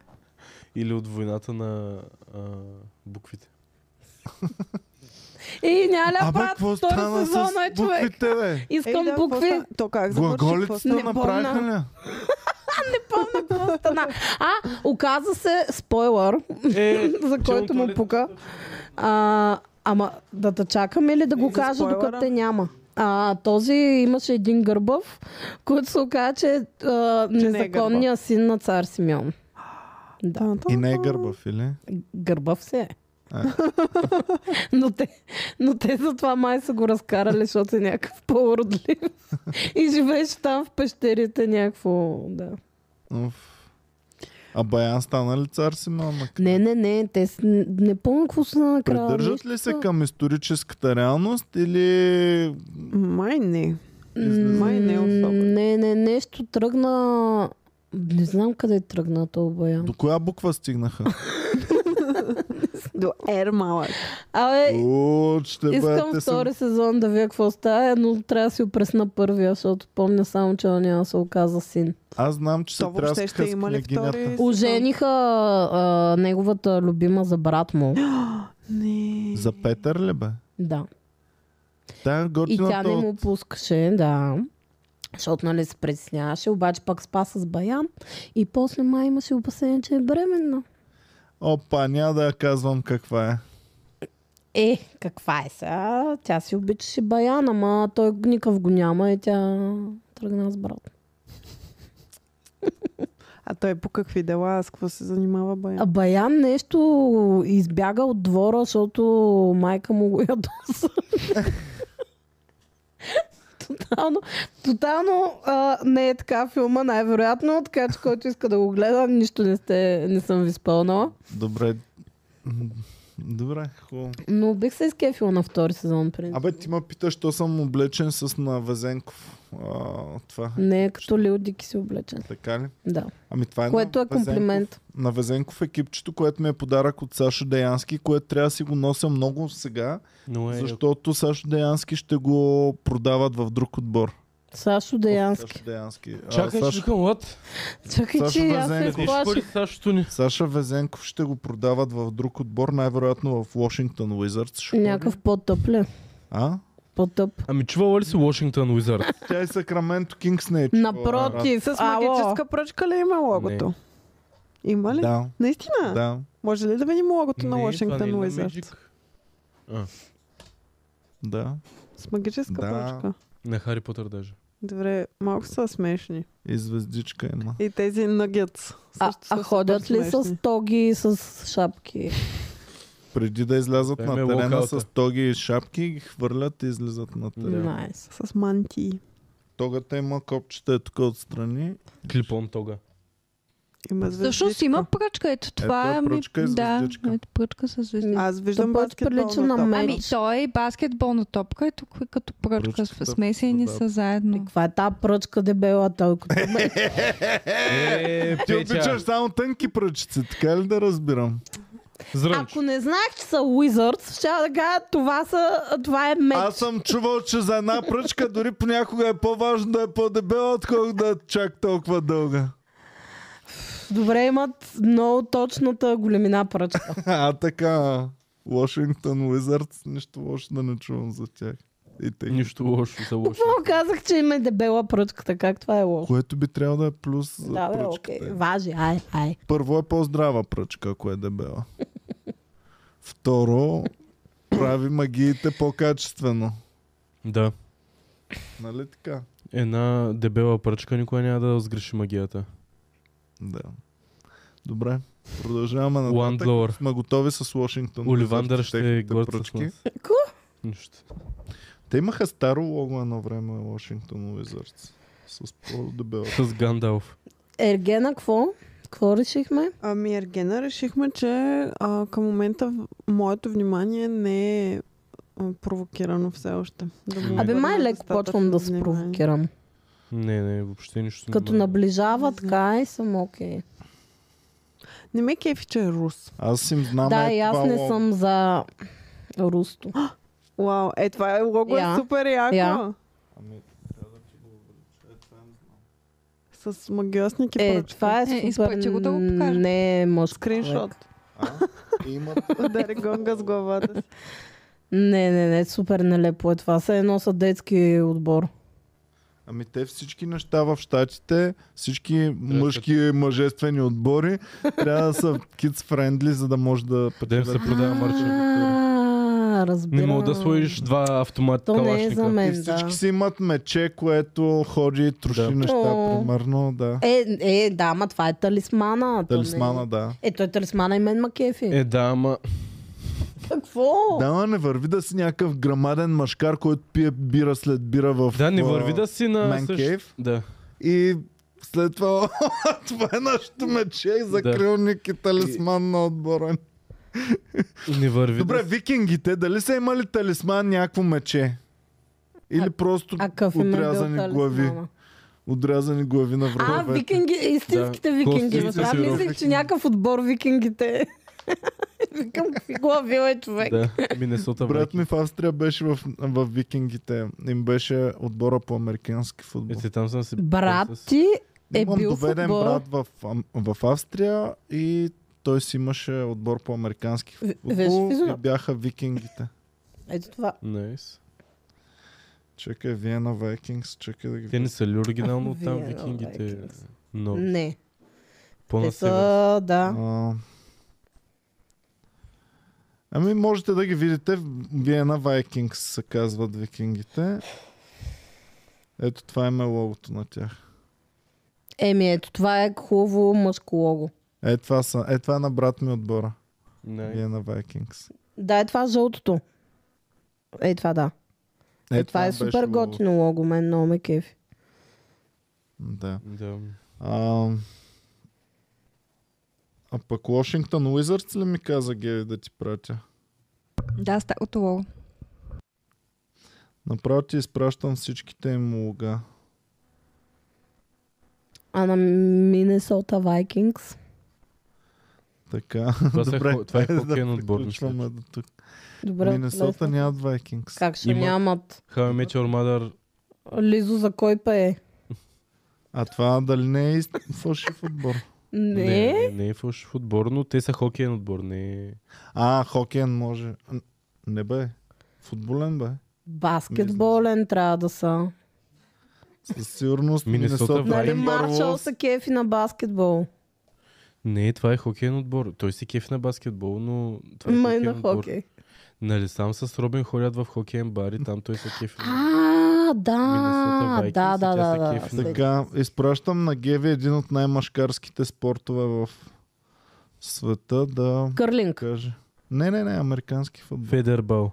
Speaker 4: Или от войната на а, буквите?
Speaker 3: И няма ли
Speaker 1: Абе,
Speaker 3: апарат
Speaker 1: какво
Speaker 3: втори
Speaker 1: стана с
Speaker 3: сезон, е човек?
Speaker 1: буквите, бе?
Speaker 3: Искам
Speaker 2: Ей, Е, да, какво
Speaker 3: букви.
Speaker 2: ста- То как завърши? какво
Speaker 1: Глаголицата
Speaker 2: стана?
Speaker 3: Не помна.
Speaker 1: направиха ли?
Speaker 3: Стана. А, оказа се спойлър,
Speaker 4: Е,
Speaker 3: за който му пука. А, ама да те чакаме ли да го
Speaker 2: За
Speaker 3: кажа,
Speaker 2: спойлера?
Speaker 3: докато те няма? А, този имаше един гърбав, който се оказа, че е а,
Speaker 2: е
Speaker 3: незаконният син на цар Симеон. Да,
Speaker 1: И не е гърбав, или?
Speaker 3: гърбав се е.
Speaker 1: А.
Speaker 3: но, те, но те затова май са го разкарали, защото е някакъв по-уродлив. И живееше там в пещерите някакво, да.
Speaker 1: Уф. А Баян стана ли цар си, мама?
Speaker 3: Не, не, не, те с... не помня какво са накрая.
Speaker 1: Придържат
Speaker 3: нещо
Speaker 1: ли се
Speaker 3: са-
Speaker 1: към историческата реалност или...
Speaker 2: Май не.
Speaker 1: излизат?
Speaker 2: Май не особено.
Speaker 3: Не, не, нещо тръгна... Не знам къде тръгна то бая.
Speaker 1: До коя буква стигнаха?
Speaker 2: До ер малък.
Speaker 3: Абе,
Speaker 1: О, ще бъде,
Speaker 3: Е, искам
Speaker 1: те са...
Speaker 3: втори сезон да видя какво става, но трябва да си опресна първия, защото помня само, че он няма се оказа син.
Speaker 1: Аз знам, че се
Speaker 2: То въобще ще
Speaker 1: тряскаха с
Speaker 2: има ли втори?
Speaker 1: княгинята.
Speaker 3: Ожениха а, неговата любима за брат му.
Speaker 2: Не.
Speaker 1: За Петър ли бе?
Speaker 3: Да.
Speaker 1: Тя е
Speaker 3: И тя
Speaker 1: готината
Speaker 3: не
Speaker 1: от
Speaker 3: му пускаше, да. Защото нали се притесняваше, обаче пак спа с Баян и после май имаше опасение, че е бременна.
Speaker 1: Опа, няма да я казвам каква е.
Speaker 3: Е, каква е сега? Тя си обичаше Баян, ама той никакъв го няма и тя тръгна с брат.
Speaker 2: А той по какви дела, аз какво се занимава бая?
Speaker 3: А Баян нещо избяга от двора, защото майка му го ядоса. тотално тотално а, не е така филма, най-вероятно, така че който иска да го гледа, нищо не, сте, не съм ви спълнала.
Speaker 1: Добре. М, Добре, хубаво.
Speaker 3: Но бих се изкефила на втори сезон, принцип.
Speaker 1: Абе, ти ме питаш, що съм облечен с Навезенков. А, това е.
Speaker 3: Не е като Лил Дики си облечен.
Speaker 1: Така ли?
Speaker 3: Да.
Speaker 1: Ами това е
Speaker 3: Което е
Speaker 1: Навезенков-
Speaker 3: комплимент.
Speaker 1: на Везенков екипчето, което ми е подарък от Сашо Деянски, което трябва да си го нося много сега,
Speaker 4: Но е,
Speaker 1: защото Сашо Деянски ще го продават в друг отбор.
Speaker 3: Сашо Деянски.
Speaker 1: Сашо Деянски. А,
Speaker 4: Чакай, ще
Speaker 1: Сашо,
Speaker 4: викам, what?
Speaker 3: Чакай,
Speaker 1: Сашо
Speaker 3: че и аз се
Speaker 1: Базенков.
Speaker 4: Къде ще
Speaker 3: плаших.
Speaker 4: пари Сашото ни?
Speaker 1: Саша Везенков ще го продават в друг отбор, най-вероятно в Washington Wizards. Ще ходи.
Speaker 3: Някакъв по-тъп ли?
Speaker 1: А?
Speaker 3: По-тъп.
Speaker 4: Ами чувала ли си Washington Wizard?
Speaker 1: Тя и Сакраменто Кингс не е чувала.
Speaker 3: Напротив.
Speaker 2: С
Speaker 3: Ало.
Speaker 2: магическа пръчка ли има логото? Има ли?
Speaker 1: Да,
Speaker 2: Наистина?
Speaker 1: да.
Speaker 2: Може ли да видим логото на
Speaker 4: Не, това не
Speaker 2: Washington
Speaker 4: е на
Speaker 2: Wizards?
Speaker 4: Magic.
Speaker 1: Да.
Speaker 2: С магическа
Speaker 1: Да.
Speaker 2: пръчка.
Speaker 4: На Хари Потър даже.
Speaker 2: Добре, малко са смешни.
Speaker 1: И звездичка има.
Speaker 2: И тези нагет.
Speaker 3: А, а ходят ли с тоги и с шапки?
Speaker 1: Преди да излязат
Speaker 4: Да,
Speaker 1: на
Speaker 4: ме е
Speaker 1: терена
Speaker 4: локалта.
Speaker 1: с тоги и шапки, ги хвърлят и излизат на терена.
Speaker 4: Да.
Speaker 3: Найс.
Speaker 2: с мантии?
Speaker 1: Тогата има копчета е тук отстрани.
Speaker 4: Клипон тога.
Speaker 2: Има
Speaker 6: Всъщност
Speaker 2: звездичка.
Speaker 6: има пръчка. Ето това
Speaker 1: е
Speaker 6: ми-
Speaker 1: пръчка и
Speaker 6: да,
Speaker 1: звездичка.
Speaker 6: ето пръчка с звездичка.
Speaker 2: Аз виждам
Speaker 3: То повече
Speaker 2: баскетболна
Speaker 3: прилича на
Speaker 2: топка.
Speaker 3: мен.
Speaker 6: Ами той е баскетболна топка и тук е като пръчка.
Speaker 1: Пръчката,
Speaker 6: Смесени
Speaker 1: да.
Speaker 6: са заедно.
Speaker 3: Каква е тази пръчка дебела толкова?
Speaker 4: Е,
Speaker 1: Ти
Speaker 4: Петя,
Speaker 1: обичаш само тънки пръчици, така е ли да разбирам?
Speaker 4: зрънч.
Speaker 3: Ако не знаех, че са Wizards, ще да кажа, това, са, това е меч.
Speaker 1: Аз съм чувал, че за една пръчка дори понякога е по-важно да е по-дебела, отколкото да е чак толкова дълга.
Speaker 3: Добре, имат много точната големина пръчка.
Speaker 1: А така, Вашингтон Уизардс, нищо лошо да не чувам за тях. И те.
Speaker 4: Е, Нищо лошо за лошо.
Speaker 3: Какво казах, че им е дебела пръчката? Как това е лошо?
Speaker 1: Което би трябвало да е плюс за
Speaker 3: Да, бе, окей.
Speaker 1: пръчката.
Speaker 3: Важи, ай, ай.
Speaker 1: Първо е по-здрава пръчка, ако е дебела. Второ, прави магиите по-качествено.
Speaker 4: Да.
Speaker 1: Нали така?
Speaker 4: Една дебела пръчка никога няма да сгреши магията.
Speaker 1: Да. Добре. Продължаваме нататък.
Speaker 4: Ландлор.
Speaker 1: Сме готови с Вашингтон.
Speaker 4: Оливандър
Speaker 1: Уизардс и техните
Speaker 4: ще глътва с
Speaker 1: пръчки.
Speaker 4: нас. Нищо.
Speaker 1: Те имаха старо лого едно време Washington Wizards. С по-дебела.
Speaker 4: С Гандалф.
Speaker 3: Ергена, какво? Какво решихме?
Speaker 2: Ами Ергена решихме, че а, към момента в- моето внимание не е а, провокирано все още. Да му
Speaker 4: М.
Speaker 3: Абе,
Speaker 2: обърна
Speaker 3: май леко
Speaker 2: достатъчно
Speaker 3: почвам да се
Speaker 2: внимание.
Speaker 3: провокирам.
Speaker 4: Не, не, въобще нищо.
Speaker 3: Като
Speaker 4: няма.
Speaker 3: наближава така и съм окей.
Speaker 2: Не ме кефи, че е рус.
Speaker 1: Аз им знам
Speaker 3: Да,
Speaker 1: е
Speaker 3: и аз
Speaker 1: това
Speaker 3: не
Speaker 1: лого.
Speaker 3: съм за русто.
Speaker 2: Вау, е това е лого,
Speaker 3: Я.
Speaker 2: е супер яко.
Speaker 3: Я.
Speaker 1: Ами,
Speaker 2: С магиосник и
Speaker 3: Е,
Speaker 2: пръчки.
Speaker 3: това е
Speaker 6: Е,
Speaker 3: супер.
Speaker 6: изпрати го да го покажа.
Speaker 3: не е мъжко.
Speaker 2: Скриншот.
Speaker 3: човек.
Speaker 1: а? Има
Speaker 2: Удари гонга с главата си.
Speaker 3: Не, не, не, супер нелепо е това. Са едно са детски отбор.
Speaker 1: Ами те всички неща в щатите, всички мъжки мъжествени отбори трябва да са kids friendly, за да може да
Speaker 4: Къде им се продава марча?
Speaker 3: А, разбирам.
Speaker 4: Не мога да сложиш два автомата
Speaker 3: То не е за
Speaker 4: калашника.
Speaker 1: и
Speaker 3: мен, да.
Speaker 1: всички си имат мече, което ходи и троши
Speaker 4: Да.
Speaker 1: неща,
Speaker 3: О.
Speaker 1: примерно, да.
Speaker 3: Е, е, да, ма това е талисмана. то не е-
Speaker 1: Талисмана, да.
Speaker 3: Е, той е талисмана и мен макефи.
Speaker 4: Е, да, ама
Speaker 3: Какво?
Speaker 1: Да, ма не върви да си някакъв грамаден машкар, който пие бира след бира в...
Speaker 4: Да, не
Speaker 1: а,
Speaker 4: върви да си на
Speaker 1: Man
Speaker 4: същ-
Speaker 1: Cave?
Speaker 4: Да.
Speaker 1: И след това, това е нашето мече и закрилник и талисман на отбора ни.
Speaker 4: Не върви
Speaker 1: Добре,
Speaker 4: да...
Speaker 1: викингите, дали са имали талисман някакво мече? Или просто
Speaker 3: А какъв им е бил
Speaker 1: отрязани
Speaker 3: талисмана?
Speaker 1: глави? Отрязани глави на
Speaker 3: А,
Speaker 1: враговете.
Speaker 3: викинги, истинските
Speaker 4: Да.
Speaker 3: викинги.
Speaker 4: Костите
Speaker 3: Аз
Speaker 4: си
Speaker 3: мислех,
Speaker 1: викинги.
Speaker 3: че някакъв отбор викингите. Викам, какви глави е човек.
Speaker 4: Да, Миннесота
Speaker 1: Брат
Speaker 4: Брат
Speaker 1: ми в Австрия беше в, в викингите. Им беше отбора по американски футбол.
Speaker 4: Ете, Е, там съм си...
Speaker 3: Брат
Speaker 4: Там съм си-
Speaker 3: ти е
Speaker 1: Имам
Speaker 3: бил
Speaker 1: доведен
Speaker 3: футбол.
Speaker 1: брат в, Ам- в Австрия и той си имаше отбор по американски
Speaker 3: В-
Speaker 1: футбол
Speaker 3: виж,
Speaker 1: и бяха викингите.
Speaker 3: Ето това.
Speaker 4: Найс.
Speaker 1: Чакай, Виена Викингс, чакай да ги...
Speaker 4: Те не са ли оригинално от там
Speaker 3: Вие,
Speaker 4: викингите?
Speaker 3: Vikings.
Speaker 4: Но
Speaker 3: Не. е, Те
Speaker 4: по-на север.
Speaker 3: са, да.
Speaker 1: А, Ами можете да ги видите. Виена Vikings се казват викингите. Ето това им е логото на тях.
Speaker 3: Еми, ето това е хубаво мъжко лого.
Speaker 1: Е, това, са, е, това е на брат ми отбора.
Speaker 4: Не.
Speaker 1: Виена Vikings.
Speaker 3: Да, е това жълтото. Е, това да. Е, това, е
Speaker 1: беше
Speaker 3: супер
Speaker 1: логото.
Speaker 3: готино лого, мен много ме кефи.
Speaker 1: Да.
Speaker 4: Да.
Speaker 1: А, а пък Washington Wizards ли ми каза Геви да ти пратя?
Speaker 6: Да, старото лого.
Speaker 1: Направо ти изпращам всичките им лога.
Speaker 3: А на Миннесота Вайкингс.
Speaker 1: Така.
Speaker 4: Това, са,
Speaker 1: Добре.
Speaker 4: хо- това е
Speaker 1: хайде да
Speaker 4: хокейен отбор. мисля.
Speaker 1: приключваме до тук.
Speaker 3: Добре.
Speaker 1: Миннесота
Speaker 3: лесно.
Speaker 1: нямат Vikings.
Speaker 3: Как ще
Speaker 4: Има.
Speaker 3: нямат?
Speaker 4: How I Met Your Mother.
Speaker 3: Лизо за кой пе е?
Speaker 1: А това дали не е ист- фалшив отбор?
Speaker 3: Не.
Speaker 4: не, не е фалшив отбор, но те са хокейен отбор. Не е...
Speaker 1: А, хокеен може. Н- Не бе. Футболен бе.
Speaker 3: Баскетболен трябва да са.
Speaker 1: Със сигурност
Speaker 4: Миннесота
Speaker 1: Миннесота
Speaker 4: Vikings.
Speaker 3: Нали
Speaker 1: Викинг
Speaker 3: Маршал
Speaker 1: Барлоус.
Speaker 3: са кефи на баскетбол.
Speaker 4: Не, това е хокейен отбор. Той си кеф на баскетбол, но това е
Speaker 3: Май
Speaker 4: хокейен
Speaker 3: на
Speaker 4: отбор.
Speaker 3: хокей.
Speaker 4: Нали, сам с Робин ходят в хокейен бар и там той се кефи.
Speaker 3: А, да,
Speaker 4: Миннесота Вайкингс
Speaker 3: да,
Speaker 4: и
Speaker 3: да,
Speaker 4: тя се
Speaker 3: да, да.
Speaker 4: кефи.
Speaker 3: След-
Speaker 1: Така, изпращам на Геви един от най-машкарските спортове в света да
Speaker 3: Кърлинг.
Speaker 1: каже. Не, не, не, американски футбол.
Speaker 4: Федербал.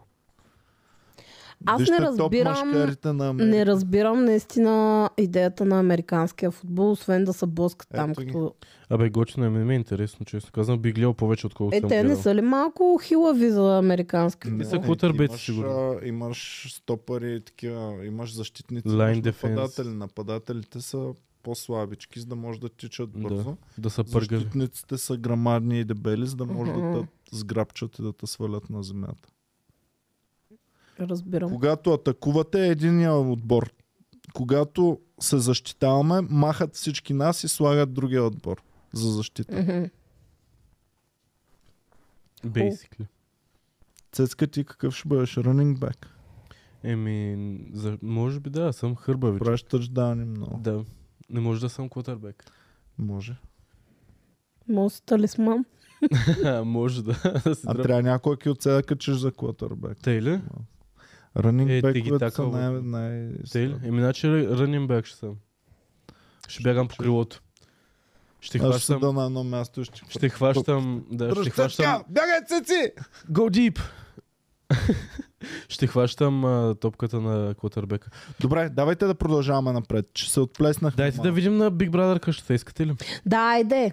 Speaker 3: Аз не
Speaker 1: Вижте топ
Speaker 3: разбирам-
Speaker 1: машкарите на Америка.
Speaker 3: Не разбирам наистина идеята на американския футбол, освен да се блъскат там.
Speaker 1: Ето ги.
Speaker 3: Като...
Speaker 4: Абе, готино е, ми ми е интересно, честно казвам. Бих гледал повече, отколкото
Speaker 3: Е,
Speaker 4: съм
Speaker 3: те не
Speaker 4: гледал.
Speaker 3: са ли малко хилави за американски
Speaker 1: Не,
Speaker 3: футбол?
Speaker 4: Те са
Speaker 1: ти
Speaker 4: кутърбети,
Speaker 1: Е, имаш,
Speaker 4: сигурно.
Speaker 1: а, Имаш стопари, такива, имаш защитници,
Speaker 4: Line
Speaker 1: имаш
Speaker 4: defense.
Speaker 1: нападатели. Нападателите са по-слабички, за да може да тичат
Speaker 4: Да.
Speaker 1: бързо.
Speaker 4: Да са пъргави.
Speaker 1: Защитниците са грамадни и дебели, за да може да
Speaker 3: Мгм.
Speaker 1: те сграбчат и да те свалят на земята.
Speaker 3: Разбирам.
Speaker 1: Когато атакувате е единия отбор. Когато се защитаваме, махат всички нас и слагат другия отбор за защита.
Speaker 3: Мгм.
Speaker 4: Basically.
Speaker 1: Цецка ти какъв ще бъдеш? Running back.
Speaker 4: Еми, за... може би да, съм хърбавич.
Speaker 1: Правиш тъчдани много.
Speaker 4: Да. Не може да съм котърбек.
Speaker 1: Може.
Speaker 3: Може си талисман.
Speaker 4: може да. да се
Speaker 1: А
Speaker 4: дръпна.
Speaker 1: трябва някой кил да качиш за квотербек.
Speaker 4: Тъй ли?
Speaker 1: Running
Speaker 4: Е,
Speaker 1: е,
Speaker 4: ти ги
Speaker 1: бековете са
Speaker 4: такъл.
Speaker 1: най... най-
Speaker 4: Тъй ли? Еми, значи ранен бек ще съм. Ще бягам по крилото.
Speaker 1: Аз ще
Speaker 4: Ще хващам...
Speaker 1: седа на едно място и ще...
Speaker 4: Ще хващам... Да, ще хващам...
Speaker 1: Бягай, цици!
Speaker 4: Go deep! ще хващам а, топката на котърбека.
Speaker 1: Добре, давайте да продължаваме напред, че се отплеснах.
Speaker 4: Дайте да
Speaker 1: малко.
Speaker 4: видим на Big Brother къщата, искате ли?
Speaker 3: Да, айде.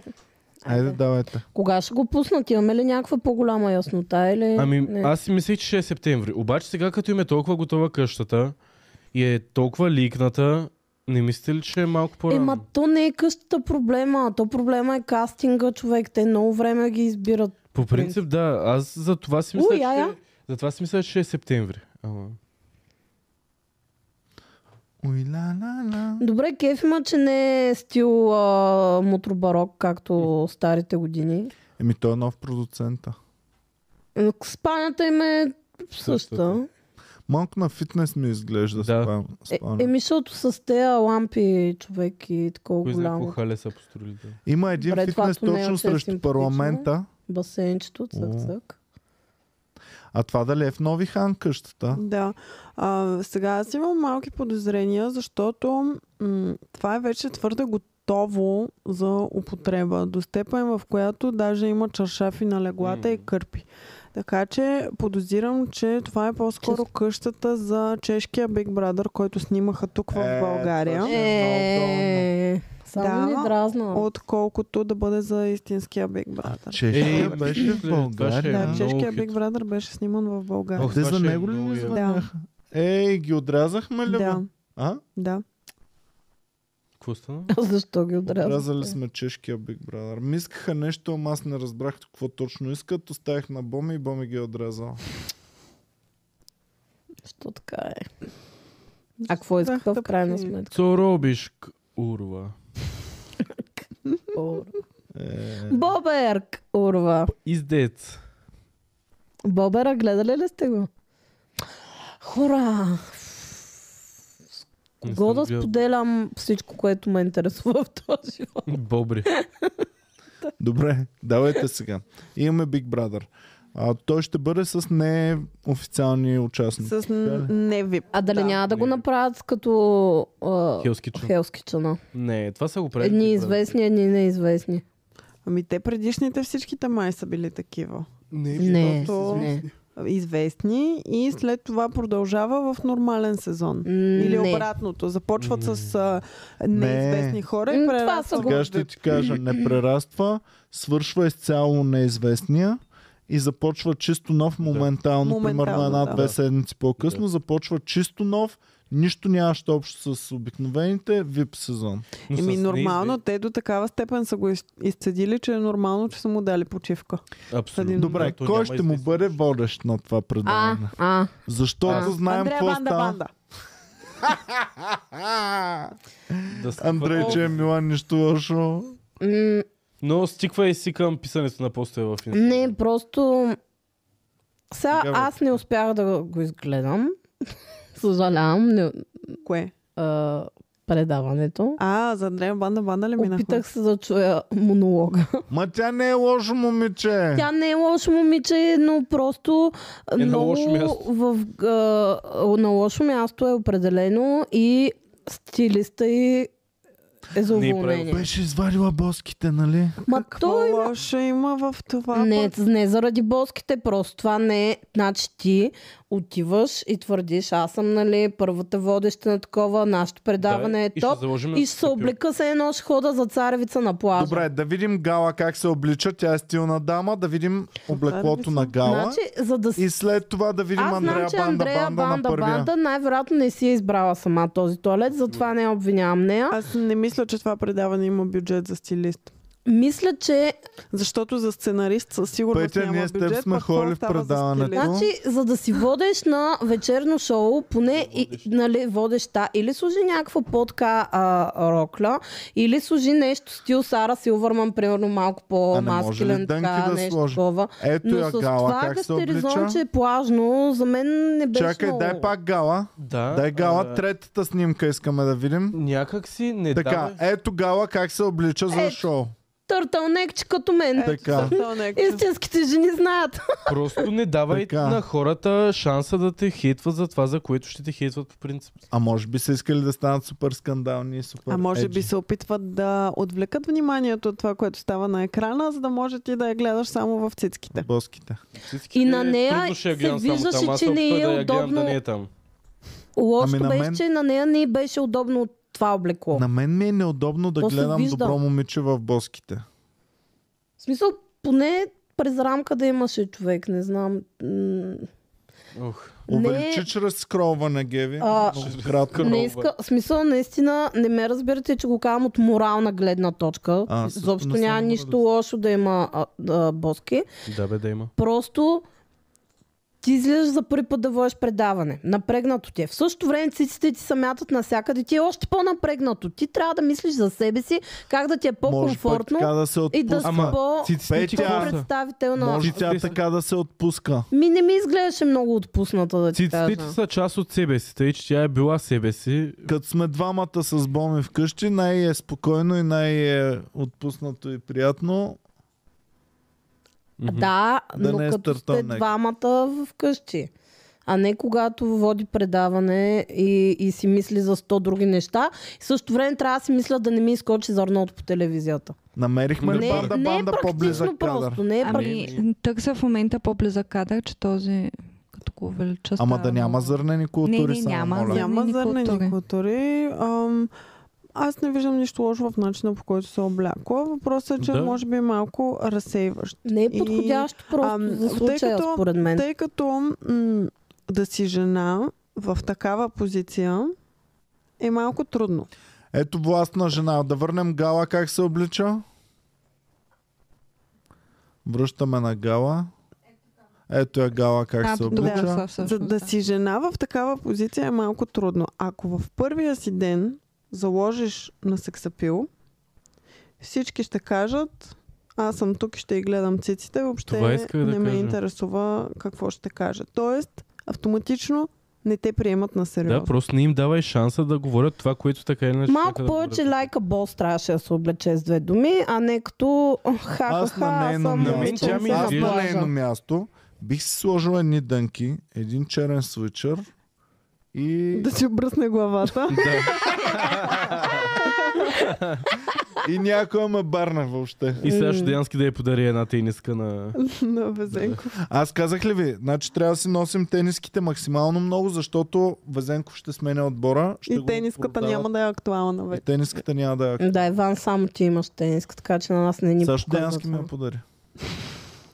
Speaker 1: Айде, давайте.
Speaker 3: Кога ще го пуснат? Имаме ли някаква по-голяма яснота? Или...
Speaker 4: Ами,
Speaker 3: Е, не?
Speaker 4: аз си мислех, че ще е септември. Обаче сега, като им е толкова готова къщата и е толкова ликната, не мислите ли, че е малко по-рано?
Speaker 3: Ема то не е къщата проблема, то проблема е кастинга, човек. Те много време ги избират.
Speaker 4: По принцип, да. Аз за това си мисля,
Speaker 3: Уй, я, я.
Speaker 4: че... За това си мисля, че е септември. Ама...
Speaker 1: Уй, ла, ла, ла.
Speaker 3: Добре, кеф има, че не е стил а, мутробарок, както старите години.
Speaker 1: Еми, той е нов продуцента.
Speaker 3: М, Спалнята им е същата.
Speaker 1: Малко на фитнес ми изглежда
Speaker 4: Да.
Speaker 1: да.
Speaker 3: Е,
Speaker 1: спам.
Speaker 3: еми, защото с тези лампи, човек и такова
Speaker 4: Кой знае какво
Speaker 3: голямо
Speaker 4: хале са построили. да.
Speaker 1: Има един
Speaker 3: Добре, това
Speaker 1: фитнес
Speaker 3: ако не е
Speaker 1: точно
Speaker 3: от
Speaker 1: срещу
Speaker 3: симпатично.
Speaker 1: парламента.
Speaker 3: басейнчето,
Speaker 1: О.
Speaker 3: цък-цък.
Speaker 1: А това дали е в Нови Хан къщата?
Speaker 2: Да. А, сега аз имам малки подозрения, защото м- това е вече твърде готово за употреба. До степен, в която даже има чаршафи на леглата и
Speaker 4: М.
Speaker 2: кърпи. Така че подозирам, че това е по-скоро
Speaker 3: Чисто.
Speaker 2: къщата за чешкия Big Brother, който снимаха тук в
Speaker 1: Е,
Speaker 2: България.
Speaker 1: точно.
Speaker 3: Е, само
Speaker 2: Да,
Speaker 3: ни дразна.
Speaker 2: Отколкото да бъде за истинския Big Brother.
Speaker 1: Чешкия
Speaker 4: Е,
Speaker 1: беше в
Speaker 4: мисля, това ще е
Speaker 1: България.
Speaker 2: Да,
Speaker 4: много
Speaker 2: чешкия
Speaker 4: хит.
Speaker 2: Big Brother беше сниман в България.
Speaker 4: Ох,
Speaker 1: Те
Speaker 4: това
Speaker 1: за
Speaker 4: ще е
Speaker 1: него ли
Speaker 4: много
Speaker 1: ни
Speaker 4: яко.
Speaker 2: да,
Speaker 1: звъняха? Ей, ги
Speaker 4: е
Speaker 1: отрязахме ли? бе?
Speaker 2: да,
Speaker 1: А?
Speaker 2: да.
Speaker 4: Какво стана?
Speaker 3: Е, Защо ги отряза?
Speaker 1: Разали сме чешкия Big Brother. Ми искаха нещо, ама аз не разбрах какво точно искат. Оставих на Боми и Боми ги е отрязал.
Speaker 3: Защо така е? А какво искаха в крайна сметка?
Speaker 4: Цоробишк урва.
Speaker 1: Е,
Speaker 3: Боберк, урва.
Speaker 4: Издец.
Speaker 3: Бобера, гледали ли сте го? Хора!
Speaker 4: Не
Speaker 3: Го
Speaker 4: съм
Speaker 3: да
Speaker 4: гледал.
Speaker 3: споделям всичко, което ме интересува в този живот.
Speaker 4: Бобри.
Speaker 1: Добре, давайте сега. Имаме Big Brother. А, той ще бъде с неофициални участници.
Speaker 2: С н- не вип.
Speaker 3: А дали
Speaker 2: Да.
Speaker 3: няма да го
Speaker 4: Не.
Speaker 3: направят с като
Speaker 4: Хелски чу.
Speaker 3: Хелски чана?
Speaker 4: Не, това са го правили.
Speaker 3: Едни
Speaker 4: Big Brother.
Speaker 3: известни, едни неизвестни.
Speaker 2: Ами те предишните всичките май са били такива.
Speaker 3: Не,
Speaker 2: защото-
Speaker 3: не.
Speaker 2: Известни и след това продължава в нормален сезон. Или
Speaker 3: Не.
Speaker 2: обратното. Започват
Speaker 4: Не.
Speaker 2: с а, неизвестни хора
Speaker 3: М,
Speaker 2: и
Speaker 3: това
Speaker 2: прерастват.
Speaker 3: са го-
Speaker 1: Сега ще ти кажа, не прераства, свършва изцяло неизвестния и започва чисто нов моментално,
Speaker 2: Моментално,
Speaker 1: примерно една-две
Speaker 4: да.
Speaker 1: седмици по-късно, започва чисто нов, нищо нямащо общо с обикновените VIP сезон.
Speaker 4: Но с
Speaker 2: Еми нормално,
Speaker 4: неизвест-
Speaker 2: те до такава степен са го из- изцедили, че е нормално, че са му дали почивка.
Speaker 4: Абсолютно.
Speaker 1: Добре,
Speaker 4: Да, то
Speaker 1: кой
Speaker 4: няма
Speaker 1: ще му
Speaker 4: известни.
Speaker 1: бъде водещ на това
Speaker 3: А,
Speaker 1: предаване?
Speaker 3: а,
Speaker 1: Защото
Speaker 3: А.
Speaker 1: знаем
Speaker 2: Андрея
Speaker 1: какво
Speaker 2: Банда
Speaker 1: става.
Speaker 2: Банда.
Speaker 4: Да стиква-
Speaker 1: Андрей, че е мила, нищо лошо.
Speaker 3: м,
Speaker 4: Но стиква и си към писането на постове в Инстаграм.
Speaker 3: Не, просто... Сега
Speaker 1: Сега, бе.
Speaker 4: е
Speaker 3: аз не успях да го изгледам. Съжалявам. Не,
Speaker 2: Кое?
Speaker 3: а, предаването.
Speaker 2: А, за Андрея Банда Банда ли минахме?
Speaker 3: Опитах се да чуя монолога.
Speaker 1: Ма тя не е лошо момиче.
Speaker 3: Тя не е лошо момиче, но просто
Speaker 4: Е на
Speaker 3: много
Speaker 4: лошо място.
Speaker 3: В, а, на лошо място е определено и стилиста и е за
Speaker 4: Не е
Speaker 3: уволнение.
Speaker 1: Беше извадила боските, нали?
Speaker 3: Ма
Speaker 2: Какво
Speaker 3: той
Speaker 2: лошо има в това?
Speaker 3: Не,
Speaker 2: пък?
Speaker 3: не заради боските, просто това не е. Значи ти отиваш и твърдиш, аз съм нали, първата водеща на такова, нашето предаване е
Speaker 4: и ще
Speaker 3: топ.
Speaker 4: заложим
Speaker 3: И ще се
Speaker 4: капил.
Speaker 3: облека се едно ще хода за царевица на плажа.
Speaker 1: Добре, да видим Гала как се облича. Тя е стилна дама. Да видим облеклото на Гала.
Speaker 3: Значи, за да си
Speaker 1: И след това да видим
Speaker 3: Аз знам,
Speaker 1: Андрея
Speaker 3: че
Speaker 1: Банда
Speaker 3: Андрея
Speaker 1: Банда на
Speaker 3: Банда,
Speaker 1: първия.
Speaker 3: Банда най-вероятно не си е избрала сама този туалет, затова не я обвинявам нея.
Speaker 2: Аз не мисля, че това предаване има бюджет за стилист.
Speaker 3: Мисля, че
Speaker 2: Защото за сценарист със сигурност
Speaker 1: Петя,
Speaker 2: няма
Speaker 1: ние с теб
Speaker 2: бюджет.
Speaker 1: сме
Speaker 2: пък какво
Speaker 1: ходили в
Speaker 2: става за
Speaker 1: предаването.
Speaker 2: стилист?
Speaker 3: Значи, за да си водеш на вечерно шоу, поне и, нали, водеща, или служи някаква по-така а, рокля, или служи нещо стил Сара Силвърман, примерно малко
Speaker 1: А не може ли
Speaker 3: по-маскилен,
Speaker 1: дънки
Speaker 3: така,
Speaker 1: да
Speaker 3: нещо
Speaker 1: сложи?
Speaker 3: такова.
Speaker 1: Ето
Speaker 3: Но
Speaker 1: я
Speaker 3: с
Speaker 1: Гала
Speaker 3: това
Speaker 1: как се облича.
Speaker 3: гастеризон, че е плажно, за мен не беше
Speaker 1: Чакай,
Speaker 3: много.
Speaker 1: дай пак Гала.
Speaker 4: Да.
Speaker 1: Дай Гала,
Speaker 4: а, Е,
Speaker 1: третата снимка искаме да видим.
Speaker 4: Някак си не
Speaker 1: Така,
Speaker 4: дава.
Speaker 1: ето Гала как се облича за
Speaker 3: Ето.
Speaker 1: шоу.
Speaker 3: Търтълнекче като мен.
Speaker 1: Ето. Така.
Speaker 2: Съртълнек.
Speaker 3: Истинските жени знаят.
Speaker 4: Просто не давай
Speaker 1: Така.
Speaker 4: на хората шанса да те хейтват за това, за което ще те хейтват по принцип.
Speaker 1: А може би са искали да станат супер скандални и супер
Speaker 2: А може би
Speaker 1: еджи.
Speaker 2: се опитват да отвлекат вниманието от това, което става на екрана, за да може ти да я гледаш само в цицките.
Speaker 1: Боските.
Speaker 4: Всички
Speaker 3: И на
Speaker 4: е,
Speaker 3: нея
Speaker 4: трудно ще я
Speaker 3: се
Speaker 4: гледам само
Speaker 3: виждаше,
Speaker 4: там. Аз
Speaker 3: че
Speaker 4: се
Speaker 3: не е
Speaker 4: опитвам да я гледам да
Speaker 3: удобно.
Speaker 4: не е там.
Speaker 3: Лошото
Speaker 1: Ами на
Speaker 3: беше,
Speaker 1: мен-
Speaker 3: че на нея не й беше удобно от това облекло.
Speaker 1: На мен ми е неудобно да
Speaker 3: То се
Speaker 1: гледам
Speaker 3: вижда.
Speaker 1: добро момиче в боските.
Speaker 3: В смисъл, поне през рамка да имаше човек, не знам. М,
Speaker 4: Ох,
Speaker 1: Увеличи чрез скролване, Геви.
Speaker 3: А,
Speaker 1: Много кратко.
Speaker 4: Скролва.
Speaker 3: Не иска, в смисъл, наистина, не ме разбирате, че го казвам от морална гледна точка.
Speaker 1: А, аз също
Speaker 3: Изобщо
Speaker 1: не съм
Speaker 3: няма
Speaker 1: моралист.
Speaker 3: нищо лошо да има а, а, боски.
Speaker 4: да бе да има.
Speaker 3: Просто ти излизаш за първи път да водиш предаване. Напрегнато ти е. В същото време циците ти се мятат навсякъде. Ти е още по-напрегнато. Ти трябва да мислиш за себе си, как да ти е
Speaker 1: Може пък
Speaker 3: по-комфортно
Speaker 1: така да се
Speaker 3: и да си
Speaker 1: отпуска.
Speaker 4: Ама,
Speaker 3: по-
Speaker 4: циците ти
Speaker 1: Петя,
Speaker 4: какво са?
Speaker 3: представителна.
Speaker 1: Може тя
Speaker 4: Те са-
Speaker 1: така да се отпуска.
Speaker 3: Ми не ми изглеждаше много отпусната да ти
Speaker 4: Циците
Speaker 3: кажа.
Speaker 4: са част от себе си, тъй че тя е била себе си.
Speaker 1: Като сме двамата с Боми вкъщи, най-е спокойно и най-е отпуснато и приятно.
Speaker 4: Мгм.
Speaker 3: Да,
Speaker 1: Да
Speaker 3: но
Speaker 1: не е
Speaker 3: като сте
Speaker 1: стартонек.
Speaker 3: двамата вкъщи. А не когато води предаване и, и си мисли за 100 други неща. И също време трябва да си мисля да не ми изкочи зърното по телевизията.
Speaker 1: Намерихме
Speaker 4: Не,
Speaker 1: ли банда,
Speaker 3: не е
Speaker 1: банда по-близък
Speaker 3: практично
Speaker 1: кадър.
Speaker 3: просто. Не е практи-
Speaker 6: Ами, търся в момента по-близък кадър, че този като го увелича.
Speaker 1: Ама
Speaker 6: става
Speaker 1: да няма
Speaker 6: много.
Speaker 1: зърнени култури
Speaker 6: Не, не,
Speaker 1: само,
Speaker 6: няма
Speaker 1: моля.
Speaker 6: зърнени.
Speaker 2: Няма зърнени
Speaker 6: култури.
Speaker 2: култури. Ам, аз не виждам нищо лошо в начина по който се облякла. Въпросът е, че
Speaker 4: Да.
Speaker 2: може би е малко разсейващ.
Speaker 3: Не е
Speaker 2: И-
Speaker 3: подходящо просто
Speaker 2: ам,
Speaker 3: за
Speaker 2: тъй
Speaker 3: случая,
Speaker 2: като-
Speaker 3: според мен.
Speaker 2: Тъй като м- да си жена в такава позиция е малко трудно.
Speaker 1: Ето властна жена. Да върнем Гала как се облича. Връщаме на Гала. Ето я Гала как
Speaker 6: А,
Speaker 1: се
Speaker 6: тук
Speaker 1: облича.
Speaker 6: да, са
Speaker 2: За
Speaker 6: всъщност,
Speaker 2: да си жена в такава позиция е малко трудно. Ако в първия си ден заложиш на сексапил, всички ще кажат аз съм тук и ще и гледам циците,
Speaker 4: Това
Speaker 2: въобще
Speaker 4: исках да
Speaker 2: не ме
Speaker 4: кажа.
Speaker 2: интересува какво ще кажа. Тоест, автоматично не те приемат на сериозно.
Speaker 4: Да, просто не им давай шанса да говорят това, което така или иначе.
Speaker 3: Малко
Speaker 4: чака да
Speaker 3: повече
Speaker 4: говорят.
Speaker 3: лайка бос трябваше да се облече с две думи, а не като ха-ха-ха,
Speaker 1: Аз на нейно
Speaker 3: съм
Speaker 4: На мен
Speaker 1: място.
Speaker 4: Ами, тя ми
Speaker 1: Аз
Speaker 4: изглежда-
Speaker 1: на нейно място бих си сложил едни дънки, един черен свичър и,
Speaker 2: Да си обръсне главата.
Speaker 1: и някой ме барне въобще.
Speaker 4: И сега ще Деянски да я подари една тениска на...
Speaker 2: на Везенко.
Speaker 1: Аз казах ли ви, значи трябва да си носим тениските максимално много, защото Везенков ще сменя отбора. Ще
Speaker 2: И
Speaker 1: го
Speaker 2: тениската
Speaker 1: продават.
Speaker 2: няма да е актуална
Speaker 1: И
Speaker 2: вече.
Speaker 1: тениската няма да е я...
Speaker 3: Да, Иван, само ти имаш тениска, така че на нас не ни
Speaker 1: Също
Speaker 3: показват.
Speaker 1: Деянски ми е- я подари.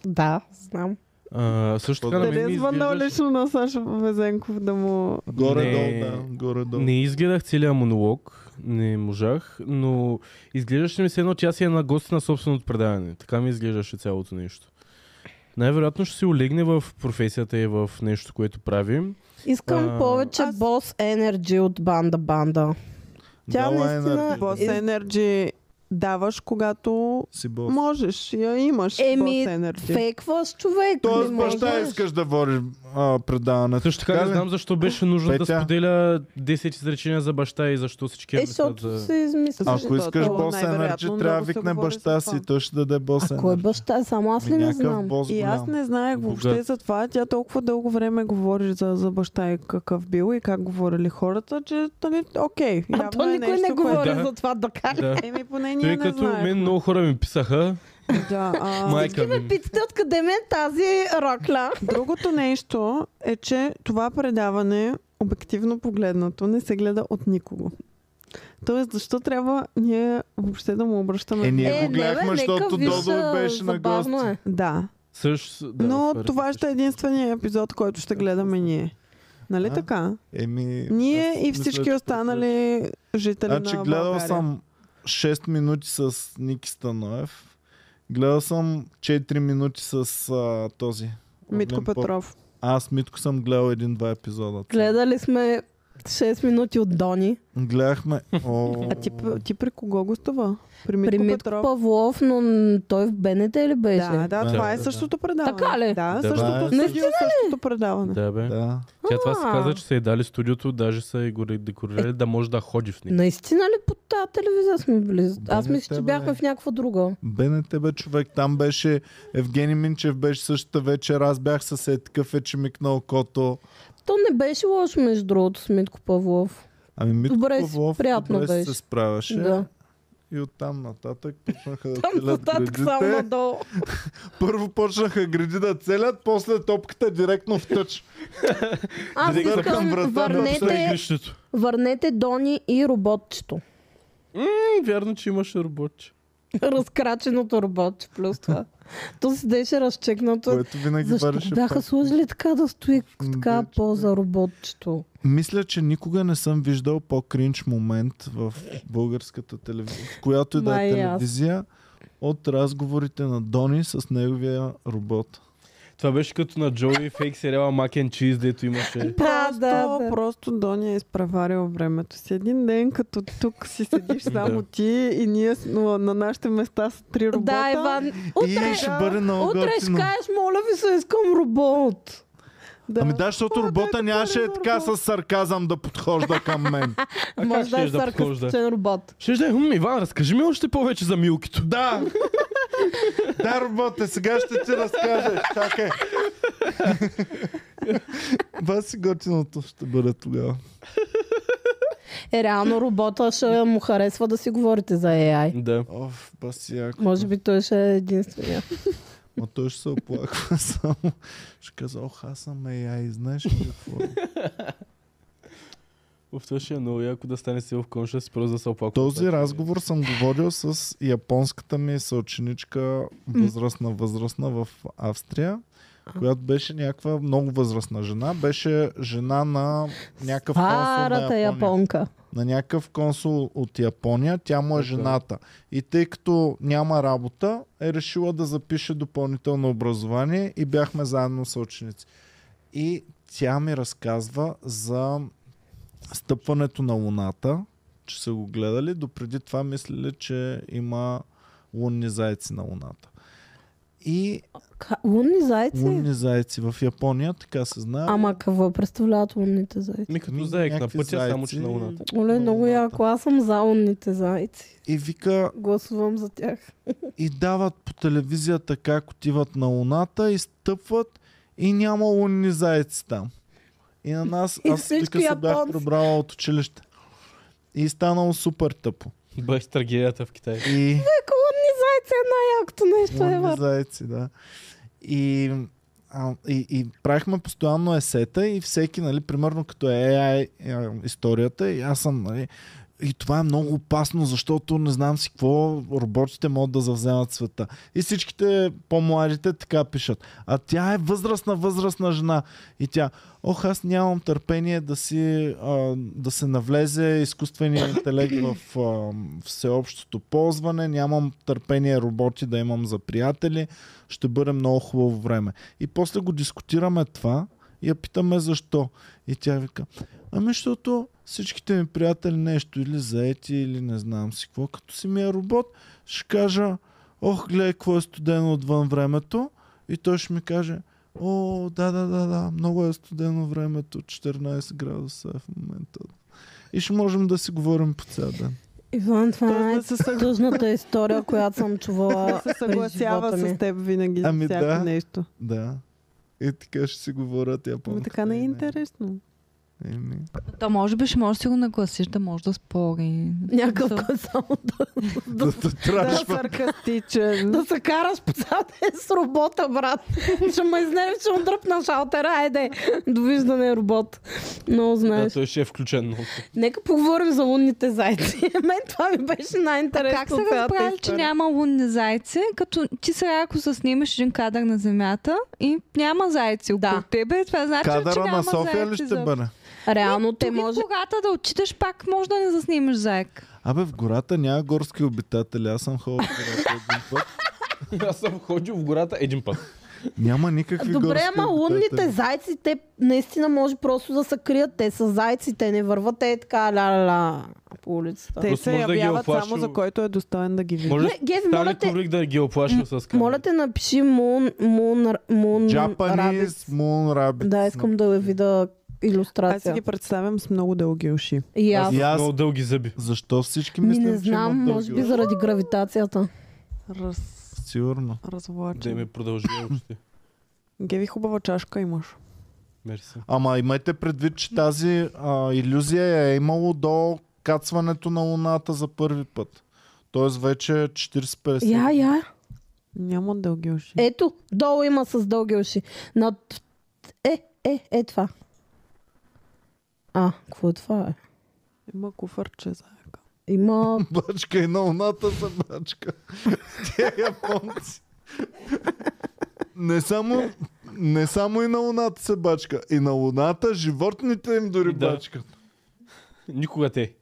Speaker 3: Да, знам.
Speaker 4: А, също така на мен ми
Speaker 2: Дали е звъннал
Speaker 4: изглеждаше-
Speaker 2: лично на Сашо Везенков да му...
Speaker 1: Горе-долу,
Speaker 4: Не.
Speaker 1: да. Горе-долу.
Speaker 4: Не изгледах целият монолог, не можах, но изглеждаше ми се едно, че аз си е на гости на собственото предаване. Така ми изглеждаше цялото нещо. Най-вероятно ще си олегне в професията и в нещо, което правим.
Speaker 3: Искам
Speaker 4: А,
Speaker 3: повече
Speaker 2: аз-
Speaker 3: бос енерджи от банда банда. Тя
Speaker 1: Дала е
Speaker 3: наистина
Speaker 1: енергия.
Speaker 2: Бос
Speaker 3: Е-
Speaker 2: енерджи даваш, когато
Speaker 1: Си бос.
Speaker 2: Можеш, я имаш
Speaker 3: Еми,
Speaker 2: Boss Energy.
Speaker 3: Фейкваш Е, човек.
Speaker 1: Тоест
Speaker 3: не можеш.
Speaker 1: баща искаш да водиш а, предаването.
Speaker 4: Също така не
Speaker 1: ли?
Speaker 4: знам защо беше нужно
Speaker 1: Петя?
Speaker 4: да споделя 10 изречения за баща и защо всички я
Speaker 3: Е,
Speaker 4: мислят
Speaker 3: защото
Speaker 4: за...
Speaker 3: се измисля.
Speaker 2: Значи,
Speaker 1: Ако искаш
Speaker 2: Защото
Speaker 1: бос енерджи,
Speaker 2: е най-вероятно
Speaker 1: трябва да
Speaker 2: много се
Speaker 1: викне
Speaker 2: говори за
Speaker 1: баща
Speaker 2: това.
Speaker 1: си. Той ще даде бос
Speaker 3: А кой е
Speaker 1: енерджи.
Speaker 3: баща? Само аз ли
Speaker 1: Ми
Speaker 3: не
Speaker 1: Някакъв
Speaker 3: знам?
Speaker 1: бос
Speaker 2: И аз
Speaker 1: голям.
Speaker 2: не знаех въобще
Speaker 4: Богат.
Speaker 2: за това. Тя толкова дълго време говори за, за баща и какъв бил и как говорили хората, че нали, окей.
Speaker 3: А
Speaker 2: явно
Speaker 3: то
Speaker 2: е
Speaker 3: никой
Speaker 2: нещо,
Speaker 3: не говори
Speaker 4: Да.
Speaker 3: за това да кажа.
Speaker 4: Да.
Speaker 2: Еми, поне ние
Speaker 4: Тъй
Speaker 2: не
Speaker 4: като
Speaker 2: знаем.
Speaker 4: мен много хора ми писаха,
Speaker 2: Да, а...
Speaker 4: майка ми.
Speaker 3: Питате откъде ме е тази рокля.
Speaker 2: Другото нещо е, че това предаване, обективно погледнато, не се гледа от никого. Тоест, защо трябва ние въобще да му обръщаме?
Speaker 1: Е, ние
Speaker 3: Е,
Speaker 1: го гледахме,
Speaker 3: не, бе,
Speaker 1: защото
Speaker 3: нека виж,
Speaker 1: Додо беше на гости.
Speaker 3: забавно е.
Speaker 2: Да,
Speaker 4: Също, да,
Speaker 2: да, но
Speaker 4: фер,
Speaker 2: това
Speaker 4: също.
Speaker 2: ще е единствения епизод, който ще гледаме ние. Нали
Speaker 1: Да.
Speaker 2: така?
Speaker 1: Еми, аз
Speaker 2: Ние и
Speaker 1: мисля,
Speaker 2: всички
Speaker 1: че- е
Speaker 2: останали жители
Speaker 1: Значи
Speaker 2: на
Speaker 1: гледал
Speaker 2: България.
Speaker 1: съм 6 минути с Ники Станоев. Гледал съм 4 минути с а, този.
Speaker 2: Митко
Speaker 1: Огнен Поп.
Speaker 2: Петров.
Speaker 1: Аз Митко съм гледал един-два епизода.
Speaker 3: Гледали сме 6 минути от Дони.
Speaker 1: Гледахме. О,
Speaker 2: А ти, ти при кого гостува? При Митко,
Speaker 3: При Митко
Speaker 2: Петров.
Speaker 3: Павлов, но м, той в БНТ ли беше?
Speaker 2: Да, да,
Speaker 1: Да,
Speaker 2: това е
Speaker 4: да, да.
Speaker 2: същото предаване.
Speaker 3: Така ли?
Speaker 2: Да,
Speaker 4: Да,
Speaker 2: същото,
Speaker 1: бе.
Speaker 2: студио,
Speaker 3: Наистина
Speaker 2: същото предаване.
Speaker 4: Да, бе.
Speaker 1: Да.
Speaker 4: Тя това се
Speaker 3: А.
Speaker 4: каза, че са и дали студиото, даже са и го декорирали
Speaker 2: Е.
Speaker 4: да може да ходи в него.
Speaker 3: Наистина ли по тази телевизия сме били? Аз
Speaker 1: БНТ,
Speaker 3: мисля, че
Speaker 1: бе.
Speaker 3: бяхме в някаква друга.
Speaker 1: Бенете бе човек, там беше Евгений Минчев беше същата вечер, аз бях със е такъв е, че микна окото.
Speaker 3: То не беше лошо, между другото, с Митко Павлов.
Speaker 1: Ами Митко
Speaker 3: Добре си,
Speaker 1: Павлов
Speaker 3: приятно
Speaker 1: добре си
Speaker 3: беше.
Speaker 1: се справяше.
Speaker 3: Да.
Speaker 1: И оттам нататък почнаха да
Speaker 3: Там
Speaker 1: целят
Speaker 3: нататък само
Speaker 1: градите.
Speaker 3: надолу.
Speaker 1: Първо почнаха гради да целят, после топката директно в тъч.
Speaker 3: Аз
Speaker 1: Директно към
Speaker 3: искам,
Speaker 1: врата,
Speaker 4: Е,
Speaker 3: върнете,
Speaker 4: грището.
Speaker 3: върнете Дони и роботчето.
Speaker 4: М, Вярно, че имаше работче.
Speaker 3: Разкраченото роботче, плюс това. То седеше разчекнато.
Speaker 1: Което винаги
Speaker 3: Защо
Speaker 1: вареше
Speaker 3: го бяха
Speaker 1: пак.
Speaker 3: сложили така да стои
Speaker 1: М,
Speaker 3: така
Speaker 1: да, че-
Speaker 3: поза роботчето?
Speaker 1: Мисля, че никога не съм виждал по-кринч момент в българската телевизия, в която и да
Speaker 3: Май
Speaker 1: е
Speaker 3: и аз.
Speaker 1: телевизия, от разговорите на Дони с неговия робот.
Speaker 4: Това беше като на Джои фейк сериала Mac and Cheese, дето имаше.
Speaker 3: Да,
Speaker 2: Просто,
Speaker 3: да, да.
Speaker 2: просто Доня е изпреварил времето си. Един ден, като тук си седиш само
Speaker 4: Да.
Speaker 2: ти и ние с- но на нашите места са три робота.
Speaker 3: Да, Иван.
Speaker 1: и
Speaker 3: Утре,
Speaker 1: ще бъде много
Speaker 3: утре ще
Speaker 1: готино.
Speaker 3: кажеш, моля ви се, искам робот.
Speaker 2: Да.
Speaker 1: Ами да, защото робота нямаше е така с сарказъм да подхожда към мен.
Speaker 4: А как
Speaker 3: Може да е
Speaker 4: щеш да подхожда?
Speaker 3: саркастичен робот.
Speaker 4: Ще да е, «М, Иван, разкажи ми още повече за милкито.
Speaker 1: Да! Да, роботе, сега ще ти разкажа. Чакай. Баси готиното ще бъде тогава.
Speaker 3: Е, реално робота ще му харесва да си говорите за AI.
Speaker 4: Да.
Speaker 1: Оф, баси яко.
Speaker 3: Може би той ще е единствения.
Speaker 1: Ма той ще се оплаква само. Ще каза, ох, аз съм AI, знаеш ли какво? е?»
Speaker 4: Уф, това ще е много яко да стане сил в конша си, просто да се оплаква.
Speaker 1: Този разговор съм го водил с японската ми съученичка, възрастна, възрастна в Австрия, която беше някаква много възрастна жена. Беше жена на някакъв консул е на
Speaker 3: Старата
Speaker 1: Япония.
Speaker 3: японка.
Speaker 1: На някакъв консул от Япония, тя му е
Speaker 4: Така.
Speaker 1: жената. И тъй като няма работа, е решила да запише допълнително образование и бяхме заедно с ученици. И тя ми разказва за стъпването на Луната, че са го гледали. Допреди това мислили, че има лунни зайци на Луната. И
Speaker 3: Ка- Лунни зайци?
Speaker 1: лунни зайци в Япония, така се знае.
Speaker 3: Ама какво представляват лунните зайци?
Speaker 4: Ми като
Speaker 1: Ми,
Speaker 4: заек на
Speaker 1: някакви
Speaker 4: пътя, само
Speaker 1: зайци.
Speaker 4: че на луната.
Speaker 3: Оле,
Speaker 1: на
Speaker 3: много
Speaker 1: Луната.
Speaker 3: яко. Аз съм за лунните зайци.
Speaker 1: И вика,
Speaker 3: Гласувам за тях.
Speaker 1: и дават по телевизията как отиват на Луната и стъпват и няма лунни зайци там. И на нас,
Speaker 3: И
Speaker 1: аз
Speaker 3: всички
Speaker 1: тук се бях
Speaker 3: японци.
Speaker 1: прибрала от училище. И станало супер тъпо.
Speaker 4: Бах трагедията в Китай.
Speaker 1: И
Speaker 3: Така, лунни зайци е най-якото нещо,
Speaker 1: лунни
Speaker 3: Ева.
Speaker 1: зайци, да. И, а, и, и правихме постоянно есета и всеки, нали, примерно като е AI а, историята и аз съм, нали, и това е много опасно, защото не знам си какво роботите могат да завземат света. И всичките по-младите така пишат. А тя е възрастна, възрастна жена. И тя, ох, аз нямам търпение да, си, а, да се навлезе изкуствения интелект в а, всеобщото ползване, нямам търпение роботи да имам за приятели, ще бъде много хубаво време. И после го дискутираме това и я питаме защо. И тя вика, ами защото всичките ми приятели нещо или заети, или не знам си какво, като си ми е робот, ще кажа, ох, гледай какво е студено отвън времето. И той ще ми каже, О, да, да, да, да, много е студено времето, 14 градуса е в момента. И ще можем да си говорим по цял ден.
Speaker 3: Иван, това е
Speaker 2: Той да се съг...
Speaker 3: тъжната история, която съм чувала
Speaker 2: се
Speaker 3: през
Speaker 2: съгласява
Speaker 3: живота ми.
Speaker 2: с теб винаги за
Speaker 1: Ами
Speaker 2: всяко
Speaker 1: да.
Speaker 2: нещо.
Speaker 1: Да. И така ще си говорят
Speaker 2: Ама
Speaker 3: Ами
Speaker 1: японците.
Speaker 2: така не е интересно.
Speaker 1: Еми.
Speaker 6: То може би ще може да си го нагласиш да може да спори.
Speaker 3: Някакъв
Speaker 6: Да.
Speaker 3: само да,
Speaker 1: Да, да,
Speaker 2: Да,
Speaker 1: трашва.
Speaker 2: саркастичен.
Speaker 3: да се караш по цял ден с робота, брат. ще ме изнерви, ще му дръпна шалтера. Айде, довиждане, робот. Много
Speaker 4: Да,
Speaker 3: знаеш.
Speaker 4: той ще е включен. много.
Speaker 3: Нека поговорим за лунните зайци. Мен това ми беше най-интересно.
Speaker 6: Как са
Speaker 3: от цялата
Speaker 6: разбрали, че
Speaker 3: история.
Speaker 6: няма лунни зайци? Като ти сега, ако се снимаш един кадър на земята и няма зайци около
Speaker 3: Да.
Speaker 6: тебе, това значи, че
Speaker 1: Кадъра
Speaker 6: няма
Speaker 1: на София ли
Speaker 6: зайци
Speaker 1: ще
Speaker 6: за-
Speaker 1: бъде?
Speaker 3: Реално те
Speaker 6: Тук и в
Speaker 3: може...
Speaker 6: гората да отчиташ, пак може да не заснимеш заек.
Speaker 1: Абе, в гората няма горски обитатели. Аз съм ходил в гората един път.
Speaker 4: Аз съм ходил в гората един път.
Speaker 1: Няма никакви
Speaker 3: Добре,
Speaker 1: горски
Speaker 3: ама лунните
Speaker 1: обитатели.
Speaker 3: зайци, те наистина може просто да се крият. Те са зайци, те не върват те така ля-ля-ля по улицата.
Speaker 2: Те
Speaker 4: Просто
Speaker 2: се
Speaker 4: може да ги
Speaker 2: явяват само
Speaker 4: оплашил.
Speaker 2: за който е достоен да ги види.
Speaker 4: Може
Speaker 3: Добре, Геви, моля
Speaker 4: Стали
Speaker 3: те,
Speaker 4: Кубрик да ги оплаши с камера.
Speaker 3: моля те напиши Мун, мун, мун
Speaker 1: Japanese Moon Rabbit.
Speaker 3: Да, искам да я видя
Speaker 2: Аз си
Speaker 3: иллюстрация.
Speaker 2: ги представям с много дълги уши.
Speaker 3: И
Speaker 4: Аз
Speaker 3: аз.
Speaker 1: И
Speaker 4: с
Speaker 1: аз-
Speaker 4: много дълги зъби.
Speaker 1: Защо всички
Speaker 3: Ми
Speaker 1: мислим,
Speaker 3: не
Speaker 1: че имам
Speaker 3: знам, може
Speaker 1: дълги
Speaker 3: би
Speaker 1: уш?
Speaker 3: заради гравитацията.
Speaker 2: Раз...
Speaker 1: Сигурно.
Speaker 4: Да
Speaker 3: Значи-
Speaker 4: е-
Speaker 2: Развлачен.
Speaker 4: ми продължи още.
Speaker 2: Геви, хубава чашка имаш.
Speaker 4: Мерси.
Speaker 1: Ама имайте предвид, че тази а, иллюзия я е имало до кацването на Луната за първи път. Тоест вече е 40-50.
Speaker 3: Я, я.
Speaker 2: Няма дълги уши.
Speaker 3: Ето, долу има с дълги уши. Над... Е, е, е това. А, какво е това? Е?
Speaker 2: Има куфърче за
Speaker 3: Има
Speaker 1: Бачка и на луната са бачка. Тя е японци. Не само, не само и на луната се бачка. И на луната животните им дори
Speaker 4: Да.
Speaker 1: бачкат.
Speaker 4: Никога те.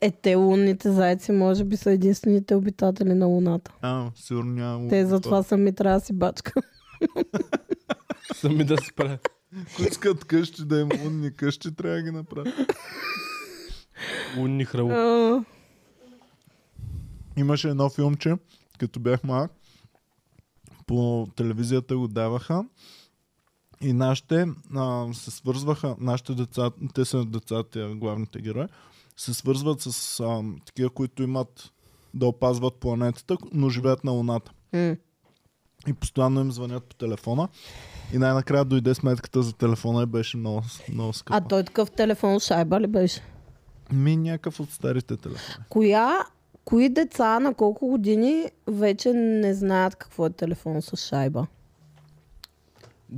Speaker 3: Е, те лунните зайци може би са единствените обитатели на Луната.
Speaker 1: А, сигурно няма луна.
Speaker 3: Те затова сами трябва да си бачка.
Speaker 4: Сами да се правят.
Speaker 1: Ако искат къщи да има лунни къщи, трябва да ги направят.
Speaker 4: Лунни храло.
Speaker 1: Имаше едно филмче, като бях малък. По телевизията го даваха. И нашите а, се свързваха, нашите деца, те са децата, главните герои, се свързват с а, такива, които имат да опазват планетата, но живеят на Луната.
Speaker 3: М.
Speaker 1: И постоянно им звънят по телефона. И най-накрая дойде сметката за телефона и беше много, много скъпа.
Speaker 3: А той такъв телефон шайба ли беше?
Speaker 1: Ми някакъв от старите телефони.
Speaker 3: Коя, кои деца на колко години вече не знаят какво е телефон с шайба?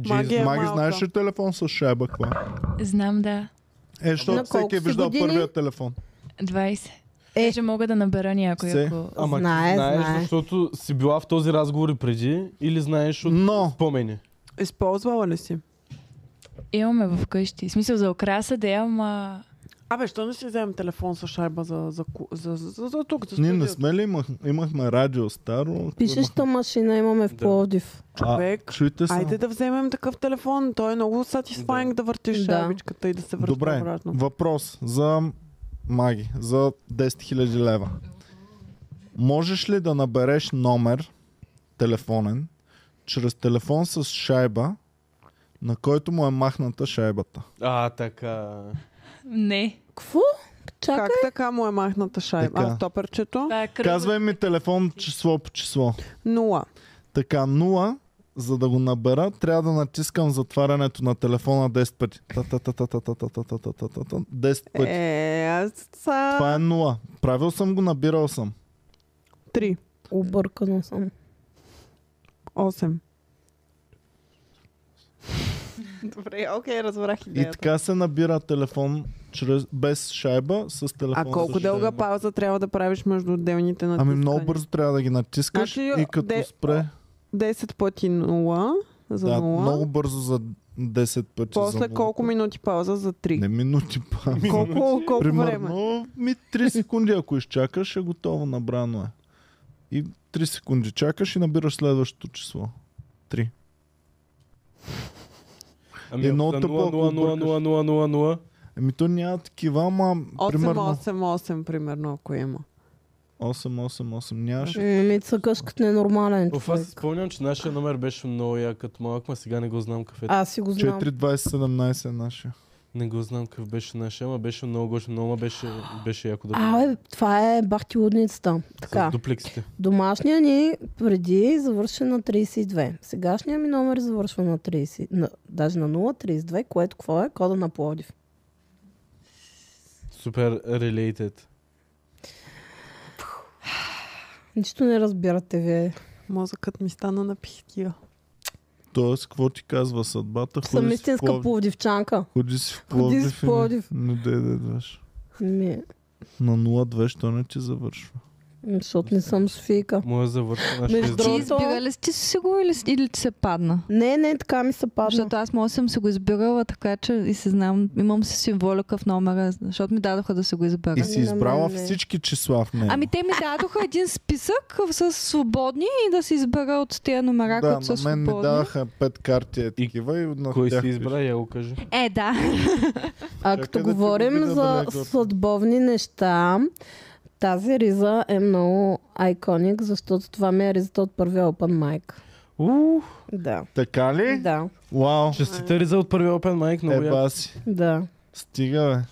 Speaker 2: Магия. Е,
Speaker 1: Маги,
Speaker 2: малка.
Speaker 1: знаеш ли телефон с шайба каква?
Speaker 5: Знам, да.
Speaker 1: Е, защото
Speaker 3: На колко
Speaker 1: всеки е
Speaker 3: си
Speaker 1: виждал
Speaker 3: години?
Speaker 1: първия телефон.
Speaker 5: 20.
Speaker 3: Е.
Speaker 5: Е. Даже мога да набера някой,
Speaker 1: Се.
Speaker 5: ако...
Speaker 4: Ама ти
Speaker 3: Знае,
Speaker 4: знаеш,
Speaker 3: знае.
Speaker 4: защото си била в този разговор и преди или знаеш от
Speaker 1: Но-
Speaker 4: спомени.
Speaker 2: Използвала ли си?
Speaker 5: Имаме вкъщи. В смисъл за украса да я, ама...
Speaker 2: Абе, що не си вземем телефон с шайба за, за, ку- за, за, за, за тук? За
Speaker 1: Ние не
Speaker 2: студиото?
Speaker 1: сме ли имах, имахме радио старо?
Speaker 3: Пишеща машина имаме в
Speaker 4: Да.
Speaker 3: Пловдив.
Speaker 2: човек.
Speaker 1: А, чуйте се.
Speaker 2: Айде да вземем такъв телефон. Той е много satisfying да, да въртиш
Speaker 3: Да.
Speaker 2: шайбичката и да се връща
Speaker 1: Добре,
Speaker 2: обратно.
Speaker 1: въпрос за маги, за 10 000 лева. Можеш ли да набереш номер телефонен чрез телефон с шайба, на който му е махната шайбата?
Speaker 4: А, така.
Speaker 5: Не.
Speaker 3: Какво? Чакай.
Speaker 2: Как така му е махната шайба?
Speaker 1: Така.
Speaker 2: А, стоперчето?
Speaker 5: Това е кръг.
Speaker 1: Казвай ми телефон число по число.
Speaker 2: Нула.
Speaker 1: Така, 0, за да го набера, трябва да натискам затварянето на телефона 10 пъти. Та-та-та-та-та-та-та-та-та-та-та-та-та. 10 пъти.
Speaker 2: Е, аз са...
Speaker 1: Това е 0. Правил съм го, набирал съм.
Speaker 2: Три.
Speaker 3: Объркана съм.
Speaker 2: Осем. Добре, окей, разбрах
Speaker 1: И така се набира телефон чрез, без шайба с
Speaker 2: А
Speaker 1: телефон.
Speaker 2: колко
Speaker 1: с
Speaker 2: дълга
Speaker 1: шайба.
Speaker 2: пауза трябва да правиш между отделните на
Speaker 1: Ами много бързо трябва да ги натискаш
Speaker 2: Значи,
Speaker 1: и като
Speaker 2: де-
Speaker 1: спре.
Speaker 2: 10 пъти 0 за
Speaker 1: Да,
Speaker 2: 0.
Speaker 1: много бързо за 10 пъти. за
Speaker 2: После
Speaker 1: нула.
Speaker 2: колко минути пауза за 3?
Speaker 1: Не минути па.
Speaker 2: Колко, колко време?
Speaker 1: Примерно ми 3 секунди, ако изчакаш, е готово, набрано е. И 3 секунди чакаш и набираш следващото число. 3.
Speaker 4: Ами,
Speaker 1: Едно
Speaker 4: ако са
Speaker 1: тъпо, ако
Speaker 4: 0-0-0-0-0-0-0.
Speaker 1: Еми то няма такива, ама примерно...
Speaker 2: 8-8-8 примерно, ако има.
Speaker 1: 888 нямаше.
Speaker 3: М, Ами, Ми цъкаш като ненормален
Speaker 4: Оф, аз си
Speaker 3: човек.
Speaker 4: спомням, че нашия номер беше много як като малък, ма сега не го знам какъв е.
Speaker 3: Аз си го знам.
Speaker 1: 42017 е нашия.
Speaker 4: Не го знам какъв беше нашия, ама беше много гошен, много ма беше, беше яко да
Speaker 3: А, бе, това е бахти лудницата. Така.
Speaker 4: С дуплексите.
Speaker 3: Домашния ни преди завърши на 32. Сегашният ми номер завършва на 30. На, даже на 032, което какво е? Кода на Пловдив.
Speaker 4: Супер related.
Speaker 3: Нищо не разбирате вие.
Speaker 2: Мозъкът ми стана на пихтия.
Speaker 1: Тоест, какво ти казва съдбата?
Speaker 4: е
Speaker 3: Съм
Speaker 1: Ходи си в
Speaker 3: истинска
Speaker 1: Пловдив.
Speaker 3: пловдивчанка.
Speaker 1: Ходи си в
Speaker 3: Ходи си
Speaker 1: Пловдив.
Speaker 3: в
Speaker 1: и не-
Speaker 3: Пловдив.
Speaker 1: Не дей да идваш.
Speaker 3: Ми,
Speaker 1: На 0-2, що не ти завършва?
Speaker 3: защото не съм Софийка.
Speaker 4: Моя завършва нашия
Speaker 3: Между
Speaker 6: Ти
Speaker 3: другото-
Speaker 6: избирали сте си го или, или ти се падна?
Speaker 3: Не, не, така ми се падна.
Speaker 6: Защото аз може съм се го избирала, така че и се знам, имам си символа в номера, защото ми дадоха да се го избера.
Speaker 1: И си
Speaker 3: Ами на
Speaker 1: избрала
Speaker 3: мен не.
Speaker 1: всички числа в него.
Speaker 6: Ами те ми дадоха един списък с свободни и да се избера от тези номера,
Speaker 1: да,
Speaker 6: които са
Speaker 1: на мен ми
Speaker 6: свободни.
Speaker 1: даваха пет карти е такива и на
Speaker 4: Кой
Speaker 1: тях
Speaker 4: си
Speaker 1: пише.
Speaker 4: избра, я го кажа.
Speaker 6: Е, да.
Speaker 3: А
Speaker 1: Чакай
Speaker 3: като
Speaker 1: Е, да ти го
Speaker 3: говорим
Speaker 1: видя
Speaker 3: за
Speaker 1: дали е готино.
Speaker 3: съдбовни неща, тази риза е много айконик, защото това ми е ризата от първия Open Mic.
Speaker 4: Уу,
Speaker 3: Да.
Speaker 1: Така ли?
Speaker 3: Да,
Speaker 1: Вау.
Speaker 4: честита Риза от първия Open Mic, много я.
Speaker 1: Еба си.
Speaker 3: да.
Speaker 1: Е, Стига,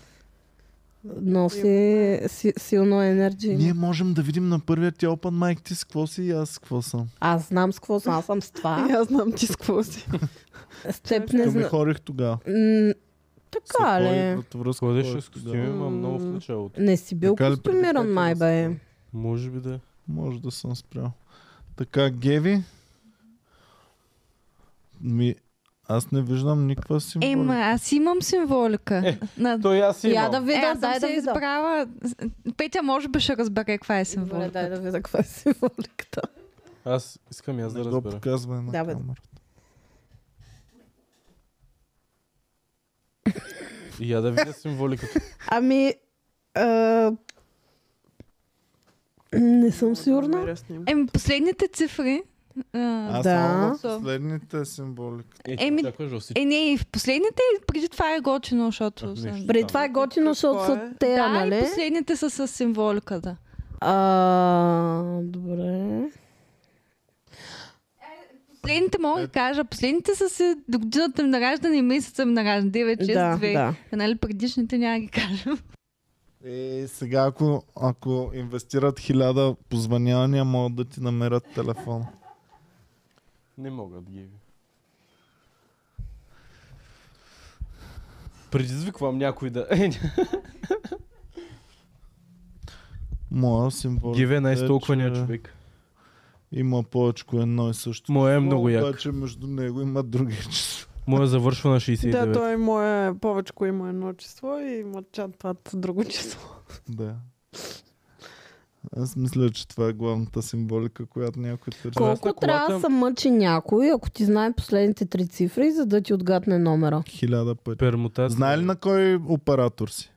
Speaker 1: бе.
Speaker 3: Носи си, силно енерджи.
Speaker 1: Ние можем да видим на първия ти Open Mic ти с какво си и аз с какво съм.
Speaker 3: Аз знам с какво съм, аз съм с
Speaker 2: И
Speaker 3: това.
Speaker 2: аз знам ти с какво си.
Speaker 3: С теб не
Speaker 1: Към ми
Speaker 3: знам.
Speaker 1: хорих тогава.
Speaker 3: Така ли?
Speaker 1: Връзка,
Speaker 4: Ходеше с
Speaker 1: да.
Speaker 4: костюми, ама много в началото.
Speaker 3: Не си бил
Speaker 1: Така ли преди пет
Speaker 3: костюмиран, май
Speaker 1: или
Speaker 3: бе.
Speaker 1: седем?
Speaker 4: Може би да.
Speaker 1: Може да съм спрял. Така, Геви? Ми, аз не виждам никаква символика.
Speaker 6: Ема, аз имам символика.
Speaker 4: Е,
Speaker 6: на...
Speaker 4: Той аз
Speaker 3: Я да
Speaker 4: имам.
Speaker 6: Е,
Speaker 3: видя,
Speaker 6: аз съм
Speaker 3: дай
Speaker 6: се
Speaker 3: да видя.
Speaker 6: избрала. Петя може би ще разбере каква е
Speaker 3: Добре,
Speaker 6: символиката.
Speaker 3: дай да видя каква е символиката.
Speaker 4: Аз искам и аз
Speaker 1: Не
Speaker 4: да
Speaker 1: го
Speaker 4: разбера.
Speaker 1: показвай на
Speaker 3: Да, бе.
Speaker 1: камерата.
Speaker 4: И я да видя символиката.
Speaker 3: Ами... а, Не съм сигурна.
Speaker 6: Еми, последните цифри. А...
Speaker 1: Аз
Speaker 3: Да.
Speaker 1: само в последните символика.
Speaker 6: Еми,
Speaker 4: да кажа всичко.
Speaker 6: Е, не, и в последните, преди това е готино, защото...
Speaker 4: Ах,
Speaker 6: съм-
Speaker 4: нещо.
Speaker 3: Преди това е готино, защото
Speaker 2: Какво е?
Speaker 3: са те,
Speaker 6: Да, и
Speaker 3: нали?
Speaker 6: последните са с символиката.
Speaker 3: А, добре.
Speaker 6: Последните мога да кажа, последните са си до годината ми на раждане и месеца ми на раждане. 9, 6,
Speaker 3: Да,
Speaker 6: 2.
Speaker 3: да.
Speaker 6: Нали, предишните няма да ги кажем.
Speaker 1: Е, сега ако, ако инвестират хиляда позванявания, могат да ти намерят телефона.
Speaker 4: Не могат ги. Предизвиквам някой да... Е,
Speaker 1: Моя символика е,
Speaker 4: Гиве е най-столквания
Speaker 1: че
Speaker 4: човек.
Speaker 1: Има повече едно и също.
Speaker 4: Моя е много
Speaker 1: Обаче
Speaker 4: як.
Speaker 1: между него има други числа.
Speaker 4: Моя завършва на 69.
Speaker 2: Да, той мое повече има едно число и мъчат това друго число.
Speaker 1: Да. Аз мисля, че това е главната символика, която някой търси.
Speaker 4: Кол- Аз на
Speaker 3: Колко трябва
Speaker 4: колата-
Speaker 3: да се мъчи някой, ако ти знае последните три цифри, за да ти отгадне номера?
Speaker 1: Хиляда пъти.
Speaker 4: Пермутация.
Speaker 1: Знае ли на кой оператор си?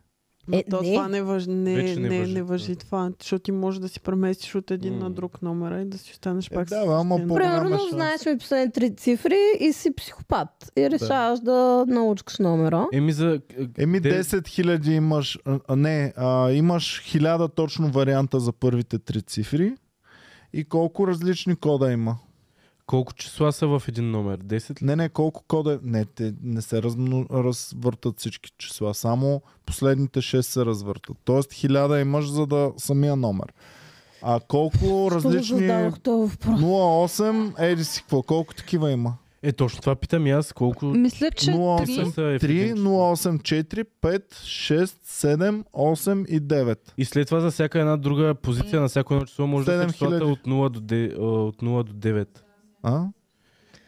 Speaker 2: Е,
Speaker 3: Е,
Speaker 2: То
Speaker 3: не.
Speaker 2: това не въжи, не,
Speaker 4: Вече
Speaker 2: не,
Speaker 4: не
Speaker 2: не,
Speaker 4: важи, да.
Speaker 2: въжи това, защото ти можеш да си преместиш от един
Speaker 4: М.
Speaker 2: на друг номер и да си останеш
Speaker 1: Е,
Speaker 2: пак.
Speaker 1: да,
Speaker 2: с
Speaker 1: бе, ама
Speaker 2: същия
Speaker 1: по-
Speaker 2: номер.
Speaker 1: По-голяма
Speaker 3: Примерно
Speaker 1: шанс.
Speaker 3: знаеш ми последните три цифри и си психопат. И решаваш да научкаш номера.
Speaker 4: Еми за... е,
Speaker 1: Еми
Speaker 4: Те-
Speaker 1: 10 000 имаш, а, а, не, а, имаш 1000 точно варианта за първите три цифри. И колко различни кода има?
Speaker 4: Колко числа са в един номер? 10 ли?
Speaker 1: Не, не, колко кода... е? Не, те не се размно... развъртат всички числа. Само последните 6 се развъртат. Тоест 1000 имаш за да самия номер. А колко
Speaker 3: Защо го
Speaker 1: различни...
Speaker 3: зададох този въпрос?
Speaker 1: 08, еди си какво, колко такива има?
Speaker 4: Е, точно това питам и аз. Колко...
Speaker 6: Мисля, че
Speaker 1: 08.
Speaker 6: 3.
Speaker 4: са е в
Speaker 1: 3,
Speaker 4: един член?
Speaker 1: 08, 4, 5, 6, 7, 8 и 9.
Speaker 4: И след това за всяка една друга позиция на всяко едно число може да са
Speaker 1: 7000.
Speaker 4: числата от 0 до, де- а, от 0 до 9.
Speaker 1: А?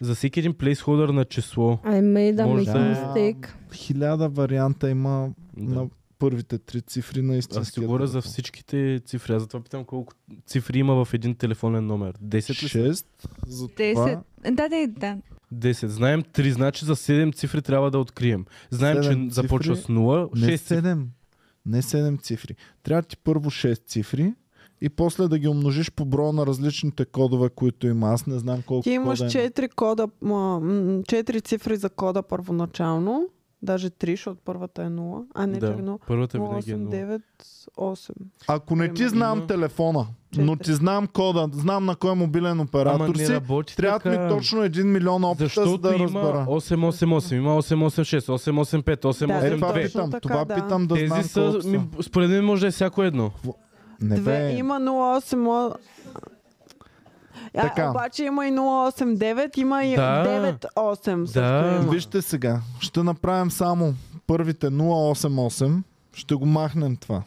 Speaker 4: За всеки един плейсхолдър на число.
Speaker 3: I made a
Speaker 4: Може
Speaker 3: Може
Speaker 4: да
Speaker 1: е.
Speaker 3: mistake.
Speaker 1: Хиляда варианта има
Speaker 4: Да.
Speaker 1: на първите три цифри на истинския.
Speaker 4: Аз си говоря за
Speaker 1: телефон.
Speaker 4: всичките цифри. Аз затова питам колко цифри има в един телефонен номер. 10 ли? са?
Speaker 1: Шест. За
Speaker 6: 10.
Speaker 1: това
Speaker 6: Да, да, да.
Speaker 4: 10. Знаем 3, значи за 7 цифри трябва да открием. Знаем,
Speaker 1: Седем
Speaker 4: че започва
Speaker 1: цифри?
Speaker 4: с 0.
Speaker 1: не
Speaker 4: 6 цифри.
Speaker 1: седем. Не седем цифри. Трябва ти първо 6 цифри и после да ги умножиш по броя на различните кодове, които има. Аз не знам колко
Speaker 2: Ти имаш
Speaker 1: кода има.
Speaker 2: 4 кода, 4 цифри за кода първоначално Даже 3, защото първата е 0. А не, да.
Speaker 4: да.
Speaker 2: чак 0.
Speaker 4: Първата винаги е
Speaker 2: 8,
Speaker 4: 0.
Speaker 2: 9, 8.
Speaker 1: Ако не ти
Speaker 2: Примерно.
Speaker 1: знам телефона, но ти знам кода, знам на кой е мобилен оператор
Speaker 4: Ама не
Speaker 1: си,
Speaker 4: работи
Speaker 1: трябва
Speaker 4: така.
Speaker 1: ми точно 1 милион опита,
Speaker 4: Защото
Speaker 1: за да
Speaker 4: има
Speaker 1: разбера.
Speaker 4: 888, има 886, 885, 882.
Speaker 1: Е, това
Speaker 2: точно
Speaker 1: питам.
Speaker 2: така,
Speaker 1: Това
Speaker 2: да.
Speaker 1: питам да знам
Speaker 4: Тези
Speaker 1: колко
Speaker 4: са, ми,
Speaker 1: са.
Speaker 4: според мен може да е всяко едно.
Speaker 1: Не
Speaker 2: Две,
Speaker 1: бе,
Speaker 2: има 0,8. А,
Speaker 1: Така.
Speaker 2: Обаче има и 0,89, има и
Speaker 4: Да.
Speaker 2: 9,8. също
Speaker 4: Да.
Speaker 2: има.
Speaker 1: вижте сега, ще направим само първите 088, ще го махнем това.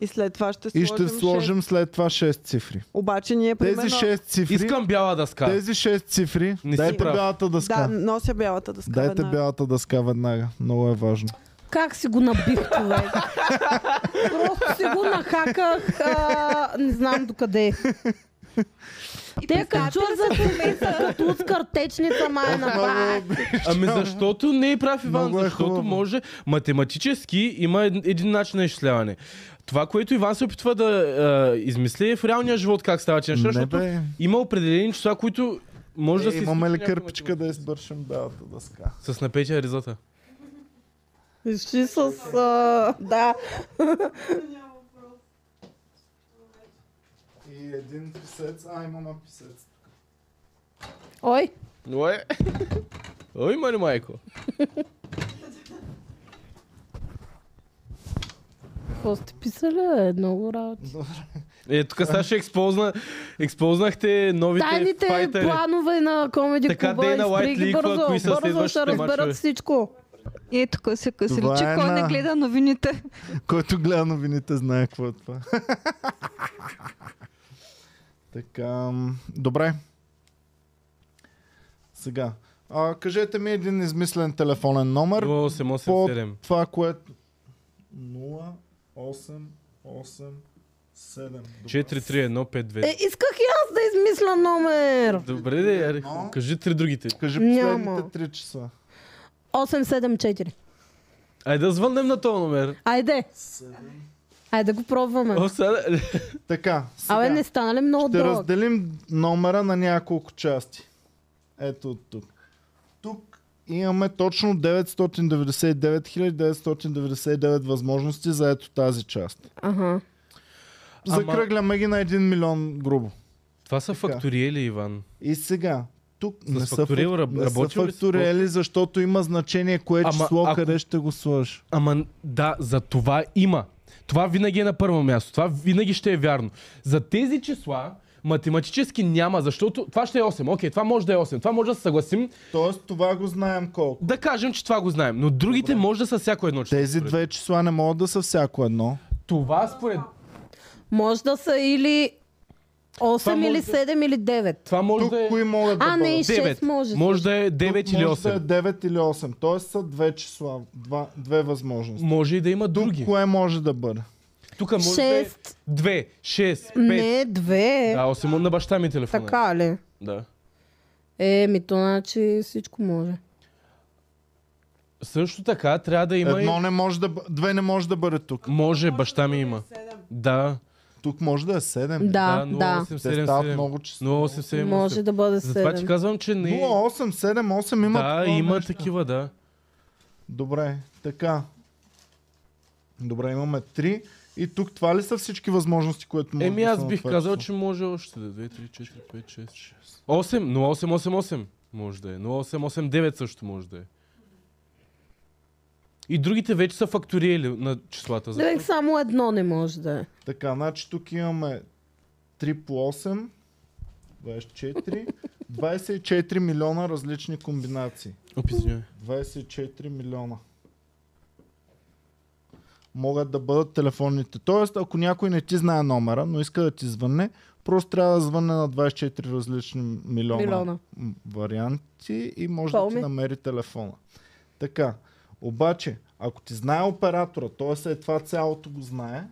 Speaker 2: И след това ще сложим,
Speaker 1: И ще сложим след това 6 цифри.
Speaker 2: 6. Обаче ние
Speaker 1: Тези
Speaker 2: примерно...
Speaker 1: 6 цифри,
Speaker 4: Искам бяла дъска.
Speaker 1: тези 6 цифри,
Speaker 4: Не си
Speaker 1: дайте
Speaker 4: прав.
Speaker 1: бялата дъска.
Speaker 2: Да, нося бялата дъска.
Speaker 1: Дайте
Speaker 2: веднага.
Speaker 1: бялата дъска веднага. Много е важно.
Speaker 3: Как си го набих, човек? Просто си го нахаках, а, не знам докъде. Те като чуят за семейства, като от картечница май на бак.
Speaker 4: Ами защото не е прав Иван,
Speaker 1: Много е
Speaker 4: защото
Speaker 1: хубаво.
Speaker 4: може математически има ед- един начин на изчисляване. Това, което Иван се опитва да а, измисли е в реалния живот как става че неща,
Speaker 1: Не
Speaker 4: защото
Speaker 1: бе.
Speaker 4: има определени числа, които може да
Speaker 1: Е,
Speaker 4: се
Speaker 1: имаме ли
Speaker 4: изключи някаква
Speaker 1: кърпичка да избършим бялата дъска?
Speaker 4: математика. С напечия ризата.
Speaker 3: Вижи с... А, да.
Speaker 1: И един писец. А, имаме писец.
Speaker 3: Ой,
Speaker 4: Ой. Ой, мани майко.
Speaker 3: какво сте писали? бе? Много работи.
Speaker 4: Е, тук сега ще експозна, експознахте новите
Speaker 3: Тайните
Speaker 4: файтери.
Speaker 3: планове на Комеди
Speaker 4: Така
Speaker 3: Клуба.
Speaker 4: Дейна Уайт
Speaker 3: изпригли
Speaker 4: ли идва,
Speaker 3: бързо,
Speaker 4: кои са
Speaker 3: бързо ще
Speaker 4: следващите мачове?
Speaker 3: разберат всичко.
Speaker 6: И е тук се късили,
Speaker 1: Това
Speaker 6: че
Speaker 1: е
Speaker 6: кой не
Speaker 1: на-
Speaker 6: гледа новините.
Speaker 1: Който гледа новините знае какво е това. така, м, добре. Сега. А, кажете ми един измислен телефонен номер.
Speaker 4: 0887.
Speaker 1: Това, което... 0, 8, 8, 7.
Speaker 4: 4-3-1-5-2.
Speaker 3: Е, исках и аз да измисля номер.
Speaker 4: Добре, де, яре,
Speaker 1: едно.
Speaker 4: кажи три другите.
Speaker 1: Кажи
Speaker 3: Няма.
Speaker 1: последните 3 часа.
Speaker 3: 874.
Speaker 4: Айде да звъннем на този номер.
Speaker 3: Айде. Айде да го пробваме.
Speaker 4: О, сега...
Speaker 1: Така, сега.
Speaker 3: Абе, не стана ли много
Speaker 1: Ще
Speaker 3: дълъг?
Speaker 1: разделим номера на няколко части. Ето от тук. Тук имаме точно 999 999 възможности за ето тази част.
Speaker 3: Ага.
Speaker 4: Ама-
Speaker 1: Закръгляме ги на 1 милион грубо.
Speaker 4: Това са
Speaker 1: Така.
Speaker 4: фактуриели, Иван.
Speaker 1: И сега, тук
Speaker 4: С
Speaker 1: не са,
Speaker 4: фактуриел
Speaker 1: фак-
Speaker 4: раб-
Speaker 1: не са
Speaker 4: работил ли си
Speaker 1: фактуриели, защото има значение кое
Speaker 4: Ама
Speaker 1: число,
Speaker 4: ако-
Speaker 1: къде ще го сложиш.
Speaker 4: Ама н- да, за това има. Това винаги е на първо място. Това винаги ще е вярно. За тези числа математически няма, защото това ще е 8. Окей, това може да е 8. Това може да се съгласим.
Speaker 1: Тоест това го знаем колко.
Speaker 4: Да кажем, че това го знаем. Но другите може да са всяко едно число.
Speaker 1: Тези
Speaker 4: според-
Speaker 1: две числа не могат да са всяко едно.
Speaker 4: Това според...
Speaker 3: Може да са или 8
Speaker 4: може
Speaker 3: или
Speaker 4: да-
Speaker 3: 7 или 9.
Speaker 4: Това може
Speaker 1: Тук
Speaker 4: да е...
Speaker 1: кои могат да
Speaker 3: А, не,
Speaker 1: бъдат?
Speaker 3: и 6
Speaker 4: 9.
Speaker 3: може.
Speaker 4: Може да е 9
Speaker 1: Тук
Speaker 4: или
Speaker 1: може
Speaker 4: 8.
Speaker 1: Да е 9 или 8. Тоест са две числа, два, две възможности.
Speaker 4: Може и да има други.
Speaker 1: Кое може да бъде?
Speaker 4: Тук може да е
Speaker 3: 6.
Speaker 4: 2, 6, 5.
Speaker 3: Не, 2.
Speaker 4: Да, 8 на баща ми телефона. е.
Speaker 3: Така ли?
Speaker 4: Да.
Speaker 3: Е, ми то значи всичко може.
Speaker 4: Също така трябва да има
Speaker 1: Едно
Speaker 4: и...
Speaker 1: не може да бъ- две не може да бъде тук.
Speaker 4: Може, баща ми има. Да, е
Speaker 1: Тук може да е 7.
Speaker 3: Да, да.
Speaker 4: 0877.
Speaker 1: Те стават много числа.
Speaker 4: 0878.
Speaker 3: Може да бъде
Speaker 4: Затова ти
Speaker 3: 7.
Speaker 4: казвам, че не...
Speaker 1: 0, 8, 7, 8 има.
Speaker 4: да,
Speaker 1: такова
Speaker 4: има
Speaker 1: нещо.
Speaker 4: такива, да.
Speaker 1: Добре, така. Добре, имаме 3. И тук това ли са всички възможности, които може
Speaker 4: Еми
Speaker 1: да
Speaker 4: аз
Speaker 1: са на
Speaker 4: бих
Speaker 1: това
Speaker 4: казал,
Speaker 1: число?
Speaker 4: че може още да е 2, 3, 4, 5, 6, 6. 8, 0888 може да е. 0889 също може да е. И другите вече са факториели на числата. За...
Speaker 3: Човек е, само едно не може да е.
Speaker 1: Така, значи тук имаме 3 по 8, 24, 24 милиона различни комбинации.
Speaker 4: Описнявай.
Speaker 1: 24 милиона. Могат да бъдат телефонните. Тоест, ако някой не ти знае номера, но иска да ти звънне, просто трябва да звънне на 24 различни милиона,
Speaker 3: Милиона.
Speaker 1: м, варианти и може да
Speaker 3: Пълни.
Speaker 1: ти намери телефона. Така, обаче, ако ти знае оператора, т.е. е това цялото го знае,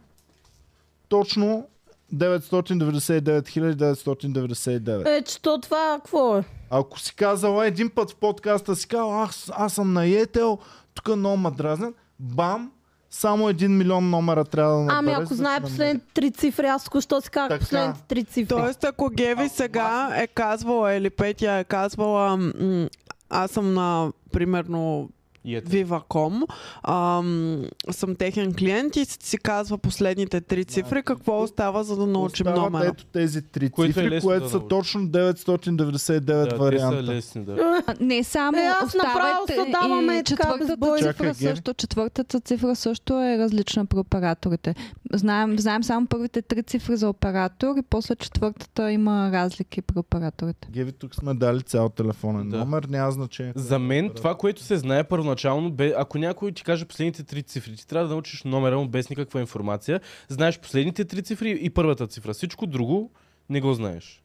Speaker 1: точно 999 999.
Speaker 3: Е, че то това какво е?
Speaker 1: Ако си казала един път в подкаста, си казала, аз, аз съм наетел, тук много ма дразнен, бам, само един милион номера трябва да
Speaker 3: Ами
Speaker 1: набереш.
Speaker 3: ако
Speaker 1: за
Speaker 3: знае
Speaker 1: значи да
Speaker 3: последните три цифри, аз току-що си казах
Speaker 1: Така.
Speaker 3: последните три цифри.
Speaker 2: Тоест, ако Геви сега е казвала или Петя е казвала, м- аз съм на примерно
Speaker 4: Ете.
Speaker 2: Viva.com. Ам, съм техен клиент и си казва последните три цифри, какво остава, за да научим
Speaker 1: Остават
Speaker 2: номера.
Speaker 1: Ето тези три
Speaker 4: Което е
Speaker 1: цифри,
Speaker 4: лесно
Speaker 1: което
Speaker 4: да
Speaker 1: са
Speaker 4: научиш.
Speaker 1: точно 999
Speaker 4: да,
Speaker 1: варианта.
Speaker 4: Те са лесни, да.
Speaker 6: А, Не само
Speaker 3: Е, аз направо
Speaker 6: оставайте
Speaker 3: се даваме
Speaker 6: и
Speaker 3: така, без
Speaker 6: четвъртата
Speaker 3: бой.
Speaker 6: цифра,
Speaker 1: Чакай, Гери.
Speaker 6: също, четвъртата цифра също е различна при операторите. Знаем, знаем само първите три цифри за оператор и после четвъртата има разлики при операторите.
Speaker 1: Геви, тук сме дали цял телефонен
Speaker 4: Да.
Speaker 1: номер, няма значение.
Speaker 4: За мен това, което се знае първоначално, бе, ако някой ти каже последните три цифри, ти трябва да научиш номера му без никаква информация. Знаеш последните три цифри и първата цифра. Всичко друго не го знаеш.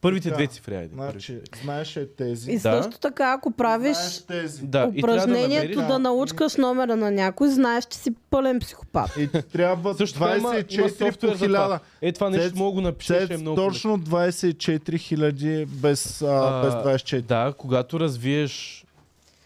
Speaker 4: Първите
Speaker 1: Да.
Speaker 4: две цифри, айде.
Speaker 1: Значи, знаеш е тези.
Speaker 3: И
Speaker 4: Да.
Speaker 3: също така, ако правиш
Speaker 1: Знаеш тези.
Speaker 4: да, и трябва да
Speaker 3: упражнението
Speaker 4: намериш...
Speaker 3: да, научкаш номера на някой, знаеш, че си пълен психопат.
Speaker 1: И ти трябва
Speaker 4: Също така има- има
Speaker 1: 24 по
Speaker 4: софтуер за това.
Speaker 1: 1000.
Speaker 4: Е, това нещо
Speaker 1: Цец-
Speaker 4: мога да напишеш, е
Speaker 1: Цец,
Speaker 4: много хубаво.
Speaker 1: точно 24 хиляди без, а,
Speaker 4: А,
Speaker 1: без 24.
Speaker 4: Да, когато развиеш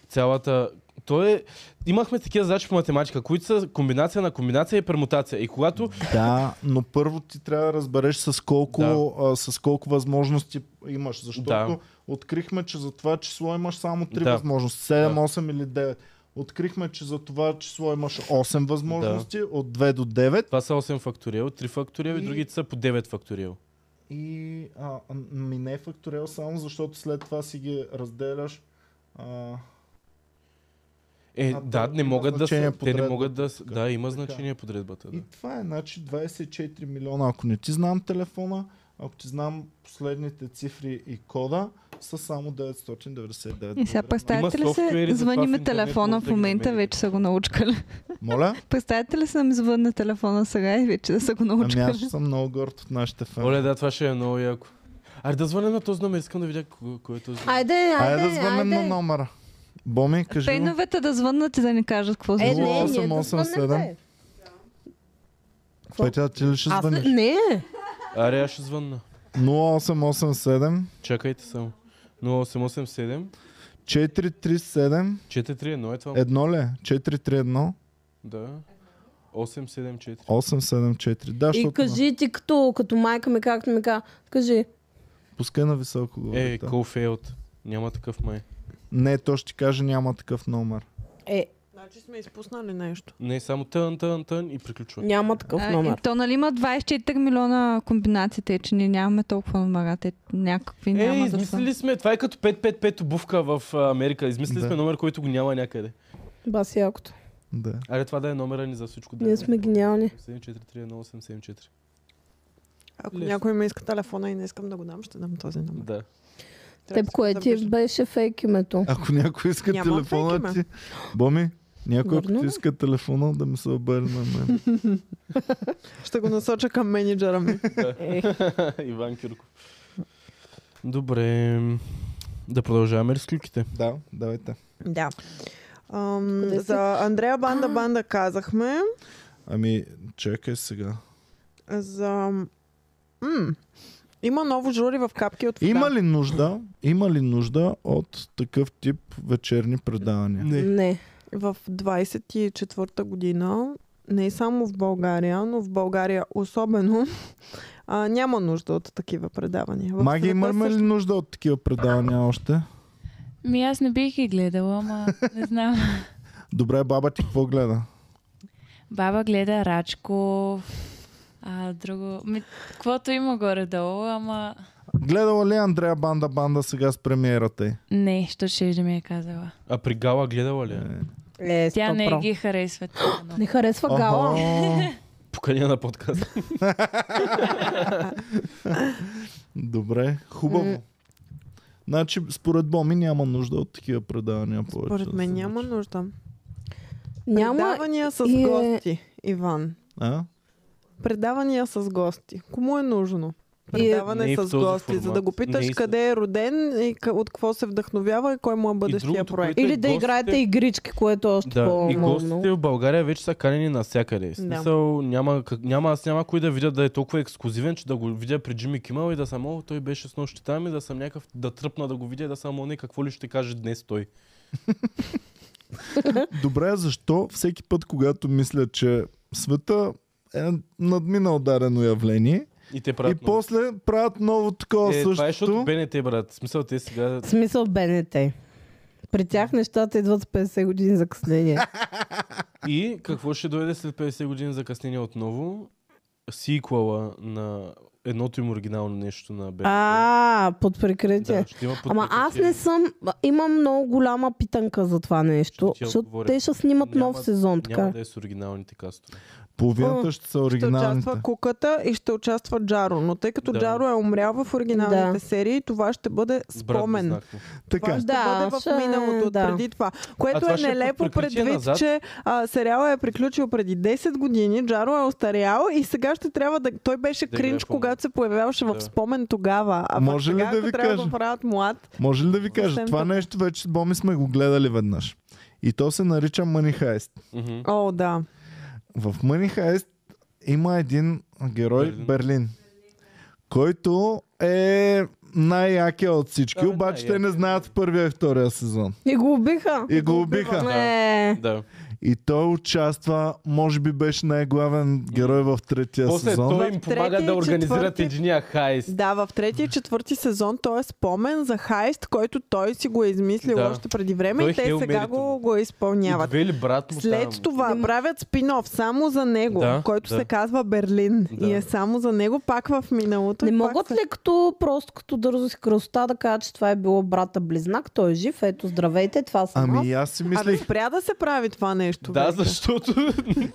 Speaker 4: цялата... То е... Имахме такива задачи по математика, които са комбинация на комбинация и пермутация. И когато...
Speaker 1: Да, но първо ти трябва да разбереш с колко,
Speaker 4: Да.
Speaker 1: а, с колко възможности имаш. Защото
Speaker 4: Да.
Speaker 1: открихме, че за това число имаш само 3
Speaker 4: Да.
Speaker 1: възможности. 7,
Speaker 4: Да.
Speaker 1: 8 или 9. Открихме, че за това число имаш 8 възможности от 2 до 9.
Speaker 4: Това са 8 факториел, 3 факториел и
Speaker 1: И-
Speaker 4: другите са по 9 факториел.
Speaker 1: И а, а, ми не е факториал само, защото след това си ги разделяш. А,
Speaker 4: Е,
Speaker 1: А,
Speaker 4: да,
Speaker 1: то
Speaker 4: не
Speaker 1: има
Speaker 4: могат да
Speaker 1: значение
Speaker 4: са, те не
Speaker 1: подредбата.
Speaker 4: могат да... с-
Speaker 1: Така,
Speaker 4: Да, има
Speaker 1: така.
Speaker 4: значение подредбата. Да.
Speaker 1: И това е, значи 24 милиона. Ако не ти знам телефона, ако ти знам последните цифри и кода, са само 999.
Speaker 6: И сега представете ли
Speaker 4: софтуери
Speaker 6: се,
Speaker 4: за това
Speaker 6: звъни
Speaker 4: в
Speaker 6: ми
Speaker 4: интернет,
Speaker 6: телефона
Speaker 4: може да
Speaker 6: в
Speaker 4: ги
Speaker 6: момента,
Speaker 4: намерите.
Speaker 6: вече са го научкали.
Speaker 1: Моля?
Speaker 6: Представете ли се да ми звънне телефона сега и вече да са го научили?
Speaker 1: Ами аз ще съм много горд от нашите фен.
Speaker 4: Оле, да, това ще е много яко. Аре да звъня на този номер, искам да видя кой, кой е този номер.
Speaker 3: Айде, айде,
Speaker 1: Айде да звънем на номера. Боми, кажи го.
Speaker 6: Феновете да звъннат и да ни кажат какво
Speaker 3: Е,
Speaker 6: звънят.
Speaker 3: не, ние да
Speaker 1: 0887.
Speaker 3: звънем, бе.
Speaker 1: Петя, ти ли ще
Speaker 3: Аз не,
Speaker 1: звъниш?
Speaker 3: не.
Speaker 4: Аре, аз ще звънна.
Speaker 1: 0887
Speaker 4: Чакайте само. 0887
Speaker 1: 437
Speaker 4: 431 е това.
Speaker 1: едно ли? е? 431
Speaker 4: Да. 874.
Speaker 1: 874. Да,
Speaker 3: И
Speaker 1: защото
Speaker 3: кажи ти като, като майка ми, както ми каза, кажи,
Speaker 1: пускай на високо го.
Speaker 4: Е, call failed. Няма такъв май.
Speaker 1: Не, то ще ти каже няма такъв номер.
Speaker 3: е,
Speaker 2: Значи сме изпуснали нещо.
Speaker 4: Не, само тън, тън, тън и приключва.
Speaker 3: няма такъв
Speaker 6: А, и
Speaker 3: номер.
Speaker 6: то нали има 24 милиона комбинации, те че ние нямаме толкова номера, те някакви
Speaker 4: Е,
Speaker 6: няма да са.
Speaker 4: измислили сме, това е като 555 обувка в а, Америка. Измислили
Speaker 1: Да.
Speaker 4: сме номер, който го няма някъде.
Speaker 3: Бас якото.
Speaker 1: Да.
Speaker 4: Аре, това да е номера ни за всичко. да е.
Speaker 3: Ние сме гениални.
Speaker 4: 7431874.
Speaker 2: Ако
Speaker 4: Лесно.
Speaker 2: някой ми иска телефона и не искам да го дам, ще дам този номер.
Speaker 4: Да.
Speaker 2: Трябва да си
Speaker 3: Теб
Speaker 2: го
Speaker 3: кое е, ти
Speaker 2: запиша.
Speaker 3: беше фейк името?
Speaker 1: Ако някой иска
Speaker 2: Няма
Speaker 1: телефона
Speaker 2: фейк,
Speaker 1: ти... Боми, някой ако
Speaker 3: Върна
Speaker 1: ти
Speaker 3: ли?
Speaker 1: иска телефона да ми се обърне на мен.
Speaker 2: Ще го насоча към менеджера ми.
Speaker 4: Иван Кирков. Добре. Да продължаваме ли с клюките?
Speaker 1: да, давайте.
Speaker 2: да. Ам,
Speaker 3: Къде си?
Speaker 2: за Андрея Банда Банда казахме.
Speaker 1: Ами, чакай сега.
Speaker 2: За... М- има ново жури в капки от вода.
Speaker 1: Има ли нужда, има ли нужда от такъв тип вечерни предавания?
Speaker 3: Не.
Speaker 2: в 24-та година, не само в България, но в България особено, а, няма нужда от такива предавания. В
Speaker 1: Маги,
Speaker 2: света
Speaker 1: имаме ли
Speaker 2: също-
Speaker 1: нужда от такива предавания още?
Speaker 5: Ми аз не бих ги гледала, ама не знам.
Speaker 1: Добре, баба ти какво гледа?
Speaker 5: Баба гледа Рачков, а друго... Ми, каквото има горе-долу, ама...
Speaker 1: Гледала ли Андрея Банда Банда сега с премиерата й?
Speaker 5: Не, що ще да ми е казала.
Speaker 4: А при Гала гледала ли?
Speaker 1: Е.
Speaker 3: Е,
Speaker 5: Тя
Speaker 3: сто
Speaker 5: не
Speaker 3: про.
Speaker 5: ги харесва. тя, но-
Speaker 3: Не харесва гала.
Speaker 1: Охо.
Speaker 4: Поканя на подкаст.
Speaker 1: Добре, хубаво. Значи, според Боми няма нужда от такива предавания повече.
Speaker 2: Според
Speaker 1: да
Speaker 2: мен
Speaker 1: се
Speaker 2: няма
Speaker 1: случи.
Speaker 2: нужда.
Speaker 3: Няма.
Speaker 2: Предавания с
Speaker 3: и е-
Speaker 2: гости, Иван.
Speaker 1: А?
Speaker 2: Предавания с гости. Кому е нужно?
Speaker 3: И е...
Speaker 2: Предаване
Speaker 4: Не и в
Speaker 2: с
Speaker 4: този
Speaker 2: гости, за да
Speaker 4: формат.
Speaker 2: го питаш
Speaker 4: Не и с-
Speaker 2: къде е роден и къ- от какво се вдъхновява и кой му е бъдещия
Speaker 4: другото,
Speaker 2: проект.
Speaker 4: което-
Speaker 3: Или да
Speaker 4: Гостите-
Speaker 3: играете игрички, което е още
Speaker 4: Да, и
Speaker 3: по-умно.
Speaker 4: гостите в България вече са канени навсякъде. В Смисъл, няма, как, няма, аз няма кой да видя да е толкова ексклюзивен, че да го видя при Джимми Кимъл и да съм, о, той беше с нощи там и да съм някакъв, да тръпна да го видя и да съм, о, не, какво ли ще каже днес той.
Speaker 1: Добре, защо всеки път, когато мисля, че света е надминал дадено явление,
Speaker 4: И те
Speaker 1: и
Speaker 4: правят много.
Speaker 1: после правят ново такова
Speaker 4: е, това е защото
Speaker 1: същото.
Speaker 4: БНТ, брат. В Смисъл, те сега...
Speaker 3: В смисъл БНТ. При тях нещата идват с 50 години закъснение.
Speaker 4: И какво ще дойде след 50 години закъснение отново? Сиквела на едното им оригинално нещо на БТ.
Speaker 3: А, под прикритие.
Speaker 4: да, ще има
Speaker 3: Ама аз
Speaker 4: подпрекратение.
Speaker 3: не съм. Имам много голяма питанка за това нещо.
Speaker 4: Ще ти
Speaker 3: Защото
Speaker 4: отговоря.
Speaker 3: те ще снимат
Speaker 4: Няма-
Speaker 3: нов сезон, така.
Speaker 4: Няма да е с оригиналните кастове.
Speaker 1: Половината ще са
Speaker 2: Ще
Speaker 1: оригиналните.
Speaker 2: участва куката и ще участва Джаро. Но тъй като
Speaker 4: Да.
Speaker 2: Джаро е умрял в оригиналните
Speaker 3: Да.
Speaker 2: серии, това ще бъде
Speaker 4: С брат
Speaker 2: спомен.
Speaker 4: Близнаков.
Speaker 1: Така.
Speaker 2: Това ще
Speaker 3: Да,
Speaker 2: бъде
Speaker 3: ще е,
Speaker 2: в миналото,
Speaker 3: да.
Speaker 2: преди това. Което
Speaker 4: това
Speaker 2: е
Speaker 4: ще е
Speaker 2: нелепо
Speaker 4: подпрекритие
Speaker 2: предвид,
Speaker 4: назад.
Speaker 2: че а, сериала е приключил преди 10 години, Джаро е остарял и сега ще трябва да... Той беше
Speaker 4: Да играе
Speaker 2: кринч,
Speaker 4: в
Speaker 2: когато се появяваше в
Speaker 4: Да.
Speaker 2: спомен тогава. А пък
Speaker 1: Може ли
Speaker 2: сега,
Speaker 1: да
Speaker 2: ако
Speaker 1: ви
Speaker 2: трябва
Speaker 1: кажа?
Speaker 2: да го правят млад.
Speaker 1: Може ли да ви кажа?
Speaker 2: Съвсем
Speaker 1: Това
Speaker 2: така.
Speaker 1: нещо вече с Боми сме го гледали веднъж. И то се нарича Money Heist.
Speaker 4: Мгм.
Speaker 2: О, да.
Speaker 1: В Money Heist има един герой Берлин,
Speaker 4: Берлин.
Speaker 1: Берлин който е най-якия от всички,
Speaker 4: Да, бе,
Speaker 1: обаче те не
Speaker 4: е най-якия.
Speaker 1: знаят в първия и втория сезон.
Speaker 3: И го убиха.
Speaker 1: И го убиха.
Speaker 4: Да.
Speaker 3: Е,
Speaker 4: Да.
Speaker 1: И той участва, може би беше най-главен герой в третия
Speaker 4: После
Speaker 1: сезон.
Speaker 4: той им
Speaker 2: В
Speaker 4: помага
Speaker 2: третия
Speaker 4: да
Speaker 2: и
Speaker 4: организират
Speaker 2: четвърти-
Speaker 4: единия хайст.
Speaker 2: Да, в третия и четвърти сезон той е спомен за хайст, който той си го е измислил
Speaker 4: Да.
Speaker 2: още преди време
Speaker 4: Той
Speaker 2: и те
Speaker 4: Хейл
Speaker 2: сега
Speaker 4: Мерито
Speaker 2: го,
Speaker 4: му.
Speaker 2: го изпълняват.
Speaker 4: Идва ли брат му
Speaker 2: След
Speaker 4: там?
Speaker 2: това правят спинов само за него,
Speaker 4: Да,
Speaker 2: който
Speaker 4: да.
Speaker 2: се казва Берлин
Speaker 4: Да.
Speaker 2: и е само за него, пак в миналото.
Speaker 3: не
Speaker 2: и пак
Speaker 3: могат
Speaker 2: се-
Speaker 3: ли като просто като дързо си красота да кажат, че това е било брата близнак, той е жив, ето здравейте, това съм аз.
Speaker 1: Ами и аз си
Speaker 2: Абе,
Speaker 1: мислих,
Speaker 2: спря да се прави това нещо.
Speaker 4: Да,
Speaker 2: вече.
Speaker 4: защото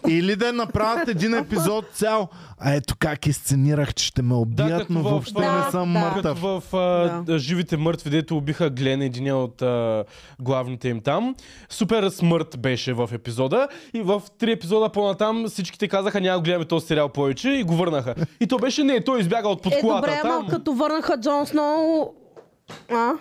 Speaker 1: или да направят един епизод цял. А ето как изценирах, че ще ме
Speaker 4: Да,
Speaker 1: убият,
Speaker 4: като
Speaker 1: но
Speaker 4: в-
Speaker 1: въобще
Speaker 3: Да,
Speaker 1: не съм
Speaker 3: да.
Speaker 1: мъртъв.
Speaker 4: като в а, живите мъртви, дето убиха Глен, един от а, главните им там. Супер смърт беше в епизода и в три епизода по-натам всичките казаха няма да гледаме този сериал повече и го върнаха. И то беше не, той избяга от под
Speaker 3: Е,
Speaker 4: колата
Speaker 3: добре,
Speaker 4: там.
Speaker 3: ама като върнаха Джон Сноу... А?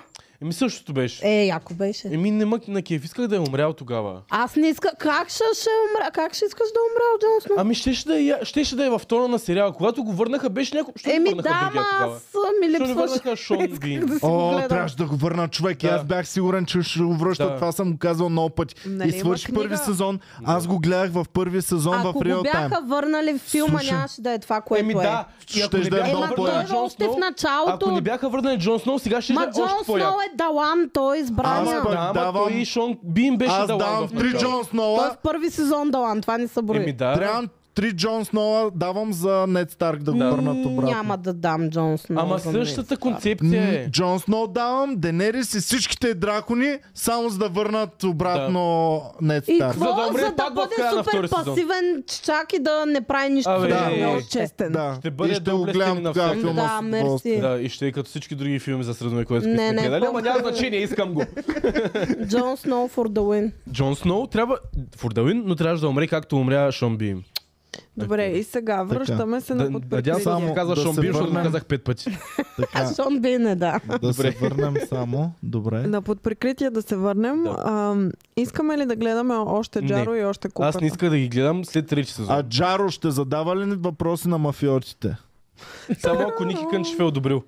Speaker 4: Еми същото беше.
Speaker 3: Е, яко беше.
Speaker 4: Еми не мък на кеф, исках да е умрял тогава.
Speaker 3: Аз не иска... Как ще, ще, умра... как ще искаш да умра от Джон Сноу?
Speaker 4: Ами щеше да, е, я- щеше да е във втора на сериала. Когато го върнаха, беше някой... Що не
Speaker 3: Еми
Speaker 4: върнаха
Speaker 3: да,
Speaker 4: другия
Speaker 3: ма
Speaker 4: тогава?
Speaker 3: аз а, ми
Speaker 4: Що не
Speaker 3: липсваше.
Speaker 4: върнаха Шон Бин?
Speaker 3: да си го
Speaker 1: О,
Speaker 3: гледам.
Speaker 1: трябваше да го върна човек. И
Speaker 4: Да.
Speaker 1: аз бях сигурен, че ще го връщат.
Speaker 4: Да.
Speaker 1: Това съм го казал много пъти.
Speaker 2: Нали
Speaker 1: и
Speaker 2: има
Speaker 1: свърши
Speaker 2: книга?
Speaker 1: първи сезон. Аз го гледах в първи сезон
Speaker 3: Ако
Speaker 1: в реал
Speaker 3: го бяха
Speaker 1: тайм.
Speaker 3: върнали в филма,
Speaker 1: Слушай.
Speaker 3: нямаше да е това, което
Speaker 4: Еми
Speaker 3: е.
Speaker 4: да, и ако
Speaker 1: Щеш
Speaker 4: не
Speaker 1: да е
Speaker 4: бяха
Speaker 1: много
Speaker 3: Ема
Speaker 1: Той е
Speaker 4: върнали
Speaker 3: той
Speaker 1: Джон
Speaker 3: още в
Speaker 4: Сноу,
Speaker 3: началото...
Speaker 4: Ако не бяха върнали Джон Сноу, сега ще да
Speaker 3: Ма
Speaker 4: е
Speaker 3: Джон
Speaker 4: още по
Speaker 3: Сноу е далан, той е избран.
Speaker 1: Аз пък
Speaker 4: Да, ама
Speaker 1: давам-
Speaker 4: той и Шон Бин беше
Speaker 1: Аз
Speaker 4: да
Speaker 1: давам
Speaker 4: лага в
Speaker 1: три
Speaker 4: началото.
Speaker 1: Джон
Speaker 3: Той е в
Speaker 1: Сноуа.
Speaker 3: първи сезон далан, това не са
Speaker 4: Еми
Speaker 3: брои.
Speaker 4: да,
Speaker 1: Трябва три Джон Сноуа давам за Нед Старк да го върнат обратно.
Speaker 3: Няма да дам Джон Сноу.
Speaker 4: ама
Speaker 3: за
Speaker 4: същата
Speaker 3: мен.
Speaker 1: М,
Speaker 4: концепция е.
Speaker 1: Джон Сноу давам, Денерис и всичките дракони, само за да върнат обратно Нед
Speaker 3: И
Speaker 1: Старк.
Speaker 3: какво? За
Speaker 4: За да
Speaker 3: да,
Speaker 4: умре пак в
Speaker 3: бъде
Speaker 4: края на
Speaker 3: супер
Speaker 4: втори сезон.
Speaker 3: пасивен чак и да не прави нищо.
Speaker 4: Абе,
Speaker 3: вредно.
Speaker 1: да.
Speaker 2: Много
Speaker 4: Е,
Speaker 2: честен.
Speaker 1: Да.
Speaker 4: ще бъде
Speaker 1: и ще го
Speaker 4: доблестен
Speaker 1: гледам
Speaker 4: и
Speaker 1: тогава
Speaker 4: навсякъде.
Speaker 1: филма.
Speaker 3: Да,
Speaker 1: с
Speaker 3: мерси.
Speaker 1: удоволствие.
Speaker 4: Да, и ще е като всички други филми за средновековието, които
Speaker 3: Не,
Speaker 4: сме
Speaker 3: не,
Speaker 4: гледали, ама
Speaker 3: по-
Speaker 4: няма значение, искам го.
Speaker 3: Джон Сноу for the win.
Speaker 4: Джон Сноу трябва, фурдалин, но трябваше да умре както умря Шон Бим.
Speaker 2: Добре, и сега върщаме се на
Speaker 4: Надявам се,
Speaker 2: подпрекритие.
Speaker 4: че
Speaker 1: Само
Speaker 4: не каза
Speaker 1: да
Speaker 4: Шон
Speaker 1: се
Speaker 4: Бим, защото го
Speaker 1: върнем.
Speaker 4: казах пет пъти.
Speaker 1: Така,
Speaker 3: А Шон Бин е, да.
Speaker 1: да се върнем само. Добре.
Speaker 2: На подприкритие да се върнем.
Speaker 4: Да.
Speaker 2: Ам, искаме ли да гледаме още
Speaker 4: Не.
Speaker 2: Джаро и още купата?
Speaker 4: Аз не исках да ги гледам след трети
Speaker 1: А
Speaker 4: сезон.
Speaker 1: Джаро ще задава ли въпроси на мафиотите?
Speaker 4: Само ако Ники Кънчев е одобрил.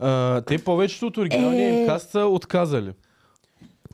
Speaker 4: А, те повечето от оригиналния им каст са отказали.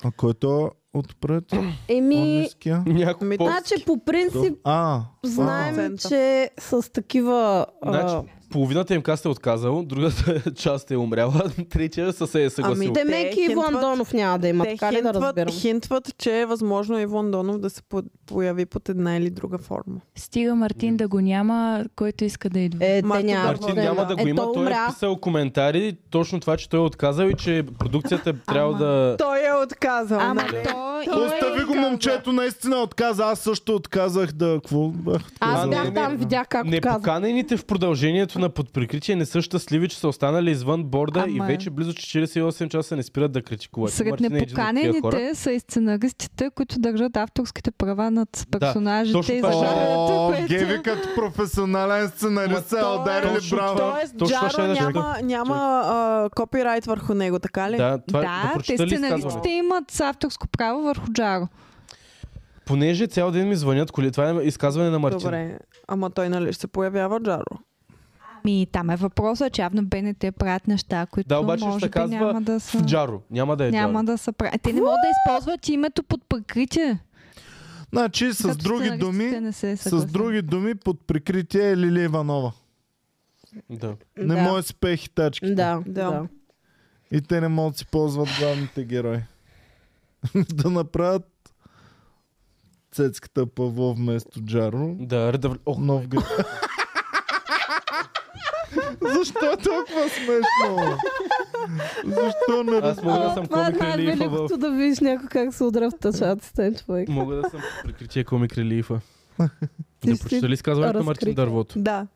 Speaker 1: А който е отпред?
Speaker 3: Еми,
Speaker 1: По-ниския?
Speaker 4: Някой
Speaker 2: Ми,
Speaker 4: е по...
Speaker 3: значи по принцип
Speaker 1: А, а,
Speaker 3: знаем,
Speaker 2: Процента.
Speaker 3: че с такива... а,
Speaker 4: Значи, половината им каст е отказал, другата част е умряла, третия са се е съгласил.
Speaker 2: Ами,
Speaker 3: Демек
Speaker 2: Те
Speaker 3: и Иво
Speaker 2: хинтват-
Speaker 3: Андонов няма да има,
Speaker 2: Те
Speaker 3: така ли да
Speaker 2: хинтват,
Speaker 3: разбирам?
Speaker 2: хинтват, че е възможно Ивон Донов да се по- появи под една или друга форма.
Speaker 8: Стига Мартин да го няма, който иска да идва.
Speaker 3: Е, те
Speaker 2: Мартин
Speaker 3: няма.
Speaker 4: Мартин
Speaker 3: да
Speaker 4: Значи, няма да го
Speaker 3: Е,
Speaker 4: има,
Speaker 3: той
Speaker 4: той е
Speaker 3: умря.
Speaker 4: писал коментари, точно това, че той е отказал и че продукцията трябва да...
Speaker 2: Той е отказал.
Speaker 8: Ама
Speaker 2: нали?
Speaker 8: той...
Speaker 1: Остави го момчето, наистина отказа. Аз също отказах да... Какво бях отказал?
Speaker 3: Аз
Speaker 4: не,
Speaker 3: бях
Speaker 4: не,
Speaker 3: там, видях как
Speaker 4: Не
Speaker 3: казва.
Speaker 4: поканените в продължението на подприкритие не са щастливи, че са останали извън борда и
Speaker 6: Ама-
Speaker 4: вече близо 48 часа не спират да критикуват.
Speaker 6: Сред
Speaker 4: Мартин е един от тия хора.
Speaker 6: непоканените са и сценаристите, които държат авторските права над персонажите
Speaker 4: точно
Speaker 6: и
Speaker 4: това е. ще-
Speaker 1: О,
Speaker 6: заглавието,
Speaker 1: Геви като професионален сценарист се
Speaker 2: Той- е
Speaker 1: ударили
Speaker 4: Точно
Speaker 1: браво.
Speaker 2: Тоест,
Speaker 4: Точно това ще е
Speaker 2: Джаро
Speaker 4: да
Speaker 2: няма, няма а, копирайт върху него, така ли?
Speaker 4: Да, това, е- да,
Speaker 6: Да, те
Speaker 4: прочета ли изказването?
Speaker 6: сценаристите имат с авторско право върху Джаро.
Speaker 4: Понеже цял ден ми звънят коли, това е изказване на Мартин.
Speaker 2: Добре. Ама той нали ще се появява Джаро?
Speaker 6: Ми, там е въпросът, че явно БНТ правят неща, които
Speaker 4: Да, обаче ще
Speaker 6: може
Speaker 4: се
Speaker 6: би
Speaker 4: казва
Speaker 6: няма да са...
Speaker 4: Джаро, няма да е Джаро.
Speaker 6: Няма да са прави. Те не могат да използват името под прикритие.
Speaker 1: Значи, с
Speaker 6: Като
Speaker 1: други
Speaker 6: сценаристите
Speaker 1: думи,
Speaker 6: не се
Speaker 1: с
Speaker 6: съгласят.
Speaker 1: други думи, под прикритие е Лилия Иванова.
Speaker 4: Да.
Speaker 1: Не е
Speaker 3: Да.
Speaker 1: може да си пее хитачки.
Speaker 3: Да,
Speaker 2: Да.
Speaker 3: да.
Speaker 1: И те не могат да си ползват главните герои. да направят цецката Павло вместо Джаро.
Speaker 4: Да, редъв... Ох,
Speaker 1: Нов град. Защо е толкова смешно? Защо не
Speaker 4: аз мога да съм
Speaker 3: това е
Speaker 4: комик релифа в...
Speaker 3: най-великото да видиш някой как се удра в тъчатата, е човек.
Speaker 4: Мога да съм прикритие комик релифа.
Speaker 3: Ти
Speaker 4: Не
Speaker 3: си
Speaker 4: прочета ли изказването на Мартин
Speaker 3: разкрит.
Speaker 4: Дървото?
Speaker 2: Да.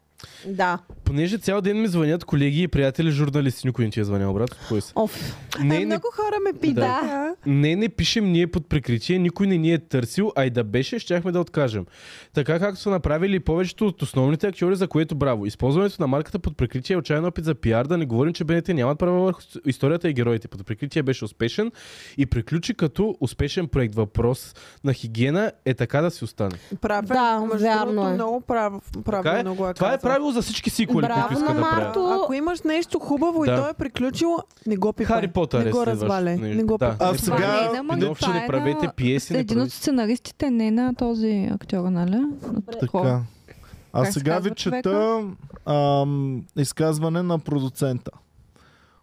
Speaker 3: Да.
Speaker 4: Понеже цял ден ми звънят колеги и приятели журналисти, никой не ти е звънял, брат. Кой са?
Speaker 3: Оф.
Speaker 2: Не,
Speaker 4: Не, не,
Speaker 2: Много хора ме питаха.
Speaker 4: не, не пишем ние под прикритие, никой не ни е търсил, а и да беше, щяхме да откажем. Така както са направили повечето от основните актьори, за което браво. Използването на марката под прикритие е отчаян опит за пиар, да не говорим, че бенете нямат права върху с- историята и героите. Под прикритие беше успешен и приключи като успешен проект. Въпрос на хигиена е така да си остане.
Speaker 2: Прав е.
Speaker 3: Да,
Speaker 2: Между
Speaker 3: вярно
Speaker 2: другото,
Speaker 3: е.
Speaker 2: Много прав,
Speaker 4: Така
Speaker 2: право
Speaker 4: е.
Speaker 2: много е
Speaker 4: Това е
Speaker 2: казал.
Speaker 4: правило за всички сиквели,
Speaker 3: Браво
Speaker 4: които иска
Speaker 3: на
Speaker 4: да правят.
Speaker 3: Марто.
Speaker 2: Ако имаш нещо хубаво и
Speaker 4: Да.
Speaker 2: то е приключило, не го пипай.
Speaker 4: Хари Потър
Speaker 2: Не
Speaker 4: е
Speaker 2: го
Speaker 4: следващото
Speaker 2: разваля.
Speaker 4: нещо.
Speaker 2: Не го
Speaker 4: Да.
Speaker 2: пипай.
Speaker 1: А
Speaker 4: Не
Speaker 1: сега-
Speaker 4: правете,
Speaker 6: Ама
Speaker 4: Пинокчо,
Speaker 6: това
Speaker 4: не
Speaker 6: е
Speaker 4: правете
Speaker 6: на-
Speaker 4: пиеси, не
Speaker 6: Един от
Speaker 4: правете.
Speaker 6: сценаристите, не на този актьор, нали? На такова.
Speaker 1: Така. А
Speaker 6: Как се
Speaker 1: сега
Speaker 6: казва
Speaker 1: ви
Speaker 6: човека?
Speaker 1: чета ам, изказване на продуцента.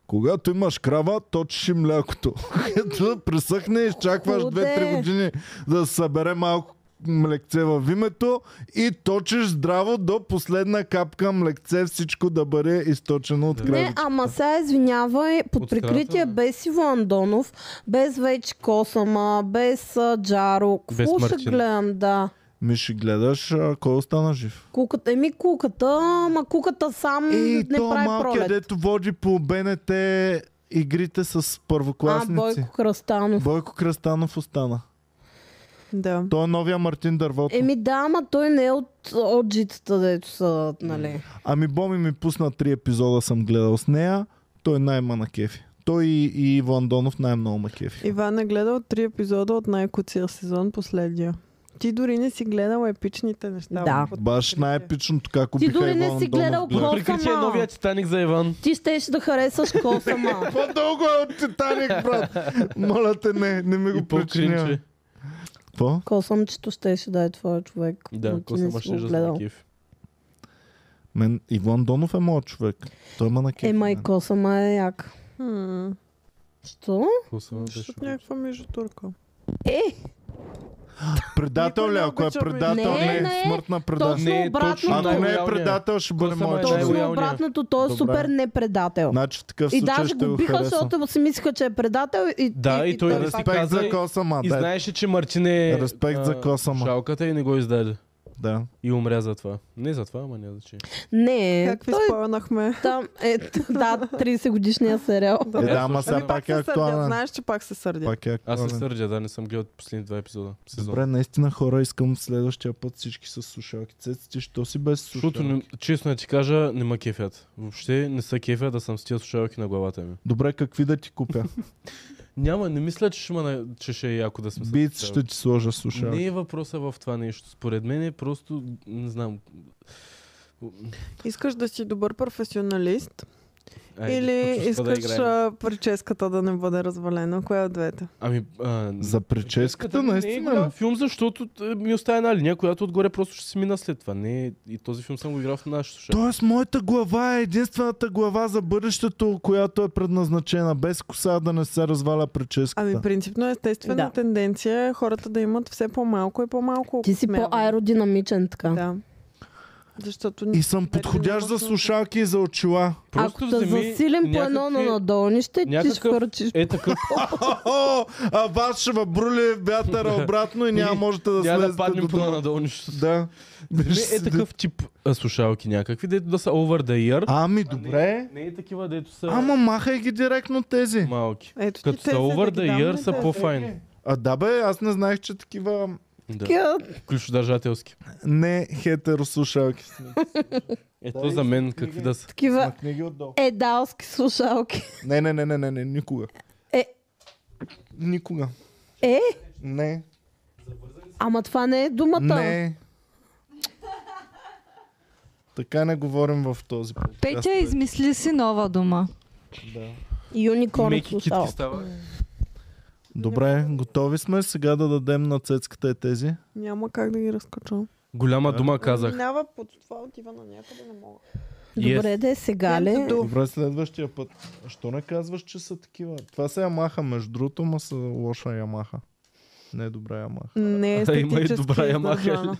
Speaker 1: Когато имаш крава, точиш и млякото. Като пресъхне, изчакваш
Speaker 3: Худе!
Speaker 1: 2-3 години да се събере малко млекце във името и точиш здраво до последна капка млекце всичко да бъде източено от
Speaker 4: Да.
Speaker 1: кравичката.
Speaker 3: Не, ама сега извинявай, под
Speaker 4: От страната
Speaker 3: прикритие
Speaker 4: на-
Speaker 3: без Иво Андонов, без Вече Косама, без а, Джаро.
Speaker 4: Без
Speaker 3: Какво ще
Speaker 4: Мартин.
Speaker 3: гледам, да.
Speaker 1: Ми ще гледаш а, кой остана жив.
Speaker 3: Куката, еми куката, ама куката сам
Speaker 1: И
Speaker 3: не
Speaker 1: то
Speaker 3: прави
Speaker 1: малкият,
Speaker 3: пролет.
Speaker 1: дето води по БНТ игрите с
Speaker 3: А,
Speaker 1: първокласници.
Speaker 3: Бойко Кръстанов.
Speaker 1: Бойко Кръстанов остана.
Speaker 2: Да.
Speaker 1: Той е новия Мартин Дървото.
Speaker 3: Еми да, ама той не е от, от джитата, дето са, нали.
Speaker 1: Ами Боми ми пусна три епизода, съм гледал с нея. Той най-ма на кефи. Той и, и Иво Андонов най-много ма кефи.
Speaker 2: Иван е гледал три епизода от най-куция сезон, последния. Ти дори не си гледал епичните неща.
Speaker 3: Да.
Speaker 2: Под-
Speaker 1: Баш най-епичното как
Speaker 3: Ти
Speaker 1: убиха
Speaker 3: дори не
Speaker 1: Иво
Speaker 3: си
Speaker 1: Андонов,
Speaker 3: гледал
Speaker 1: гледах.
Speaker 4: Под
Speaker 3: Косама.
Speaker 4: прикритие е новия Титаник за Иван.
Speaker 3: Ти щеше да харесаш Косама.
Speaker 1: По-дълго е от Титаник, брат. Моля те, не, не ми
Speaker 4: И
Speaker 1: го причиня.
Speaker 4: по-кринче.
Speaker 1: Какво?
Speaker 3: Косамчето щеше да е твоя човек. но
Speaker 4: Да,
Speaker 3: ти не
Speaker 4: Косама
Speaker 3: си го
Speaker 4: ще
Speaker 3: гледал.
Speaker 4: да кеф.
Speaker 1: Мен Иво Андонов е моят човек. Той ма на кефи.
Speaker 3: Ема и
Speaker 1: мен.
Speaker 3: Косама е як.
Speaker 2: Хм,
Speaker 3: Що?
Speaker 4: Косама беше.
Speaker 2: защото някаква между турка.
Speaker 3: Е,
Speaker 1: Предател
Speaker 2: Никой
Speaker 1: ли?
Speaker 2: не
Speaker 1: Ако е
Speaker 2: обича мен.
Speaker 1: предател,
Speaker 3: Не,
Speaker 1: не,
Speaker 3: не.
Speaker 1: смъртна предател.
Speaker 3: точно
Speaker 4: Не,
Speaker 3: обратното.
Speaker 4: точно
Speaker 1: Ако не е
Speaker 4: Лоялния.
Speaker 1: предател, ще бъде
Speaker 4: Косама е
Speaker 1: моят
Speaker 4: най-лоялния.
Speaker 1: човек.
Speaker 3: Точно обратното, той е
Speaker 1: Добре.
Speaker 3: супер непредател.
Speaker 1: Значи в такъв
Speaker 3: И
Speaker 1: случай
Speaker 3: даже
Speaker 1: ще
Speaker 3: го
Speaker 1: го
Speaker 3: биха,
Speaker 1: харесам.
Speaker 3: защото си мислиха, че е предател. И,
Speaker 4: Да, и той е- да си
Speaker 1: Респект
Speaker 4: каза
Speaker 1: за
Speaker 4: и-
Speaker 1: Косама.
Speaker 4: И
Speaker 1: дай.
Speaker 4: знаеше, че Мартин е...
Speaker 1: Респект за
Speaker 4: а,
Speaker 1: Косама.
Speaker 4: Шалката и не го издаде.
Speaker 1: Да.
Speaker 4: И умря за това. Не за това, ама не за че.
Speaker 3: Не,
Speaker 2: Как ви
Speaker 3: Е, той
Speaker 2: спомнахме?
Speaker 3: там е, да, 30 годишния сериал.
Speaker 1: Е,
Speaker 4: Да,
Speaker 1: да, ама
Speaker 4: слушай,
Speaker 1: сега
Speaker 4: ами
Speaker 1: пак е
Speaker 2: нали, се сърдят.
Speaker 1: актуален.
Speaker 2: Знаеш, че пак се сърдят.
Speaker 1: Пак е
Speaker 4: Аз се
Speaker 1: актуален.
Speaker 4: сърдя, да, не съм гледал последните два епизода. Сезон.
Speaker 1: Добре, наистина хора, искам следващия път всички с слушалки. Цеци, ти що си без слушалки?
Speaker 4: Защото, не- честно да ти кажа, не ма кефят. Въобще не са кефят да съм с тия слушалки на главата ми.
Speaker 1: Добре, какви да ти купя?
Speaker 4: Няма, не мисля, че ще, ма, на- че ще е яко да сме с
Speaker 1: Биц
Speaker 4: слушалки.
Speaker 1: ще ти сложа
Speaker 4: Не
Speaker 1: слушалки.
Speaker 4: е въпроса в това нещо. Според мен е просто, не знам.
Speaker 2: Искаш да си добър професионалист
Speaker 4: Айде,
Speaker 2: или
Speaker 4: почва да
Speaker 2: искаш
Speaker 4: играем.
Speaker 2: а, прическата да не бъде развалена? Коя от двете?
Speaker 4: Ами, а,
Speaker 1: За прическата
Speaker 4: Не е голям
Speaker 1: наистина.
Speaker 4: филм, защото е, ми остава една линия, която отгоре просто ще си мина след това. Не, е- и този филм съм го играл в нашата шоу.
Speaker 1: Тоест, моята глава е единствената глава за бъдещето, която е предназначена. Без коса да не се разваля прическата.
Speaker 2: Ами принципно естествена
Speaker 3: Да.
Speaker 2: тенденция е хората да имат все по-малко и по-малко.
Speaker 3: Ти си
Speaker 2: осмелване.
Speaker 3: по-аеродинамичен така.
Speaker 2: Да. Защото
Speaker 1: И съм
Speaker 2: вече
Speaker 1: подходящ
Speaker 2: няма
Speaker 1: за
Speaker 2: смисъл.
Speaker 1: слушалки и за очила.
Speaker 4: Просто
Speaker 3: Ако те
Speaker 4: вземи
Speaker 3: засилим по едно на
Speaker 4: някакви-
Speaker 3: надолнище, ти ще
Speaker 4: някакъв-
Speaker 3: хвърчиш.
Speaker 4: Е такъв,
Speaker 1: О, а вас ще ва брули вятъра обратно и няма
Speaker 4: И
Speaker 1: можете да
Speaker 4: няма
Speaker 1: слезете
Speaker 4: да паднем
Speaker 1: до
Speaker 4: по
Speaker 1: дома.
Speaker 4: надолу нищо.
Speaker 1: Да.
Speaker 4: Вземи
Speaker 1: Ще
Speaker 4: е
Speaker 1: седи-
Speaker 4: такъв тип а, слушалки някакви, дето да са over the ear.
Speaker 1: Ами, добре.
Speaker 4: Не е такива, дето са
Speaker 1: Ама махай ги директно тези.
Speaker 4: малки.
Speaker 2: Ето ти
Speaker 4: Като са
Speaker 2: тези,
Speaker 4: over
Speaker 2: да ги
Speaker 4: the
Speaker 2: дам
Speaker 4: ear
Speaker 2: ли
Speaker 4: са
Speaker 2: тези?
Speaker 4: по-файни.
Speaker 1: А да бе, аз не знаех, че такива
Speaker 4: Да.
Speaker 3: Такива
Speaker 4: Ключодържателски.
Speaker 1: не хетерослушалки.
Speaker 4: Ето Е, за мен какви да са.
Speaker 3: такива
Speaker 1: Смъкни ги отдолу.
Speaker 3: едалски Е, слушалки.
Speaker 1: Не, не, не, не, не, не, никога.
Speaker 3: Е.
Speaker 1: Никога.
Speaker 3: Е,
Speaker 1: Не.
Speaker 3: ама това не е думата.
Speaker 1: Не. Така не говорим в този подкаст.
Speaker 6: Петя, измисли си нова дума.
Speaker 1: Да.
Speaker 3: Юникорн
Speaker 4: Меки китки
Speaker 3: слушалки.
Speaker 4: става.
Speaker 1: Добре, готови сме. Сега да дадем на цецката и тези.
Speaker 2: Няма как да ги разкачам.
Speaker 4: Голяма дума казах.
Speaker 2: Минава под това, отива на някъде, не мога.
Speaker 4: Yes.
Speaker 3: Добре, де сега ли?
Speaker 2: До-
Speaker 1: Добре, следващия път. Що не казваш, че са такива? Това са Ямаха, между другото, ма са лоша Ямаха. Не е добра Ямаха.
Speaker 2: Не е
Speaker 4: А, има и добра
Speaker 2: естетически
Speaker 4: Ямаха,
Speaker 2: издържана.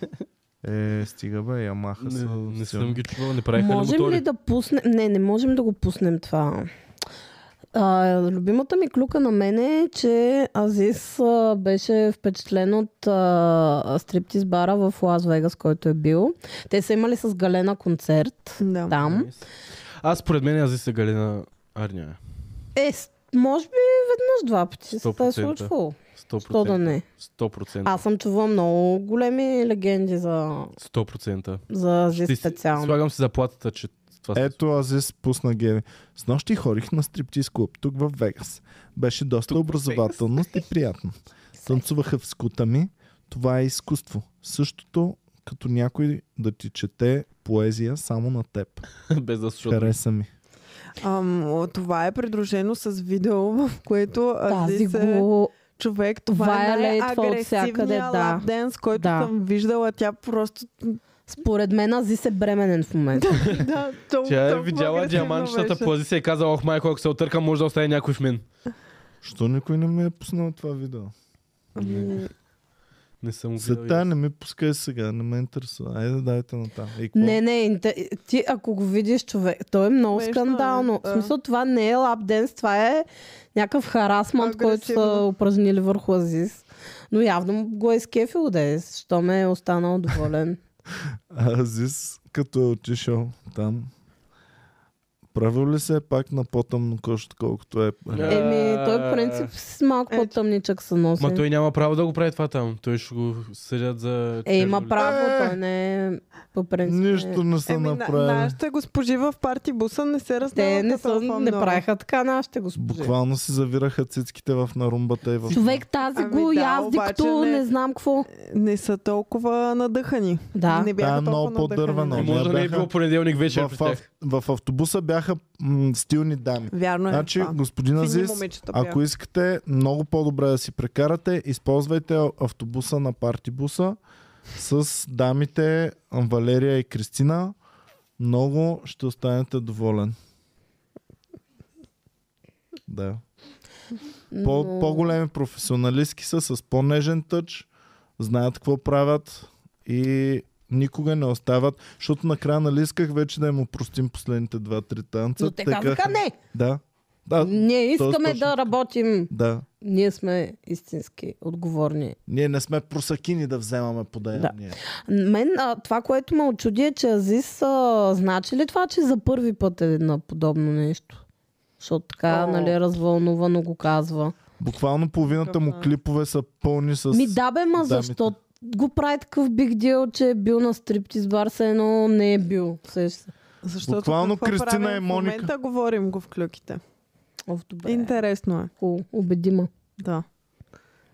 Speaker 1: Е, стига бе, Ямаха са...
Speaker 4: Не,
Speaker 1: силни.
Speaker 4: не съм ги чувал, не правиха ли
Speaker 3: Можем
Speaker 4: мотори?
Speaker 3: ли да пуснем... Не, не можем да го пуснем това. А, любимата ми клюка на мен е, че Азис а, беше впечатлен от а, стриптиз бара в Лас Вегас, който е бил. Те са имали с Галена концерт
Speaker 2: Да.
Speaker 3: там.
Speaker 4: Nice. Аз според мен аз и сега Галина Арня.
Speaker 3: Е, с- може би веднъж два пъти се е
Speaker 4: 100%.
Speaker 3: случвало.
Speaker 4: 100%.
Speaker 3: Що да не?
Speaker 4: 100%.
Speaker 3: Аз съм чувала много големи легенди за,
Speaker 4: 100%.
Speaker 3: за
Speaker 4: Ти
Speaker 3: Азис
Speaker 4: си-
Speaker 3: специално.
Speaker 4: Слагам си заплатата, че това се
Speaker 1: Ето аз се спусна гели. С нощи хорих на стриптиз клуб, тук в Вегас. Беше доста образователно и приятно. Танцуваха в скута ми. Това е изкуство. Същото като някой да ти чете поезия само на теб.
Speaker 4: случва, без да слушат.
Speaker 1: Хареса ми.
Speaker 2: Ам, о, това е придружено с видео, в което
Speaker 3: Тази
Speaker 2: Азис е
Speaker 3: го...
Speaker 2: човек. Това, е
Speaker 3: Вайолет нали, от всякъде,
Speaker 2: най-агресивният
Speaker 3: да.
Speaker 2: лапденс, който
Speaker 3: Да.
Speaker 2: съм виждала. Тя просто...
Speaker 3: Според мен Азис е бременен в момента.
Speaker 2: да, толкова
Speaker 4: Тя е
Speaker 2: толкова
Speaker 4: видяла
Speaker 2: агресивно
Speaker 4: диаманчетата,
Speaker 2: беше.
Speaker 4: плази се е казала, ох майко, ако се отъркам, може да остане някой в мен.
Speaker 1: Що никой не ми е пуснал това видео?
Speaker 2: Ами,
Speaker 4: Не съм го
Speaker 1: За
Speaker 4: гледал.
Speaker 1: тая не ми пускай сега, не ме интересува. Айде дайте на там. И какво?
Speaker 3: Не, не, инте- ти ако го видиш човек, то е много
Speaker 2: Смешно е,
Speaker 3: скандално.
Speaker 2: да.
Speaker 3: В смисъл това не е лапденс, това е някакъв харасмент, който са
Speaker 2: Агресивно.
Speaker 3: упражнили върху Азис. Но явно му го е скефил да е, що ме е останал доволен.
Speaker 1: А Азис, като е отишъл там, правил ли се е пак на по-тъмно кошт, колкото е?
Speaker 4: Не.
Speaker 3: Еми, той по принцип с малко
Speaker 2: Е,
Speaker 3: по-тъмничък се носи.
Speaker 4: Ма той няма право да го прави това там. Той ще го съдят за...
Speaker 3: Е, има
Speaker 4: черно лице.
Speaker 3: право,
Speaker 1: Е.
Speaker 3: той не е по принцип. не е.
Speaker 1: Нищо не са
Speaker 2: Еми, на,
Speaker 1: направили.
Speaker 2: нашите госпожи в парти буса не се
Speaker 3: Те
Speaker 2: раздават
Speaker 3: не,
Speaker 2: на
Speaker 3: са,
Speaker 2: телефон
Speaker 3: не
Speaker 2: много.
Speaker 3: правиха така нашите господи.
Speaker 1: Буквално си завираха цицките в нарумбата и в...
Speaker 3: Човек тази
Speaker 2: Ами
Speaker 3: го
Speaker 2: да,
Speaker 3: язди,
Speaker 2: обаче
Speaker 3: като
Speaker 2: не-
Speaker 3: не знам какво.
Speaker 2: Не са толкова надъхани.
Speaker 3: Да.
Speaker 1: Да,
Speaker 2: Не бяха
Speaker 1: е много
Speaker 2: толкова
Speaker 1: по-дървено.
Speaker 4: И
Speaker 2: надъхани. Нали?
Speaker 4: може да не е
Speaker 1: бяха-
Speaker 4: било понеделник вечер
Speaker 1: В,
Speaker 4: при
Speaker 1: в,
Speaker 4: тях.
Speaker 1: в автобуса бяха м, стилни дами.
Speaker 2: Вярно е
Speaker 1: Значи,
Speaker 2: това.
Speaker 1: господин
Speaker 2: Фини
Speaker 1: Азис,
Speaker 2: момичета
Speaker 1: ако
Speaker 2: бяха.
Speaker 1: искате много по-добре да си прекарате, използвайте автобуса на партибуса с дамите Валерия и Кристина. Много ще останете доволен. Да. По,
Speaker 3: но-
Speaker 1: По-големи професионалистки са с по-нежен тъч, знаят какво правят и никога не остават, защото накрая наисках вече да им опростим последните два-три танца.
Speaker 3: Но те казаха
Speaker 1: Текаха-
Speaker 3: не.
Speaker 1: Да. Да,
Speaker 3: Ние
Speaker 1: то е
Speaker 3: искаме
Speaker 1: точно
Speaker 3: да
Speaker 1: така.
Speaker 3: работим.
Speaker 1: да.
Speaker 3: Ние сме истински отговорни.
Speaker 1: Ние не сме просакини да вземаме подаяние.
Speaker 3: Мен а, това, което ме очуди е, че Азис а, значи ли това, че за първи път е на подобно нещо? Защото така,
Speaker 2: О.
Speaker 3: нали, развълнувано го казва.
Speaker 1: Буквално половината му
Speaker 2: Какъв, а?
Speaker 1: клипове са пълни с...
Speaker 3: Ми да бе, ма
Speaker 1: дамите.
Speaker 3: защо го прави такъв биг дил, че е бил на стриптиз бар, все едно не е бил. Сещаш се.
Speaker 2: Защото
Speaker 1: Буквално
Speaker 2: какво
Speaker 1: Кристина
Speaker 2: правим
Speaker 1: и
Speaker 2: В
Speaker 1: Моника.
Speaker 2: момента говорим го в клюките.
Speaker 3: Оф, добре.
Speaker 2: Интересно е.
Speaker 3: Хубаво, убедима.
Speaker 2: Да.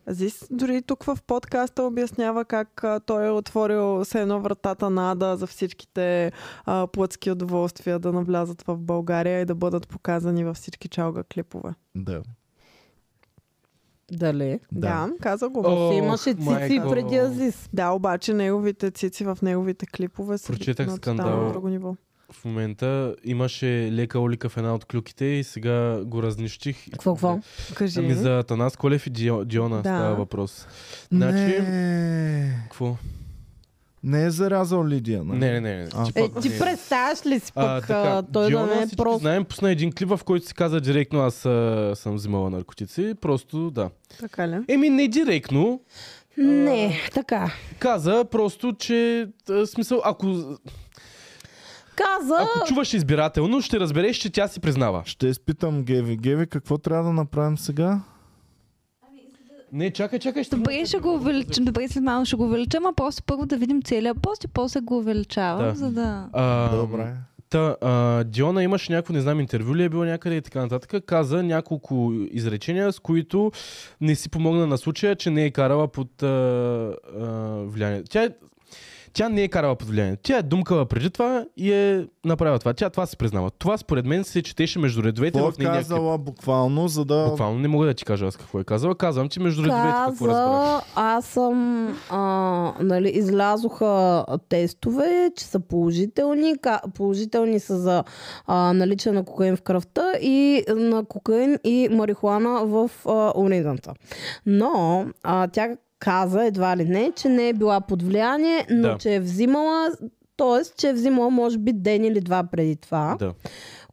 Speaker 2: Азис дори тук в подкаста обяснява как а, той е отворил се едно вратата на Ада за всичките а, плътски удоволствия да навлязат в България и да бъдат показани във всички чалга клипове.
Speaker 1: Да.
Speaker 3: Дали?
Speaker 2: Да,
Speaker 1: Да.
Speaker 2: да каза го.
Speaker 4: О,
Speaker 2: О.
Speaker 3: Си имаше цици
Speaker 4: майко.
Speaker 3: преди Азис.
Speaker 2: Да, обаче неговите цици в неговите клипове са
Speaker 4: Прочетах
Speaker 2: на
Speaker 4: скандал.
Speaker 2: тотално друго ниво.
Speaker 4: В момента имаше лека улика в една от клюките и сега го разнищих.
Speaker 3: Какво, какво?
Speaker 2: Кажи.
Speaker 4: Ами за Танас Колев и Дио- Диона
Speaker 2: Да.
Speaker 4: става въпрос. Значи,
Speaker 1: Не,
Speaker 4: какво?
Speaker 1: не е зарязал Лидия. нали?
Speaker 4: Не, не, не. не.
Speaker 1: А.
Speaker 3: Е,
Speaker 4: пак
Speaker 3: ти
Speaker 4: не.
Speaker 3: представяш ли си пък а,
Speaker 4: така,
Speaker 3: той
Speaker 4: Диона,
Speaker 3: да не е
Speaker 4: всички
Speaker 3: просто...
Speaker 4: Знаем, пусна един клип, в който си каза директно, аз а, съм взимала наркотици. Просто да.
Speaker 2: Така ли?
Speaker 4: Еми, не директно.
Speaker 3: Не, така.
Speaker 4: Каза просто, че а, смисъл, ако,
Speaker 3: Каза,
Speaker 4: ако чуваш избирателно, ще разбереш, че тя си признава.
Speaker 1: Ще изпитам Геви. Геви, какво трябва да направим сега?
Speaker 4: Не, чакай, чакай, ще...
Speaker 6: Добре, ще го увеличим. Добре, след малко ще го увеличим, а просто първо да видим целия пост и после го увеличавам,
Speaker 4: Да.
Speaker 6: за да...
Speaker 4: А,
Speaker 1: Добре.
Speaker 4: Та, а, Диона имаше някакво, не знам, интервю ли е било някъде и така нататък. Каза няколко изречения, с които не си помогна на случая, че не е карала под а, а, влияние. Тя, е- Тя не е карала под влияние. Тя е думкала преди това и е направила това. Тя това се признава. Това според мен се четеше между редовете
Speaker 1: Какво
Speaker 4: в
Speaker 1: е
Speaker 4: нейния клип.
Speaker 1: казала буквално, за да...
Speaker 4: Буквално не мога да ти кажа аз какво е казала. Казвам ти между редовете какво разбрах.
Speaker 3: Каза, аз съм, а, нали, излязоха тестове, че са положителни. Ка, положителни са за а, наличие на кокаин в кръвта и на кокаин и марихуана в а, урината. Но а, тя каза, едва ли не, че не е била под влияние, но
Speaker 4: Да.
Speaker 3: че е взимала, т.е. че е взимала може би ден или два преди това,
Speaker 4: Да.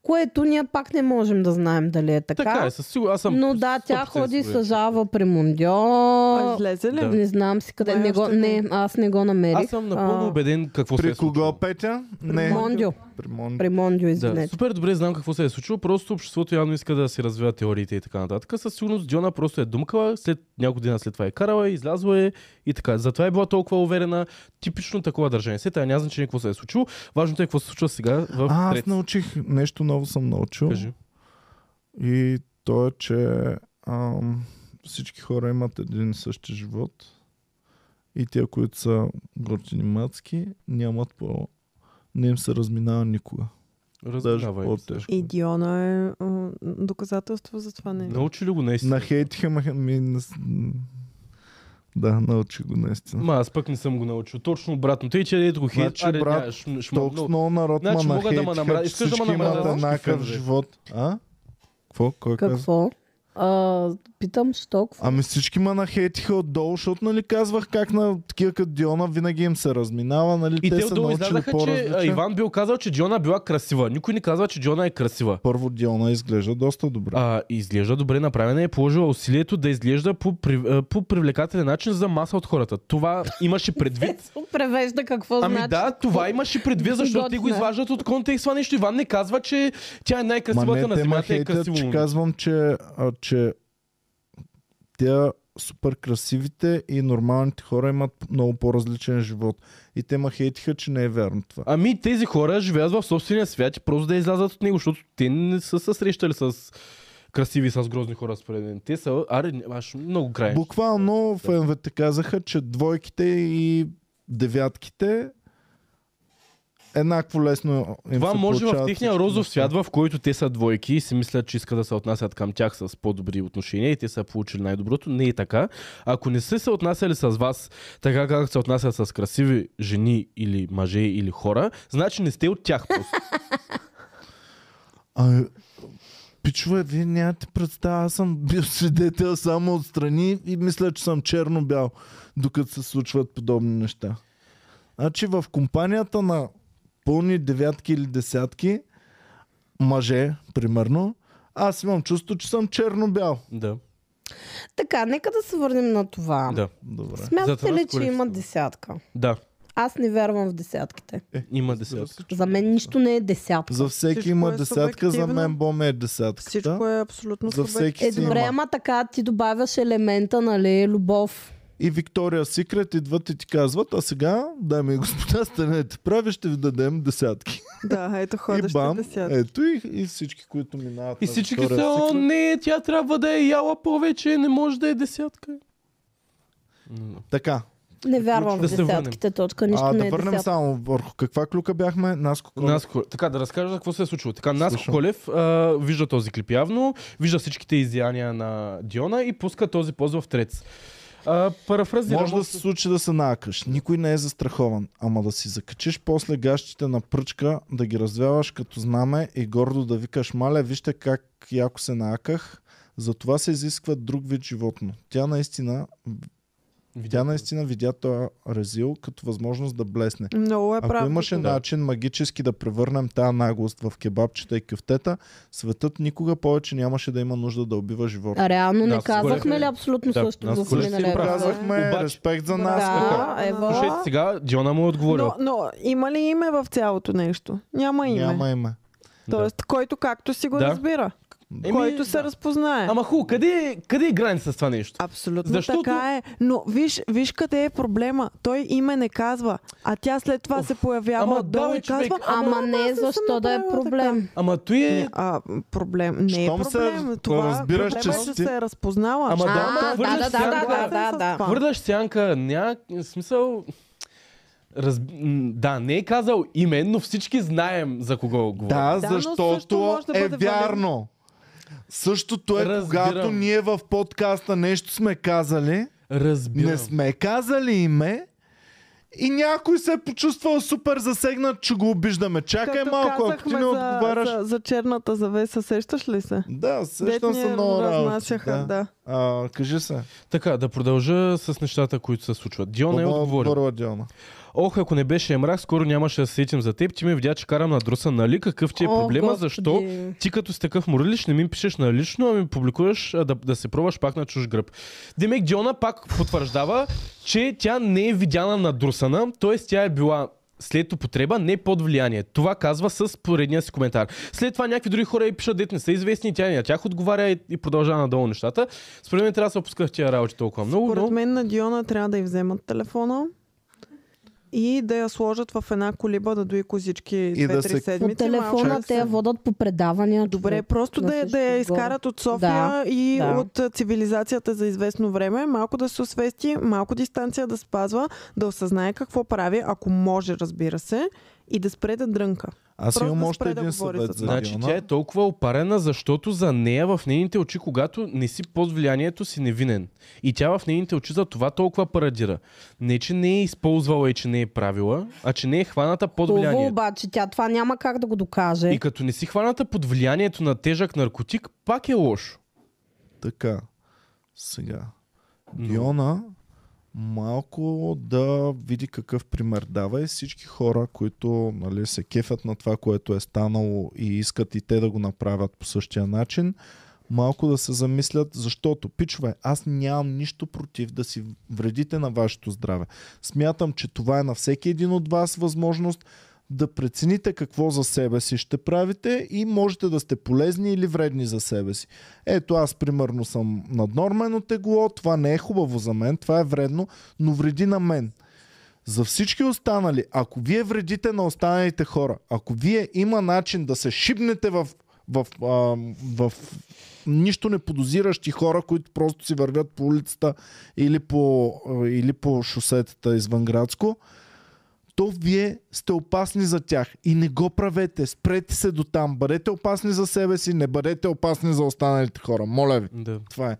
Speaker 3: което ние пак не можем да знаем дали е така.
Speaker 4: Така е, със сигурност. Аз съм
Speaker 3: Но да, тя
Speaker 4: 100%
Speaker 3: ходи
Speaker 4: сигурен.
Speaker 3: с жава при Мондио.
Speaker 2: А, излезе ли?
Speaker 4: да.
Speaker 3: Не знам си къде.
Speaker 2: Май
Speaker 3: Не, го,
Speaker 2: още не.
Speaker 3: не, аз не го намерих.
Speaker 4: Аз съм напълно
Speaker 3: А,
Speaker 4: убеден какво се е
Speaker 1: При
Speaker 4: случило.
Speaker 1: кого, Петя? Не.
Speaker 3: Мондио.
Speaker 1: При Мондио.
Speaker 3: При Мондио,
Speaker 4: Да,
Speaker 3: извинете.
Speaker 4: супер добре знам какво се е случило, просто обществото явно иска да си развива теориите и така нататък. Със сигурност Диона просто е думкала, след няколко дена след това е карала, излязла е и така. Затова е била толкова уверена. Типично такова държание. Сега тя няма значение какво се е случило. Важното е какво се случва сега в
Speaker 1: А, аз
Speaker 4: трет.
Speaker 1: научих, нещо ново съм научил.
Speaker 4: Кажи.
Speaker 1: И то е, че ам, всички хора имат един и същи живот. И тия, които са горчени мацки, нямат по... Не им се разминава никога.
Speaker 4: Разминава им се.
Speaker 1: по-тежко.
Speaker 2: И Диона е м, доказателство за това не. е
Speaker 4: Научи ли го наистина?
Speaker 1: Нахейтиха ме. Ми, не с- м, да, научи го наистина.
Speaker 4: Ма, аз пък не съм го научил. Точно обратно. Тъй, че ето го хейт,
Speaker 1: Значи,
Speaker 4: аре,
Speaker 1: брат,
Speaker 4: няма, шм- шм-
Speaker 1: Толкова
Speaker 4: много-
Speaker 1: много народ
Speaker 4: Значи
Speaker 1: ма
Speaker 4: мога да ма
Speaker 1: нахейтиха,
Speaker 4: намразя.
Speaker 1: че
Speaker 4: Искаш да ма
Speaker 1: всички
Speaker 4: намразя,
Speaker 1: имат
Speaker 4: аз ще
Speaker 1: еднакъв
Speaker 4: кажа.
Speaker 1: живот. А? Какво? Кой каза?
Speaker 3: Какво? А, питам, що какво?
Speaker 1: Ами всички ма нахейтиха отдолу, защото нали казвах как на такива като Диона винаги им се разминава, нали
Speaker 4: И
Speaker 1: те,
Speaker 4: те
Speaker 1: са
Speaker 4: отдолу
Speaker 1: научили
Speaker 4: излязаха, че а,
Speaker 1: по-различен.
Speaker 4: Иван бил казал, че Диона била красива. Никой не казва, че Диона е красива.
Speaker 1: Първо Диона изглежда доста добре.
Speaker 4: А, изглежда добре направена и е положила усилието да изглежда по, при, а, по привлекателен начин за маса от хората. Това имаше предвид.
Speaker 3: Превежда Значи, какво
Speaker 4: Ами
Speaker 3: значи.
Speaker 4: да, това имаше предвид, защото те го
Speaker 3: Готина.
Speaker 4: изваждат от контекст това нещо. Иван не казва, че тя е
Speaker 1: Ма
Speaker 4: най-красивата
Speaker 1: не, те
Speaker 4: на
Speaker 1: ма
Speaker 4: земята и е
Speaker 1: хейтят,
Speaker 4: красиво.
Speaker 1: че
Speaker 4: момиче.
Speaker 1: казвам, че, а, че тя супер красивите и нормалните хора имат много по-различен живот. И те ма хейтиха, че не е вярно това.
Speaker 4: Ами тези хора живеят в собствения свят и просто да излязат от него, защото те не са се срещали с красиви, с грозни хора, според мен. Те са, аре, аж много край. е,
Speaker 1: Буквално феновете казаха, че двойките и девятките еднакво лесно им
Speaker 4: Това
Speaker 1: се
Speaker 4: може в
Speaker 1: получават
Speaker 4: техния
Speaker 1: всички
Speaker 4: розов
Speaker 1: неща.
Speaker 4: свят, в който те са двойки и си мислят, че искат да се отнасят към тях с по-добри отношения и те са получили най-доброто. Не е така. Ако не са се отнасяли с вас така, както се отнасят с красиви жени или мъже или хора, значи не сте от тях просто.
Speaker 1: А, пичове, вие нямате представа, аз съм бил свидетел само отстрани и мисля, че съм черно-бял, докато се случват подобни неща. Значи в компанията на пълни девятки или десятки, мъже, примерно, аз имам чувство, че съм черно-бял.
Speaker 4: да.
Speaker 3: Така, нека да се върнем на това.
Speaker 4: Да.
Speaker 1: Добре.
Speaker 3: Смятате
Speaker 4: Затова
Speaker 3: ли, че
Speaker 4: скорих
Speaker 3: има
Speaker 4: се.
Speaker 3: десятка?
Speaker 4: Да.
Speaker 3: Аз не вярвам в десятките.
Speaker 1: Е,
Speaker 4: Има десятка.
Speaker 3: За мен нищо не е десятка.
Speaker 1: За всеки
Speaker 2: Всичко
Speaker 1: има
Speaker 2: е
Speaker 1: десятка, за мен
Speaker 2: субективно.
Speaker 1: Боми е десятката.
Speaker 2: Всичко е абсолютно
Speaker 1: За
Speaker 2: субективно.
Speaker 1: всеки
Speaker 3: Е,
Speaker 1: си
Speaker 3: добре,
Speaker 1: има.
Speaker 3: ама така ти добавяш елемента, нали, любов.
Speaker 1: И Виктория Секрет идват и ти казват, а сега, дами и господа, станете прави, ще ви дадем десятки.
Speaker 2: Да, ето
Speaker 1: и
Speaker 2: ходещи
Speaker 1: бам, Е,
Speaker 2: десятки.
Speaker 1: ето и, и всички, които минават
Speaker 4: И
Speaker 1: на
Speaker 4: всички
Speaker 1: Виктория
Speaker 4: са, о,
Speaker 1: Secret.
Speaker 4: не, тя трябва да е яла повече, не може да е десятка.
Speaker 1: Така,
Speaker 3: Не вярвам в
Speaker 4: Е, Да се върнем.
Speaker 3: десятките, точка. Нищо
Speaker 1: а,
Speaker 3: не
Speaker 1: да
Speaker 3: е
Speaker 1: върнем
Speaker 3: десятка.
Speaker 1: само върху каква клюка бяхме? Наско Колев.
Speaker 4: Наско Колев. Така, да разкажа какво се е случило. Така, Наско
Speaker 1: Слушам.
Speaker 4: Колев а, вижда този клип явно, вижда всичките изяния на Диона и пуска този поз в трец. А, парафразирам.
Speaker 1: Може да се случи да се наакаш. Никой не е застрахован. Ама да си закачиш после гащите на пръчка, да ги развяваш като знаме и гордо да викаш маля, вижте как яко се нааках. За това се изисква друг вид животно. Тя наистина, тя наистина видя този резил като възможност да блесне.
Speaker 2: Много е
Speaker 1: Ако
Speaker 2: правда.
Speaker 1: имаше
Speaker 2: това.
Speaker 1: начин магически да превърнем тази наглост в кебабчета и кюфтета, светът никога повече нямаше да има нужда да убива живот.
Speaker 3: А реално не
Speaker 4: Нас
Speaker 3: казахме
Speaker 4: колежка-
Speaker 3: ли абсолютно
Speaker 4: Да,
Speaker 3: също
Speaker 4: нас
Speaker 3: за
Speaker 4: колежка
Speaker 3: миналия
Speaker 4: си права.
Speaker 3: епизод?
Speaker 1: Казахме
Speaker 4: Обаче-
Speaker 1: respect за нас.
Speaker 3: Да,
Speaker 2: Така.
Speaker 3: ево.
Speaker 4: Слушайте сега, Диона му е отговорила.
Speaker 2: Но, но има ли име в цялото нещо? Няма име.
Speaker 1: Няма име.
Speaker 2: Тоест, който както си го
Speaker 4: Да.
Speaker 2: разбира,
Speaker 4: Еми,
Speaker 2: който се
Speaker 4: да.
Speaker 2: разпознае.
Speaker 4: Ама ху, къде, е- къде е граница с това нещо?
Speaker 2: Абсолютно
Speaker 4: Защото-
Speaker 2: така е. Но виж, виж къде е проблема. Той име не казва, а тя след това
Speaker 4: Оф,
Speaker 2: се появява
Speaker 4: ама
Speaker 2: отдолу
Speaker 4: давай,
Speaker 2: и казва...
Speaker 4: човек,
Speaker 3: Ама не,
Speaker 2: аз не съм
Speaker 3: защо да е
Speaker 2: направила
Speaker 3: проблем?
Speaker 4: Ама той е...
Speaker 2: Не, а, проблем. Не е
Speaker 1: Щом се
Speaker 2: проблем. Това
Speaker 1: разбираш,
Speaker 2: проблема
Speaker 1: че
Speaker 2: е,
Speaker 1: си
Speaker 2: че
Speaker 1: ти-
Speaker 2: се е разпознала.
Speaker 4: Ама
Speaker 2: Ще-
Speaker 4: да,
Speaker 3: А,
Speaker 4: ама
Speaker 3: да,
Speaker 4: хвърляш
Speaker 3: да, да,
Speaker 4: сянка.
Speaker 3: да, да, да.
Speaker 2: Съгласен с това.
Speaker 4: Хвърляш сянка, няма смисъл... Раз... м, Да, не е казал име, но всички знаем за кого говори.
Speaker 1: Да,
Speaker 2: Да, но също
Speaker 1: защото
Speaker 2: може да
Speaker 1: е
Speaker 2: бъде
Speaker 1: вярно. Същото е,
Speaker 4: Разбирам.
Speaker 1: когато ние в подкаста нещо сме казали,
Speaker 4: Разбирам.
Speaker 1: не сме казали име и някой се е почувствал супер засегнат, че го обиждаме. Чакай
Speaker 2: Както
Speaker 1: малко, ако ти
Speaker 2: казахме
Speaker 1: не
Speaker 2: за,
Speaker 1: отговаряш...
Speaker 2: За, за черната завеса, сещаш ли се?
Speaker 1: Да, сещам
Speaker 2: Дет ни
Speaker 1: се много работи.
Speaker 2: разнасяха, да. да.
Speaker 1: А, кажи се.
Speaker 4: Така, да продължа с нещата, които се случват. Дион е
Speaker 1: Баба
Speaker 4: отговорил.
Speaker 1: Борова Диона.
Speaker 4: Ох, ако не беше мрак, скоро нямаше да се сетим за теб. Ти ме видя, че карам на друса, нали? Какъв ти е
Speaker 3: О,
Speaker 4: проблема?
Speaker 3: Господи.
Speaker 4: Защо ти като си такъв морилиш, не ми пишеш на лично, а ми публикуваш а, да, да се пробваш пак на чуж гръб. Демек Диона пак потвърждава, че тя не е видяна на Друсана, т.е. тя е била след употреба, не под влияние. Това казва с поредния си коментар. След това някакви други хора и пишат, дете не са известни, тя не на тях отговаря и, и продължава надолу нещата. Според мен трябва да се опусках тия работи толкова много,
Speaker 2: Според
Speaker 4: но
Speaker 2: мен на Диона трябва да й вземат телефона и да я сложат в една колиба да дои козички
Speaker 1: да
Speaker 2: 2-3
Speaker 1: се- По
Speaker 2: седмици.
Speaker 3: По телефона
Speaker 2: малко
Speaker 3: те я
Speaker 2: се-
Speaker 3: водат по предавания.
Speaker 2: Добре,
Speaker 3: човек.
Speaker 2: просто
Speaker 3: на
Speaker 2: да, я-
Speaker 3: всичко
Speaker 2: да я
Speaker 3: отгоре.
Speaker 2: изкарат от София и
Speaker 3: да.
Speaker 2: от а, цивилизацията за известно време, малко да се освести, малко дистанция да спазва, да осъзнае какво прави, ако може, разбира се, и да спре да дрънка.
Speaker 1: Аз
Speaker 2: Просто
Speaker 1: имам
Speaker 2: да
Speaker 1: още
Speaker 2: спре да
Speaker 1: един
Speaker 2: говори
Speaker 1: съвет
Speaker 2: с
Speaker 1: за
Speaker 2: нас.
Speaker 4: Значи
Speaker 1: Диона.
Speaker 4: тя е толкова опарена, защото за нея в нейните очи, когато не си под влиянието, си невинен. И тя в нейните очи за това толкова парадира. Не, че не е използвала и че не е правила, а че не е хваната под
Speaker 3: Хубаво,
Speaker 4: влияние.
Speaker 3: обаче тя това няма как да го докаже.
Speaker 4: И като не си хваната под влиянието на тежък наркотик, пак е лошо.
Speaker 1: Така. Сега.
Speaker 4: Но-
Speaker 1: Диона малко да види какъв пример дава и всички хора, които нали, се кефят на това, което е станало и искат и те да го направят по същия начин, малко да се замислят, защото, пичове, аз нямам нищо против да си вредите на вашето здраве. Смятам, че това е на всеки един от вас възможност да прецените какво за себе си ще правите и можете да сте полезни или вредни за себе си. Ето аз примерно съм наднормено тегло, това не е хубаво за мен, това е вредно, но вреди на мен. За всички останали, ако вие вредите на останалите хора, ако вие има начин да се шибнете в, в, а, в нищо не подозиращи хора, които просто си вървят по улицата или по, а, или по шосетата извънградско, то вие сте опасни за тях и не го правете. Спрете се до там. Бъдете опасни за себе си, не бъдете опасни за останалите хора. Моля ви.
Speaker 4: Да.
Speaker 1: Това е.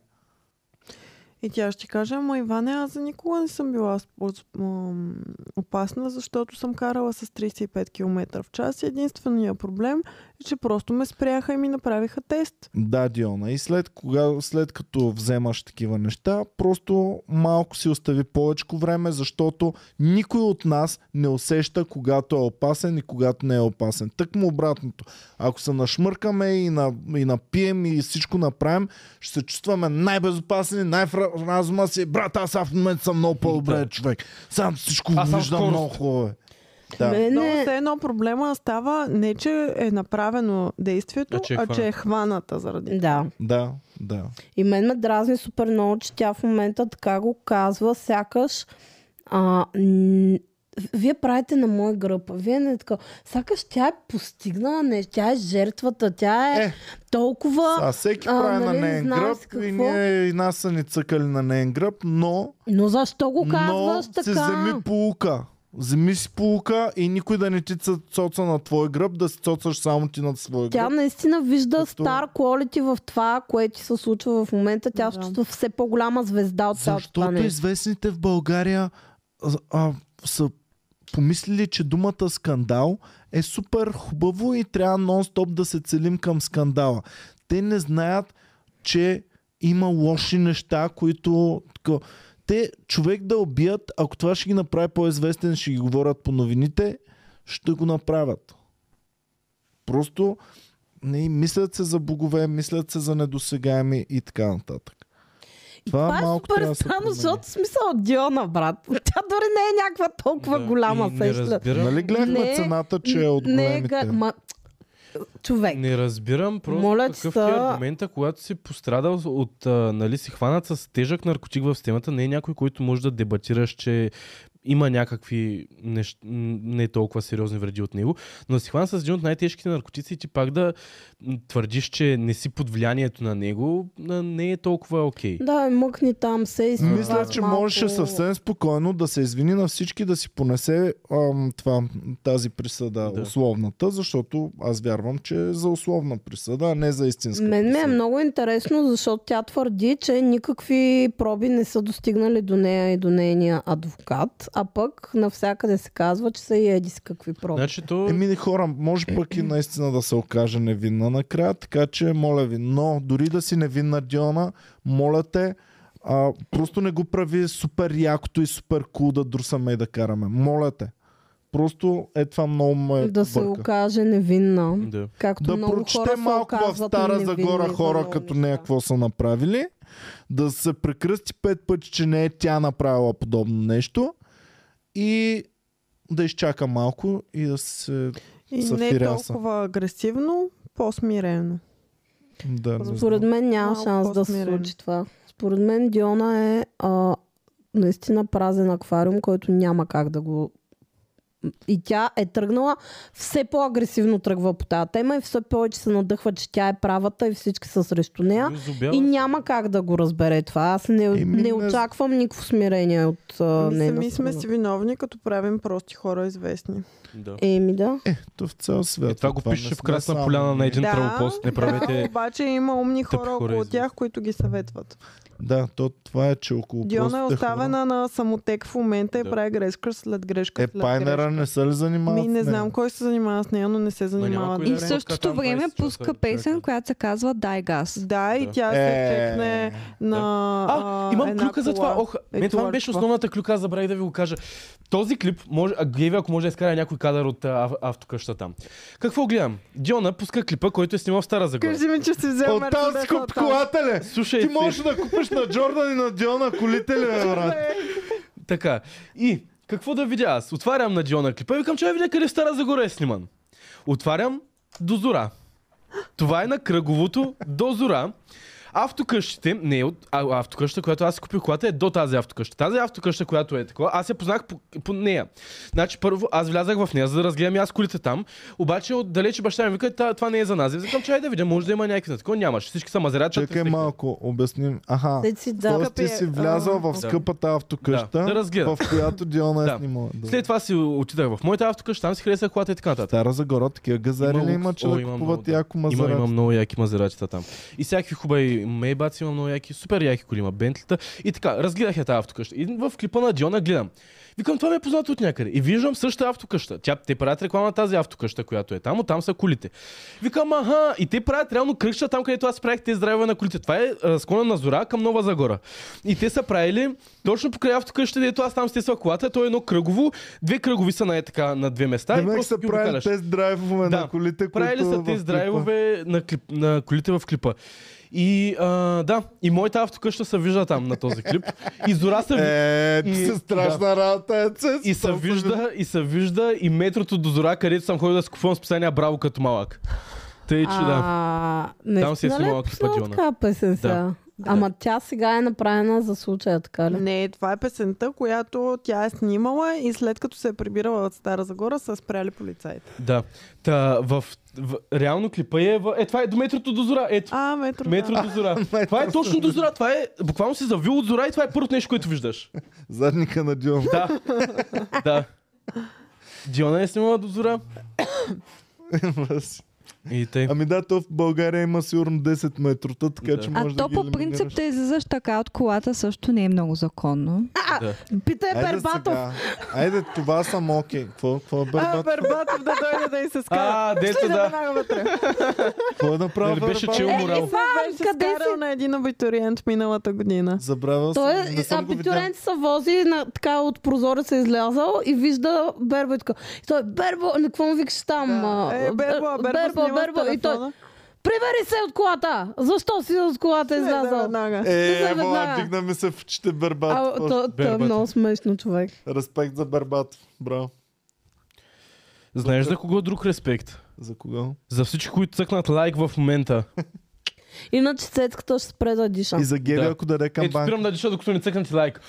Speaker 2: И тя ще каже, ама Иване, аз за никога не съм била с- от- м, опасна, защото съм карала с 35 км в час. Единственият проблем е, че просто ме спряха и ми направиха тест.
Speaker 1: Да, Диона. И след, кога, след като вземаш такива неща, просто малко си остави повече време, защото никой от нас не усеща когато е опасен и когато не е опасен. Тък му обратното. Ако се нашмъркаме и, на, и напием и всичко направим, ще се чувстваме най-безопасни, най-разума си. Брат, аз сега в момента съм много по-добре
Speaker 4: Да.
Speaker 1: човек. Сам всичко
Speaker 4: Аз съм
Speaker 1: виждам
Speaker 4: скорост.
Speaker 1: много хубаво. е. Да.
Speaker 2: Но
Speaker 3: Мене...
Speaker 2: все едно проблема става не, че е направено действието,
Speaker 4: А
Speaker 2: а
Speaker 4: че е
Speaker 2: че е, хваната заради.
Speaker 3: Да.
Speaker 1: Да, да.
Speaker 3: И мен ме дразни супер много, че тя в момента така го казва, сякаш а, н- вие правите на мой гръб. Вие не е така. Сякаш тя е постигнала нещо. Тя е жертвата. Тя е,
Speaker 1: Е.
Speaker 3: толкова...
Speaker 1: А всеки
Speaker 3: А,
Speaker 1: прави на
Speaker 3: нали, не
Speaker 1: неен
Speaker 3: знам
Speaker 1: гръб
Speaker 3: с какво.
Speaker 1: и, ние, и нас са ни цъкали на неен гръб, но,
Speaker 3: Но защо го
Speaker 1: но
Speaker 3: казваш
Speaker 1: се
Speaker 3: така?
Speaker 1: вземи полука. Вземи си полука и никой да не ти ца- цоца на твой гръб, да си цоцаш само ти на свой
Speaker 3: Тя
Speaker 1: гръб.
Speaker 3: наистина вижда
Speaker 1: Като-
Speaker 3: стар quality в това, което се случва в момента. Тя се
Speaker 2: Да.
Speaker 3: чувства все по-голяма звезда от цялото това
Speaker 1: Защото
Speaker 3: нещо.
Speaker 1: известните в България а, а, са помислили, че думата скандал е супер хубаво и трябва нон-стоп да се целим към скандала. Те не знаят, че има лоши неща, които... така- Те човек да убият, ако това ще ги направи по-известен, ще ги говорят по новините, ще го направят. Просто не, мислят се за богове, мислят се за недосегаеми и така нататък.
Speaker 3: И
Speaker 1: това
Speaker 3: това, е
Speaker 1: малко трябва
Speaker 3: супер
Speaker 1: да се
Speaker 3: странно,
Speaker 1: промени.
Speaker 3: защото смисъл от Диона, брат. Тя дори не е някаква толкова
Speaker 4: да.
Speaker 3: голяма
Speaker 4: И не
Speaker 3: сеща.
Speaker 4: разбирам,
Speaker 1: Нали гледахме
Speaker 3: Не,
Speaker 1: цената, че е от
Speaker 3: Не,
Speaker 1: големите?
Speaker 3: га... Ма... Човек. Не.
Speaker 4: Не разбирам просто
Speaker 3: Моля,
Speaker 4: какъв
Speaker 3: са-
Speaker 4: ти е аргумента, когато си пострадал от, а, нали, си хванат с тежък наркотик в системата, не е някой, който може да дебатираш, че има някакви нещ... м, не толкова сериозни вреди от него, но да си хвана с един от най-тежките наркотици и ти пак да м, твърдиш, че не си под влиянието на него, а, не е толкова окей.
Speaker 3: Да, мъкни там се и след
Speaker 1: Мисля, че
Speaker 3: това малко...
Speaker 1: Значи можеше съвсем спокойно да се извини на всички, да си понесе ам, това, тази присъда,
Speaker 4: Да.
Speaker 1: условната, защото аз вярвам, че е за условна присъда, а не за истинска
Speaker 3: Мен ми е
Speaker 1: присъда.
Speaker 3: много интересно, защото тя твърди, че никакви проби не са достигнали до нея и до нейния адвокат, а пък навсякъде се казва, че са и еди с какви проби.
Speaker 4: Значи то...
Speaker 1: Еми хора, може пък и наистина да се окаже невинна накрая, така че моля ви, но дори да си невинна Диона, моля те, а, просто не го прави супер якото и супер кул да друсаме и да караме. Моля те. Просто е това много ме
Speaker 3: Да се
Speaker 1: бърка.
Speaker 3: окаже невинна.
Speaker 4: Да.
Speaker 3: Както
Speaker 1: да
Speaker 3: много хора
Speaker 1: прочете
Speaker 3: се
Speaker 1: малко в
Speaker 3: оказват
Speaker 1: Стара
Speaker 3: невинни
Speaker 1: Загора
Speaker 3: за
Speaker 1: хора
Speaker 3: много
Speaker 1: като
Speaker 3: неща.
Speaker 1: нея какво са направили, да се прекръсти пет пъти, че не е тя направила подобно нещо и да изчака малко и да се...
Speaker 2: И
Speaker 1: Са
Speaker 2: не е
Speaker 1: фиряса.
Speaker 2: толкова агресивно, по-смирено.
Speaker 1: Да,
Speaker 2: Според
Speaker 1: да.
Speaker 3: Според мен няма
Speaker 2: Малко
Speaker 3: шанс да се
Speaker 2: по-смирен.
Speaker 3: случи това. Според мен Диона е а, наистина празен аквариум, който няма как да го... И тя е тръгнала, все по-агресивно тръгва по тази тема и все повече се надъхва, че тя е правата и всички са срещу нея.
Speaker 4: Озобява
Speaker 3: И
Speaker 4: се.
Speaker 3: няма как да го разбере това. Аз не,
Speaker 1: Ами, Еми, не-
Speaker 3: не очаквам никакво смирение от а,
Speaker 2: Ами
Speaker 3: нейна
Speaker 2: сами сме
Speaker 3: страна.
Speaker 2: си виновни, като правим прости хора известни.
Speaker 4: Да.
Speaker 3: Еми да.
Speaker 1: Е, то в цял свят.
Speaker 4: Е,
Speaker 1: е,
Speaker 4: това го
Speaker 1: не
Speaker 4: пише в
Speaker 1: сме
Speaker 4: Красна
Speaker 1: само
Speaker 4: поляна на
Speaker 1: ние.
Speaker 4: един
Speaker 2: Да,
Speaker 4: тръгопост. Не
Speaker 2: Да,
Speaker 4: правете...
Speaker 2: обаче има умни
Speaker 4: тъпи
Speaker 2: хора
Speaker 4: хора
Speaker 2: около
Speaker 4: известни.
Speaker 2: тях, които ги съветват.
Speaker 1: Да, то, това е, че около
Speaker 2: Диона е
Speaker 1: простите хора-
Speaker 2: оставена на самотек в момента и
Speaker 4: Да.
Speaker 2: прави грешка след грешка.
Speaker 1: Е,
Speaker 2: след
Speaker 1: Пайнера
Speaker 2: грешка.
Speaker 1: не се ли занимава?
Speaker 2: Ми, не знам кой се занимава с нея, но не се занимава.
Speaker 4: кой да
Speaker 6: И
Speaker 4: е.
Speaker 6: в
Speaker 4: Пускат
Speaker 6: същото
Speaker 4: там
Speaker 6: време
Speaker 4: 20 часа
Speaker 6: пуска
Speaker 4: човека.
Speaker 6: песен, която се казва Дай газ.
Speaker 2: Да, и
Speaker 4: Да.
Speaker 2: тя
Speaker 1: Е.
Speaker 2: се чекне на
Speaker 4: А,
Speaker 2: а,
Speaker 4: имам
Speaker 2: една
Speaker 4: клюка за
Speaker 2: кола.
Speaker 4: това. Ох,
Speaker 2: Е,
Speaker 4: мен това ми
Speaker 2: това-
Speaker 4: беше
Speaker 2: това.
Speaker 4: основната клюка, аз забравих да ви го кажа. Този клип, може, а, Геви, ако може да изкара някой кадър от а, ав- автокъща там. Какво гледам? Диона пуска клипа, който е снимал в Стара Загора.
Speaker 2: Кажи ми, че си
Speaker 3: е
Speaker 2: взел
Speaker 1: От тази
Speaker 2: Мерцедес
Speaker 1: куп
Speaker 2: оттам.
Speaker 1: колата ли?
Speaker 4: Слушай,
Speaker 1: Ти
Speaker 4: се-
Speaker 1: можеш да купиш на Джордан и на Диона колите ли, бе, брат?
Speaker 4: Така. И какво да видя аз? Отварям на Диона клипа и викам, че я видя къде в Стара Загора е сниман. Отварям до Зора. Това е на кръговото до Зора. Автокъщите, не е от а, автокъща, която аз си купих колата, е до тази автокъща. Тази автокъща, която е такова, аз я познах по, по нея. Значи първо аз влязах в нея, за да разгледам и аз колите там. Обаче отдалече баща ми вика, «Та- това не е за нас. И викам, чай да видя, може да има някакви. на Такова нямаше. Всички са мазерача.
Speaker 1: Чакай
Speaker 4: тръстехи.
Speaker 1: малко, обясним. Аха,
Speaker 3: Те си да.
Speaker 1: Тоест ти си влязал в скъпата
Speaker 4: Да, да
Speaker 1: автокъща,
Speaker 4: разгледам.
Speaker 1: в която Диона е
Speaker 4: Да.
Speaker 1: снимала. Да.
Speaker 4: След това си отидах в моята автокъща, там си харесах колата и така нататък.
Speaker 1: Стара Загора, такива газари
Speaker 4: Има
Speaker 1: ли
Speaker 4: лукс.
Speaker 1: има, че
Speaker 4: О,
Speaker 1: да
Speaker 4: има
Speaker 1: купуват
Speaker 4: много, да.
Speaker 1: яко
Speaker 4: Има, има
Speaker 1: мазарачи?
Speaker 4: много яки мазерачета там. И всякакви хубави мейбаци има много яки, супер яки коли има, бентлита. И така, разгледах я тази автокъща. И в клипа на Диона гледам. Викам, това ми е познато от някъде. И виждам същата автокъща. Тя, те правят реклама на тази автокъща, която е там, оттам са колите. Викам, аха, и те правят реално кръгчета там, където аз правих тези драйвове на колите. Това е а, склона на Зора към Нова Загора. И те са правили точно покрай автокъщата, дето аз там стесла колата, то е едно кръгово, две кръгови са на е така на две места. и
Speaker 1: Демек
Speaker 4: просто
Speaker 1: са
Speaker 4: ги
Speaker 1: правили
Speaker 4: обикаляш.
Speaker 1: Ами, тест драйвове
Speaker 4: Да.
Speaker 1: на колите,
Speaker 4: Правили
Speaker 1: които
Speaker 4: са
Speaker 1: в
Speaker 4: тези
Speaker 1: клипа.
Speaker 4: драйвове на, клип, на колите в клипа. И а, да, и моята автокъща се вижда там на този клип. И Зора се ви-
Speaker 1: Е, ти
Speaker 4: И-
Speaker 1: си страшна работа, е, цец.
Speaker 4: и се
Speaker 1: Толкова
Speaker 4: вижда, и се вижда и метрото до Зора, където съм ходил да си купувам списания Браво като малък. Тъй, че да.
Speaker 3: А,
Speaker 4: Там си е
Speaker 3: наистина ли
Speaker 4: снимала
Speaker 3: пуснала
Speaker 4: Кипадиона?
Speaker 3: такава песен сега? Ама тя сега е направена за случая, така ли?
Speaker 2: Не, това е песента, която тя е снимала и след като се е прибирала от Стара Загора, са спряли полицаите.
Speaker 4: да. Та, в, в, реално клипа е, в, е, това е до метрото до Зора. Ето,
Speaker 2: А, метро.
Speaker 4: метро
Speaker 2: да.
Speaker 4: до Зора. това е точно до Зора. Това е, буквално си завил от Зора и това е първото нещо, което виждаш.
Speaker 1: Задника на Дион.
Speaker 4: Да. да. Диона е снимала до Зора. И тъй.
Speaker 1: Ами да, то в България има сигурно 10 метрота, така
Speaker 4: Да.
Speaker 1: че
Speaker 6: А
Speaker 1: може да
Speaker 6: то
Speaker 1: ги
Speaker 6: по принцип
Speaker 1: елиминираш.
Speaker 6: да излизаш така от колата също не е много законно.
Speaker 3: Питай
Speaker 6: е
Speaker 1: Айде
Speaker 3: Бербатов.
Speaker 1: сега. Айде, това съм окей. Какво, какво е
Speaker 2: А,
Speaker 1: Бербатов?
Speaker 2: Бербатов да дойде да и се скара.
Speaker 4: А, дето
Speaker 2: Слиза
Speaker 4: да.
Speaker 2: веднага вътре.
Speaker 1: Какво е направил
Speaker 4: Не, беше
Speaker 1: Бербатов?
Speaker 4: чил морал.
Speaker 2: Това беше
Speaker 3: къде си?
Speaker 2: скарал на един абитуриент миналата година.
Speaker 1: Забравял съм.
Speaker 3: Той
Speaker 1: не
Speaker 3: е,
Speaker 1: съм го видял.
Speaker 3: абитуриент се вози, на, така от прозореца е излязал и вижда Бербо и така. И той, Бербо, на какво му викаш там?
Speaker 2: Да.
Speaker 3: а,
Speaker 2: Е, Бербо,
Speaker 3: Бер-
Speaker 2: Бербо, снима с
Speaker 3: И той,
Speaker 2: телефона.
Speaker 3: прибери се от колата! Защо си от колата
Speaker 2: Слиза
Speaker 3: излязал?
Speaker 2: Е, веднага.
Speaker 1: Е,
Speaker 3: Слиза
Speaker 1: ебала,
Speaker 3: веднага.
Speaker 1: дигна ми се в очите
Speaker 3: А,
Speaker 1: Бербатов.
Speaker 3: то, то е
Speaker 4: Бербатов.
Speaker 3: много смешно, човек.
Speaker 1: Респект за Бербатов. Браво.
Speaker 4: Знаеш за кого е друг респект?
Speaker 1: За кого?
Speaker 4: За всички, които цъкнат лайк в момента.
Speaker 3: Иначе цецката ще спре да диша.
Speaker 1: И за Гели,
Speaker 4: Да. Е,
Speaker 1: ако даде
Speaker 4: Ето
Speaker 1: камбан.
Speaker 4: спирам да диша, докато не цъкнат лайк.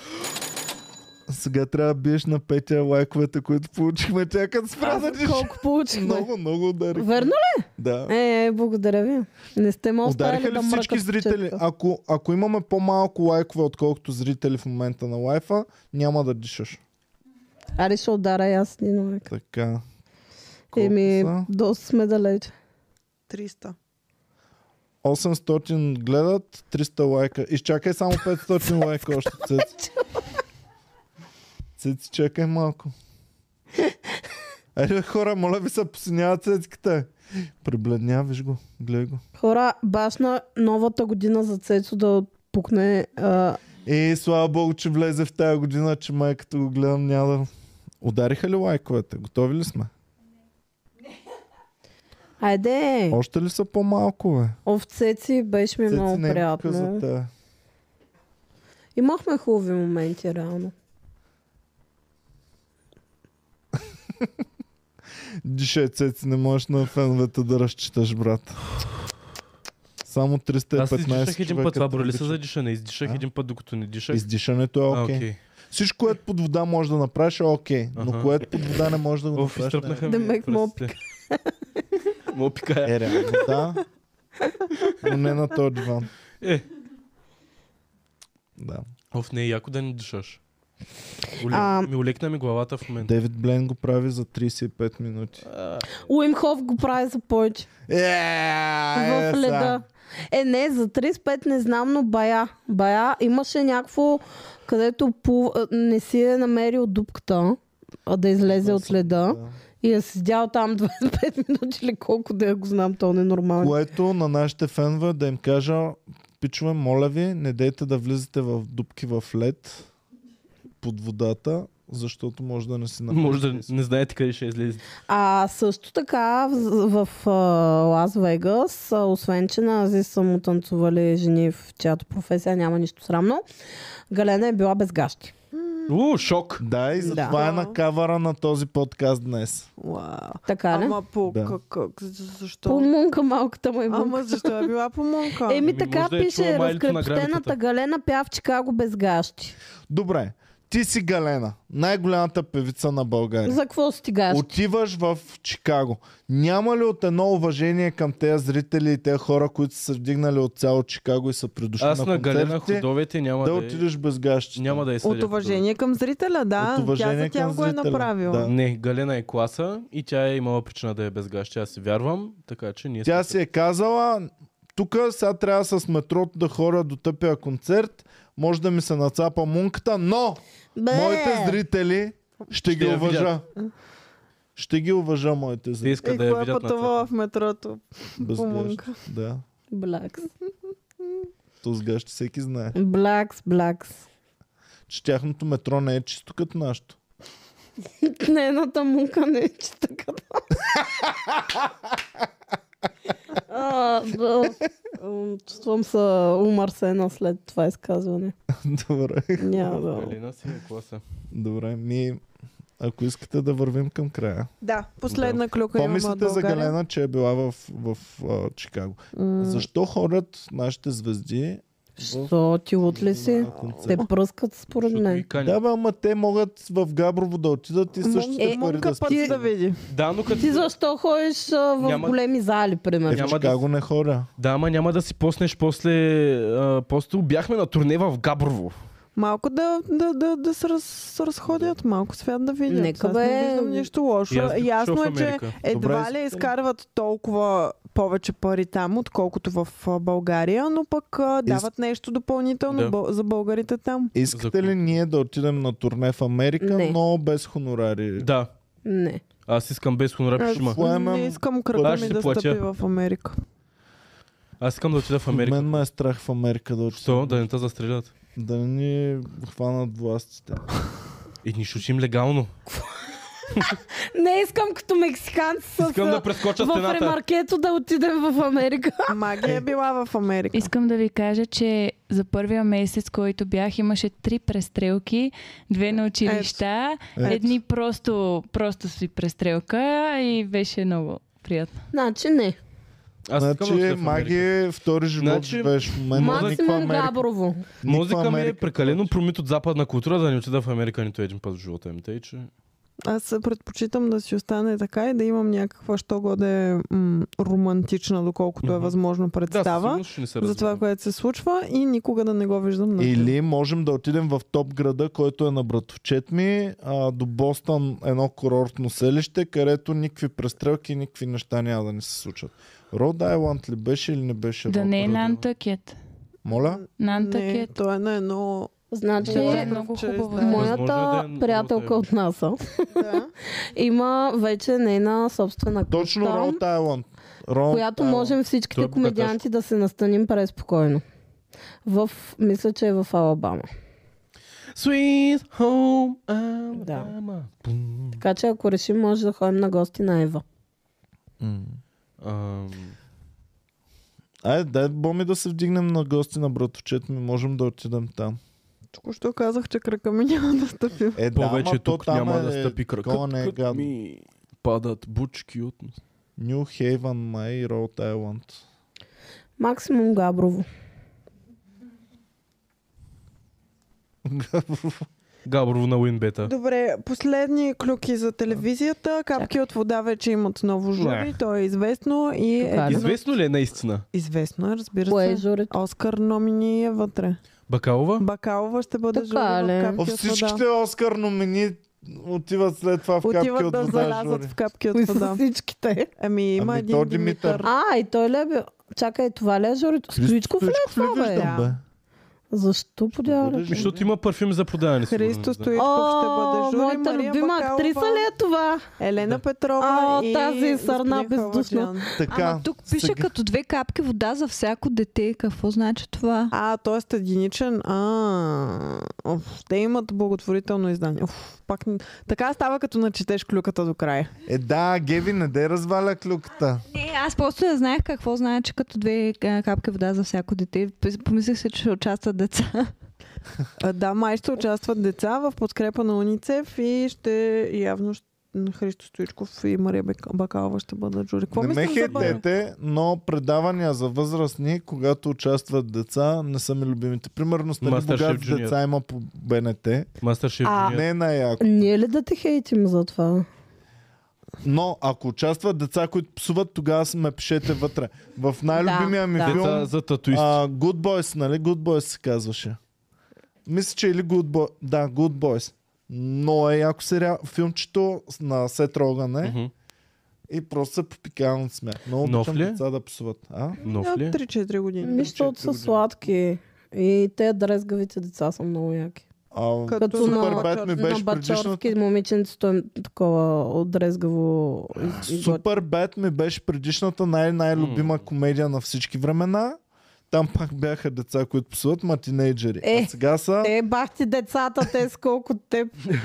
Speaker 1: Сега трябва да биеш на петя лайковете, които получихме. Тя като спря
Speaker 3: Аз
Speaker 1: да диши.
Speaker 3: колко получихме.
Speaker 1: Много, много удари.
Speaker 3: Верно ли?
Speaker 1: Да.
Speaker 3: Е, е, благодаря ви. Не сте ме оставили
Speaker 1: Удариха
Speaker 3: да
Speaker 1: ли всички
Speaker 3: мръкат
Speaker 1: зрители?
Speaker 3: четка.
Speaker 1: Ако, ако имаме по-малко лайкове, отколкото зрители в момента на лайфа, няма да дишаш.
Speaker 3: Ари ще удара и аз ни новик.
Speaker 1: Така. Колко
Speaker 3: Еми,
Speaker 1: са?
Speaker 3: доста сме далеч.
Speaker 2: 300.
Speaker 1: 800 гледат, 300 лайка. Изчакай само 500 лайка още, Цеци. Цеци, чакай малко. Айде, хора, моля ви се, посинява цецката. Прибледня, виж го, гледай го.
Speaker 3: Хора, башна новата година за Цецо да пукне а,
Speaker 1: Е, слава богу, че влезе в тази година, че май като го гледам няма да... Удариха ли лайковете? Готови ли сме?
Speaker 3: Айде,
Speaker 1: Още ли са по-малко, бе?
Speaker 3: овцеци беше ми
Speaker 1: Цеци
Speaker 3: много
Speaker 1: не е
Speaker 3: приятно.
Speaker 1: показа тая.
Speaker 3: Имахме хубави моменти, реално.
Speaker 1: Дише, цеци, не можеш на феновете да разчиташ, брат. Само 315
Speaker 4: Аз издишах един
Speaker 1: човека
Speaker 4: път, това
Speaker 1: те
Speaker 4: броли се
Speaker 1: обичат.
Speaker 4: за дишане. Издишах
Speaker 1: А?
Speaker 4: един път, докато не дишах.
Speaker 1: Издишането е
Speaker 4: А,
Speaker 1: окей. Okay. Okay.
Speaker 4: окей.
Speaker 1: Всичко, което под вода можеш да направиш е окей, okay, но
Speaker 4: Аха.
Speaker 1: което под вода не можеш да го
Speaker 4: Оф,
Speaker 1: направиш. не
Speaker 4: изтръпнаха
Speaker 3: Да
Speaker 4: ми
Speaker 3: ме
Speaker 4: пръстите. Мопика
Speaker 1: е.
Speaker 4: е.
Speaker 1: Е, реално, да. Но не на този диван.
Speaker 4: Е.
Speaker 1: Да.
Speaker 4: Оф, не е яко да не дишаш. Оле-
Speaker 3: А.
Speaker 4: Ми улекна ми главата в момента.
Speaker 1: Девид Блен го прави за 35 минути.
Speaker 3: Уимхов го прави за повече.
Speaker 1: Е, е,
Speaker 3: в
Speaker 1: са.
Speaker 3: леда. Е, не, за 35 не знам, но бая. Бая имаше някакво, където плува, а, не си е намерил дупката а да излезе от леда и е седял там 25 минути или колко да я го знам, то не е нормално.
Speaker 1: Което на нашите фенове да им кажа, пичове, моля ви, не дейте да влизате в дупки в лед под водата, защото може да не си намерите.
Speaker 4: Може да не знаете къде ще излезе.
Speaker 3: А също така в, в а, Лас Вегас, а, освен че на Азис са му танцували жени в чиято професия няма нищо срамно, Галена е била без гащи.
Speaker 4: У, шок!
Speaker 1: Да, и
Speaker 3: Да.
Speaker 1: затова е на кавара на този подкаст днес.
Speaker 2: Уау.
Speaker 3: Така ли?
Speaker 2: Ама по
Speaker 1: Да.
Speaker 2: как, как, защо?
Speaker 3: Помунка малката му
Speaker 2: Ама защо е била помонка?
Speaker 3: Еми
Speaker 4: Ами,
Speaker 3: така
Speaker 4: може да е чула
Speaker 3: пише,
Speaker 4: майлито на
Speaker 3: разкръптената
Speaker 4: гравитата.
Speaker 3: Галена пя в Чикаго без гащи.
Speaker 1: Добре, ти си Галена, най-голямата певица на България.
Speaker 3: За какво си ти гащи?
Speaker 1: Отиваш в Чикаго. Няма ли от едно уважение към тези зрители и тези хора, които са се вдигнали от цяло Чикаго и са придушли
Speaker 4: Аз
Speaker 1: на
Speaker 4: на Галена
Speaker 1: концертите,
Speaker 4: ходовете няма
Speaker 1: да
Speaker 4: да, е-
Speaker 1: отидеш без гащи?
Speaker 4: Няма да е
Speaker 2: От уважение към зрителя, да.
Speaker 1: От уважение
Speaker 2: тя за тя
Speaker 1: към
Speaker 2: го е
Speaker 1: зрителя,
Speaker 2: направила.
Speaker 1: да.
Speaker 4: Не, Галена е класа и тя е имала причина да е без гащи. Аз си вярвам, така че ние
Speaker 1: Тя
Speaker 4: сме-
Speaker 1: си е казала, тук сега трябва с метрото да хора до тъпия концерт, може да ми се нацапа мунката, но
Speaker 3: Бе!
Speaker 1: моите зрители ще, ги
Speaker 4: я
Speaker 1: уважа. Ще ги уважа моите
Speaker 4: Те
Speaker 1: зрители.
Speaker 4: иска
Speaker 2: И
Speaker 4: да я
Speaker 2: кой е
Speaker 4: видят на
Speaker 2: пътувала
Speaker 4: това.
Speaker 2: в метрото?
Speaker 1: Без
Speaker 2: помунка.
Speaker 1: гащи. Да.
Speaker 3: Блакс.
Speaker 1: То с гащи всеки знае.
Speaker 3: Блакс, блакс.
Speaker 1: Че тяхното метро не е чисто като нашето.
Speaker 3: Не, едната мунка не е че така. А, да. М, Чувствам се умърсена след това изказване.
Speaker 1: Добре.
Speaker 3: Няма да.
Speaker 4: Галена си е класа.
Speaker 1: Добре, ми... Ако искате да вървим към края.
Speaker 2: Да, последна клюка
Speaker 1: Какво
Speaker 2: имаме от
Speaker 1: мислите за
Speaker 2: България.
Speaker 1: Галена, че е била в, в, а, Чикаго?
Speaker 3: М,
Speaker 1: Защо ходят нашите звезди
Speaker 3: Що ти от ли си?
Speaker 1: на концерт?
Speaker 3: Те пръскат според
Speaker 4: Защото
Speaker 3: мен.
Speaker 4: ги каня.
Speaker 1: Да, бе, ама те могат в Габрово да отидат и същите
Speaker 3: Е,
Speaker 1: е, пари да
Speaker 2: Мунка
Speaker 1: спечелят.
Speaker 2: път да види.
Speaker 4: Да, но
Speaker 3: Ти
Speaker 4: като...
Speaker 3: защо ходиш а, в
Speaker 4: Няма-
Speaker 3: големи зали,
Speaker 1: Е, в
Speaker 3: примерно?
Speaker 4: Няма да
Speaker 1: Чикаго не хора.
Speaker 4: Да, ама няма да си поснеш после... А, после бяхме на турне в Габрово.
Speaker 2: Малко да, да, да, да се раз, се разходят, малко свят да видят.
Speaker 3: Нека
Speaker 2: Аз не
Speaker 3: бе.
Speaker 2: виждам нищо лошо.
Speaker 4: И аз бих
Speaker 2: Ясно
Speaker 4: отишъл
Speaker 2: е,
Speaker 4: в
Speaker 2: че
Speaker 4: Америка.
Speaker 2: едва
Speaker 1: Добре,
Speaker 2: ли
Speaker 1: искате ли?
Speaker 2: изкарват толкова повече пари там, отколкото в а, България, но пък а, дават нещо допълнително
Speaker 4: Да.
Speaker 2: бъл- за българите там.
Speaker 1: Искате
Speaker 4: За
Speaker 1: ли
Speaker 4: кой?
Speaker 1: ние да отидем на турне в Америка,
Speaker 3: Не.
Speaker 1: но без хонорари?
Speaker 4: Да.
Speaker 3: Не.
Speaker 4: Аз искам без хонорар,
Speaker 2: Аз
Speaker 4: ще има.
Speaker 1: Поемам-
Speaker 2: не искам
Speaker 4: Аз
Speaker 2: кръга
Speaker 4: ще
Speaker 2: ми
Speaker 4: си
Speaker 2: да
Speaker 4: платя.
Speaker 2: стъпи в Америка.
Speaker 4: Аз искам да отида в Америка.
Speaker 1: Мен ме е страх в Америка да отидем.
Speaker 4: Що? Да не те застрелят.
Speaker 1: Да не ни хванат властите.
Speaker 4: И Е, ни шушим легално.
Speaker 3: Не искам като мексиканци с...
Speaker 4: Искам да прескоча
Speaker 3: в
Speaker 4: стената.
Speaker 3: ремаркето да отидем в Америка.
Speaker 2: Магия е била в Америка.
Speaker 8: Искам да ви кажа, че за първия месец, който бях, имаше три престрелки, две на училища,
Speaker 1: Ето.
Speaker 8: едни просто, просто си престрелка и беше много приятно.
Speaker 3: Значи не.
Speaker 4: Аз така
Speaker 1: значи,
Speaker 4: мисля в Америка.
Speaker 1: маги, втори живот
Speaker 4: Значи,
Speaker 1: живееш в момента. Никаква
Speaker 3: Максимум
Speaker 1: Америка.
Speaker 3: Габрово.
Speaker 1: никаква
Speaker 4: Мозъка ми е
Speaker 1: Америка
Speaker 4: прекалено
Speaker 1: повече.
Speaker 4: промит от западна култура да не отида в Америка нито един път в живота ми. Тъй, че...
Speaker 2: Аз предпочитам да си остане така и да имам някаква, що го да е м- романтична, доколкото е
Speaker 4: Мгм.
Speaker 2: възможно
Speaker 4: Да, със
Speaker 2: представа.
Speaker 4: сигурност ще не се
Speaker 2: за това,
Speaker 4: разберем.
Speaker 2: което се случва и никога да не го виждам на филм.
Speaker 1: Или можем да отидем в топ града, който е на братовчет ми, а, до Бостън едно курортно селище, където никакви престрелки, никакви неща няма да ни се случат. Род Айланд ли беше или не беше?
Speaker 8: Да
Speaker 1: Род
Speaker 8: не е
Speaker 1: Айланд?
Speaker 8: Нантъкет.
Speaker 1: Моля?
Speaker 2: Не,
Speaker 8: Нантъкет.
Speaker 2: то е на едно...
Speaker 3: Значи,
Speaker 8: Това е
Speaker 2: Е,
Speaker 8: много
Speaker 2: че-
Speaker 8: хубаво.
Speaker 2: М-
Speaker 4: Възможно е да
Speaker 3: моята
Speaker 4: е-
Speaker 3: приятелка от НАСА
Speaker 2: Да.
Speaker 3: има вече нейна собствена къща,
Speaker 1: Точно Род Айланд. Род
Speaker 3: която
Speaker 1: Айланд.
Speaker 3: можем
Speaker 4: Той е
Speaker 3: всичките
Speaker 4: богаташ.
Speaker 3: комедианти да се настаним преспокойно. В, мисля, че е в Алабама.
Speaker 4: Sweet home
Speaker 3: Да.
Speaker 4: Alabama. Бум.
Speaker 3: Така че ако решим, може да ходим на гости на Ева.
Speaker 1: М.
Speaker 4: Ам,
Speaker 1: Айде, дай боми да се вдигнем на гости на братовчет ми, можем да отидем там.
Speaker 2: Току-що казах, че крака ми няма да стъпи.
Speaker 1: Е, да,
Speaker 4: Повече
Speaker 1: ама то
Speaker 4: тук
Speaker 1: там
Speaker 4: няма
Speaker 1: е,
Speaker 4: да стъпи кракът.
Speaker 1: такова не е
Speaker 4: кът
Speaker 1: гадно.
Speaker 4: ми падат бучки от нос.
Speaker 1: Нью Хейвън, май и Роуд Айланд.
Speaker 3: Максимум Габрово.
Speaker 4: Габрово на Уинбета.
Speaker 2: Добре, последни клюки за телевизията. Капки от вода вече имат ново жури.
Speaker 4: Не.
Speaker 2: То е известно и е...
Speaker 3: Шокарно.
Speaker 4: Известно ли е наистина?
Speaker 2: Известно е, разбира
Speaker 3: Кое е
Speaker 2: се.
Speaker 3: журито?
Speaker 2: Оскар номини е вътре.
Speaker 4: Бакалова?
Speaker 2: Бакалова ще бъде
Speaker 3: Така
Speaker 2: жури
Speaker 3: ли?
Speaker 2: в
Speaker 1: О,
Speaker 2: капки от
Speaker 1: Всичките
Speaker 2: вода.
Speaker 1: Оскар номини отиват след това в капки
Speaker 2: Отиват
Speaker 1: от
Speaker 2: да
Speaker 1: вода жури.
Speaker 2: залязат в капки
Speaker 3: Кои
Speaker 2: от
Speaker 3: са
Speaker 2: вода.
Speaker 3: всичките?
Speaker 2: Ами има
Speaker 1: Ами,
Speaker 2: един
Speaker 1: то Димитър.
Speaker 2: Димитър.
Speaker 3: А, и той ли е бил? Чакай, това ли е журито? Стоичков ли е
Speaker 1: Стоичков
Speaker 3: това, бе?
Speaker 1: виждам, бе?
Speaker 3: Защо подяваш?
Speaker 4: Ми, Защото има парфюм за подаване.
Speaker 2: Христо
Speaker 4: стои.
Speaker 2: Стоичков ще бъде
Speaker 3: О,
Speaker 2: жури.
Speaker 3: моята
Speaker 2: Мария
Speaker 3: любима
Speaker 2: Бакалова,
Speaker 3: актриса ли е това?
Speaker 2: Елена Петрова
Speaker 3: А,
Speaker 2: и
Speaker 3: тази сърна
Speaker 2: господин
Speaker 3: бездушна.
Speaker 2: Халваджиян.
Speaker 1: Така,
Speaker 6: Ама тук пише
Speaker 1: сега-
Speaker 6: като две капки вода за всяко дете. Какво значи това?
Speaker 2: А, т.е. единичен. А, оф, те имат благотворително издание. Оф, пак... не- Така става като начетеш клюката до края.
Speaker 1: Е, да, Геви, не дей разваля клюката.
Speaker 6: Не, аз просто не знаех какво значи като две а, капки вода за всяко дете. Помислих се, че ще участват деца.
Speaker 2: А, да, май ще участват деца в подкрепа на Уницев и ще явно ще... Христо Стоичков и Мария Бек- Бакалова ще бъдат жури. Какво
Speaker 1: не ме
Speaker 2: мислиш за Бакалова?
Speaker 1: хейтете, но предавания за възрастни, когато участват деца, не са ми любимите. Примерно, стали
Speaker 4: Masterchef
Speaker 1: богат с Нали
Speaker 4: Junior.
Speaker 1: деца има по БНТ.
Speaker 4: Мастер Шеф
Speaker 3: А,
Speaker 4: Джуниор.
Speaker 1: Не е най-яко.
Speaker 3: Ние ли да те хейтим за това?
Speaker 1: Но ако участват деца, които псуват, тогава с- ме пишете вътре. В най-любимия ми
Speaker 3: да.
Speaker 1: филм
Speaker 4: Деца за татуисти.
Speaker 1: а, Good Boys, нали? Good Boys се казваше. Мисля, че или Good Boys. Да, Good Boys. Но е яко сериал. Филмчето с- на Сет Роган е.
Speaker 4: Мгм.
Speaker 1: И просто се попикавам от смях. Много
Speaker 4: Нов
Speaker 1: обичам
Speaker 4: ли е?
Speaker 1: деца да псуват. А?
Speaker 4: Нов ли? е?
Speaker 2: 3-4 години.
Speaker 3: Ми, защото са
Speaker 1: години.
Speaker 3: сладки. И те дрезгавите деца са много яки.
Speaker 1: а
Speaker 2: Като
Speaker 3: Като
Speaker 2: на-
Speaker 1: супер бед ми
Speaker 3: на
Speaker 1: беше
Speaker 3: бачорски
Speaker 1: предишната.
Speaker 3: момиченцето е такова от дрезгаво. и- и готино.
Speaker 1: Супер бед ми беше предишната най- най-любима
Speaker 4: М.
Speaker 1: комедия на всички времена. Там пак бяха деца, които псуват, ма тинейджери.
Speaker 3: Е,
Speaker 1: а сега са...
Speaker 3: Те бахти децата, те с колко те...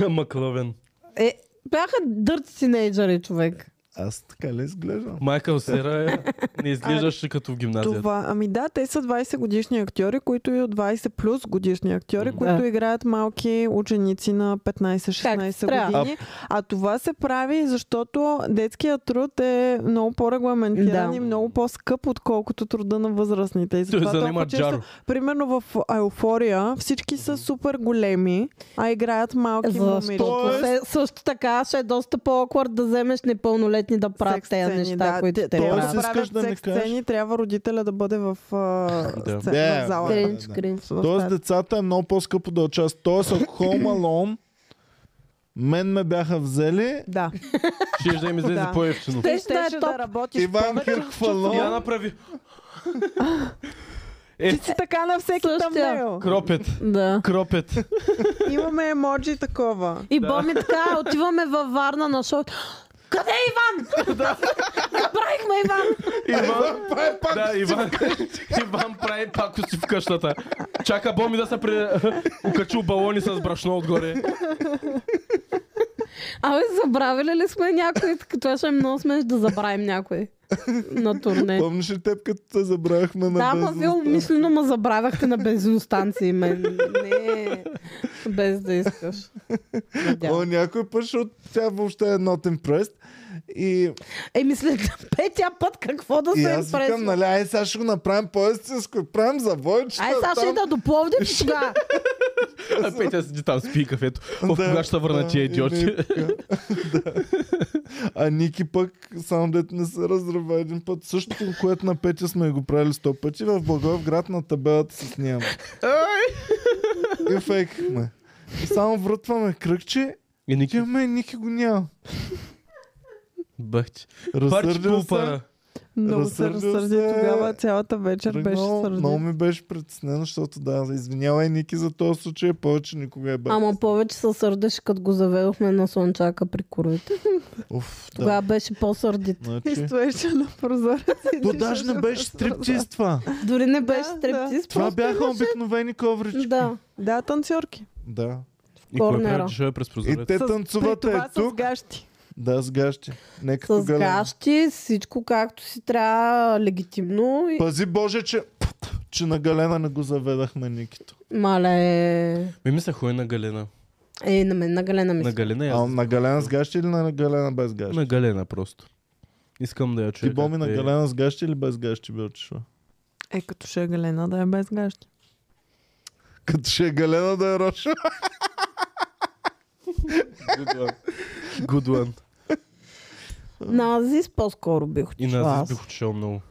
Speaker 4: Маклавен.
Speaker 3: Е, бяха дърти тинейджери, човек.
Speaker 1: Аз така ли изглеждам?
Speaker 4: Майкъл Сера е... не изглеждаше като в гимназията.
Speaker 2: Това, ами да, те са 20 годишни актьори, които и от 20 плюс годишни актьори,
Speaker 4: Мгм.
Speaker 2: които
Speaker 3: Да.
Speaker 2: играят малки ученици на 15-16
Speaker 3: Както трябва.
Speaker 2: години. А това се прави, защото детският труд е много по-регламентиран
Speaker 3: Да.
Speaker 2: и много по-скъп, отколкото труда на възрастните. И
Speaker 4: Той
Speaker 2: затова
Speaker 4: занима
Speaker 2: толкова често-
Speaker 4: Джаро.
Speaker 2: Примерно в Еуфория всички са супер големи, а играят малки момичета.
Speaker 3: Защото се, също така ще е доста по-аквард да вземеш непълнолетни да правят
Speaker 2: Секс
Speaker 3: тези
Speaker 2: сцени,
Speaker 3: неща,
Speaker 2: да.
Speaker 3: които те,
Speaker 2: Тоест,
Speaker 1: Тоест,
Speaker 3: правят.
Speaker 2: да
Speaker 1: искаш
Speaker 2: правят
Speaker 1: да ми
Speaker 2: секс
Speaker 1: кажеш-
Speaker 2: сцени, трябва родителя да бъде в, а,
Speaker 4: Да.
Speaker 2: сцен-
Speaker 1: Да,
Speaker 2: в залата.
Speaker 1: да.
Speaker 3: Кринч, кринч.
Speaker 2: В
Speaker 1: Тоест
Speaker 2: тази-
Speaker 1: децата е много по-скъпо да участват. Тоест ако Home Alone мен ме бяха взели
Speaker 2: Да.
Speaker 4: Ще да им излезе
Speaker 2: Да.
Speaker 4: по-евчено.
Speaker 3: Те ще е
Speaker 2: щеше
Speaker 3: топ.
Speaker 2: да работиш
Speaker 1: Иван
Speaker 2: повече.
Speaker 4: Я
Speaker 1: Кирквалон
Speaker 4: направи
Speaker 2: Ти си така на всеки
Speaker 3: Същия.
Speaker 2: тъмнел.
Speaker 4: кропет.
Speaker 3: Да.
Speaker 4: Кропет.
Speaker 2: Имаме емоджи такова.
Speaker 3: И Боми така, отиваме във Варна на шоу. Къде е Иван? Направихме Иван.
Speaker 4: Иван прави пак да, Иван, Иван прави пак си в къщата. Чака Боми да се при... укачил балони с брашно отгоре.
Speaker 3: Абе, забравили ли сме някой? Така, Това ще е много смеш да забравим някой на турне.
Speaker 1: Помниш ли теб, като те забравихме на
Speaker 3: Да, ма вие
Speaker 1: бензиностанция?
Speaker 3: умишлено ме забравяхте на бензиностанции. Мен. Не, без да искаш. Надявам.
Speaker 1: О, някой път, защото тя въобще е not impressed. И,
Speaker 3: Еми след Е, петия път какво да се
Speaker 1: и аз
Speaker 3: изпресва?
Speaker 1: викам, нали, ай сега ще го направим по-естинско. и Правим завойчета.
Speaker 3: Ай, сега ще
Speaker 1: там.
Speaker 3: ида до Пловдив и тогава.
Speaker 4: А Петя седи там с пи кафето. О, кога ще върна тия
Speaker 1: и
Speaker 4: идиоти?
Speaker 1: не е така. Да. А Ники пък, само дете не се разрева един път. Същото, което на Петя сме го правили сто пъти, в Благоевград на табелата се снимаме. И фейкахме. И само врътваме кръгче,
Speaker 4: И
Speaker 1: тя
Speaker 4: Ники,
Speaker 1: ме Ники го няма.
Speaker 4: бах ти. Парче
Speaker 1: Разсърдил се,
Speaker 4: пупара.
Speaker 2: Много се
Speaker 1: Разсърдил
Speaker 2: разсърди
Speaker 1: се.
Speaker 2: тогава, цялата вечер беше
Speaker 1: тръгнал, много
Speaker 2: сърди.
Speaker 1: ми беше притеснено, защото да, извинявай Ники за този случай, повече никога е бъде.
Speaker 3: Ама повече се сърдеше, като го заведохме на слънчака при коровите.
Speaker 1: Уф, да.
Speaker 3: Тогава беше по-сърдит.
Speaker 2: И
Speaker 1: Значи...
Speaker 2: стоеше на прозореца. и
Speaker 1: То даже не
Speaker 2: дишаше
Speaker 1: беше
Speaker 2: през прозореца.
Speaker 1: стриптиз това.
Speaker 3: Дори не беше
Speaker 2: да.
Speaker 3: стриптиз.
Speaker 1: Това
Speaker 3: просто
Speaker 1: бяха
Speaker 3: имаше-
Speaker 1: обикновени коврички.
Speaker 3: Да.
Speaker 2: Да, танцорки.
Speaker 1: Да.
Speaker 4: И кой
Speaker 3: корнера.
Speaker 4: прави да шуе през
Speaker 1: И
Speaker 4: прозореца?
Speaker 1: те танцуват
Speaker 2: при
Speaker 1: е
Speaker 2: това с
Speaker 1: тук.
Speaker 2: гащи.
Speaker 1: Да, с гащи. Не като
Speaker 3: С
Speaker 1: галена.
Speaker 3: гащи, всичко както си трябва, легитимно. И...
Speaker 1: Пази Боже, че, пф, че на Галена не го заведахме Никито.
Speaker 3: Мале,
Speaker 4: Ми ми се хуй на Галена.
Speaker 3: е, на мен на
Speaker 4: На
Speaker 3: Галена мисля.
Speaker 4: Галена
Speaker 1: А
Speaker 4: я...
Speaker 1: на Галена с гащи или на Галена без гащи?
Speaker 4: На Галена просто. Искам да я чуя.
Speaker 1: Ти боми
Speaker 4: как
Speaker 1: на
Speaker 4: е.
Speaker 1: Галена с гащи или без гащи би отишла?
Speaker 2: Е, като ще е Галена да е без гащи.
Speaker 1: Като ще е Галена да е Роша.
Speaker 4: Good one. Good one.
Speaker 3: На Азис по-скоро бих
Speaker 4: И
Speaker 3: отишла
Speaker 4: на Азис
Speaker 3: аз.
Speaker 4: бих отишъл много.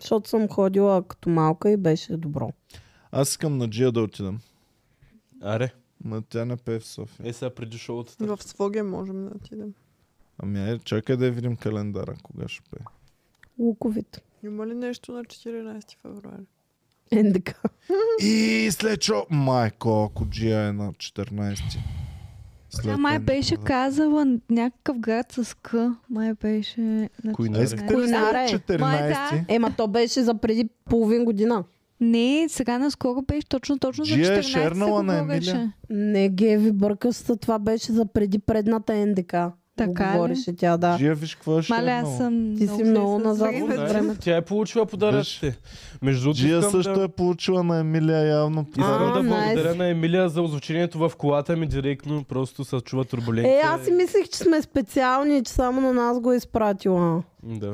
Speaker 3: Защото съм ходила като малка и беше добро.
Speaker 1: Аз искам на Джия да отидам.
Speaker 4: Аре,
Speaker 1: Но тя не пее в София.
Speaker 4: е сега преди шоуто.
Speaker 2: В Своге можем да отидем.
Speaker 1: Ами е, чакай да я видим календара, кога ще пее.
Speaker 3: Луковит.
Speaker 2: Има ли нещо на 14 февруари?
Speaker 3: НДК.
Speaker 1: И след чо... Майко, ако Джия е на 14.
Speaker 6: Тя май беше казала някакъв град с К. Май беше... на
Speaker 4: Кой
Speaker 1: А
Speaker 6: 14.
Speaker 1: искате ли
Speaker 3: Кулинара
Speaker 1: на
Speaker 3: е.
Speaker 1: 14?
Speaker 3: Ема то беше за преди половин година.
Speaker 6: Не, сега наскоро беше точно, точно за
Speaker 1: Джия е
Speaker 6: 14 се
Speaker 1: шернала
Speaker 6: го
Speaker 1: на Емилия.
Speaker 6: говореше.
Speaker 3: Не, Геви, бъркаш се, това беше за преди предната НДК.
Speaker 6: Така ли?
Speaker 3: Говореше тя, да.
Speaker 1: Джия, виж какво е
Speaker 6: Мале, аз
Speaker 1: шернала.
Speaker 6: съм...
Speaker 3: Ти си много
Speaker 6: влезла.
Speaker 3: назад
Speaker 6: Сега
Speaker 3: във
Speaker 6: идва-
Speaker 3: времето.
Speaker 4: Тя е получила подаръците. Между другото,
Speaker 1: Джия
Speaker 4: искам
Speaker 1: също
Speaker 4: да...
Speaker 1: е получила на Емилия явно
Speaker 4: Искам
Speaker 1: подарък.
Speaker 4: да
Speaker 3: А,
Speaker 4: благодаря
Speaker 3: найс.
Speaker 4: на Емилия за озвучението в колата ми директно, просто се чува турбулентите.
Speaker 3: Е, аз си мислех, че сме специални и че само на нас го е изпратила.
Speaker 4: Да.
Speaker 3: Е.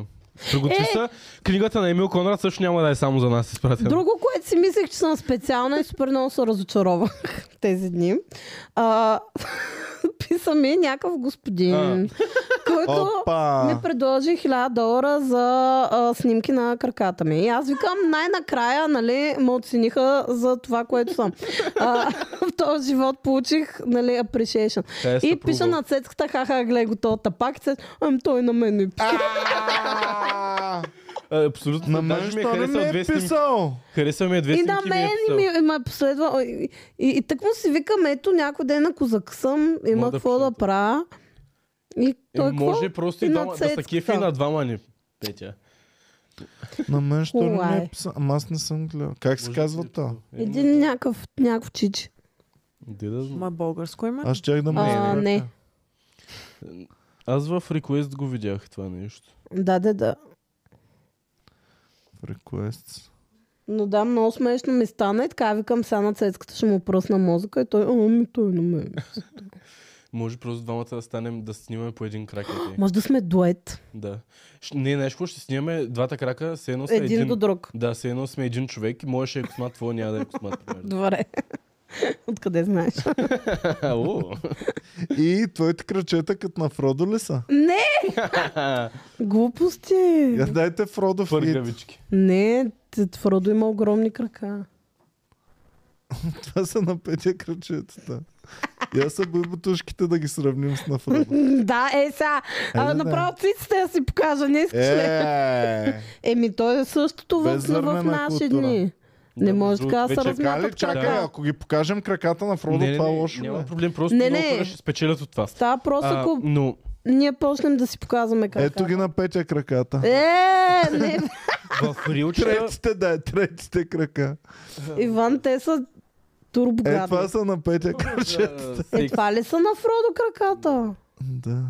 Speaker 4: Приготви се. Книгата на Емил Конрад също няма да е само за нас изпратена.
Speaker 3: Друго, което си мислех, че съм специална и супер много се разочаровах тези дни. А, писа ми някакъв господин,
Speaker 4: А.
Speaker 3: който ми
Speaker 1: Опа!
Speaker 3: предложи 1000 долара за а, снимки на краката ми. И аз викам, най-накрая, нали, ме оцениха за това, което съм. А, в този живот получих, нали, appreciation.
Speaker 4: Тя е
Speaker 3: И
Speaker 4: съпруга.
Speaker 3: пиша на цецката, хаха, гледай го този тапак. И Цец, ам, той на мен е ми пише.
Speaker 1: А,
Speaker 4: А, Абсолютно.
Speaker 1: На
Speaker 4: Даже
Speaker 1: мен
Speaker 4: ми е
Speaker 1: що не ми
Speaker 4: харесал
Speaker 1: е
Speaker 4: две снимки.
Speaker 1: писал?
Speaker 4: Харесал ми е две
Speaker 3: И
Speaker 4: снимки.
Speaker 3: на
Speaker 4: ми е
Speaker 3: мен и
Speaker 4: писал.
Speaker 3: ми, и ме последва. Ой, И, и, и так му си викам, ето някой ден, ако закъсам, има
Speaker 4: да
Speaker 3: какво да
Speaker 4: пишете.
Speaker 3: правя. И
Speaker 4: Е,
Speaker 3: той какво?
Speaker 4: може просто и
Speaker 3: И на
Speaker 4: двама- да са
Speaker 3: цецката.
Speaker 4: кефи и на двама ни. Петя.
Speaker 1: На мен що не ми
Speaker 3: Хула
Speaker 1: е
Speaker 3: е.
Speaker 1: писал? Ама аз не съм гледал. Как се
Speaker 4: Може
Speaker 1: казва
Speaker 4: би-
Speaker 1: то?
Speaker 4: Е,
Speaker 3: Един някакъв, някакъв чичи.
Speaker 4: де да знам.
Speaker 2: Ма българско име?
Speaker 1: Аз чак да му
Speaker 3: А,
Speaker 1: извърта.
Speaker 3: не.
Speaker 4: Аз в реквест го видях това нещо.
Speaker 3: Да, да, да.
Speaker 1: В Requests.
Speaker 3: Но да, много смешно ми стана и така викам сега на цецката, ще му пръсна мозъка и той, а, ми той на мен.
Speaker 4: Може просто двамата да станем да снимаме по един крак. на тях.
Speaker 3: Може да сме дует.
Speaker 4: Да. Щ- Не, нещо, ще снимаме двата крака, все едно са
Speaker 3: Един,
Speaker 4: един.
Speaker 3: до друг.
Speaker 4: Да, все едно сме един човек и можеше е космат, твоя няма да е космат. примерно.
Speaker 3: Добре. Откъде знаеш?
Speaker 4: Ало.
Speaker 1: И твоите кръчета като на Фродо ли са?
Speaker 3: Не! Глупости!
Speaker 1: Я дайте Фродо в и
Speaker 4: Пъргавички.
Speaker 3: Не, т- Фродо има огромни крака.
Speaker 1: това са на петия кръчетата. Я са бои бутушките да ги сравним с на Фродо.
Speaker 3: Да, е сега.
Speaker 1: да, да.
Speaker 3: А, направо циците да си покажа. Не искаш ли?
Speaker 1: Е,
Speaker 3: Еми, то е същото в,
Speaker 1: Без зърнена
Speaker 3: в наши
Speaker 1: култура.
Speaker 3: дни. Не може така да се
Speaker 4: вече
Speaker 1: чакали,
Speaker 3: размятат
Speaker 1: чакай,
Speaker 3: крака.
Speaker 1: ако ги покажем краката на Фродо,
Speaker 4: не, не,
Speaker 1: това
Speaker 4: не,
Speaker 1: лошо ли
Speaker 4: няма
Speaker 1: е.
Speaker 4: проблем, просто
Speaker 3: Не,
Speaker 4: много
Speaker 3: не.
Speaker 4: хора ще спечелят от това.
Speaker 3: Става просто,
Speaker 4: А,
Speaker 3: ако
Speaker 4: но
Speaker 3: ние почнем да си показваме крака.
Speaker 1: Ето ги на петия краката.
Speaker 3: Е, не,
Speaker 4: в рилчета,
Speaker 1: Третите, да, е, третите крака.
Speaker 3: Иван, те са
Speaker 1: Е, това
Speaker 3: турбогадни.
Speaker 1: са на петия крачета.
Speaker 4: а,
Speaker 3: Е,
Speaker 4: секс.
Speaker 3: това ли са на Фродо краката?
Speaker 1: Да.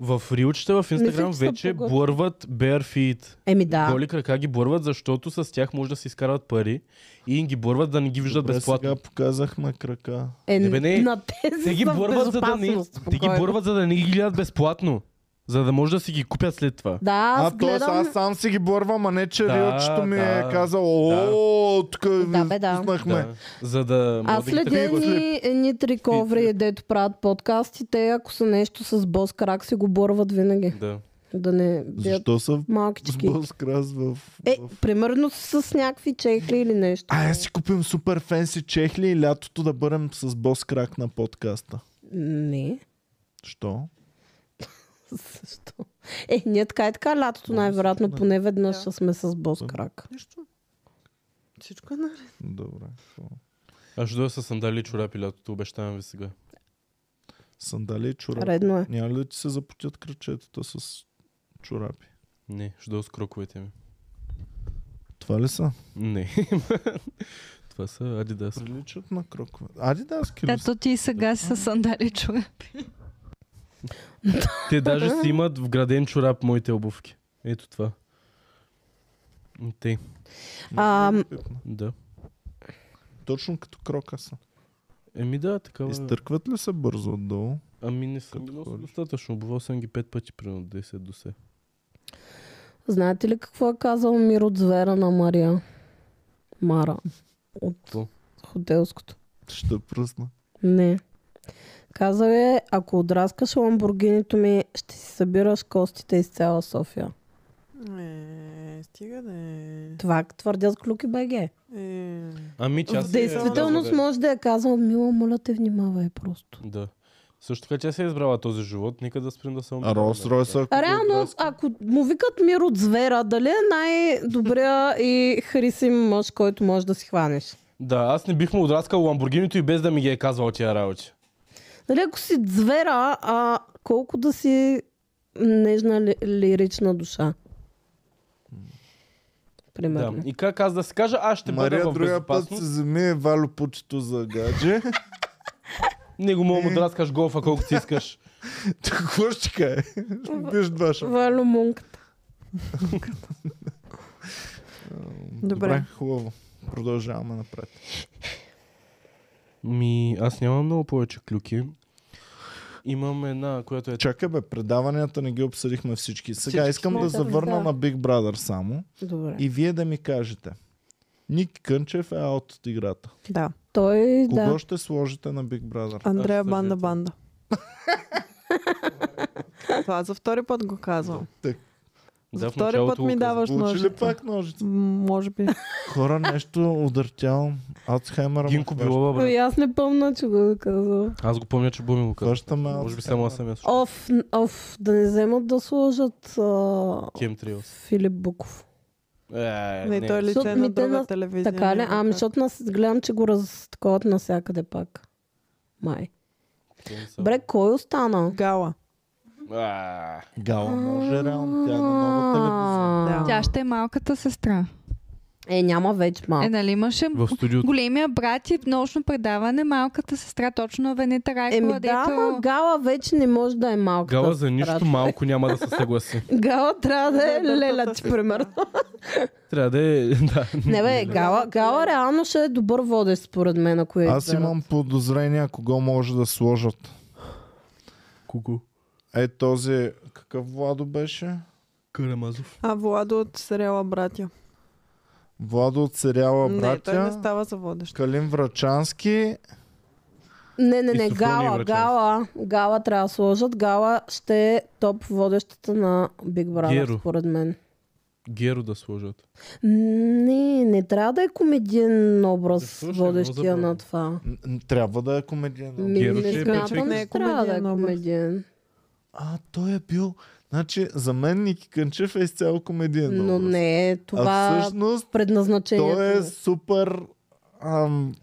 Speaker 4: В рилчета в Инстаграм
Speaker 3: че съм
Speaker 4: вече
Speaker 3: по-готина.
Speaker 4: блърват bare feet.
Speaker 3: Еми да.
Speaker 4: Голи крака ги бърват, защото с тях може да си изкарват пари и им ги бърват да не ги виждат
Speaker 1: Добре,
Speaker 4: безплатно.
Speaker 1: сега показахме крака.
Speaker 3: Е,
Speaker 4: Не, бе, не.
Speaker 3: На тези
Speaker 4: Те ги
Speaker 3: са в
Speaker 4: бърват, за да не,
Speaker 3: безопасност,
Speaker 4: те ги
Speaker 3: спокойно.
Speaker 4: бърват, за да не ги гледат безплатно. За да може да си ги купят след това.
Speaker 3: Да, аз
Speaker 1: а,
Speaker 3: гледам...
Speaker 1: т.е. аз сам си ги бървам, а не че
Speaker 4: Да,
Speaker 1: рилчето ми
Speaker 4: да.
Speaker 1: е казало, о, тук ви
Speaker 3: Да, бе, да.
Speaker 1: спуснахме.
Speaker 4: Да, за да
Speaker 3: Аз
Speaker 4: мога да ги
Speaker 3: следя
Speaker 4: такива.
Speaker 3: едни, едни три коври, дето правят подкасти. Те, ако са нещо с бос крак, си го борват винаги.
Speaker 4: Да.
Speaker 3: Да не бият
Speaker 1: Защо са
Speaker 3: малки
Speaker 1: с
Speaker 3: чеки.
Speaker 1: бос крас в...
Speaker 3: Е,
Speaker 1: в...
Speaker 3: примерно с някакви чехли или нещо.
Speaker 4: е.
Speaker 1: А, я си купим супер фенси чехли и лятото да бъдем с бос крак на подкаста.
Speaker 3: Не.
Speaker 1: Що?
Speaker 3: Защо? Е, ние така и така лятото
Speaker 4: Ами,
Speaker 3: най-вероятно поне веднъж ще сме с бос крак.
Speaker 2: Нищо. Всичко е наред.
Speaker 1: Добре.
Speaker 4: Аз ще дойда с сандали и чорапи лятото, обещавам ви сега.
Speaker 1: Сандали и чорапи.
Speaker 3: Редно е.
Speaker 1: Няма ли да ти се запотят кръчетата с чорапи?
Speaker 4: Не, ще дойда с кроковете ми.
Speaker 1: Това ли са?
Speaker 4: Не. Това са Адидас.
Speaker 1: Приличат на крокове. Ади да, аз
Speaker 6: Да, то ти и сега си с сандали чура.
Speaker 4: Те даже си имат вграден чорап моите обувки. Ето това. М, Те,
Speaker 3: А,
Speaker 4: да.
Speaker 1: е Точно като крока са.
Speaker 4: Еми да, такава.
Speaker 1: Изтъркват ли се бързо отдолу?
Speaker 4: Ами не съм
Speaker 1: Като
Speaker 4: но са
Speaker 1: ходиш.
Speaker 4: достатъчно. Обувал съм ги пет пъти, примерно 10 до 10.
Speaker 3: знаете ли какво е казал Мир от звера на Мария? Мара. От
Speaker 4: Какво?
Speaker 3: хотелското.
Speaker 1: Ще пръсна.
Speaker 3: Не. Каза е, ако отраскаш ламбургинито ми, ще си събираш костите из цяла София.
Speaker 2: Е, стига да е.
Speaker 3: Това твърдят с клюки БГ.
Speaker 2: Е,
Speaker 4: Ами тя си
Speaker 3: В
Speaker 4: е
Speaker 3: действителност
Speaker 4: избрала-
Speaker 3: може да е казал, мила, моля те, внимавай просто.
Speaker 4: Да. Също така тя се е избрала този живот, нека да спрем да съм.
Speaker 1: А Ролс Ройс, ако го
Speaker 3: Реално,
Speaker 1: отраска-
Speaker 3: ако му викат мир от звера, дали е най-добрия и харисим мъж, който можеш да си хванеш?
Speaker 4: Да, аз не бих му отраскал ламбургинито и без да ми ги е казвал тия работи.
Speaker 3: Дали Нали, ако си звера, а колко да си нежна ли, лирична душа?
Speaker 4: Да.
Speaker 3: Примерно.
Speaker 4: И как аз да се кажа, аз ще
Speaker 1: Мария
Speaker 4: бъда в
Speaker 1: другия път
Speaker 4: безопасност.
Speaker 1: се вземи Валю пучето за гадже.
Speaker 4: Не го
Speaker 1: Е.
Speaker 4: мога му да разкаш голфа колкото си искаш.
Speaker 1: Та Какво ще кае? Ще биеш два шапа.
Speaker 3: Валю Мунк
Speaker 2: Добре.
Speaker 1: Хубаво. Продължаваме напред.
Speaker 4: Ми, аз нямам много повече клюки. Имам една, която е...
Speaker 1: Чакай бе, предаванията не ги обсъдихме всички. Сега
Speaker 3: Всички
Speaker 1: искам
Speaker 3: сме
Speaker 1: да
Speaker 3: да
Speaker 1: завърна
Speaker 3: раздава.
Speaker 1: на Big Brother само.
Speaker 3: Добре.
Speaker 1: И вие да ми кажете. Ник Кънчев е аут от играта.
Speaker 2: Да.
Speaker 3: Той,
Speaker 1: Кого
Speaker 3: да.
Speaker 1: ще сложите на Big Brother?
Speaker 2: Андрея
Speaker 4: Аз
Speaker 2: Банда
Speaker 4: съжалявам.
Speaker 2: Банда. Това за втори път го казвам. За
Speaker 4: Да, в
Speaker 2: втори път
Speaker 4: началото го
Speaker 2: ми
Speaker 4: казах.
Speaker 2: даваш
Speaker 1: Получи ли
Speaker 2: ножица.
Speaker 1: пак Е, ножица?
Speaker 2: М, Може би.
Speaker 1: Хора, нещо удартял. Ацхаймера.
Speaker 4: Гинко
Speaker 1: било.
Speaker 4: било, бе.
Speaker 3: Ами аз не помня, че го е казал.
Speaker 4: Аз го помня, че Буми го каза.
Speaker 1: Хващаме
Speaker 4: Може би само аз съм я слушал.
Speaker 3: Оф, н- оф, да не вземат да сложат а...
Speaker 4: Кем Триос.
Speaker 3: Филип Буков.
Speaker 4: Е,
Speaker 2: Не, той е
Speaker 3: Защото
Speaker 2: лице
Speaker 3: ми
Speaker 2: на
Speaker 3: те
Speaker 2: друга
Speaker 3: на-
Speaker 1: Е,
Speaker 2: телевизия.
Speaker 3: Така ли?
Speaker 2: няма
Speaker 3: Ами,
Speaker 2: как.
Speaker 3: защото нас, гледам, че го разтаковат навсякъде пак. Май.
Speaker 4: Кем са.
Speaker 3: Бре, кой остана?
Speaker 2: Гала.
Speaker 4: А,
Speaker 1: Гала може реално. Тя е на нова телевизия.
Speaker 3: А,
Speaker 2: Да.
Speaker 6: Тя ще е малката сестра.
Speaker 3: Е, няма вече
Speaker 6: Е,
Speaker 3: малко.
Speaker 6: нали имаше
Speaker 4: В студиото.
Speaker 6: големия брат и в нощно предаване малката сестра, точно Венета Райкова,
Speaker 3: Еми да, ама
Speaker 6: дето...
Speaker 3: Гала вече не може да е малка.
Speaker 4: Гала за нищо малко няма да се съгласи.
Speaker 3: Гала трябва да е
Speaker 2: Да, да,
Speaker 3: леля
Speaker 2: да,
Speaker 3: ти,
Speaker 2: да.
Speaker 3: примерно.
Speaker 4: Трябва да е... Да.
Speaker 3: Не бе, Гала, Гала реално ще е добър водещ, според мен, ако е я
Speaker 1: Аз
Speaker 3: изберат.
Speaker 1: имам подозрение кого може да сложат.
Speaker 4: Кого?
Speaker 1: Е този, какъв Владо беше?
Speaker 4: Карамазов.
Speaker 2: А, Владо от сериала Братя.
Speaker 1: Владо от сериала
Speaker 2: Не, той не
Speaker 1: Братя.
Speaker 2: става за водещ.
Speaker 1: Калин Врачански.
Speaker 3: Не, не,
Speaker 4: И
Speaker 3: не,
Speaker 4: Софрония
Speaker 3: Гала,
Speaker 4: връча.
Speaker 3: Гала, Гала трябва да сложат. Гала ще е топ водещата на Big Brother,
Speaker 4: Геро.
Speaker 3: според мен.
Speaker 4: Геро да сложат.
Speaker 3: Не, не трябва да е комедиен образ
Speaker 4: Защо ще е много
Speaker 3: водещия
Speaker 4: забавно?
Speaker 3: на това.
Speaker 1: Н- н- Трябва да е комедиен.
Speaker 3: Ми,
Speaker 4: Геро
Speaker 3: не
Speaker 4: ще е
Speaker 3: смятам,
Speaker 2: печен. Не
Speaker 3: че
Speaker 2: е
Speaker 3: трябва да е
Speaker 2: комедиен образ.
Speaker 3: комедиен.
Speaker 1: А, той е бил... Значи, за мен Ники Кънчев е изцяло комедиен.
Speaker 3: Но
Speaker 1: образ.
Speaker 3: не е
Speaker 1: А
Speaker 3: това
Speaker 1: всъщност,
Speaker 3: предназначението.
Speaker 1: той е
Speaker 3: му.
Speaker 1: супер ам,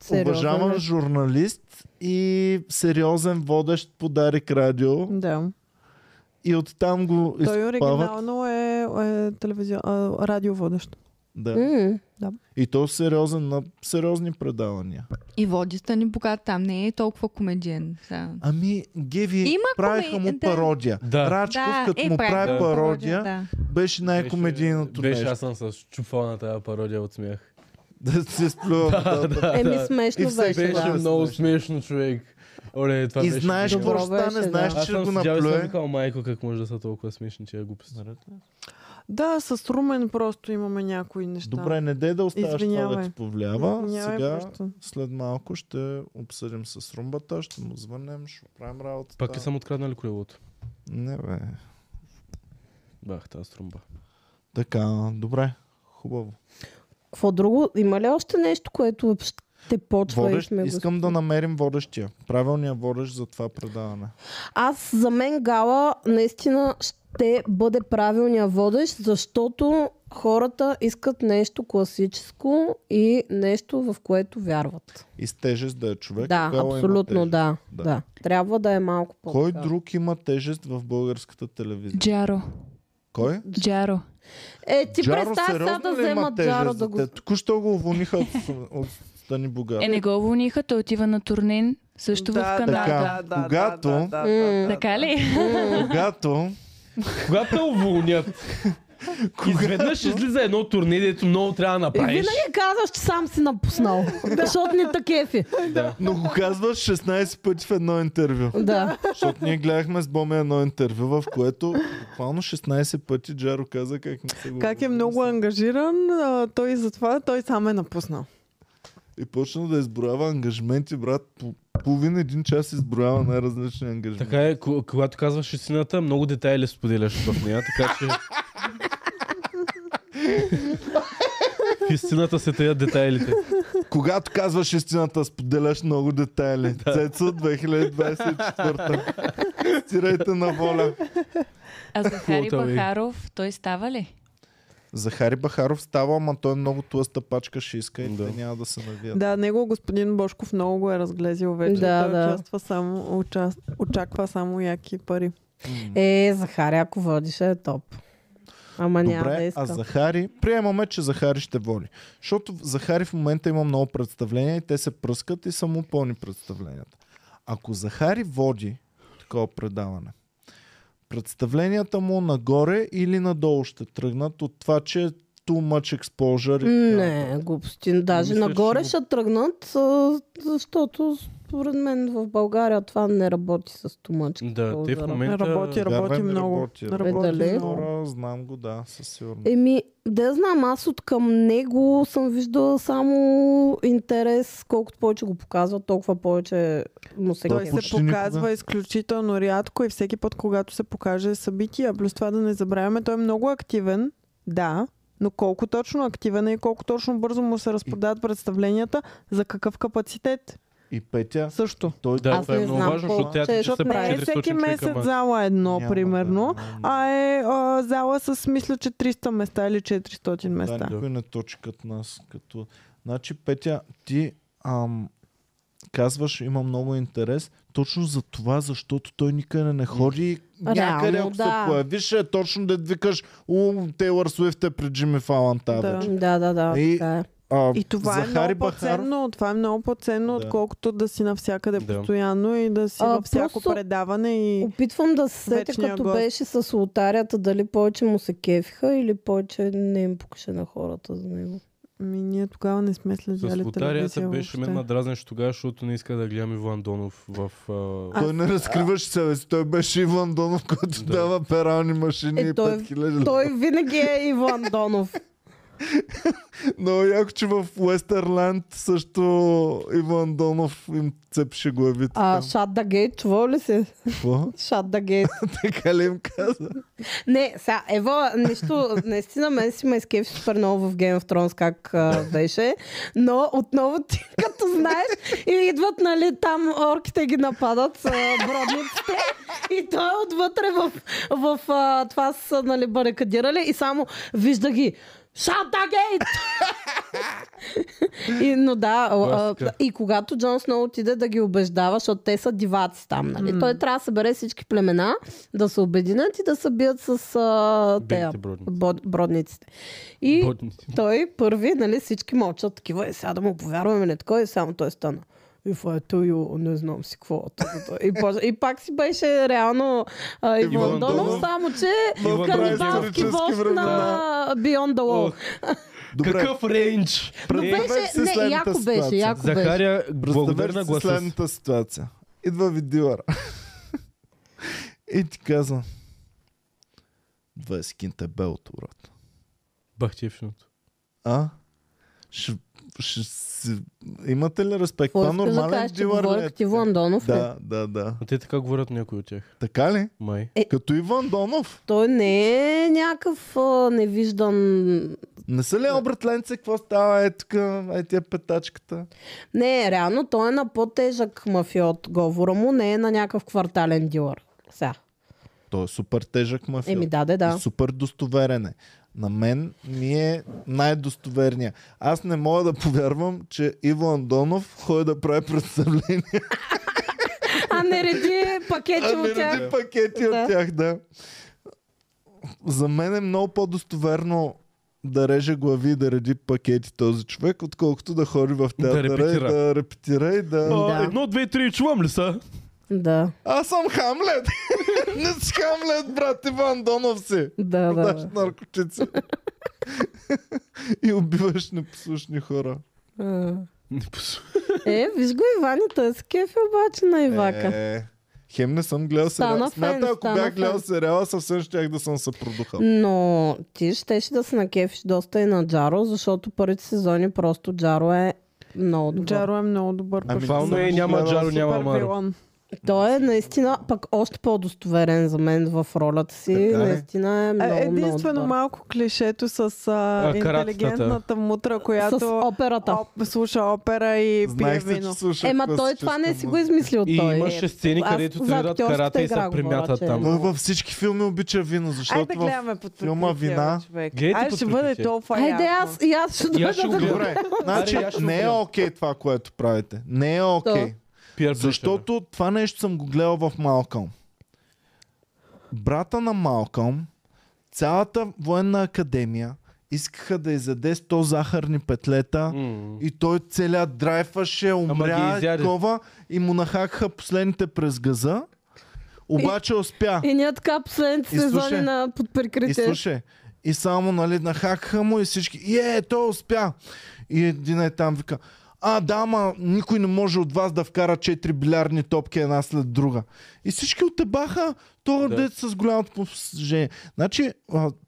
Speaker 3: Сериозен
Speaker 1: уважаван
Speaker 3: е.
Speaker 1: журналист и сериозен водещ по Дарик Радио.
Speaker 2: Да.
Speaker 1: И оттам го
Speaker 2: Той е
Speaker 1: изкопават.
Speaker 2: оригинално е, е телевизия, а, радиоводещ.
Speaker 1: Да.
Speaker 3: М,
Speaker 1: И то сериозен на сериозни предавания.
Speaker 6: И водиста ни богат там не е толкова комедиен. Да.
Speaker 1: Ами, Геви
Speaker 6: Има
Speaker 1: правиха
Speaker 6: коме-
Speaker 1: му
Speaker 6: да.
Speaker 1: пародия.
Speaker 4: Да.
Speaker 1: Рачков, като
Speaker 6: е,
Speaker 1: му прави
Speaker 6: правилно,
Speaker 1: пародия,
Speaker 6: Да.
Speaker 1: беше най-комедийното
Speaker 4: беше,
Speaker 1: нещо.
Speaker 4: аз съм с чупала на тази пародия от смях.
Speaker 1: Да се сплюва. да, да.
Speaker 3: Еми
Speaker 1: И
Speaker 3: смешно
Speaker 1: все
Speaker 3: беше,
Speaker 4: Беше
Speaker 1: да.
Speaker 3: да.
Speaker 4: много
Speaker 1: Беше.
Speaker 4: смешно, човек. Оле, това
Speaker 1: И
Speaker 4: беше
Speaker 1: знаеш
Speaker 4: гениално.
Speaker 3: Добро
Speaker 1: какво ще стане,
Speaker 3: беше,
Speaker 1: знаеш,
Speaker 3: да.
Speaker 4: Аз
Speaker 1: че
Speaker 4: съм
Speaker 1: го
Speaker 4: седял и съм
Speaker 1: наплюе.
Speaker 4: викал, майко, как може да са толкова смешни тия глупости.
Speaker 2: Да, с Румен просто имаме някои неща.
Speaker 1: Добре, не дей да оставаш това да
Speaker 2: Извинявай.
Speaker 1: ти повлиява.
Speaker 2: Извинявай
Speaker 1: Сега,
Speaker 2: просто.
Speaker 1: след малко ще обсъдим с румбата, ще му звънем, ще правим работата.
Speaker 4: Пак ли съм откраднали колелото?
Speaker 1: Не бе.
Speaker 4: Бах, тази струмба.
Speaker 1: Така, добре. Хубаво.
Speaker 3: Какво друго? Има ли още нещо, което ще почва и
Speaker 1: Водещ,
Speaker 3: сме го
Speaker 1: искам да намерим водещия. Правилния водещ за това предаване.
Speaker 3: Аз за мен Гала наистина ще бъде правилния водещ, защото хората искат нещо класическо и нещо, в което вярват.
Speaker 1: И с тежест да е човек.
Speaker 3: да,
Speaker 1: Гала има
Speaker 3: абсолютно
Speaker 1: тежест.
Speaker 3: да,
Speaker 1: Да.
Speaker 3: да. да. Трябва да е малко по
Speaker 1: Кой друг има тежест в българската телевизия?
Speaker 8: Джаро.
Speaker 1: Кой?
Speaker 8: Джаро.
Speaker 3: Е, ти
Speaker 1: Джаро,
Speaker 3: представя сега да
Speaker 1: сериозно ли има
Speaker 3: вземат
Speaker 1: тежест?
Speaker 3: Джаро
Speaker 1: за
Speaker 3: да го...
Speaker 1: те? Току-що го уволниха от, от Стани Богат.
Speaker 8: Е, не го уволниха, той отива на турнин, също в Канада.
Speaker 1: Така, когато-
Speaker 3: М.
Speaker 8: Така ли?
Speaker 1: Когато...
Speaker 4: Когато те уволнят, изведнъж излиза едно турне, дето много трябва да
Speaker 3: И
Speaker 4: направиш.
Speaker 3: винаги казваш, че сам си напуснал, защото не такефи.
Speaker 1: Но го казваш 16 пъти в едно интервю.
Speaker 3: Да.
Speaker 1: Защото ние гледахме с Боми едно интервю, в което буквално 16 пъти Джаро каза как не се го...
Speaker 2: Как е много ангажиран, а, той затова той сам е напуснал.
Speaker 1: И почна да изброява ангажменти, брат. По половин един час изброява най-различни ангажменти.
Speaker 4: Така е, ко- когато казваш истината, много детайли споделяш в нея, така че... В истината се таят детайлите.
Speaker 1: Когато казваш истината, споделяш много детайли. Да. Цецо 2024. Стирайте на воля.
Speaker 8: А Захари
Speaker 4: Хубаво, Тави.
Speaker 8: Бахаров, той става ли?
Speaker 1: Захари Бахаров става, ама той е много тлъста пачка ще иска и да. те няма да се навият.
Speaker 2: Да, него господин Бошков много го е разглезил вече.
Speaker 3: Да,
Speaker 2: той
Speaker 3: да.
Speaker 2: Участва само, уча... очаква само яки пари.
Speaker 3: Е, Захаря, ако водиш, е топ. Ама няма да
Speaker 1: Добре,
Speaker 3: иска.
Speaker 1: а Захари, приемаме, че Захари ще води. Защото в- Захари в момента има много представления и те се пръскат и са му пълни представленията. Ако Захари води такова предаване, представленията му нагоре или надолу ще тръгнат от това, че е too much exposure. и така
Speaker 3: Не, глупости. Даже
Speaker 4: Мисля, че
Speaker 3: нагоре
Speaker 4: го-
Speaker 3: ще тръгнат, а, защото според мен в България това не работи с тумачки.
Speaker 4: Да, те в момента...
Speaker 2: Работи, работи
Speaker 1: Вярвай ми,
Speaker 2: много.
Speaker 1: работи,
Speaker 2: Работи,
Speaker 3: Е, дали?
Speaker 2: много.
Speaker 1: Хора, знам го, да, със сигурност.
Speaker 3: Еми, да знам, аз от към него съм виждала само интерес, колкото повече го показва, толкова повече му се
Speaker 1: Той
Speaker 2: Той
Speaker 3: гледа.
Speaker 2: се
Speaker 1: почти
Speaker 2: показва
Speaker 1: никога.
Speaker 2: изключително рядко и всеки път, когато се покаже събития. Плюс това да не забравяме, той е много активен, да, но колко точно активен е и колко точно бързо му се разпродават представленията, за какъв капацитет
Speaker 1: И Петя,
Speaker 2: също.
Speaker 1: той
Speaker 4: Да,
Speaker 3: Аз
Speaker 4: това е
Speaker 3: не
Speaker 4: много
Speaker 3: знам
Speaker 4: важно,
Speaker 3: какво-
Speaker 4: защото тя
Speaker 3: че-
Speaker 4: тече се
Speaker 3: защото
Speaker 4: пак
Speaker 3: не
Speaker 2: Не
Speaker 3: е
Speaker 2: е
Speaker 4: 400
Speaker 2: всеки
Speaker 4: човека,
Speaker 2: месец
Speaker 4: ама-
Speaker 2: зала едно,
Speaker 1: Няма,
Speaker 2: примерно,
Speaker 1: да, няма.
Speaker 2: а е а, зала с, мисля, че 300 места или 400 места.
Speaker 1: Да, никой не точи като нас. Като... Значи, Петя, ти ам, казваш, има много интерес, точно за това, защото той никъде не ходи. и Някъде,
Speaker 3: Реално,
Speaker 1: ако
Speaker 3: да.
Speaker 1: се появиш, е точно да викаш, у, Тейлър Суифт е при Джимми Фалан тази
Speaker 2: Да.
Speaker 1: вечер.
Speaker 3: Да, да, да.
Speaker 1: И-
Speaker 3: така е.
Speaker 1: А,
Speaker 2: И това
Speaker 1: Захари
Speaker 2: е много
Speaker 1: Бахаров,
Speaker 2: по-ценно. Това е много по-ценно,
Speaker 1: Да.
Speaker 2: отколкото да си навсякъде
Speaker 4: Да.
Speaker 2: постоянно и да си
Speaker 3: А,
Speaker 2: във всяко
Speaker 3: просто-
Speaker 2: предаване. И...
Speaker 3: Опитвам да се сетя,
Speaker 2: Вечния
Speaker 3: като
Speaker 2: гост.
Speaker 3: беше с лотарията, дали повече му се кефиха или повече не им пукаше на хората за него.
Speaker 2: Ми, Ами, ние тогава не сме
Speaker 4: С
Speaker 2: следяли
Speaker 4: лотарията
Speaker 2: нали, телевизия
Speaker 4: беше
Speaker 2: въобще.
Speaker 4: мен надразнеш тогава, защото не иска да гледам Иван Донов в... а,
Speaker 1: той не разкриваше себе си. Той беше Иван Донов, който
Speaker 4: Да.
Speaker 1: дава перални машини
Speaker 3: Е,
Speaker 1: и
Speaker 3: той-
Speaker 1: 5000 лева.
Speaker 3: Той винаги е Иван Донов.
Speaker 1: Но яко, че в Уестерланд също Иван Донов им цепеше главите.
Speaker 3: А,
Speaker 1: там.
Speaker 3: шат да гей, чува ли се?
Speaker 1: Какво?
Speaker 3: Шат да гей.
Speaker 1: така ли им каза?
Speaker 3: Не, сега, ево, нещо, наистина мен си ме изкефи супер много в Game of Thrones, как а, беше, но отново ти, като знаеш, и идват, нали, там орките ги нападат с а, бродниците и той е отвътре в, в а, това са, нали, барикадирали и само вижда ги. Shut the gate! и, но да, а,
Speaker 4: Класика.
Speaker 3: и когато Джон Сноу отиде да ги убеждава, защото те са диваци там, нали?
Speaker 2: М.
Speaker 3: Той трябва да събере всички племена, да се обединят и да се бият с а, тея,
Speaker 4: Белите бродници.
Speaker 3: бод- бродниците. И
Speaker 4: Ботници.
Speaker 3: той първи, нали, всички мълчат такива, е, сега да му повярваме, не такова, и само той стана. И I tell you, не знам си какво. та, та, та. И, пож- и пак си беше реално а, Иван,
Speaker 1: Е, Иван
Speaker 3: Донов,
Speaker 1: Донов.
Speaker 3: само че
Speaker 4: Иван Донов,
Speaker 3: канибалски
Speaker 1: исторически
Speaker 3: вожд на
Speaker 1: времена.
Speaker 3: Beyond the Wall.
Speaker 4: Ох, Какъв рейндж!
Speaker 3: Но
Speaker 1: представете
Speaker 3: беше,
Speaker 1: си
Speaker 3: не,
Speaker 1: е, следната
Speaker 3: яко беше,
Speaker 1: ситуация.
Speaker 3: яко беше.
Speaker 4: Захария, благодаря на
Speaker 1: Представете си
Speaker 4: гласа. си.
Speaker 1: следната ситуация. Идва ви дилър. и ти казва 20 кинта е белото, брат.
Speaker 4: Бах ти е ефшното.
Speaker 1: А? Ще, ще, си- имате ли респект?
Speaker 3: Какво
Speaker 1: Това
Speaker 3: искаш да
Speaker 1: нормален
Speaker 3: кажеш, че
Speaker 1: дилър
Speaker 3: говори
Speaker 1: ли е?
Speaker 3: като Иван Донов? Да.
Speaker 1: Да, да, да.
Speaker 4: А те така говорят някои от тях.
Speaker 1: Така ли?
Speaker 4: Май.
Speaker 1: Като Иван Донов.
Speaker 3: Той не е някакъв а, невиждан
Speaker 1: Не са ли обратленце, какво става? Е тук, е тия петачката.
Speaker 3: Не, реално той е на по-тежък мафиот. Говора му не е на някакъв квартален дилър. Сега.
Speaker 1: Той е супер тежък мафиот.
Speaker 3: Еми, да, да, да.
Speaker 1: И супер достоверен е. На мен ми е най-достоверния. Аз не мога да повярвам, че Иво Андонов ходи да прави представление.
Speaker 3: А не реди пакети
Speaker 1: а не
Speaker 3: от тях.
Speaker 1: Ами, ради пакети
Speaker 3: Да.
Speaker 1: от тях, да. За мен е много по-достоверно да реже глави и да реди пакети този човек, отколкото да ходи в
Speaker 4: Да
Speaker 1: театъра и
Speaker 4: репетира.
Speaker 1: да репетира и да...
Speaker 4: А, Едно, две, три, чувам ли са?
Speaker 3: Да,
Speaker 1: Аз съм Хамлет! не си Хамлет, брат Иван Донов си!
Speaker 3: да, да.
Speaker 1: Продаш
Speaker 3: да.
Speaker 1: наркотици. и убиваш непослушни хора.
Speaker 3: А.
Speaker 4: Не пос-
Speaker 3: Е, виж го Ивани, той се кефи обаче на Ивака.
Speaker 1: Е, хем не съм гледал сериала.
Speaker 3: Стана фен,
Speaker 1: Смята, ако
Speaker 3: стана
Speaker 1: бях гледал
Speaker 3: фен.
Speaker 1: сериала, съвсем щях да съм се продухал.
Speaker 3: Но ти щеше да се накефиш доста и на Джаро, защото първите сезони просто Джаро е много добър.
Speaker 2: Джаро е много добър
Speaker 1: Ами,
Speaker 2: баща.
Speaker 4: Буквално е, няма
Speaker 1: Супер
Speaker 4: Джаро, няма
Speaker 2: Супер
Speaker 4: Маро.
Speaker 2: вилан.
Speaker 3: Той е наистина пък още по-достоверен за мен в ролята си.
Speaker 1: Така е.
Speaker 3: наистина е много,
Speaker 2: Е,
Speaker 3: много
Speaker 2: Единствено
Speaker 3: добър.
Speaker 2: малко клишето с а,
Speaker 4: А, каратата.
Speaker 2: интелигентната мутра, която
Speaker 3: С операта.
Speaker 2: оп, слуша опера и пие
Speaker 1: Знаех се, че
Speaker 2: вино.
Speaker 1: слушах
Speaker 3: Ема той
Speaker 1: класическа
Speaker 3: това не си го е
Speaker 1: музика.
Speaker 3: измислил
Speaker 4: И
Speaker 3: той.
Speaker 4: имаше сцени,
Speaker 3: аз
Speaker 4: където
Speaker 3: за
Speaker 4: тренират
Speaker 3: актьорската
Speaker 4: карата и се
Speaker 3: игра
Speaker 4: премятат
Speaker 3: говоря, че-
Speaker 4: там.
Speaker 1: Той във всички филми обича вино, защото...
Speaker 2: Айде да
Speaker 1: в-
Speaker 2: гледаме под
Speaker 1: филма
Speaker 2: прикритие,
Speaker 1: Вина.
Speaker 2: бе, човек.
Speaker 4: Гледайте
Speaker 2: Айде
Speaker 4: под
Speaker 2: ще бъде
Speaker 4: прикритие.
Speaker 2: толкова
Speaker 3: Айде
Speaker 2: ясно.
Speaker 3: аз, и аз ще
Speaker 4: И аз ще
Speaker 3: дойда
Speaker 4: го
Speaker 3: да
Speaker 4: гледам.
Speaker 1: Добре,
Speaker 3: го
Speaker 1: значи
Speaker 4: Аре, аз ще го
Speaker 1: не е
Speaker 4: гледам.
Speaker 1: окей това, което правите. Не е
Speaker 3: Да.
Speaker 1: окей.
Speaker 4: Пиер Защото...
Speaker 1: Защото това нещо съм го гледал в Малкълм. Брата на Малкълм, цялата военна академия, искаха да изяде 100 захарни петлета и той целият драйфаше,
Speaker 4: ги
Speaker 1: умря,
Speaker 4: изяде.
Speaker 1: такова, и му нахакаха последните през газа, обаче успя.
Speaker 3: И ние така последните
Speaker 1: И слушай.
Speaker 3: сезони на под
Speaker 1: И
Speaker 3: прикритие.
Speaker 1: слушай, и само, нали, нахакаха му и всички, е, той успя. И един е там вика, а, да, ама никой не може от вас да вкара 4 билярни топки една след друга. И всички отебаха това
Speaker 4: Да.
Speaker 1: да. дет с голямото постижение. Значи,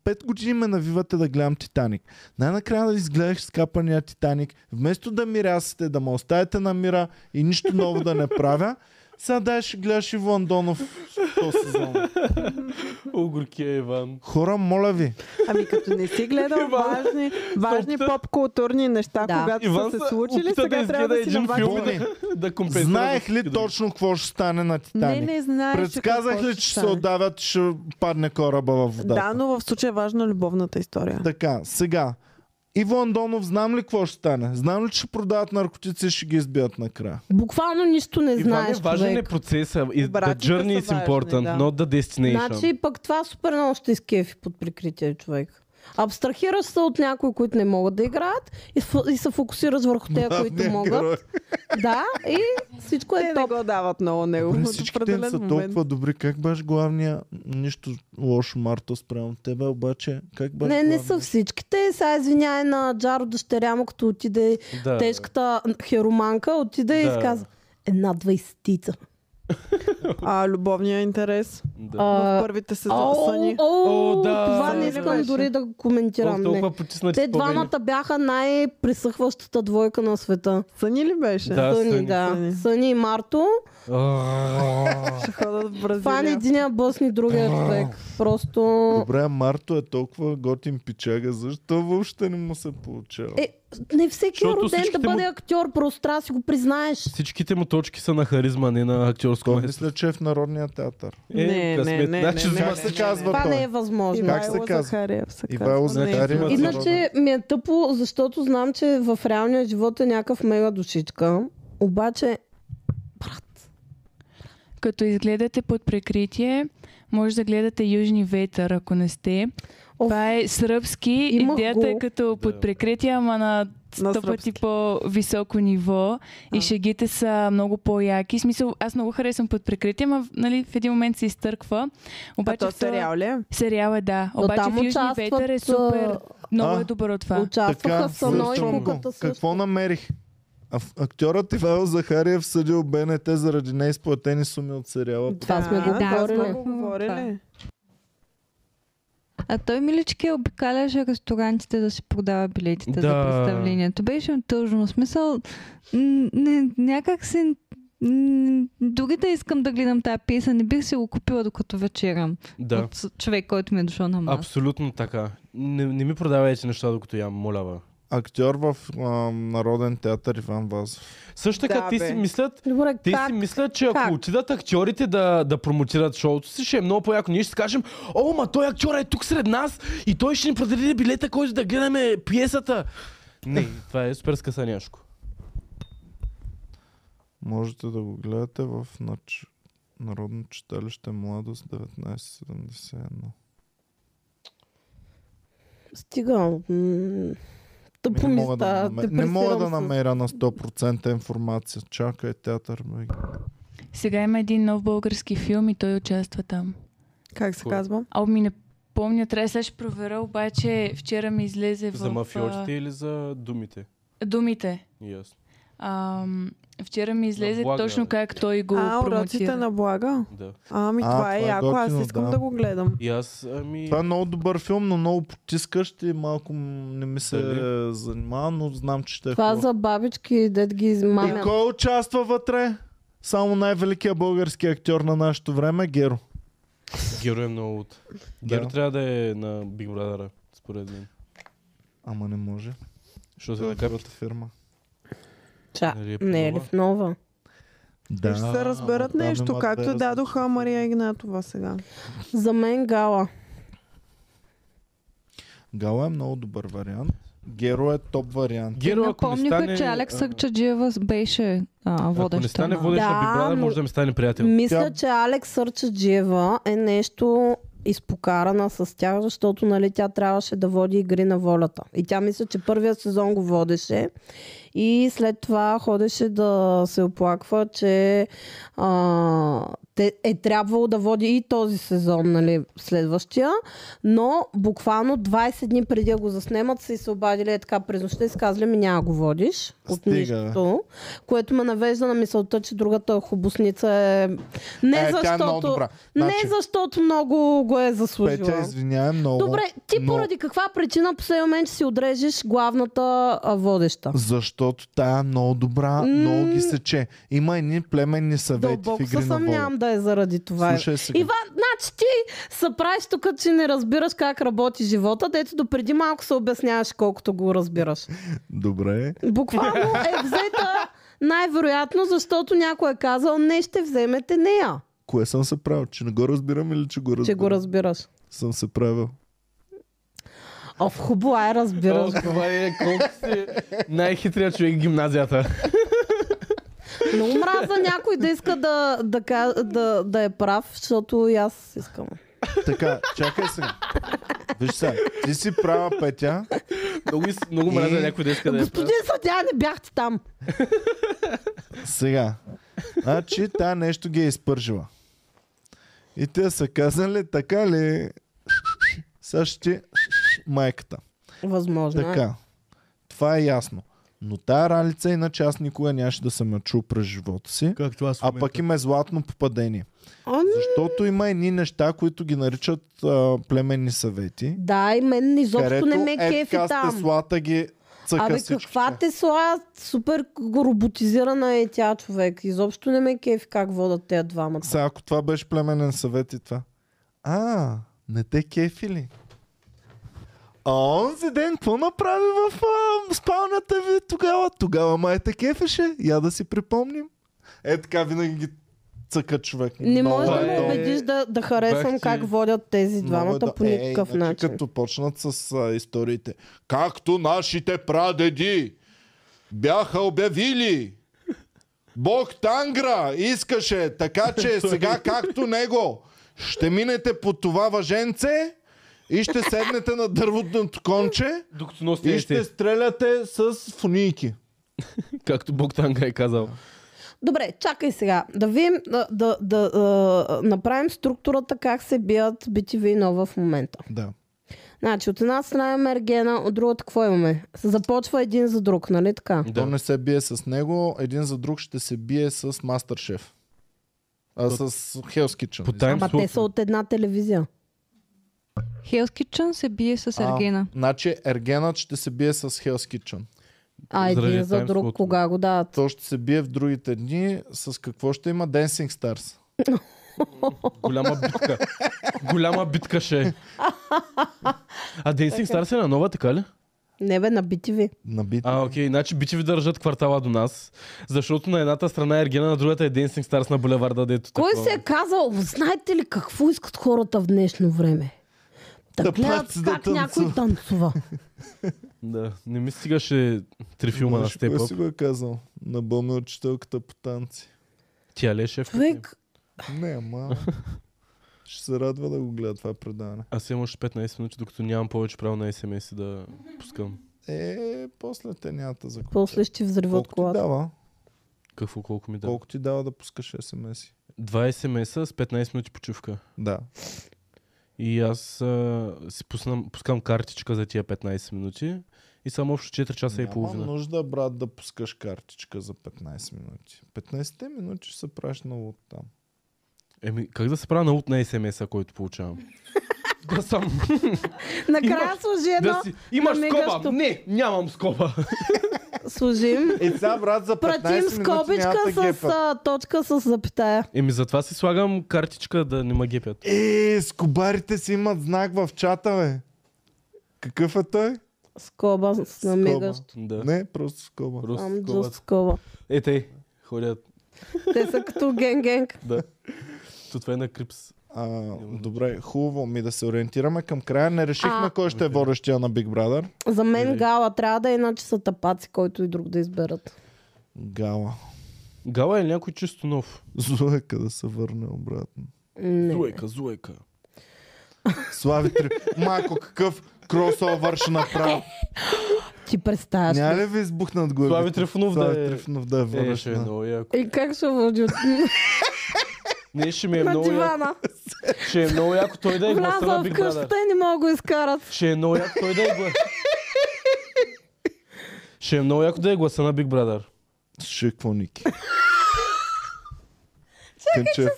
Speaker 1: 5 години ме навивате да гледам Титаник. Най-накрая да изгледах скапания Титаник, вместо да мирясате, да ме оставите на мира и нищо ново да не правя, сега дай ще гледаш Иван Донов този сезон.
Speaker 4: Огуркия Иван.
Speaker 1: Хора, моля ви,
Speaker 2: Ами като не си гледал
Speaker 4: Иван
Speaker 2: важни, важни
Speaker 4: опита-
Speaker 2: поп-културни неща,
Speaker 3: Да.
Speaker 2: когато
Speaker 4: Иван
Speaker 2: са се
Speaker 4: се
Speaker 2: случили,
Speaker 4: опита
Speaker 2: сега
Speaker 4: да
Speaker 2: трябва
Speaker 4: изгледа
Speaker 2: да си
Speaker 4: един
Speaker 2: навакса.
Speaker 4: филм и
Speaker 1: Бони,
Speaker 4: Да компенсира.
Speaker 1: Знаех ли
Speaker 4: всички други.
Speaker 1: точно какво ще стане на
Speaker 2: Не,
Speaker 1: Титаник?
Speaker 2: не знаеш
Speaker 1: Предсказах
Speaker 2: какво
Speaker 1: ли,
Speaker 2: ще
Speaker 1: че ще се
Speaker 2: стане.
Speaker 1: отдавят, ще падне кораба във водата?
Speaker 2: Да, но в случая е важна любовната история.
Speaker 1: Така, сега. Иво Андонов, знам ли какво ще стане? Знам ли, че ще продават наркотици и ще ги избият накрая?
Speaker 3: Буквално нищо не
Speaker 4: Иван е
Speaker 3: знаеш,
Speaker 4: важен е
Speaker 3: човек.
Speaker 4: процеса. И The
Speaker 2: Братята
Speaker 4: journey is
Speaker 2: са важни,
Speaker 4: important,
Speaker 2: да.
Speaker 4: not the destination.
Speaker 3: Значи пък това супер много ще изкефи под прикритие, човек. Абстрахираш се от някои, които не могат да играят и, фо- и се фокусираш върху те, които
Speaker 1: Главният
Speaker 3: могат.
Speaker 1: герой.
Speaker 3: Да, и всичко
Speaker 2: Те
Speaker 3: е
Speaker 2: не
Speaker 3: топ.
Speaker 2: го дават много него.
Speaker 1: Добре,
Speaker 2: от
Speaker 1: всичките им
Speaker 2: определен
Speaker 1: са
Speaker 2: момент.
Speaker 1: толкова добри. Как баш главния? Нищо лошо, Марто, спрямо тебе, обаче как баш
Speaker 3: Не, не
Speaker 1: главния?
Speaker 3: са всичките. Сега извиняй на Джаро дъщеря му, като отиде
Speaker 4: Да.
Speaker 3: тежката хероманка, отиде и
Speaker 4: Да.
Speaker 3: изказа е, една двайстица.
Speaker 2: А, любовния интерес
Speaker 4: Да.
Speaker 2: в
Speaker 3: А,
Speaker 2: първите
Speaker 3: О,
Speaker 2: сезони.
Speaker 3: о,
Speaker 4: О, да.
Speaker 3: това не
Speaker 2: Съжалявам.
Speaker 3: искам дори да го
Speaker 4: Толкова
Speaker 3: коментирам. Не.
Speaker 4: толкова потиснати
Speaker 3: Те
Speaker 4: спомени.
Speaker 3: двамата бяха най-присъхващата двойка на света.
Speaker 2: Съни ли беше?
Speaker 4: Да,
Speaker 3: Съни,
Speaker 4: Съни.
Speaker 3: да.
Speaker 2: Съни.
Speaker 3: Съни и Марто. е
Speaker 4: А,
Speaker 2: Ще ходят в
Speaker 3: Фан
Speaker 2: Бразилия.
Speaker 3: единия босни, другия човек. Просто...
Speaker 1: Добре, а Марто е толкова готин пичага, защо въобще не му се получава?
Speaker 3: Е, не всеки е
Speaker 4: Защото
Speaker 3: роден да
Speaker 4: всичките му-
Speaker 3: бъде актьор, просто трябва да си го признаеш.
Speaker 4: Всичките му точки са на харизма, не на актьорско
Speaker 1: Той
Speaker 4: место.
Speaker 1: мисля, че е в Народния театър.
Speaker 4: Е,
Speaker 2: Не,
Speaker 4: късмет.
Speaker 2: не, не,
Speaker 4: Значи,
Speaker 2: не,
Speaker 4: това
Speaker 2: не,
Speaker 4: се
Speaker 1: се
Speaker 2: не,
Speaker 1: казва
Speaker 3: Това
Speaker 1: той.
Speaker 3: не е възможно.
Speaker 1: Как се
Speaker 2: Ивайло
Speaker 1: казва?
Speaker 2: Захариев се
Speaker 1: Ивайло
Speaker 2: казва. Не е
Speaker 1: Захариев.
Speaker 2: Ивайло.
Speaker 1: Иначе-
Speaker 3: Иначе ми е тъпо, защото знам, че в реалния живот е някакъв мега душичка. Обаче,
Speaker 8: Като изгледате под прикритие, може да гледате Южни ветър, ако не сте.
Speaker 3: Оф.
Speaker 8: Това е сръбски.
Speaker 3: Имах
Speaker 8: Идеята е
Speaker 3: го.
Speaker 8: като под прикритие, ама на
Speaker 2: На
Speaker 8: сто пъти
Speaker 2: сръбски.
Speaker 8: по-високо ниво.
Speaker 2: А.
Speaker 8: И шегите са много по-яки. В Смисъл, аз много харесвам под прикритие, ама нали, в един момент се изтърква.
Speaker 2: А
Speaker 8: Обаче
Speaker 2: то
Speaker 8: в това-
Speaker 2: сериал ли е?
Speaker 8: Сериал е, да.
Speaker 3: но
Speaker 8: Обаче
Speaker 3: там
Speaker 8: в Южни
Speaker 3: участват,
Speaker 8: ветър е
Speaker 3: а,
Speaker 8: супер. Много
Speaker 1: А.
Speaker 8: е добър от това.
Speaker 3: участваха в Сано и
Speaker 1: слушам го.
Speaker 3: Куката също.
Speaker 1: Какво намерих? А в- актьорът Ивайло Захариев съдил БНТ заради неизплатени суми от сериала.
Speaker 3: Това сме го
Speaker 6: Да,
Speaker 2: това сме
Speaker 3: говорили.
Speaker 2: го говорили.
Speaker 6: А той милички обикаляше ресторантите да си продава билетите за
Speaker 4: Да.
Speaker 6: представлението. Беше тъжно. В Смисъл, м, не, някак си... м, Дори да искам да гледам тази пиеса, не бих си го купила докато вечерам.
Speaker 4: Да.
Speaker 6: От с- човек, който ми е дошъл на маса.
Speaker 4: Абсолютно така. Не, не ми продавайте неща, докато ям, моля ва.
Speaker 1: Актьор в а, Народен театър Иван Вазов.
Speaker 4: Също така,
Speaker 2: Да,
Speaker 4: те
Speaker 2: бе.
Speaker 4: си мислят,
Speaker 3: Добре,
Speaker 4: те
Speaker 3: как?
Speaker 4: си мислят, че ако
Speaker 3: Как?
Speaker 4: отидат актьорите да, да промотират шоуто си, ще е много по-яко. Ние ще си кажем, о, ма той актьор е тук сред нас и той ще ни продаде билета, който да гледаме пиесата. Не, това е супер скъсаняшко.
Speaker 1: Можете да го гледате в нач... Народно читалище Младост 1971.
Speaker 3: Стига. м, Тъпо
Speaker 1: Ми Ами
Speaker 3: ми
Speaker 1: не, мога да,
Speaker 3: става.
Speaker 1: намер... не мога да
Speaker 3: депресирам се.
Speaker 1: намеря на 100% информация. Чакай, театър. Бе.
Speaker 8: Сега има един нов български филм и той участва там.
Speaker 2: Как се
Speaker 4: Кой?
Speaker 2: казва?
Speaker 8: А, ми не помня, трябва да сега ще проверя, обаче вчера ми излезе в...
Speaker 4: За мафиотите
Speaker 8: а,
Speaker 4: или за думите?
Speaker 8: Думите.
Speaker 4: Ясно.
Speaker 8: Ам, вчера ми излезе
Speaker 1: е.
Speaker 4: блага,
Speaker 8: точно
Speaker 4: бе.
Speaker 8: как той го
Speaker 2: А, уроците
Speaker 8: промотира.
Speaker 2: на блага?
Speaker 4: Да.
Speaker 2: Ами
Speaker 1: А,
Speaker 2: това е
Speaker 1: това е
Speaker 2: яко, аз
Speaker 1: готино,
Speaker 2: искам
Speaker 1: да.
Speaker 2: да го гледам.
Speaker 4: И аз, ами...
Speaker 1: Това е много добър филм, но много потискащ и малко м, не ми се
Speaker 4: Дали?
Speaker 1: занимава, но знам, че ще е
Speaker 3: Това
Speaker 1: хубав.
Speaker 3: за бабички, дед ги
Speaker 1: И
Speaker 3: измамят.
Speaker 1: кой участва вътре? Само най-великият български актьор на нашето време, Геро.
Speaker 4: Геро е много луд. Геро
Speaker 1: Да.
Speaker 4: трябва да е на Big Brother, според мен.
Speaker 1: Ама не може.
Speaker 4: Що се
Speaker 1: Това е
Speaker 4: така?
Speaker 1: другата фирма.
Speaker 3: Ча,
Speaker 4: Нали е
Speaker 3: не е ли
Speaker 4: по-нова?
Speaker 3: в нова?
Speaker 1: Да.
Speaker 2: Ще се разберат
Speaker 1: ама там
Speaker 2: нещо,
Speaker 1: има
Speaker 2: както
Speaker 1: две
Speaker 2: дадоха
Speaker 1: различни
Speaker 2: Мария Игнатова сега.
Speaker 3: За мен гала.
Speaker 1: Гала е много добър вариант. Геро е топ вариант.
Speaker 4: Геро, ако не
Speaker 6: Напомниха,
Speaker 4: стане...
Speaker 6: че Алекс
Speaker 4: а,
Speaker 6: Акчаджиева беше а,
Speaker 4: Ако не
Speaker 6: водеща.
Speaker 4: стане
Speaker 6: на-
Speaker 4: водещ на
Speaker 3: Да,
Speaker 4: Big Brother,
Speaker 3: но-
Speaker 4: може да ми стане приятел.
Speaker 3: Мисля,
Speaker 1: Тя-
Speaker 3: че Алекс Сърчаджиева е нещо изпокарана с тях, защото нали, тя трябваше да води игри на волята. И тя мисля, че първия сезон го водеше. И след това ходеше да се оплаква, че а, те, е трябвало да води и този сезон, нали, следващия. Но буквално 20 дни преди да го заснемат, са и се обадили е така през нощта и са казали ми няма го водиш от
Speaker 1: Стига, бе.
Speaker 3: нищото. Което ме навежда на мисълта, че другата хубосница е... Не,
Speaker 1: е, тя е много
Speaker 3: защото...
Speaker 1: добра.
Speaker 3: не
Speaker 1: Значи,
Speaker 3: защото много го е заслужила.
Speaker 1: Петя, извинявай много.
Speaker 3: Добре, ти
Speaker 1: но-
Speaker 3: поради каква причина по следния момент ще си отрежеш главната а, водеща?
Speaker 1: Защото тая е много добра, много ги сече. Има едни племенни съвети в
Speaker 3: Дълбоко се
Speaker 1: игри на волята.
Speaker 3: съмнявам да е заради това.
Speaker 1: Слушай сега.
Speaker 3: Иван, значи ти се правиш тук, че не разбираш как работи живота, дето допреди малко се обясняваш колкото го разбираш.
Speaker 1: Добре.
Speaker 3: Буквално е взета най-вероятно, защото някой е казал, не ще вземете нея,
Speaker 1: Кое съм се правил? Че не го разбирам или че го разбирам?
Speaker 3: че го разбираш.
Speaker 1: Съм се правил.
Speaker 3: Оф, хубаво е, разбираш.
Speaker 4: О, това е колко си най-хитрият човек в гимназията.
Speaker 3: Много мраза някой да иска да, да, ка- да, да е прав, защото и аз искам.
Speaker 1: Така, чакай сега. Виж сега, ти си права, Петя.
Speaker 4: Много, из- много
Speaker 1: И-
Speaker 4: мразя някой да иска да е
Speaker 3: Господин съдя, не бяхте там.
Speaker 1: Сега. Значи, тя нещо ги е изпържила. И те са казали, така ли? Сега ще ти майката.
Speaker 3: Възможно. е.
Speaker 1: Така. Това е ясно. Но тая ралица, иначе аз никога нямаше да съм я чул през живота си.
Speaker 4: Както аз
Speaker 1: А пък им е златно попадение.
Speaker 3: Ами.
Speaker 1: Защото има едни неща, които ги наричат а, племенни съвети.
Speaker 3: Да, и мен изобщо не ме
Speaker 1: е,
Speaker 3: кефи
Speaker 1: така
Speaker 3: там.
Speaker 1: Теслата ги цъка
Speaker 3: Абе,
Speaker 1: всичките.
Speaker 3: каква Тесла, супер роботизирана е тя човек. Изобщо не ме кефи как водят тези двамата.
Speaker 1: Сега, ако това беше племенен съвет и това. А, Не те кефи ли? А онзи ден, какво направи в а, спалнята ви тогава? Тогава май те кефеше. Я да си припомним. Е така винаги ги цъка човек.
Speaker 3: Не
Speaker 1: Много
Speaker 3: можеш да
Speaker 1: е
Speaker 3: ме
Speaker 1: долу.
Speaker 3: убедиш да, да
Speaker 4: Бах ти-
Speaker 3: харесвам как водят тези
Speaker 1: Много е
Speaker 3: двамата
Speaker 1: да-
Speaker 3: по
Speaker 1: Е,
Speaker 3: никакъв
Speaker 1: иначе
Speaker 3: начин.
Speaker 1: Като почнат с а, историите. Както нашите прадеди бяха обявили, Бог Тангра искаше, така че сега както него ще минете по това въженце и ще седнете на дървото конче
Speaker 4: Докато носи
Speaker 1: и
Speaker 4: е,
Speaker 1: ще стреляте с фуники.
Speaker 4: както Богданга е казал.
Speaker 3: Добре, чакай сега. Да видим, да, да, да, да направим структурата как се бият BTV и нова в момента.
Speaker 1: Да.
Speaker 3: Значи, от една страна имаме Ергена, от другата какво имаме? Започва един за друг, нали така?
Speaker 1: да. То
Speaker 4: Да.
Speaker 1: не се бие с него, един за друг ще се бие с Мастершеф. А с Hell's Kitchen.
Speaker 4: По тайм
Speaker 3: Ама те са от една телевизия.
Speaker 6: Хелс Кичън се бие с
Speaker 1: А,
Speaker 6: Ергена.
Speaker 1: Значи Ергенът ще се бие с Hell's Kitchen.
Speaker 3: А един
Speaker 4: Заради
Speaker 3: за
Speaker 4: Times
Speaker 3: друг,
Speaker 4: Squad.
Speaker 3: кога го дават?
Speaker 1: То ще се бие в другите дни. С какво ще има Dancing Stars?
Speaker 4: Голяма битка. Голяма битка ще е. А Dancing Stars е на нова, така ли?
Speaker 3: Не бе, на BTV.
Speaker 1: На бит.
Speaker 4: А, окей, значи бичи ви държат квартала до нас, защото на едната страна е Ергена, на другата е Dancing Stars на булеварда, дето
Speaker 3: Кой
Speaker 4: такова.
Speaker 3: се е казал, знаете ли какво искат хората в днешно време? Да,
Speaker 1: Да
Speaker 3: гледат
Speaker 1: паци да
Speaker 3: как някой
Speaker 1: танцува.
Speaker 3: танцува.
Speaker 4: Да, не ми стигаше три филма на
Speaker 1: Знаеш кой
Speaker 4: Степ
Speaker 1: си го е казал? На бълна учителката по танци.
Speaker 4: Тя ли е шеф?
Speaker 3: Човек,
Speaker 1: Не, ама... ще се радва да го гледа това предаване.
Speaker 4: Аз имам още 15 минути, докато нямам повече право на SMS да пускам.
Speaker 1: Е, после те нямата за
Speaker 3: после ще ти взриват
Speaker 1: Колко ти
Speaker 3: колата.
Speaker 1: дава?
Speaker 4: Какво, колко ми
Speaker 1: Да.
Speaker 4: да.
Speaker 1: Колко ти дава да пускаш смс
Speaker 4: Два SMS с 15 минути почивка.
Speaker 1: Да.
Speaker 4: И аз а, си пуснам, пускам картичка за тия 15 минути и само общо 4 часа и
Speaker 1: Няма
Speaker 4: половина.
Speaker 1: нужда, брат, да пускаш картичка за 15 минути. 15-те минути ще се правиш много там.
Speaker 4: Еми, как да се правя на лут на SMS-а, който получавам? да съм.
Speaker 3: Накрая служи едно,
Speaker 4: Да си. Имаш
Speaker 3: намигаш
Speaker 4: скоба!
Speaker 3: тук.
Speaker 4: Не, нямам скоба.
Speaker 3: служим.
Speaker 1: И сега, брат, Е, за 15
Speaker 3: Пратим
Speaker 1: минути няма да
Speaker 3: скобичка с
Speaker 1: гепат.
Speaker 3: а, точка с запитая.
Speaker 4: Еми, затова си слагам картичка да не ма гепят.
Speaker 1: Е, скобарите си имат знак в чата, бе. Какъв е той?
Speaker 3: Скоба с
Speaker 1: Скоба.
Speaker 3: намигащо.
Speaker 4: Да.
Speaker 1: Не, просто скоба.
Speaker 4: Просто
Speaker 3: Ам,
Speaker 4: скобата.
Speaker 3: just скоба.
Speaker 4: Е, те ходят.
Speaker 3: Те са като генг-генг.
Speaker 4: Да. То това е на Крипс.
Speaker 1: А, добре, хубаво ми да се ориентираме към края. Не решихме
Speaker 3: А.
Speaker 1: кой ще е водещия на Big Brother.
Speaker 3: За мен
Speaker 4: Добре.
Speaker 3: гала трябва да е, иначе са тапаци, който и друг да изберат.
Speaker 1: Гала.
Speaker 4: Гала е някой чисто нов.
Speaker 1: Зуека да се върне обратно.
Speaker 3: Не.
Speaker 4: Зуека, зуека.
Speaker 1: Слави Три. Майко, какъв кросовър ще направи.
Speaker 3: Ти представяш.
Speaker 1: Няма
Speaker 3: ли?
Speaker 1: ли ви избухнат главите?
Speaker 4: Слави Трифонов да
Speaker 1: Слави
Speaker 4: е-
Speaker 1: Трифонов да е
Speaker 4: Е, ще е
Speaker 1: водещ.
Speaker 4: много яко.
Speaker 3: И как ще води от
Speaker 4: Не, ще ми е
Speaker 3: на
Speaker 4: много яко.
Speaker 3: дивана?
Speaker 4: Ще е много яко той да е гласа
Speaker 3: Вляза
Speaker 4: на
Speaker 3: в
Speaker 4: Big
Speaker 3: къщата
Speaker 4: Brother.
Speaker 3: и не мога го изкарат.
Speaker 4: Ще е много яко той да е гласа. Ще е много яко да е гласа на Big Brother.
Speaker 1: Шикво Ники. Кънчев.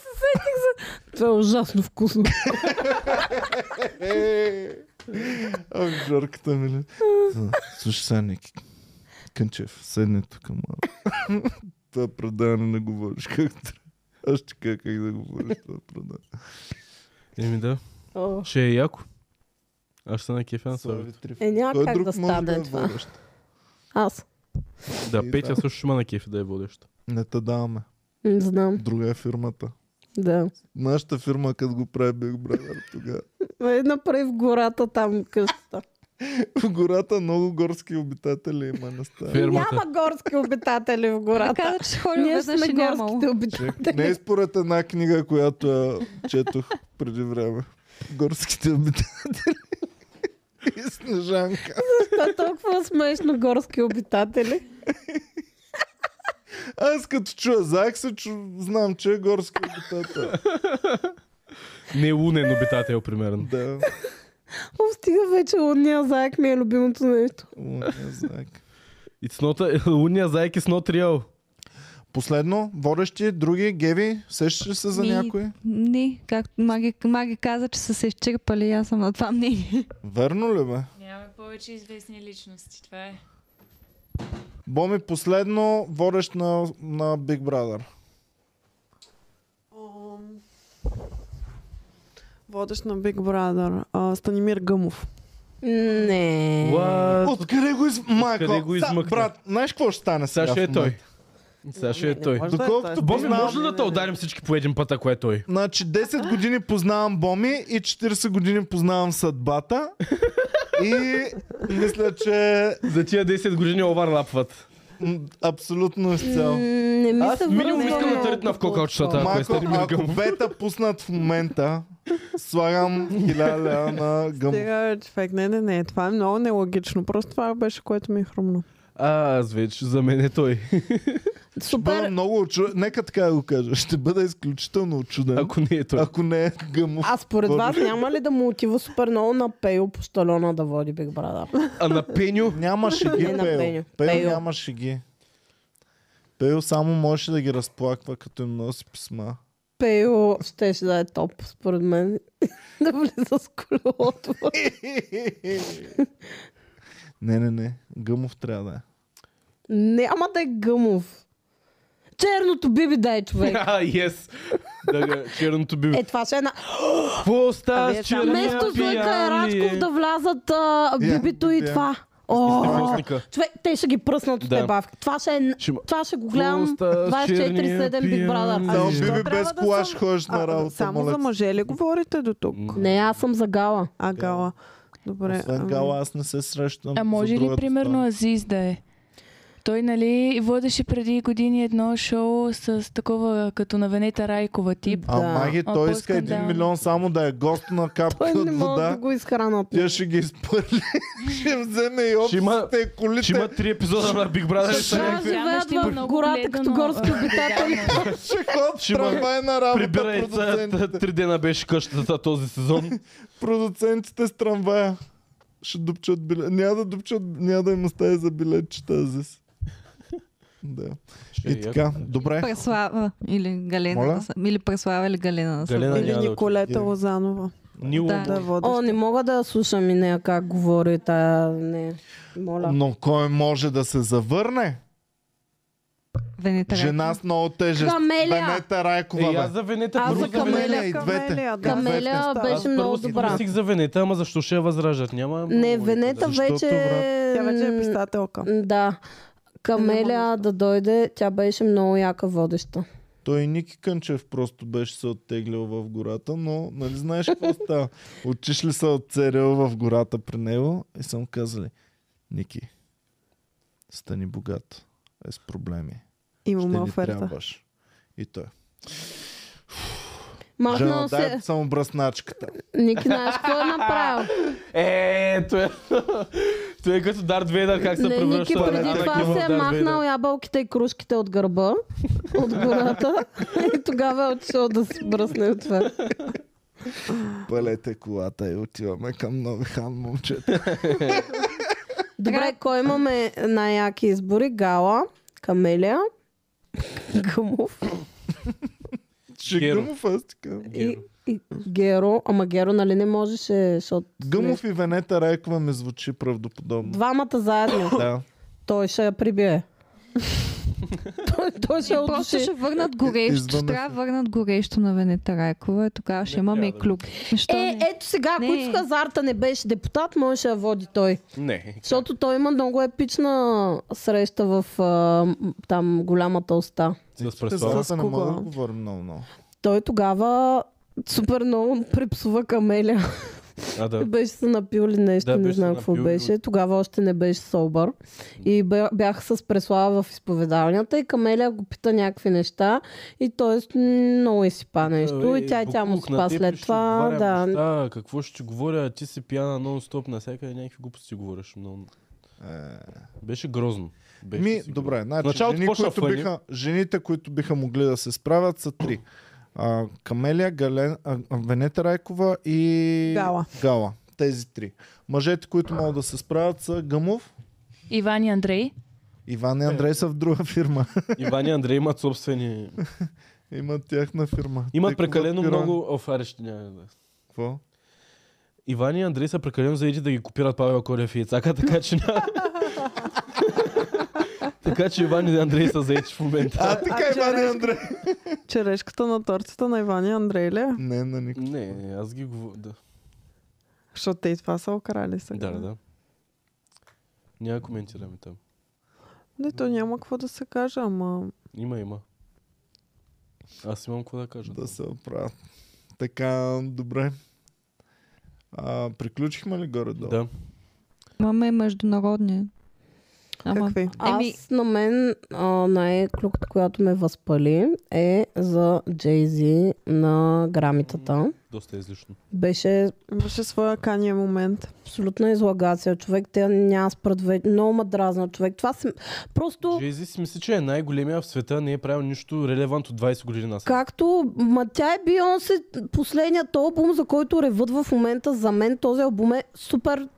Speaker 3: Това е ужасно вкусно.
Speaker 1: Е, Ах, жарката ми ли. Слушай сега, Ники. Кънчев, седни тук малко. Това предаване не говориш как трябва. Аз ще кажа как да говориш това предаване.
Speaker 4: Еми да.
Speaker 3: О.
Speaker 4: Ще е яко. Аз ще се на кефя на Слави.
Speaker 3: Е, няма
Speaker 1: Кой
Speaker 3: как
Speaker 1: друг
Speaker 3: да
Speaker 1: може
Speaker 3: стане
Speaker 1: е
Speaker 3: това.
Speaker 1: водещ?
Speaker 3: Аз.
Speaker 4: Да,
Speaker 1: И да.
Speaker 4: Петя също ще има на кефи да е водеща.
Speaker 1: Не те даваме.
Speaker 3: Не знам.
Speaker 1: Друга е фирмата.
Speaker 3: Да.
Speaker 1: Нашата фирма, като го прави Big Brother тогава.
Speaker 3: Е, направи в гората там къщата.
Speaker 1: В гората много горски обитатели има на стая.
Speaker 4: Фермата.
Speaker 3: Няма горски обитатели в гората.
Speaker 6: Така да, че хора
Speaker 3: Ние
Speaker 6: веднъж
Speaker 3: сме
Speaker 6: ще нямало.
Speaker 3: горските обитатели.
Speaker 1: Не е според една книга, която я четох преди време. Горските обитатели. И Снежанка.
Speaker 3: Това е толкова смешно горски обитатели.
Speaker 1: Аз като чуя Закса, чу... знам, че е горски обитател.
Speaker 4: Не е лунен обитател, примерно.
Speaker 1: Да,
Speaker 3: О, стига вече лунния заек ми е любимото нещо.
Speaker 1: лунния е, Зак.
Speaker 4: It's not a... Луния заек is not real.
Speaker 1: Последно, водещи, други, Геви, сещаш ли се за
Speaker 6: Ми,
Speaker 1: някой?
Speaker 6: Не, както Маги, Маги каза, че са се изчерпали, аз съм на това мнение.
Speaker 1: Верно ли бе?
Speaker 5: Нямаме повече известни личности. Това е.
Speaker 1: Боми, последно водещ на, на Big Brother.
Speaker 2: Водещ на Big Brother. А, Станимир Гъмов.
Speaker 3: Не.
Speaker 4: What?
Speaker 1: Откъде го, из... Майко,
Speaker 4: го
Speaker 1: са,
Speaker 4: измъкна?
Speaker 1: брат, знаеш какво ще стане сега?
Speaker 4: Сега ще
Speaker 1: в
Speaker 4: е той.
Speaker 1: момента?
Speaker 4: Сега ще
Speaker 2: Не,
Speaker 4: е
Speaker 2: не
Speaker 4: той.
Speaker 2: може да е
Speaker 1: Доколкото
Speaker 2: той. е
Speaker 4: Боми,
Speaker 1: познавам-
Speaker 4: може ли да те ударим всички по един път, ако е той?
Speaker 1: Значи 10 години познавам Боми и 40 години познавам съдбата. И мисля, че
Speaker 4: За тия 10 години оварлапват.
Speaker 1: м, абсолютно
Speaker 3: М,
Speaker 1: изцяло.
Speaker 3: Не ми
Speaker 4: Аз
Speaker 3: се
Speaker 4: минимум
Speaker 3: връзва
Speaker 4: искам да
Speaker 3: много
Speaker 4: търтна в
Speaker 3: какво
Speaker 4: кокалчетата.
Speaker 3: това.
Speaker 4: ако е
Speaker 1: Майко,
Speaker 4: Станимир
Speaker 1: ако
Speaker 4: Гъмов.
Speaker 1: бета пуснат в момента, слагам 1000 лева на гъм.
Speaker 2: Сега е човек. Не, не, не. Това е много нелогично. Просто това беше, което ми е хрумно.
Speaker 4: А, аз вече, за мен е той.
Speaker 1: Ще бъда
Speaker 3: Супер.
Speaker 1: много очуден. Нека така да го кажа. Ще бъда изключително очуден. Ако,
Speaker 4: Ако не е той.
Speaker 1: ако не е гъмов.
Speaker 3: А според вас
Speaker 1: Водещ.
Speaker 3: няма ли да му отива супер много на Пейо по щалона да води Биг Brother?
Speaker 4: А на Пеню?
Speaker 1: Нямаше ги,
Speaker 2: е
Speaker 3: Не на Пеню.
Speaker 1: Пейо. Пейо
Speaker 3: Пейо.
Speaker 1: нямаше ги. Пейо само можеше да ги разплаква, като им носи писма.
Speaker 3: Пейо щеше да е топ, според мен. да влиза с колелото.
Speaker 1: Не, не, не. Гъмов трябва да е.
Speaker 3: Няма да е гъмов. Черното биби дай човек.
Speaker 4: А, yes. Да, га- черното би.
Speaker 3: Е, това ще е една...
Speaker 4: Какво става с черния
Speaker 3: Вместо Зойка и
Speaker 4: пиян ли
Speaker 3: Радков
Speaker 4: е?
Speaker 3: да влязат а,
Speaker 1: Я,
Speaker 3: бибито и
Speaker 1: я.
Speaker 3: това. О,
Speaker 4: Търсника.
Speaker 3: човек, те ще ги пръснат от
Speaker 4: Да.
Speaker 3: да. бавки. Това ще, е,
Speaker 4: Ще има-
Speaker 3: това ще го гледам
Speaker 4: Коста с
Speaker 3: 24-7 Big
Speaker 4: черния
Speaker 3: Brother.
Speaker 4: пиян.
Speaker 1: Само
Speaker 4: Ами, защо
Speaker 1: биби без
Speaker 2: трябва да
Speaker 1: колаш
Speaker 2: съм-
Speaker 1: ходиш на работа.
Speaker 2: само
Speaker 1: моля
Speaker 2: за
Speaker 1: те.
Speaker 2: мъже ли говорите до тук?
Speaker 3: Не, аз съм за гала.
Speaker 2: А, Гала. Добре.
Speaker 1: Освен
Speaker 2: ами-
Speaker 1: гала, аз не се срещам.
Speaker 8: А може
Speaker 1: за
Speaker 8: ли
Speaker 1: другата
Speaker 8: примерно
Speaker 1: страна.
Speaker 8: Азиз да е? Той, нали, водеше преди години едно шоу с такова като на Венета Райкова тип.
Speaker 1: А,
Speaker 3: Да.
Speaker 1: маги,
Speaker 8: А,
Speaker 1: той
Speaker 8: по
Speaker 1: иска един
Speaker 8: скандал.
Speaker 1: милион само да е гост на капка
Speaker 3: Той не
Speaker 1: от
Speaker 3: може да
Speaker 1: вода.
Speaker 3: го изхранат.
Speaker 1: Тя ще ги изпърли. ще вземе и
Speaker 4: Ще има-
Speaker 1: общите и колите.
Speaker 4: Ще има три епизода на Big Brother. и
Speaker 3: Ще
Speaker 4: ще
Speaker 3: трябва да
Speaker 4: някакви-
Speaker 3: живеят
Speaker 8: Ще има
Speaker 3: в
Speaker 8: много
Speaker 3: гората като
Speaker 8: гледано,
Speaker 3: горски
Speaker 8: а,
Speaker 3: обитатели.
Speaker 8: да,
Speaker 1: Ще ходят
Speaker 4: Ще има-
Speaker 1: трамвай на
Speaker 4: Прибира
Speaker 1: работа.
Speaker 4: яйца,
Speaker 1: Продуцентите,
Speaker 4: три дена беше къщата този сезон.
Speaker 1: продуцентите с трамвая. Ще дупчат билет. Няма да дупчат, няма да им остави за билетчета Азис. Да.
Speaker 4: Е,
Speaker 1: И така, добре.
Speaker 6: Преслава или Галена.
Speaker 1: Е. Моля?
Speaker 6: да са- Или Преслава или Галена. да са
Speaker 4: Галена
Speaker 6: водещи.
Speaker 2: Или
Speaker 4: няма да
Speaker 2: Николета
Speaker 1: отиде.
Speaker 2: Лозанова.
Speaker 4: Нило,
Speaker 6: Да.
Speaker 2: Да, водеща.
Speaker 3: О, не мога да я слушам и нея как говори тая. Не, моля.
Speaker 1: Но кой може да се завърне?
Speaker 6: Венета Райкова.
Speaker 1: Жена с много тежест.
Speaker 3: Камелия!
Speaker 1: Венета
Speaker 4: Е,
Speaker 1: Райкова.
Speaker 4: и аз
Speaker 1: бе.
Speaker 4: за Венета.
Speaker 3: Аз
Speaker 4: първо
Speaker 3: за
Speaker 4: за Венета.
Speaker 3: Камелия.
Speaker 1: и двете.
Speaker 2: Камелия, да.
Speaker 3: Камеля
Speaker 2: Двете.
Speaker 3: беше
Speaker 4: Аз първо
Speaker 3: много
Speaker 4: си
Speaker 3: добра.
Speaker 4: помислих за Венета, ама защо ще я възраждат? Няма...
Speaker 3: Не, Венета
Speaker 1: Защото,
Speaker 3: вече...
Speaker 2: Тя вече е писателка.
Speaker 3: М, Да. Камеля да дойде, тя беше много яка водеща.
Speaker 1: Той и Ники Кънчев просто беше се оттеглил в гората, но нали знаеш какво става? Отиш ли се от ЦРЛ в гората при него и съм казали Ники, стани богат, е с проблеми. Ще
Speaker 2: Имаме
Speaker 1: ни
Speaker 2: оферта.
Speaker 1: трябваш. И той. Жена,
Speaker 3: Махнал
Speaker 1: дай
Speaker 3: се.
Speaker 1: само бръсначката.
Speaker 3: Ники, знаеш какво е направил?
Speaker 4: Е, той е... Той е като Дарт Вейдър, как се
Speaker 3: Не, Ники
Speaker 4: превръща.
Speaker 3: преди
Speaker 4: Дарт
Speaker 3: това
Speaker 4: Вейдър в
Speaker 3: се е
Speaker 4: Дарт
Speaker 3: махнал
Speaker 4: Вейдър.
Speaker 3: ябълките и кружките от гърба, от гората. И тогава е отишъл да си бръсне от това.
Speaker 1: Пълете колата и отиваме към нови хан, момчета.
Speaker 3: Добре, кой имаме най-яки избори? Гала, Камелия, Гъмов
Speaker 1: Ще
Speaker 4: Геро.
Speaker 1: Гъмов аз ти казвам.
Speaker 4: Е,
Speaker 3: и, и Геро. Ама Геро нали не можеше, защото...
Speaker 1: Гъмов и Венета Райкова ми звучи правдоподобно.
Speaker 3: Двамата заедно.
Speaker 1: Да.
Speaker 3: Той ще я прибие. той, той ще я
Speaker 6: Просто
Speaker 3: отдуши.
Speaker 6: ще върнат горещо. Ще
Speaker 1: Извън
Speaker 6: трябва да върнат горещо на Венета Райкова. и Тогава ще имаме и
Speaker 4: трябва да
Speaker 6: клуб. Защо
Speaker 3: Е,
Speaker 6: не?
Speaker 3: ето сега, ако
Speaker 6: Не.
Speaker 3: Ицо Хазарта не беше депутат, можеше да води той.
Speaker 4: Не.
Speaker 3: Защото той има много епична среща в а, м, там голямата уста.
Speaker 4: С
Speaker 1: Те
Speaker 4: преслава.
Speaker 1: сега не мога да
Speaker 2: кого?
Speaker 1: говорим много, много.
Speaker 3: Той тогава супер много припсува камеля.
Speaker 4: А, да.
Speaker 3: Беше се напил ли нещо,
Speaker 4: Да,
Speaker 3: не
Speaker 4: беше
Speaker 3: знам
Speaker 4: се
Speaker 3: какво
Speaker 4: напил и
Speaker 3: беше. Тогава още не беше собър. И бе- бяха с преслава в изповедалнята и Камелия го пита някакви неща и той с- много изсипа нещо и тя, и тя му
Speaker 4: Буклук, на
Speaker 3: спа
Speaker 4: теб
Speaker 3: след
Speaker 4: ще
Speaker 3: това.
Speaker 4: отговарям
Speaker 3: Да.
Speaker 4: неща, какво ще ти говоря, ти си пияна нон-стоп, навсякъде някакви глупости говориш. Но...
Speaker 1: Е.
Speaker 4: Беше грозно. Беше
Speaker 1: Ми,
Speaker 4: сигурно.
Speaker 1: добре, значи,
Speaker 4: Началото
Speaker 1: жени,
Speaker 4: почна
Speaker 1: които
Speaker 4: фъни.
Speaker 1: биха, жените, които биха могли да се справят, са три. А, Камелия, Гален, а, Венета Райкова и
Speaker 2: Гала.
Speaker 1: Гала. Тези три. Мъжете, които могат да се справят са Гъмов,
Speaker 8: Иван и Андрей.
Speaker 4: Е.
Speaker 1: Иван и Андрей са в друга фирма.
Speaker 4: Иван и Андрей имат собствени...
Speaker 1: Имат тяхна фирма.
Speaker 4: Имат
Speaker 1: Те купуват
Speaker 4: прекалено
Speaker 1: пирани.
Speaker 4: много... Оф, аре, ще няма да.
Speaker 1: Какво?
Speaker 4: Иван и Андрей са прекалено заети да ги копират Павел Колев и Яцака, така че няма... Така че Иван и Андрей са заети в момента.
Speaker 1: А, така
Speaker 2: А,
Speaker 1: Иван и
Speaker 2: черешка.
Speaker 1: Андрей.
Speaker 2: Черешката на тортата на Иван и Андрей ли? е?
Speaker 1: Не, на никой.
Speaker 4: Не, аз ги говоря. Да.
Speaker 2: Защото те и това са окрали сега.
Speaker 4: да, да, да. Няма да коментираме там.
Speaker 2: Не, то няма какво да се каже, ама...
Speaker 4: Има, има. Аз имам какво да кажа.
Speaker 1: Да
Speaker 4: там.
Speaker 1: се оправят. Така, добре. А, приключихме ли горе-долу?
Speaker 4: да.
Speaker 6: Имаме и международни. Ама
Speaker 2: Какви?
Speaker 3: Еми... Аз на мен а, най-клюката, която ме възпали е за Джейзи на грамитата.
Speaker 4: Доста е излишно.
Speaker 3: Беше
Speaker 2: Имаше своя кания момент.
Speaker 3: абсолютна излагация. Човек, те няма спрат вече. Много ма дразна човек. Това си... Просто...
Speaker 4: Джейзи си мисли, че е най-големия в света, не е правил нищо релевантно 20 години насам.
Speaker 3: Както, ма тя е Бионсе, последният албум, за който ревът в момента, за мен този албум е супер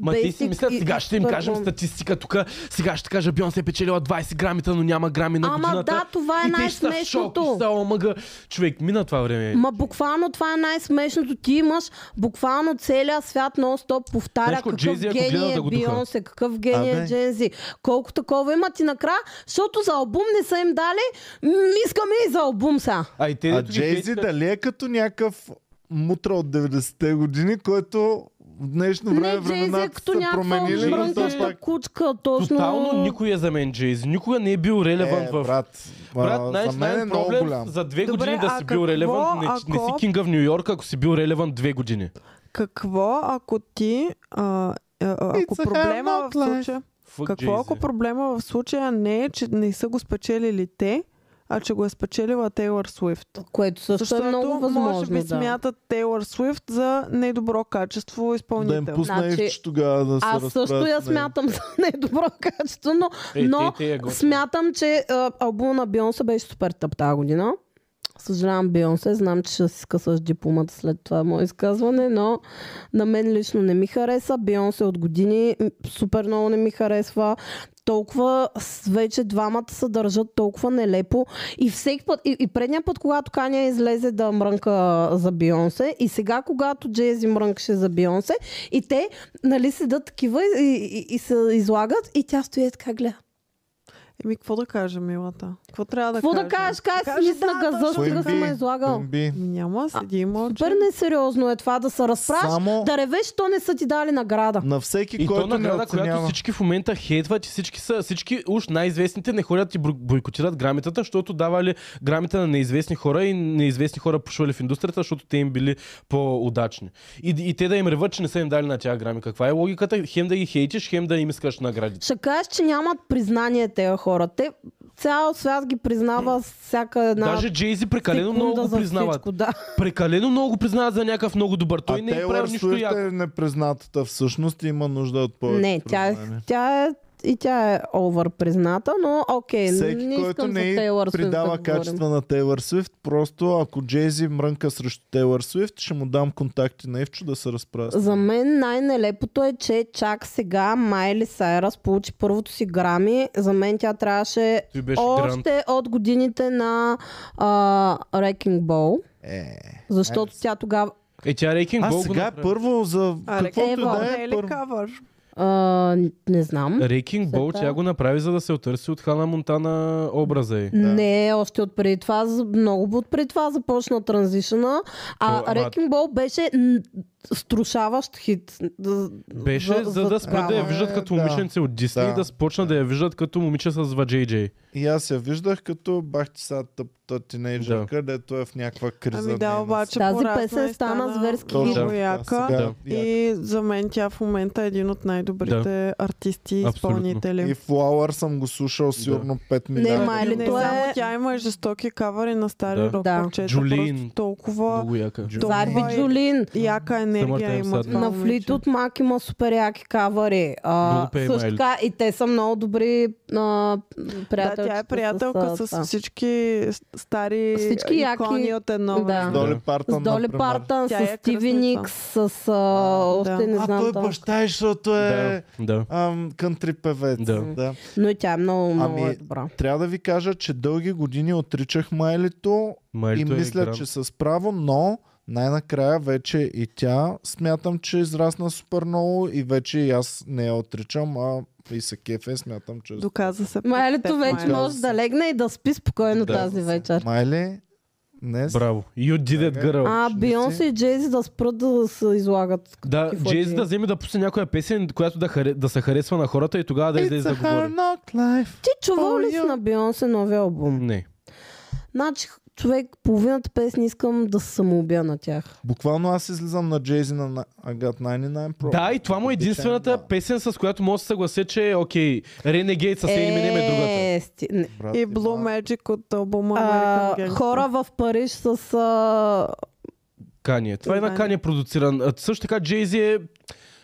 Speaker 4: Ма те си
Speaker 3: basic
Speaker 4: мислят,
Speaker 3: и
Speaker 4: сега ще им
Speaker 3: супер
Speaker 4: кажем
Speaker 3: бомба.
Speaker 4: статистика тук, сега ще кажа Бьонсе е печелила 20 грамита, но няма грами на
Speaker 3: Ама
Speaker 4: годината.
Speaker 3: да, това е
Speaker 4: и те ще са в шок, и ще
Speaker 3: най-смешното.
Speaker 4: са омага. Човек, мина това време.
Speaker 3: Ма буквално това е най-смешното. Ти имаш буквално целият свят нон-стоп повтаря
Speaker 4: Знаеш какво,
Speaker 3: какъв
Speaker 4: Джей-Зи, ако гледа
Speaker 3: гений
Speaker 4: да
Speaker 3: е
Speaker 4: го духа.
Speaker 3: Бионсе, какъв гений
Speaker 1: Абе.
Speaker 3: е Джензи. Колко такова имат и накрая, защото за албум не са им дали, м, искаме и за албум са.
Speaker 4: А и те
Speaker 1: А
Speaker 4: дето ги
Speaker 1: Джейзи
Speaker 4: хейтят-
Speaker 1: дали е като някакъв мутра от 90-те години, който в днешно време
Speaker 3: Не, Джензи е
Speaker 1: времената
Speaker 3: като
Speaker 1: са
Speaker 3: някаква
Speaker 1: променили. но
Speaker 4: е
Speaker 1: все
Speaker 3: мрънкаща
Speaker 1: пак-
Speaker 3: кучка. Точно...
Speaker 4: Тотално никой е за мен Джейзи. Никога не е бил релевант
Speaker 1: Е,
Speaker 4: в...
Speaker 1: брат, а,
Speaker 4: Брат,
Speaker 1: за мен е
Speaker 4: най-голям
Speaker 1: много голям.
Speaker 4: проблем за две
Speaker 2: Добре,
Speaker 4: години
Speaker 2: а
Speaker 4: да си
Speaker 2: какво,
Speaker 4: бил релевант. Не, че не си
Speaker 2: ако-
Speaker 4: кинга в Нью Йорк, ако си бил релевант две години.
Speaker 2: Какво ако ти... А, а, а, ако
Speaker 1: It's a
Speaker 2: проблема в
Speaker 1: hell not life.
Speaker 2: случая...
Speaker 4: Fuck
Speaker 2: Какво
Speaker 4: Jay-Z.
Speaker 2: ако проблема в случая не е, че не са го спечелили те, а че го е спечелила Тейлър Свифт?
Speaker 3: Което също
Speaker 2: Защото
Speaker 3: е много
Speaker 2: може
Speaker 3: възможно.
Speaker 2: би
Speaker 3: да.
Speaker 2: смятат Тейлър Свифт за недобро качество
Speaker 1: Да им
Speaker 2: изпълнител.
Speaker 1: пусна
Speaker 3: Значи,
Speaker 1: значи, тогава да се
Speaker 3: Аз също
Speaker 1: разправят
Speaker 3: я
Speaker 1: с него.
Speaker 3: смятам за недобро качество, но
Speaker 4: Е,
Speaker 3: но
Speaker 4: те, те е готино.
Speaker 3: Смятам, че а, албума на Бионса беше супер тъп тази година. Съжалявам Бионсе, знам, че ще си скъсаш дипломата след това мое изказване, но на мен лично не ми хареса. Бионсе от години м, супер много не ми харесва. Толкова с- вече двамата се държат толкова нелепо. И всеки път, и, и предния път, когато Каня излезе да мрънка за Бионсе, и сега, когато Джейзи мрънкаше за Бионсе, и те, нали, седат такива и, и, и се излагат, и тя стои е така гледа.
Speaker 2: Еми, какво да кажа, милата? Какво трябва да
Speaker 3: Какво
Speaker 2: кажа?
Speaker 3: да кажеш? Как
Speaker 2: Кажи,
Speaker 3: си мисля
Speaker 2: да,
Speaker 3: газа,
Speaker 2: точно
Speaker 3: стига
Speaker 1: Кой
Speaker 3: си
Speaker 1: би?
Speaker 4: е
Speaker 3: ме излагал?
Speaker 1: Им би.
Speaker 2: Ами Няма, седи и мълчи.
Speaker 3: Супер несериозно е това да се разправяш,
Speaker 1: Само
Speaker 3: да ревеш, то не са ти дали награда.
Speaker 1: на всеки,
Speaker 4: И то
Speaker 1: който не
Speaker 4: награда, която
Speaker 1: оценява.
Speaker 4: всички в момента хейтват и всички, са, всички уж най-известните не ходят и бру- бойкотират грамитата, защото давали грамите на неизвестни хора и неизвестни хора пушвали в индустрията, защото те им били по-удачни. И, и те да им реват, че не са им дали на тях грами. Каква е логиката? Хем да ги хейтиш, хем да им искаш наградите.
Speaker 3: Ще кажеш, че нямат признание тези хора. Те цял свят ги признава с всяка една
Speaker 4: Даже Джейзи прекалено
Speaker 3: секунда
Speaker 4: много го
Speaker 3: за
Speaker 4: признават.
Speaker 3: всичко. Да.
Speaker 4: Прекалено много го признават за някакъв много добър. Той
Speaker 1: а
Speaker 4: не е
Speaker 1: Тейлър
Speaker 4: правил нищо
Speaker 1: Суифт
Speaker 4: яко.
Speaker 1: е непризнатата всъщност и има нужда от повече
Speaker 3: Не, тя е,
Speaker 1: признание.
Speaker 3: тя е и тя е овър призната, но окей,
Speaker 1: Всеки,
Speaker 3: Е, не
Speaker 1: който
Speaker 3: искам
Speaker 1: не
Speaker 3: за
Speaker 1: й
Speaker 3: Тейлър Суифт да
Speaker 1: придава
Speaker 3: говорим.
Speaker 1: качества на Тейлър Свифт, просто ако Джейзи мрънка срещу Тейлър Свифт, ще му дам контакти на Евчо да се разправя. с
Speaker 3: За мен най-нелепото е, че чак сега Майли Сайрас получи първото си грами. За мен тя трябваше
Speaker 4: Той беше грант.
Speaker 3: още от годините на а, Wrecking Ball,
Speaker 1: Е.
Speaker 3: защото тя тогава...
Speaker 4: Е, тя Рейкинг
Speaker 1: А
Speaker 4: Бол го
Speaker 1: сега
Speaker 4: направи.
Speaker 1: първо за
Speaker 2: А,
Speaker 1: каквото и
Speaker 3: Ева,
Speaker 1: да
Speaker 2: не
Speaker 1: е
Speaker 2: е ли
Speaker 1: първо.
Speaker 2: кавър?
Speaker 3: А, не
Speaker 4: Е,
Speaker 3: знам.
Speaker 4: Рейкинг Бол
Speaker 3: Света.
Speaker 4: тя го направи, за да се отърси от Хана Монтана образа й.
Speaker 3: Да. Не, е още от преди това, з- много от преди това започна транзишъна, а
Speaker 4: То, ама-
Speaker 3: Wrecking Ball беше н- струшаващ хит. Д-
Speaker 4: Беше за, за да спрат да я
Speaker 3: тогава.
Speaker 4: виждат
Speaker 1: Е,
Speaker 4: като
Speaker 1: да.
Speaker 4: момиченце от Дисни
Speaker 1: Да.
Speaker 4: и да почнат да я виждат като момиче с Ваджей
Speaker 1: И аз я виждах като бах ти сега тъпта тинейджърка, дето е в някаква криза.
Speaker 2: Ами да,
Speaker 1: нейна.
Speaker 2: обаче
Speaker 3: Тази
Speaker 2: порасна
Speaker 3: песен
Speaker 2: и
Speaker 3: стана зверски
Speaker 2: много
Speaker 1: Точно така,
Speaker 2: яка.
Speaker 1: сега е
Speaker 4: Да.
Speaker 1: яка.
Speaker 2: И за мен тя в момента е един от най-добрите артисти и
Speaker 4: Абсолютно.
Speaker 2: изпълнители.
Speaker 1: И Flower съм го слушал сигурно 5 милиарда.
Speaker 3: Майли, Ма, или
Speaker 2: не
Speaker 3: това
Speaker 2: само
Speaker 3: е-
Speaker 2: тя има и жестоки кавари на стари
Speaker 4: Да.
Speaker 2: рок
Speaker 3: Да.
Speaker 2: парчета.
Speaker 4: Джолин.
Speaker 2: Просто толкова
Speaker 4: Много яка.
Speaker 2: Това
Speaker 3: Зарби
Speaker 2: е-
Speaker 3: Джолин.
Speaker 2: яка енергия
Speaker 4: Summertime
Speaker 2: има
Speaker 4: Sadness.
Speaker 2: това
Speaker 3: На
Speaker 2: момиче.
Speaker 3: Флитот Мак има супер яки кавари. А,
Speaker 4: Много пее
Speaker 3: също
Speaker 4: Майли.
Speaker 3: така и те са много добри а,
Speaker 2: Да,
Speaker 3: приятелчета.
Speaker 2: тя е приятелка с,
Speaker 3: това. всички.
Speaker 2: всички стари
Speaker 3: Всички
Speaker 2: икони
Speaker 3: яки.
Speaker 2: от едно
Speaker 3: Да.
Speaker 2: време.
Speaker 1: Доли
Speaker 4: Да.
Speaker 1: Партън,
Speaker 3: С Доли
Speaker 1: например.
Speaker 3: Партън,
Speaker 2: Тя е
Speaker 3: с Стиви
Speaker 2: кръстница.
Speaker 3: Никс, с а, още
Speaker 2: да.
Speaker 3: не
Speaker 1: А той
Speaker 3: знам. толкова.
Speaker 1: баща, е, защото
Speaker 4: Да,
Speaker 1: е
Speaker 4: да.
Speaker 1: ам, кънтри певец.
Speaker 4: Да.
Speaker 1: Да.
Speaker 3: Но и тя е много, много
Speaker 1: Ами,
Speaker 3: е добра.
Speaker 1: Трябва да ви кажа, че дълги години отричах Майлито
Speaker 4: Майлито
Speaker 1: и
Speaker 4: е
Speaker 1: мисля,
Speaker 4: грам.
Speaker 1: че с право, но Най-накрая вече и тя смятам, че е израсна супер много и вече и аз не я отричам, а и се кефе смятам, че...
Speaker 2: Доказа се. пред теб,
Speaker 3: Майлето вече
Speaker 2: Майло.
Speaker 3: може да легне и да спи спокойно
Speaker 4: Да.
Speaker 3: тази вечер.
Speaker 1: Майле, днес...
Speaker 4: Браво. You did it,
Speaker 1: Ага.
Speaker 4: girl.
Speaker 3: А,
Speaker 1: Ще
Speaker 3: Бионсе
Speaker 1: си.
Speaker 3: и Джейзи да спрат да се излагат.
Speaker 4: Да,
Speaker 3: Какво
Speaker 4: Джейз
Speaker 3: ти е?
Speaker 4: да вземе да пусне някоя песен, която да, харе, да се харесва на хората и тогава да излезе да
Speaker 1: It's a hard
Speaker 4: говори.
Speaker 1: knock life.
Speaker 3: Ти чувал ли
Speaker 1: Oh,
Speaker 3: си
Speaker 1: yeah.
Speaker 3: на Бионсе новия албум?
Speaker 4: Не.
Speaker 3: Значи, човек, половината песни искам да се самоубия на тях.
Speaker 1: Буквално аз излизам на Джейзи на на I got 99 Pro.
Speaker 4: Да, и това му е единствената
Speaker 1: Да.
Speaker 4: песен, с която мога да се съглася, че е окей, Renegade със Eminem е другата.
Speaker 3: Е, сти... не.
Speaker 1: Брат,
Speaker 2: И
Speaker 1: Иван,
Speaker 2: Blue Magic от албума
Speaker 3: А,
Speaker 2: American Gangster.
Speaker 3: хора в Париж с... А...
Speaker 4: Кание. Това е на
Speaker 2: Знае.
Speaker 4: Кание продуциран. А, също така Джейзи е...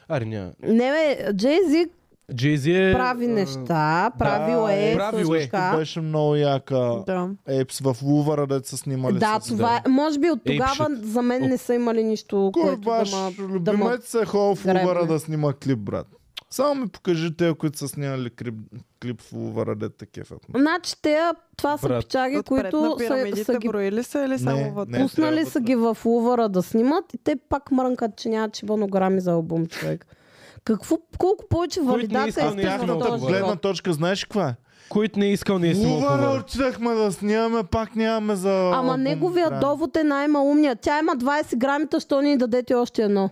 Speaker 4: Ари, няма.
Speaker 3: Не, бе, Джейзи
Speaker 4: Джейзи е...
Speaker 3: прави
Speaker 4: а,
Speaker 3: неща, правил
Speaker 1: да,
Speaker 3: е,
Speaker 4: правил
Speaker 3: също
Speaker 4: е.
Speaker 1: Ти
Speaker 3: така.
Speaker 1: Беше много яка
Speaker 2: Да.
Speaker 1: Епс в Лувъра, да са снимали
Speaker 3: Да,
Speaker 1: с...
Speaker 3: това е. Може би от тогава
Speaker 4: Apeshit.
Speaker 3: за мен не са имали нищо,
Speaker 1: Кой е
Speaker 3: което да
Speaker 1: ваш
Speaker 3: ма... да ма...
Speaker 1: любимец е ходил в
Speaker 3: гребне?
Speaker 1: Лувъра да снима клип, брат? Само ми покажи те, които са снимали клип, клип в Лувъра, де те кефят.
Speaker 3: Значи те, това са
Speaker 4: Брат.
Speaker 3: пичаги,
Speaker 2: Отпред на
Speaker 3: които са,
Speaker 2: пирамидите
Speaker 3: са ги
Speaker 2: броили са или само
Speaker 1: Не,
Speaker 2: вътре?
Speaker 1: не.
Speaker 3: Пуснали
Speaker 1: трябва
Speaker 3: са
Speaker 1: да-
Speaker 3: ги в Лувъра да снимат и те пак мрънкат, че нямат чебонограми за албум, човек. Какво, колко повече
Speaker 4: не
Speaker 3: валидация
Speaker 4: искам, не
Speaker 3: искаш
Speaker 4: искам да
Speaker 3: на
Speaker 1: Тяхната
Speaker 3: този
Speaker 4: отговоря.
Speaker 1: гледна
Speaker 3: живот?
Speaker 1: точка, знаеш каква е?
Speaker 4: Който не е искал, не е снимал.
Speaker 1: Лувъра
Speaker 4: хубаво.
Speaker 1: отидахме да снимаме, пак нямаме за...
Speaker 3: Ама
Speaker 1: албум
Speaker 3: неговия
Speaker 1: грам.
Speaker 3: довод е най-малумният. Тя има 20 грамита, що ни дадете още едно.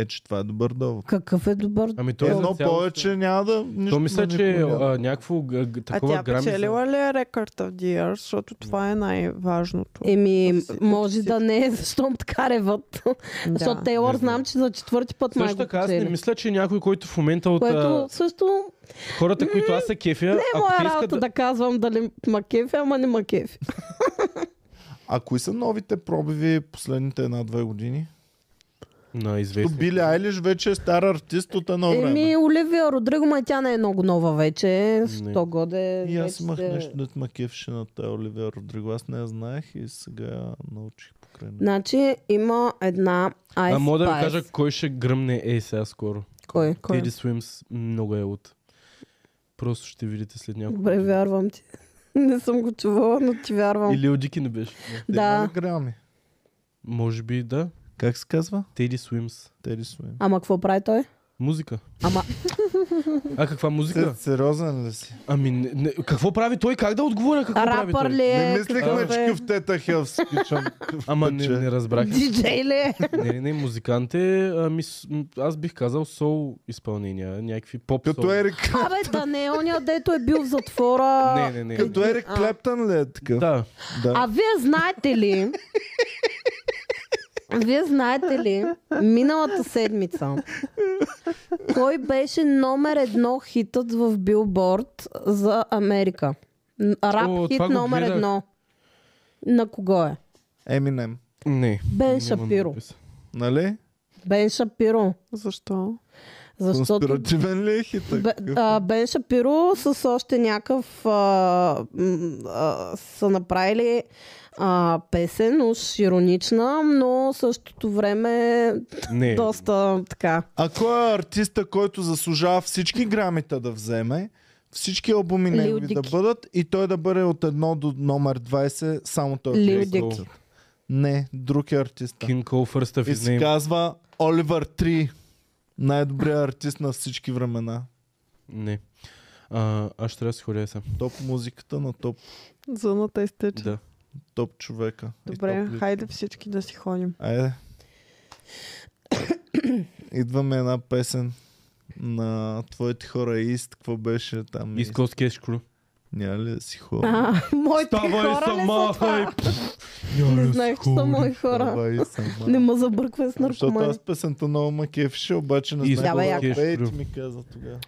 Speaker 1: Е, че това е добър довод.
Speaker 3: Какъв е добър...
Speaker 4: Ами той е
Speaker 1: Едно
Speaker 4: за цяло-
Speaker 1: повече няма да... Нищо е
Speaker 4: То
Speaker 1: на
Speaker 4: мисля,
Speaker 1: никого
Speaker 4: че
Speaker 1: няма.
Speaker 4: а, някакво г- г-
Speaker 2: А
Speaker 4: такова
Speaker 2: тя
Speaker 4: грами... за-
Speaker 2: печелила ли е Record of the Year? Защото това е най-важното.
Speaker 3: Е, Еми,
Speaker 2: Всички-
Speaker 3: може
Speaker 2: всички.
Speaker 3: да не е, защото така реват. Защото Тейлор
Speaker 4: Не знам.
Speaker 3: знам, че за четвърти път май
Speaker 4: Също
Speaker 3: го
Speaker 4: така, аз не
Speaker 3: печели.
Speaker 4: мисля, че някой, който в момента от
Speaker 3: Което
Speaker 4: а,
Speaker 3: също
Speaker 4: хората, които аз се кефя,
Speaker 3: не е
Speaker 4: ако те
Speaker 3: моя
Speaker 4: искат
Speaker 3: работа
Speaker 4: да...
Speaker 3: да казвам дали макефи, ама не макефи.
Speaker 1: А кои са новите пробиви последните една-две години?
Speaker 4: На
Speaker 1: То
Speaker 4: известни.
Speaker 1: Били Айлиш вече е стар артист от едно време.
Speaker 3: Еми, Оливия Родриго, ма и тя не е много нова вече. 100 годе.
Speaker 1: И аз
Speaker 3: вече
Speaker 1: имах
Speaker 3: се-
Speaker 1: нещо, дет ма кефше на тая Оливия Родриго. Аз не я знаех и сега научих покрай нея.
Speaker 3: Значи има една Ice
Speaker 4: А мога да ви
Speaker 3: Spice.
Speaker 4: кажа кой ще гръмне е сега скоро.
Speaker 3: Кой?
Speaker 4: Теди Swims много е от. Просто ще видите след няколко.
Speaker 3: Добре,
Speaker 4: години.
Speaker 3: вярвам ти. Не съм го чувала, но ти вярвам.
Speaker 4: Или Одики не беше. Не.
Speaker 1: Те
Speaker 3: Да.
Speaker 1: има ли Грами.
Speaker 4: Може би да.
Speaker 1: Как се казва?
Speaker 4: Теди Swims.
Speaker 1: Теди Суин.
Speaker 3: Ама какво прави той?
Speaker 4: Музика.
Speaker 3: Ама-
Speaker 4: а каква музика?
Speaker 1: Сериозен ли си?
Speaker 4: Ами, не, не, какво прави той? Как да отговоря? Какво прави
Speaker 3: Рапър
Speaker 4: той?
Speaker 3: ли е?
Speaker 1: Не значи
Speaker 3: Какъв
Speaker 1: мислихме, че
Speaker 3: е?
Speaker 1: къвтета Хелс кичам.
Speaker 4: Ама не, не разбрах.
Speaker 3: Диджей ли е?
Speaker 4: не, не, не, музикант е. Ами, с- м, аз бих казал сол изпълнения. Някакви поп
Speaker 1: Като е
Speaker 4: сол.
Speaker 1: Ерик.
Speaker 3: Абе, да не е оня, дето е бил в затвора.
Speaker 4: Не, не, не.
Speaker 1: Като Ерик
Speaker 3: А.
Speaker 1: Клептън ли е такъв?
Speaker 4: Да.
Speaker 1: Да.
Speaker 3: А вие знаете ли... Вие знаете ли, миналата седмица, кой беше номер едно хитът в Билборд за Америка? Н- Рап
Speaker 4: О,
Speaker 3: хит
Speaker 4: това го
Speaker 3: номер
Speaker 4: гледах.
Speaker 3: едно. На кого е?
Speaker 1: Еминем.
Speaker 4: Не.
Speaker 3: Бен
Speaker 4: Няма
Speaker 3: Шапиро.
Speaker 4: написа.
Speaker 1: Нали?
Speaker 3: Бен Шапиро.
Speaker 2: Защо?
Speaker 3: Защото
Speaker 1: Конспиративен ли е хитък?
Speaker 3: Бе- а, Бен Шапиро с още някакъв а, м, а, са направили а, песен, уж иронична, но същото време
Speaker 1: Е.
Speaker 4: Не.
Speaker 3: доста така.
Speaker 1: А кой е артиста, който заслужава всички грамите да вземе, всички албуми негови да
Speaker 3: Дики.
Speaker 1: бъдат и той да бъде от 1 до номер 20, само той.
Speaker 3: Лил
Speaker 1: е
Speaker 4: Лил
Speaker 1: артист.
Speaker 4: Дики.
Speaker 1: Не, друг е артиста.
Speaker 4: King Cole First of
Speaker 1: И
Speaker 4: his
Speaker 1: се
Speaker 4: name.
Speaker 1: казва Оливър 3. Най-добрият артист на всички времена.
Speaker 4: Не. А, аз ще трябва да си ходя сам.
Speaker 1: Топ музиката на топ,
Speaker 2: Зоната е стече.
Speaker 4: Да.
Speaker 1: топ човека. И
Speaker 2: Добре,
Speaker 1: топ Е. ли-
Speaker 2: хайде всички да си ходим.
Speaker 1: Айде. Идваме една песен на твоите хора Ист. Какво беше там? East?
Speaker 4: Искал с кеш кру.
Speaker 1: Няма ли да си хора?
Speaker 3: А, моите
Speaker 4: Ставай
Speaker 3: хора ли
Speaker 4: сама,
Speaker 3: са
Speaker 4: хай!
Speaker 3: това?
Speaker 4: Няма
Speaker 3: Не
Speaker 4: да
Speaker 3: знаех,
Speaker 4: си
Speaker 3: че са
Speaker 4: ходи.
Speaker 3: мои хора.
Speaker 1: Това и сама.
Speaker 3: Не му забърквай с
Speaker 1: Защото
Speaker 3: наркомани.
Speaker 1: аз песента много ме кефеше, обаче не
Speaker 4: И
Speaker 1: знаех
Speaker 3: Давай,
Speaker 1: какво
Speaker 4: яко.
Speaker 1: е и ти ми каза тогава.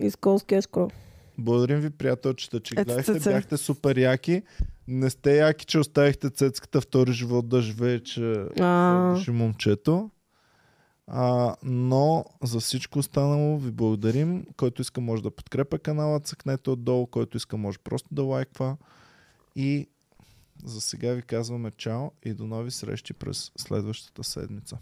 Speaker 3: Изколски ешкро.
Speaker 1: Благодарим ви, приятелчета, че
Speaker 2: Ето
Speaker 1: гледахте.
Speaker 2: цеце.
Speaker 1: Бяхте супер яки. Не сте яки, че оставихте цецката втори живот да живее, че
Speaker 3: А.
Speaker 1: ще е момчето. А, но за всичко останало ви благодарим. Който иска може да подкрепя канала, цъкнете отдолу. Който иска може просто да лайква. И за сега ви казваме чао и до нови срещи през следващата седмица.